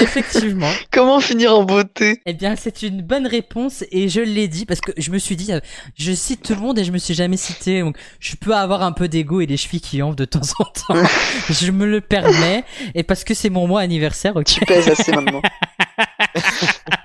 Speaker 4: Effectivement.
Speaker 10: Comment finir en beauté
Speaker 4: Eh bien, c'est une bonne réponse et je l'ai dit parce que je me suis dit, euh, je cite tout le monde et je me suis jamais cité, donc je peux avoir un peu d'ego et des chevilles qui enflent de temps en temps. je me le permets et parce que c'est mon mois anniversaire. ok.
Speaker 10: Tu pèses assez maintenant.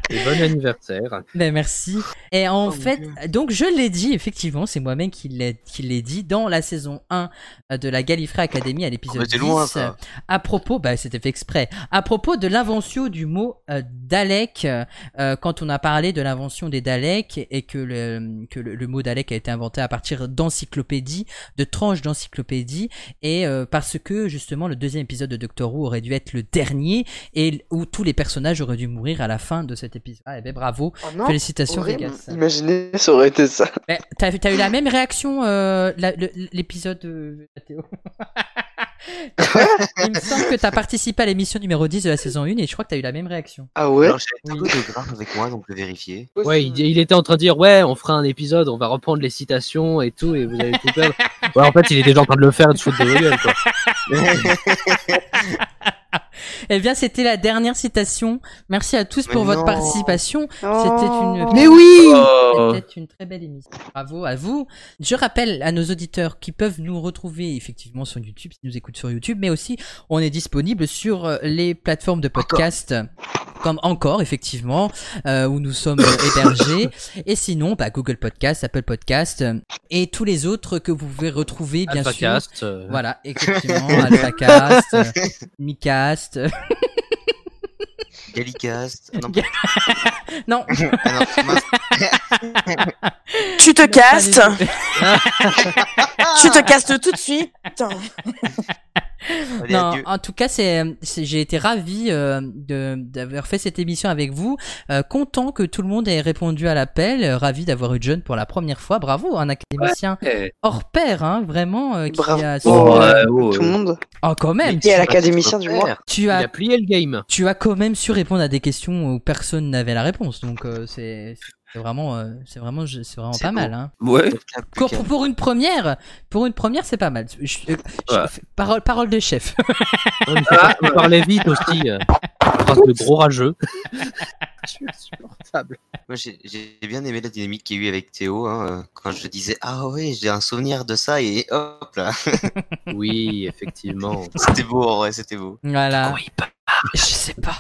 Speaker 7: Et bon anniversaire.
Speaker 4: Ben merci. Et
Speaker 10: Oh
Speaker 4: en fait, donc je l'ai dit, effectivement, c'est moi-même qui l'ai qui l'ai dit dans la saison 1 de la Gallifrey Academy à l'épisode
Speaker 5: Oh, mais c'est
Speaker 4: 10.
Speaker 5: loin, ça.
Speaker 4: À propos, bah c'était fait exprès. À propos de l'invention du mot euh, Dalek, euh, euh, quand on a parlé de l'invention des Daleks et que le que le, le mot Dalek a été inventé à partir d'encyclopédies, de tranches d'encyclopédies, et euh, parce que justement le deuxième épisode de Doctor Who aurait dû être le dernier et l- où tous les personnages auraient dû mourir à la fin de cet épisode. Ah, eh ben bravo,
Speaker 10: Oh non,
Speaker 4: félicitations
Speaker 10: horrible.
Speaker 4: Vegas.
Speaker 10: Imaginez, ça aurait été ça.
Speaker 4: Mais T'as t'as eu la même réaction euh, la- le- l'épisode euh, Théo. Il me semble que t'as participé à l'émission numéro 10 de la saison 1 et je crois que t'as eu la même réaction.
Speaker 7: Ah ouais
Speaker 5: Alors, j'ai un peu de grave avec moi, donc je vais vérifier.
Speaker 7: Ouais, il, il était en train de dire ouais, on fera un épisode, on va reprendre les citations et tout, et vous allez tout perdre. Ouais, en fait, il est déjà en train de le faire, de se foutre de vos gueules, quoi.
Speaker 4: Eh bien, c'était la dernière citation. Merci à tous pour
Speaker 7: Mais
Speaker 4: votre
Speaker 7: non.
Speaker 4: participation.
Speaker 7: Non.
Speaker 4: C'était une.
Speaker 7: Mais oui Oh.
Speaker 4: C'était une très belle émission. Bravo à vous. Je rappelle à nos auditeurs qui peuvent nous retrouver effectivement sur YouTube, s'ils nous écoutent sur YouTube, mais aussi on est disponible sur euh, les plateformes de podcast. comme encore effectivement euh, où nous sommes euh, hébergés et sinon bah, Google Podcast, Apple Podcast euh, et tous les autres que vous pouvez retrouver bien
Speaker 20: Alphacast,
Speaker 4: sûr.
Speaker 20: euh.
Speaker 4: Voilà, effectivement, AlphaCast, euh, Micast.
Speaker 5: Gallicast. Non.
Speaker 4: non.
Speaker 5: Ah non, mince.
Speaker 1: Tu te castes.
Speaker 4: Tu
Speaker 1: tu te castes tout de suite.
Speaker 5: Allez,
Speaker 4: Non,
Speaker 5: adieu.
Speaker 4: en tout cas, c'est, c'est- j'ai été ravi euh, de, d'avoir fait cette émission avec vous. Euh, content que tout le monde ait répondu à l'appel. euh, ravi d'avoir eu John pour la première fois. Bravo, un académicien
Speaker 19: Ouais.
Speaker 4: hors pair, hein, vraiment. euh, qui a su-
Speaker 19: Oh, ouais, oh,
Speaker 10: Tout le monde.
Speaker 4: Oh, quand même.
Speaker 10: Et à l'académicien du mois.
Speaker 4: Tu as
Speaker 10: Il a
Speaker 4: plié le game. Tu as quand même su répondre à des questions où personne n'avait la réponse. Donc euh, c'est, c'est vraiment, euh, c'est vraiment, c'est vraiment pas mal. Hein.
Speaker 19: Ouais.
Speaker 10: Ah,
Speaker 4: Pour, pour- pour une première, pour une première, c'est pas mal. Je- je- je- parole, parole de chef.
Speaker 7: Ah, tu parlais vite aussi. euh, Trace de gros rageux.
Speaker 5: Moi, j'ai j'ai bien aimé la dynamique qu'il y a eu avec Théo hein, euh, quand je disais Ah oui, j'ai un souvenir de ça et hop là.
Speaker 20: oui, effectivement.
Speaker 5: C'était beau, en vrai, c'était beau.
Speaker 7: Oh,
Speaker 4: Voilà. Je sais pas.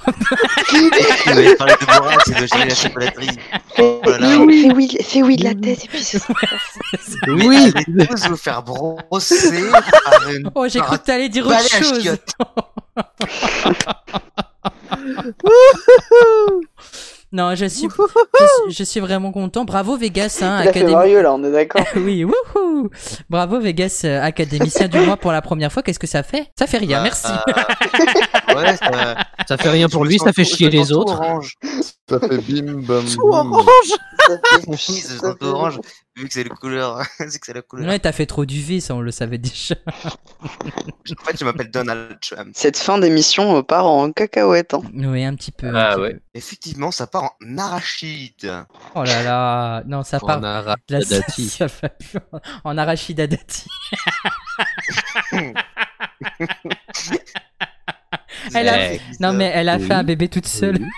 Speaker 5: Vous avez parlé de bourrage et de geler la chocolaterie. Oh là là.
Speaker 21: oui, fais oui, fais oui de la tête et puis ça se passe.
Speaker 5: Mais
Speaker 21: Oui.
Speaker 5: allez tous vous faire brosser par une.
Speaker 4: Oh, j'ai
Speaker 5: par
Speaker 4: cru que
Speaker 5: un
Speaker 4: t'allais dire
Speaker 10: Bah,
Speaker 5: balai
Speaker 4: autre
Speaker 5: à
Speaker 4: chose.
Speaker 5: chiottes.
Speaker 4: non, je suis, je, suis- je suis vraiment content. Bravo Vegas, hein,
Speaker 10: Il a fait
Speaker 4: académi-
Speaker 10: Mario là, on est d'accord.
Speaker 4: oui, wouhou Bravo Vegas, euh, académicien du mois pour la première fois. Qu'est-ce que ça fait Ça fait rien.
Speaker 10: Ah,
Speaker 5: Bah,
Speaker 4: Merci.
Speaker 5: euh, ouais, ça...
Speaker 7: Ça fait rien pour lui, ça fait chier les autres.
Speaker 22: Ça fait bim bam.
Speaker 5: Ils se sentent orange, vu que c'est la couleur. c'est que c'est la couleur.
Speaker 4: Ouais, t'as fait trop du V, ça on le savait déjà.
Speaker 5: En fait, je m'appelle Donald Trump.
Speaker 10: Cette fin d'émission euh, part en cacahuète. Hein.
Speaker 4: oui, un petit peu. un
Speaker 5: Ah,
Speaker 4: petit peu.
Speaker 5: Effectivement, ça part en arachide.
Speaker 4: Oh là là, non, ça
Speaker 5: En
Speaker 4: part.
Speaker 5: arachidati.
Speaker 4: Là, ça- ça va plus en- En arachidadati. elle a...
Speaker 10: Ouais.
Speaker 4: Non, mais elle a
Speaker 10: Oui,
Speaker 4: fait un bébé toute seule.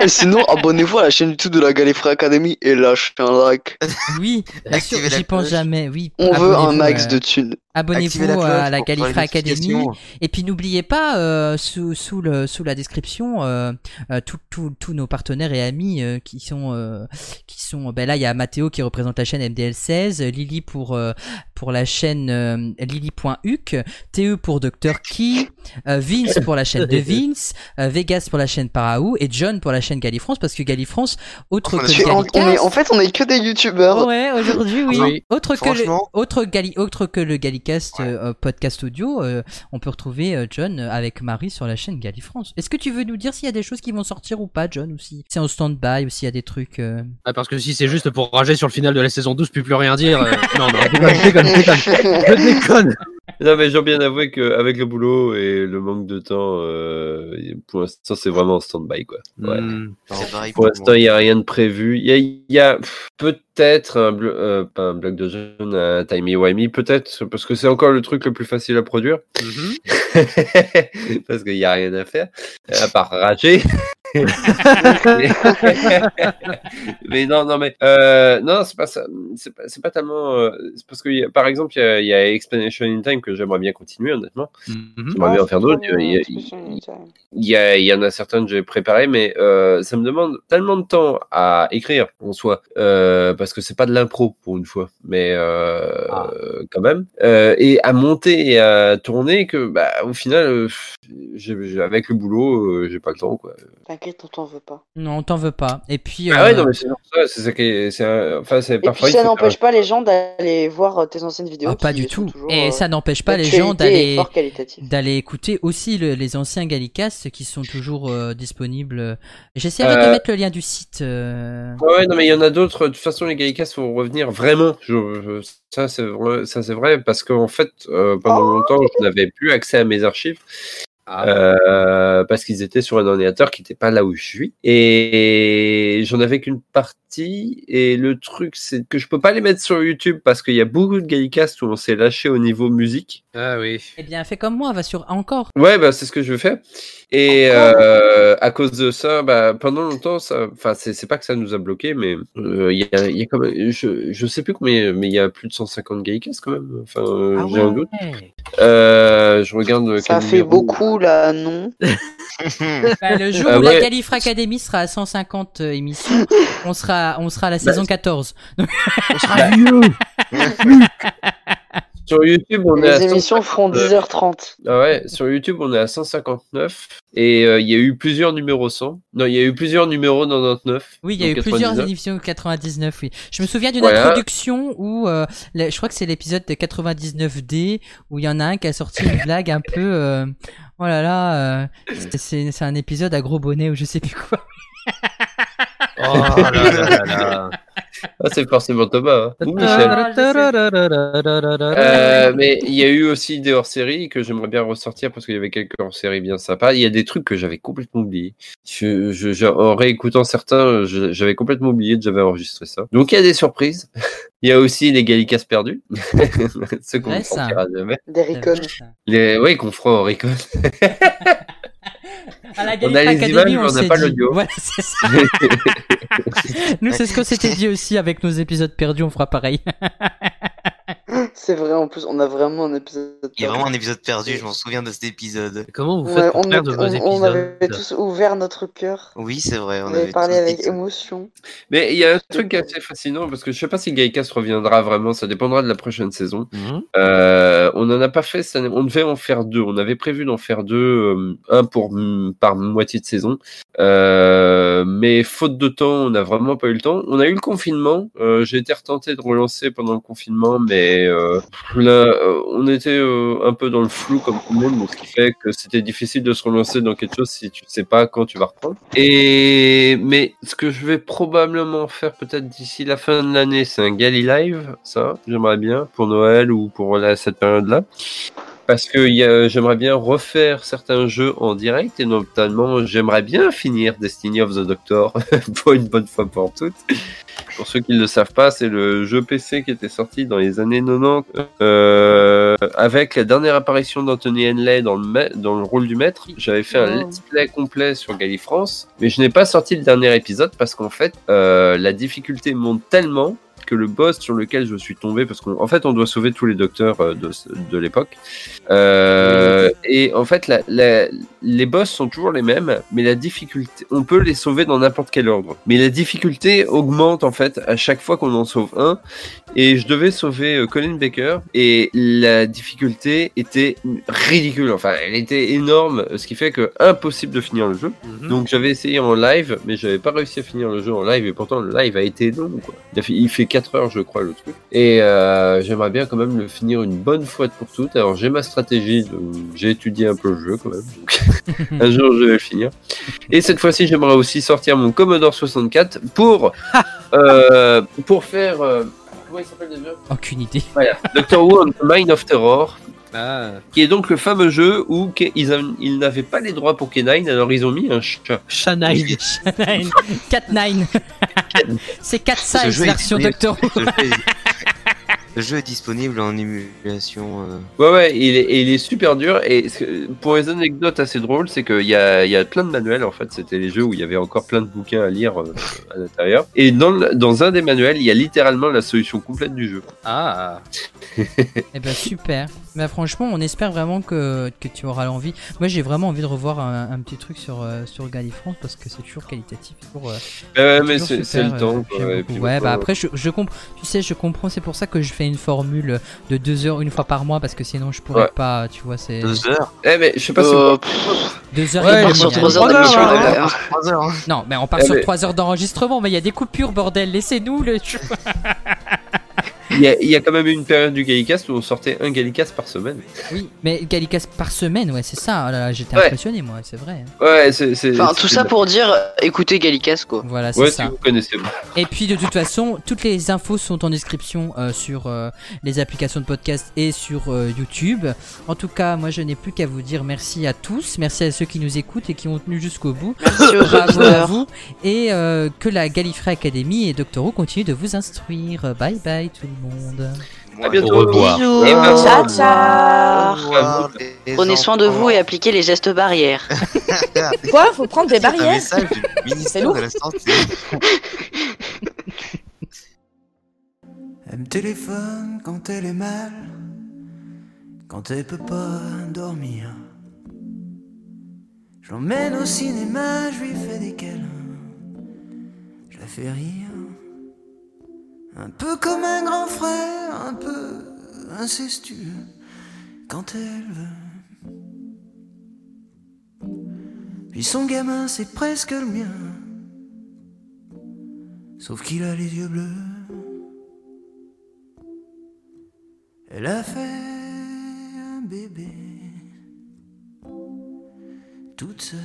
Speaker 10: Et sinon, abonnez-vous à la chaîne YouTube de la Gallifrey Academy et lâchez un like.
Speaker 4: oui, bien sûr,
Speaker 10: Activez la
Speaker 4: j'y pense
Speaker 10: cloche.
Speaker 4: jamais. Oui,
Speaker 10: On veut un
Speaker 4: abonnez-vous,
Speaker 10: max
Speaker 4: euh,
Speaker 10: de thunes.
Speaker 4: Abonnez-vous
Speaker 10: Activez la
Speaker 4: euh,
Speaker 10: cloche
Speaker 4: à la
Speaker 10: pour- pour les
Speaker 4: Gallifrey Academy.
Speaker 10: notifications.
Speaker 4: Et puis n'oubliez pas, euh, sous, sous, le, sous la description, euh, euh, tous tous- tous nos partenaires et amis euh, qui sont. euh, qui sont ben là, il y a Mathéo qui représente la chaîne MDL16, euh, Lily pour, euh, pour la chaîne euh, Lily.huc, TE E pour Dr. Key, euh, Vince pour la chaîne de Vince, euh, Vegas pour la chaîne Paraou et John pour la chaîne Gallifrance parce que Gallifrance, autre que
Speaker 10: Tu-
Speaker 4: le
Speaker 10: on- on est-
Speaker 4: Gallicast-
Speaker 10: en fait, on est que des youtubeurs.
Speaker 4: Ouais, aujourd'hui, oui. Autre, que le,
Speaker 10: Franchement.
Speaker 4: autre, gali- autre que le Gallicast euh, podcast audio, euh, on peut retrouver euh, John avec Marie sur la chaîne Gallifrance. Est-ce que tu veux nous dire s'il y a des choses qui vont sortir ou pas, John, ou si c'est en stand-by, ou s'il y a des trucs. euh,
Speaker 7: Ah, parce que si c'est juste pour rager sur le final de la saison 12, puis plus rien dire. euh, Non, non, je déconne, je déconne, je déconne. Je déconne.
Speaker 3: Non, mais j'ai bien avoué qu'avec le boulot et le manque de temps, euh, pour l'instant, c'est vraiment en stand-by. Quoi. Ouais.
Speaker 5: C'est pareil
Speaker 3: pour
Speaker 5: pour
Speaker 3: l'instant,
Speaker 5: moi.
Speaker 3: il n'y a rien de prévu. Il y a, il y a, pff, peut-être un, blo- euh, pas un bloc de jeunes, un timey-wimey, peut-être, parce que c'est encore le truc le plus facile à produire. parce qu'il n'y a rien à faire, à part rager. mais non, non, mais euh, non, c'est pas ça. C'est pas, c'est pas tellement. euh, c'est parce que il y a- par exemple, il y a- il y, a Explanation in Time que j'aimerais bien continuer, honnêtement.
Speaker 5: Mhm.
Speaker 3: J'aimerais bien en faire d'autres. Il y a- il y, a- il y en a certaines que j'ai préparées, mais euh, ça me demande tellement de temps à écrire en soi, euh, parce que c'est pas de l'impro pour une fois, mais euh,
Speaker 21: Ah.
Speaker 3: euh, quand même, Euh, et à monter et à tourner que, bah, au final, euh, pff, j'ai- j'ai- avec le boulot, euh, j'ai pas le temps, quoi.
Speaker 21: T'inquiète, on t'en veut pas.
Speaker 4: Non, on t'en veut pas. Et puis.
Speaker 3: Ah ouais,
Speaker 4: euh,
Speaker 3: non, mais c'est pour ça, c'est ça qui est, c'est un- enfin, c'est
Speaker 21: Et
Speaker 3: parfois,
Speaker 21: puis
Speaker 3: il
Speaker 21: ça
Speaker 3: faut
Speaker 21: n'empêche
Speaker 3: faire-
Speaker 21: pas les gens d'aller
Speaker 10: euh,
Speaker 21: voir tes anciennes vidéos.
Speaker 4: Ah, pas
Speaker 21: qui
Speaker 4: du
Speaker 21: sont
Speaker 4: tout.
Speaker 21: toujours,
Speaker 4: Et
Speaker 21: euh,
Speaker 4: ça n'empêche pas les gens
Speaker 21: d'actualité et
Speaker 4: d'aller
Speaker 21: fort qualitatives.
Speaker 4: d'aller écouter aussi le- les anciens Gallicasts qui sont toujours euh, disponibles. J'essaierai de
Speaker 3: Euh,
Speaker 4: mettre le lien du site. euh.
Speaker 3: Ouais, ouais, non, mais il y en a d'autres. De toute façon, les Gallicas vont revenir vraiment. Je- je- ça, c'est vrai, ça, c'est vrai, parce qu'en fait, euh, pendant longtemps, je n'avais plus accès à mes archives. euh, parce qu'ils étaient sur un ordinateur qui n'était pas là où je suis et j'en avais qu'une partie et le truc c'est que je peux pas les mettre sur YouTube parce qu'il y a beaucoup de Gallicast où on s'est lâché au niveau musique
Speaker 7: Ah oui.
Speaker 4: Eh bien, fais comme moi, va sur encore.
Speaker 3: Ouais, bah, c'est ce que je fais. Et euh, à cause de ça, bah, pendant longtemps, ça, enfin, c'est c'est pas que ça nous a bloqué, mais euh, il y a, il y a quand même, je, je sais plus combien, mais il y a plus de 150 Gaïkas quand même. Enfin, euh, j'ai un doute. Euh, je regarde.
Speaker 21: Ça fait beaucoup coup, là, non.
Speaker 4: Bah, le jour
Speaker 21: Ah
Speaker 4: où la
Speaker 21: ouais.
Speaker 4: Califre Academy sera à 150 euh, émissions, on sera, on sera à la saison 14. on
Speaker 21: sera
Speaker 4: vieux.
Speaker 3: Sur YouTube, on est
Speaker 21: Les
Speaker 3: à
Speaker 21: émissions feront
Speaker 3: 159.
Speaker 21: 10h30.
Speaker 3: Ah ouais, sur YouTube, on est à 159 et euh, il y a eu plusieurs numéros 100. Non, il y a eu plusieurs numéros 99.
Speaker 4: Oui, il y a eu
Speaker 3: donc
Speaker 4: plusieurs
Speaker 3: 99.
Speaker 4: émissions 99, oui. Je me souviens d'une
Speaker 3: Voilà.
Speaker 4: introduction où, euh, la- je crois que c'est l'épisode de 99D, où il y en a un qui a sorti une blague un peu, euh, oh là là, euh, c'est- c'est c'est un épisode à gros bonnet ou je sais plus quoi.
Speaker 3: Oh là là là là. Ah, c'est forcément Thomas. hein. Ou Michel.
Speaker 4: Ah
Speaker 3: Euh, mais il y a eu aussi des hors-séries que j'aimerais bien ressortir parce qu'il y avait quelques hors-séries bien sympas. Il y a des trucs que j'avais complètement oubliés. Je, je- je- en réécoutant certains, je- j'avais complètement oublié que j'avais enregistré ça. Donc il y a des surprises. Il y a aussi les Gallicas perdus. Ceux qu'on
Speaker 21: Ouais,
Speaker 3: ne
Speaker 21: ça.
Speaker 3: sortira jamais.
Speaker 21: Des ricones.
Speaker 3: Les, oui, qu'on fera en recon.
Speaker 4: Ah, À la
Speaker 3: On a les
Speaker 4: Galifre
Speaker 3: images,
Speaker 4: Academy,
Speaker 3: mais on n'a
Speaker 4: s'est
Speaker 3: pas
Speaker 4: dit-
Speaker 3: l'audio.
Speaker 4: Voilà, c'est ça. Nous, c'est ce qu'on s'était dit aussi avec nos épisodes perdus, on fera pareil.
Speaker 21: C'est vrai, en plus, on a vraiment un épisode.
Speaker 5: Il y a vraiment un épisode perdu, je m'en souviens de cet épisode.
Speaker 19: Comment
Speaker 21: Ouais, on, on- on avait tous ouvert notre cœur.
Speaker 5: Oui, c'est vrai,
Speaker 21: On,
Speaker 5: on
Speaker 21: avait
Speaker 5: avait
Speaker 21: parlé avec émotion.
Speaker 3: Mais il y a un truc assez fascinant parce que je sais pas si Gaïkas reviendra vraiment, ça dépendra de la prochaine saison. Euh, on n'en a pas fait, cette année. on devait en faire deux. On avait prévu d'en faire deux, euh, un pour mm, par moitié de saison. Euh, mais faute de temps, on n'a vraiment pas eu le temps. On a eu le confinement. Euh, J'ai été retenté de relancer pendant le confinement, mais euh, là, euh, on était euh, un peu dans le flou comme tout le monde, donc ce qui fait que c'était difficile de se relancer dans quelque chose si tu ne sais pas quand tu vas reprendre. Et mais ce que je vais probablement faire peut-être d'ici la fin de l'année, c'est un Gali Live, ça, j'aimerais bien pour Noël ou pour la- cette période-là. Parce que il y a- j'aimerais bien refaire certains jeux en direct et notamment j'aimerais bien finir Destiny of the Doctor pour une bonne fois pour toutes. Pour ceux qui ne le savent pas, c'est le jeu PC qui était sorti dans les années 90 euh, avec la dernière apparition d'Anthony Henley dans le, ma- dans le rôle du maître. J'avais fait
Speaker 7: Oh.
Speaker 3: un let's play complet sur Galifrance, mais je n'ai pas sorti le dernier épisode parce qu'en fait, euh, la difficulté monte tellement que le boss sur lequel je suis tombé, parce qu'en fait on doit sauver tous les docteurs euh, de, de l'époque, euh, et en fait la- la- les boss sont toujours les mêmes, mais la difficulté, on peut les sauver dans n'importe quel ordre, mais la difficulté augmente en fait à chaque fois qu'on en sauve un, et je devais sauver euh, Colin Baker, et la difficulté était ridicule, enfin elle était énorme, ce qui fait que impossible de finir le jeu, donc j'avais essayé en live, mais j'avais pas réussi à finir le jeu en live, et pourtant le live a été long, quoi. Il a fait- Il fait 4 heures, je crois, le truc. Et euh, j'aimerais bien quand même le finir une bonne fois pour toutes. Alors j'ai ma stratégie, donc j'ai étudié un peu le jeu quand même. donc un jour je vais le finir. Et cette fois-ci, j'aimerais aussi sortir mon Commodore 64 pour, euh, pour faire. euh, Comment il s'appelle déjà
Speaker 4: Aucune idée.
Speaker 3: voilà, Doctor Who and the Mind of Terror. Qui est donc le fameux jeu où K- ils, a- ils n'avaient pas les droits pour K9, alors ils ont mis un chat.
Speaker 4: Shanine. Nine. 4-9. C'est 4
Speaker 5: Ce
Speaker 4: size
Speaker 5: jeu est
Speaker 4: version
Speaker 5: disponible-
Speaker 4: Doctor Who.
Speaker 5: ce jeu est- Le jeu est disponible en émulation. euh,
Speaker 3: Ouais, ouais, il est, il est super dur. Et ce que- pour les anecdotes assez drôles, c'est qu'il y a, il y a plein de manuels. En fait, c'était les jeux où il y avait encore plein de bouquins à lire euh, à l'intérieur. Et dans, le- dans un des manuels, il y a littéralement la solution complète du jeu.
Speaker 4: Ah Eh ben super. Bah franchement, on espère vraiment que, que tu auras l'envie. Moi, j'ai vraiment envie de revoir un, un petit truc sur, euh, sur Galifrance parce que c'est toujours qualitatif. Toujours, euh,
Speaker 3: Euh, mais c'est-
Speaker 4: toujours super,
Speaker 3: c'est le
Speaker 4: euh,
Speaker 3: temps, quoi,
Speaker 4: j'aime
Speaker 3: et
Speaker 4: beaucoup.
Speaker 3: puis
Speaker 4: ouais,
Speaker 3: maintenant-
Speaker 4: bah après, je, je comprends. Tu sais, je comprends. C'est pour ça que je fais une formule de deux heures une fois par mois parce que sinon, je pourrais
Speaker 3: Ouais.
Speaker 4: pas. Tu vois, c'est.
Speaker 3: Eh, mais je sais pas
Speaker 4: Euh,
Speaker 3: si.
Speaker 4: Deux heures
Speaker 3: Ouais,
Speaker 4: et demie,
Speaker 3: on part sur
Speaker 4: hein.
Speaker 3: trois heures
Speaker 2: Oh,
Speaker 3: d'émission, là, d'ailleurs.
Speaker 4: Non, mais on part
Speaker 3: Eh,
Speaker 4: sur
Speaker 3: mais-
Speaker 4: 3 heures d'enregistrement, mais il y a des coupures, bordel. Laissez-nous le.
Speaker 3: Il y, a, il y a quand même eu une période du Gallicast où on sortait un Gallicast par semaine.
Speaker 4: Oui. Mais Gallicas par semaine, ouais, c'est ça. Oh là là, J'étais
Speaker 2: Ouais.
Speaker 4: impressionné, moi, c'est vrai. hein.
Speaker 3: Ouais, c'est. c'est-
Speaker 2: Enfin, tout
Speaker 3: c'est-
Speaker 2: ça pour dire, écoutez Gallicas, quoi.
Speaker 4: Voilà, c'est
Speaker 3: Ouais,
Speaker 4: ça.
Speaker 3: si vous connaissez.
Speaker 4: Et puis de toute façon, toutes les infos sont en description euh, sur euh, les applications de podcast et sur euh, YouTube. En tout cas, moi je n'ai plus qu'à vous dire merci à tous, merci à ceux qui nous écoutent et qui ont tenu jusqu'au bout.
Speaker 2: Merci aux
Speaker 4: Bravo à
Speaker 2: auditeurs.
Speaker 4: vous et euh, que la Gallifrey Academy et Doctor Who continuent de vous instruire. Bye bye tout le monde.
Speaker 2: À bientôt. Au revoir. Bisous.
Speaker 4: Et merci.
Speaker 2: Ciao, ciao.
Speaker 4: Au revoir, les
Speaker 2: Prenez soin de
Speaker 4: enfants.
Speaker 2: vous et appliquez les gestes barrières.
Speaker 1: Quoi Faut prendre des
Speaker 5: Un
Speaker 1: barrières
Speaker 5: message du
Speaker 1: C'est
Speaker 5: ministère
Speaker 1: lourd.
Speaker 5: de la Santé.
Speaker 9: Elle me téléphone quand elle est mal, quand elle peut pas dormir.
Speaker 15: Je l'emmène au cinéma, je lui fais des câlins. Je la fais rire. Un peu comme un grand frère, un peu incestueux. Quand elle veut. Puis son gamin, c'est presque le mien. Sauf qu'il a les yeux bleus. Elle a fait un bébé toute seule.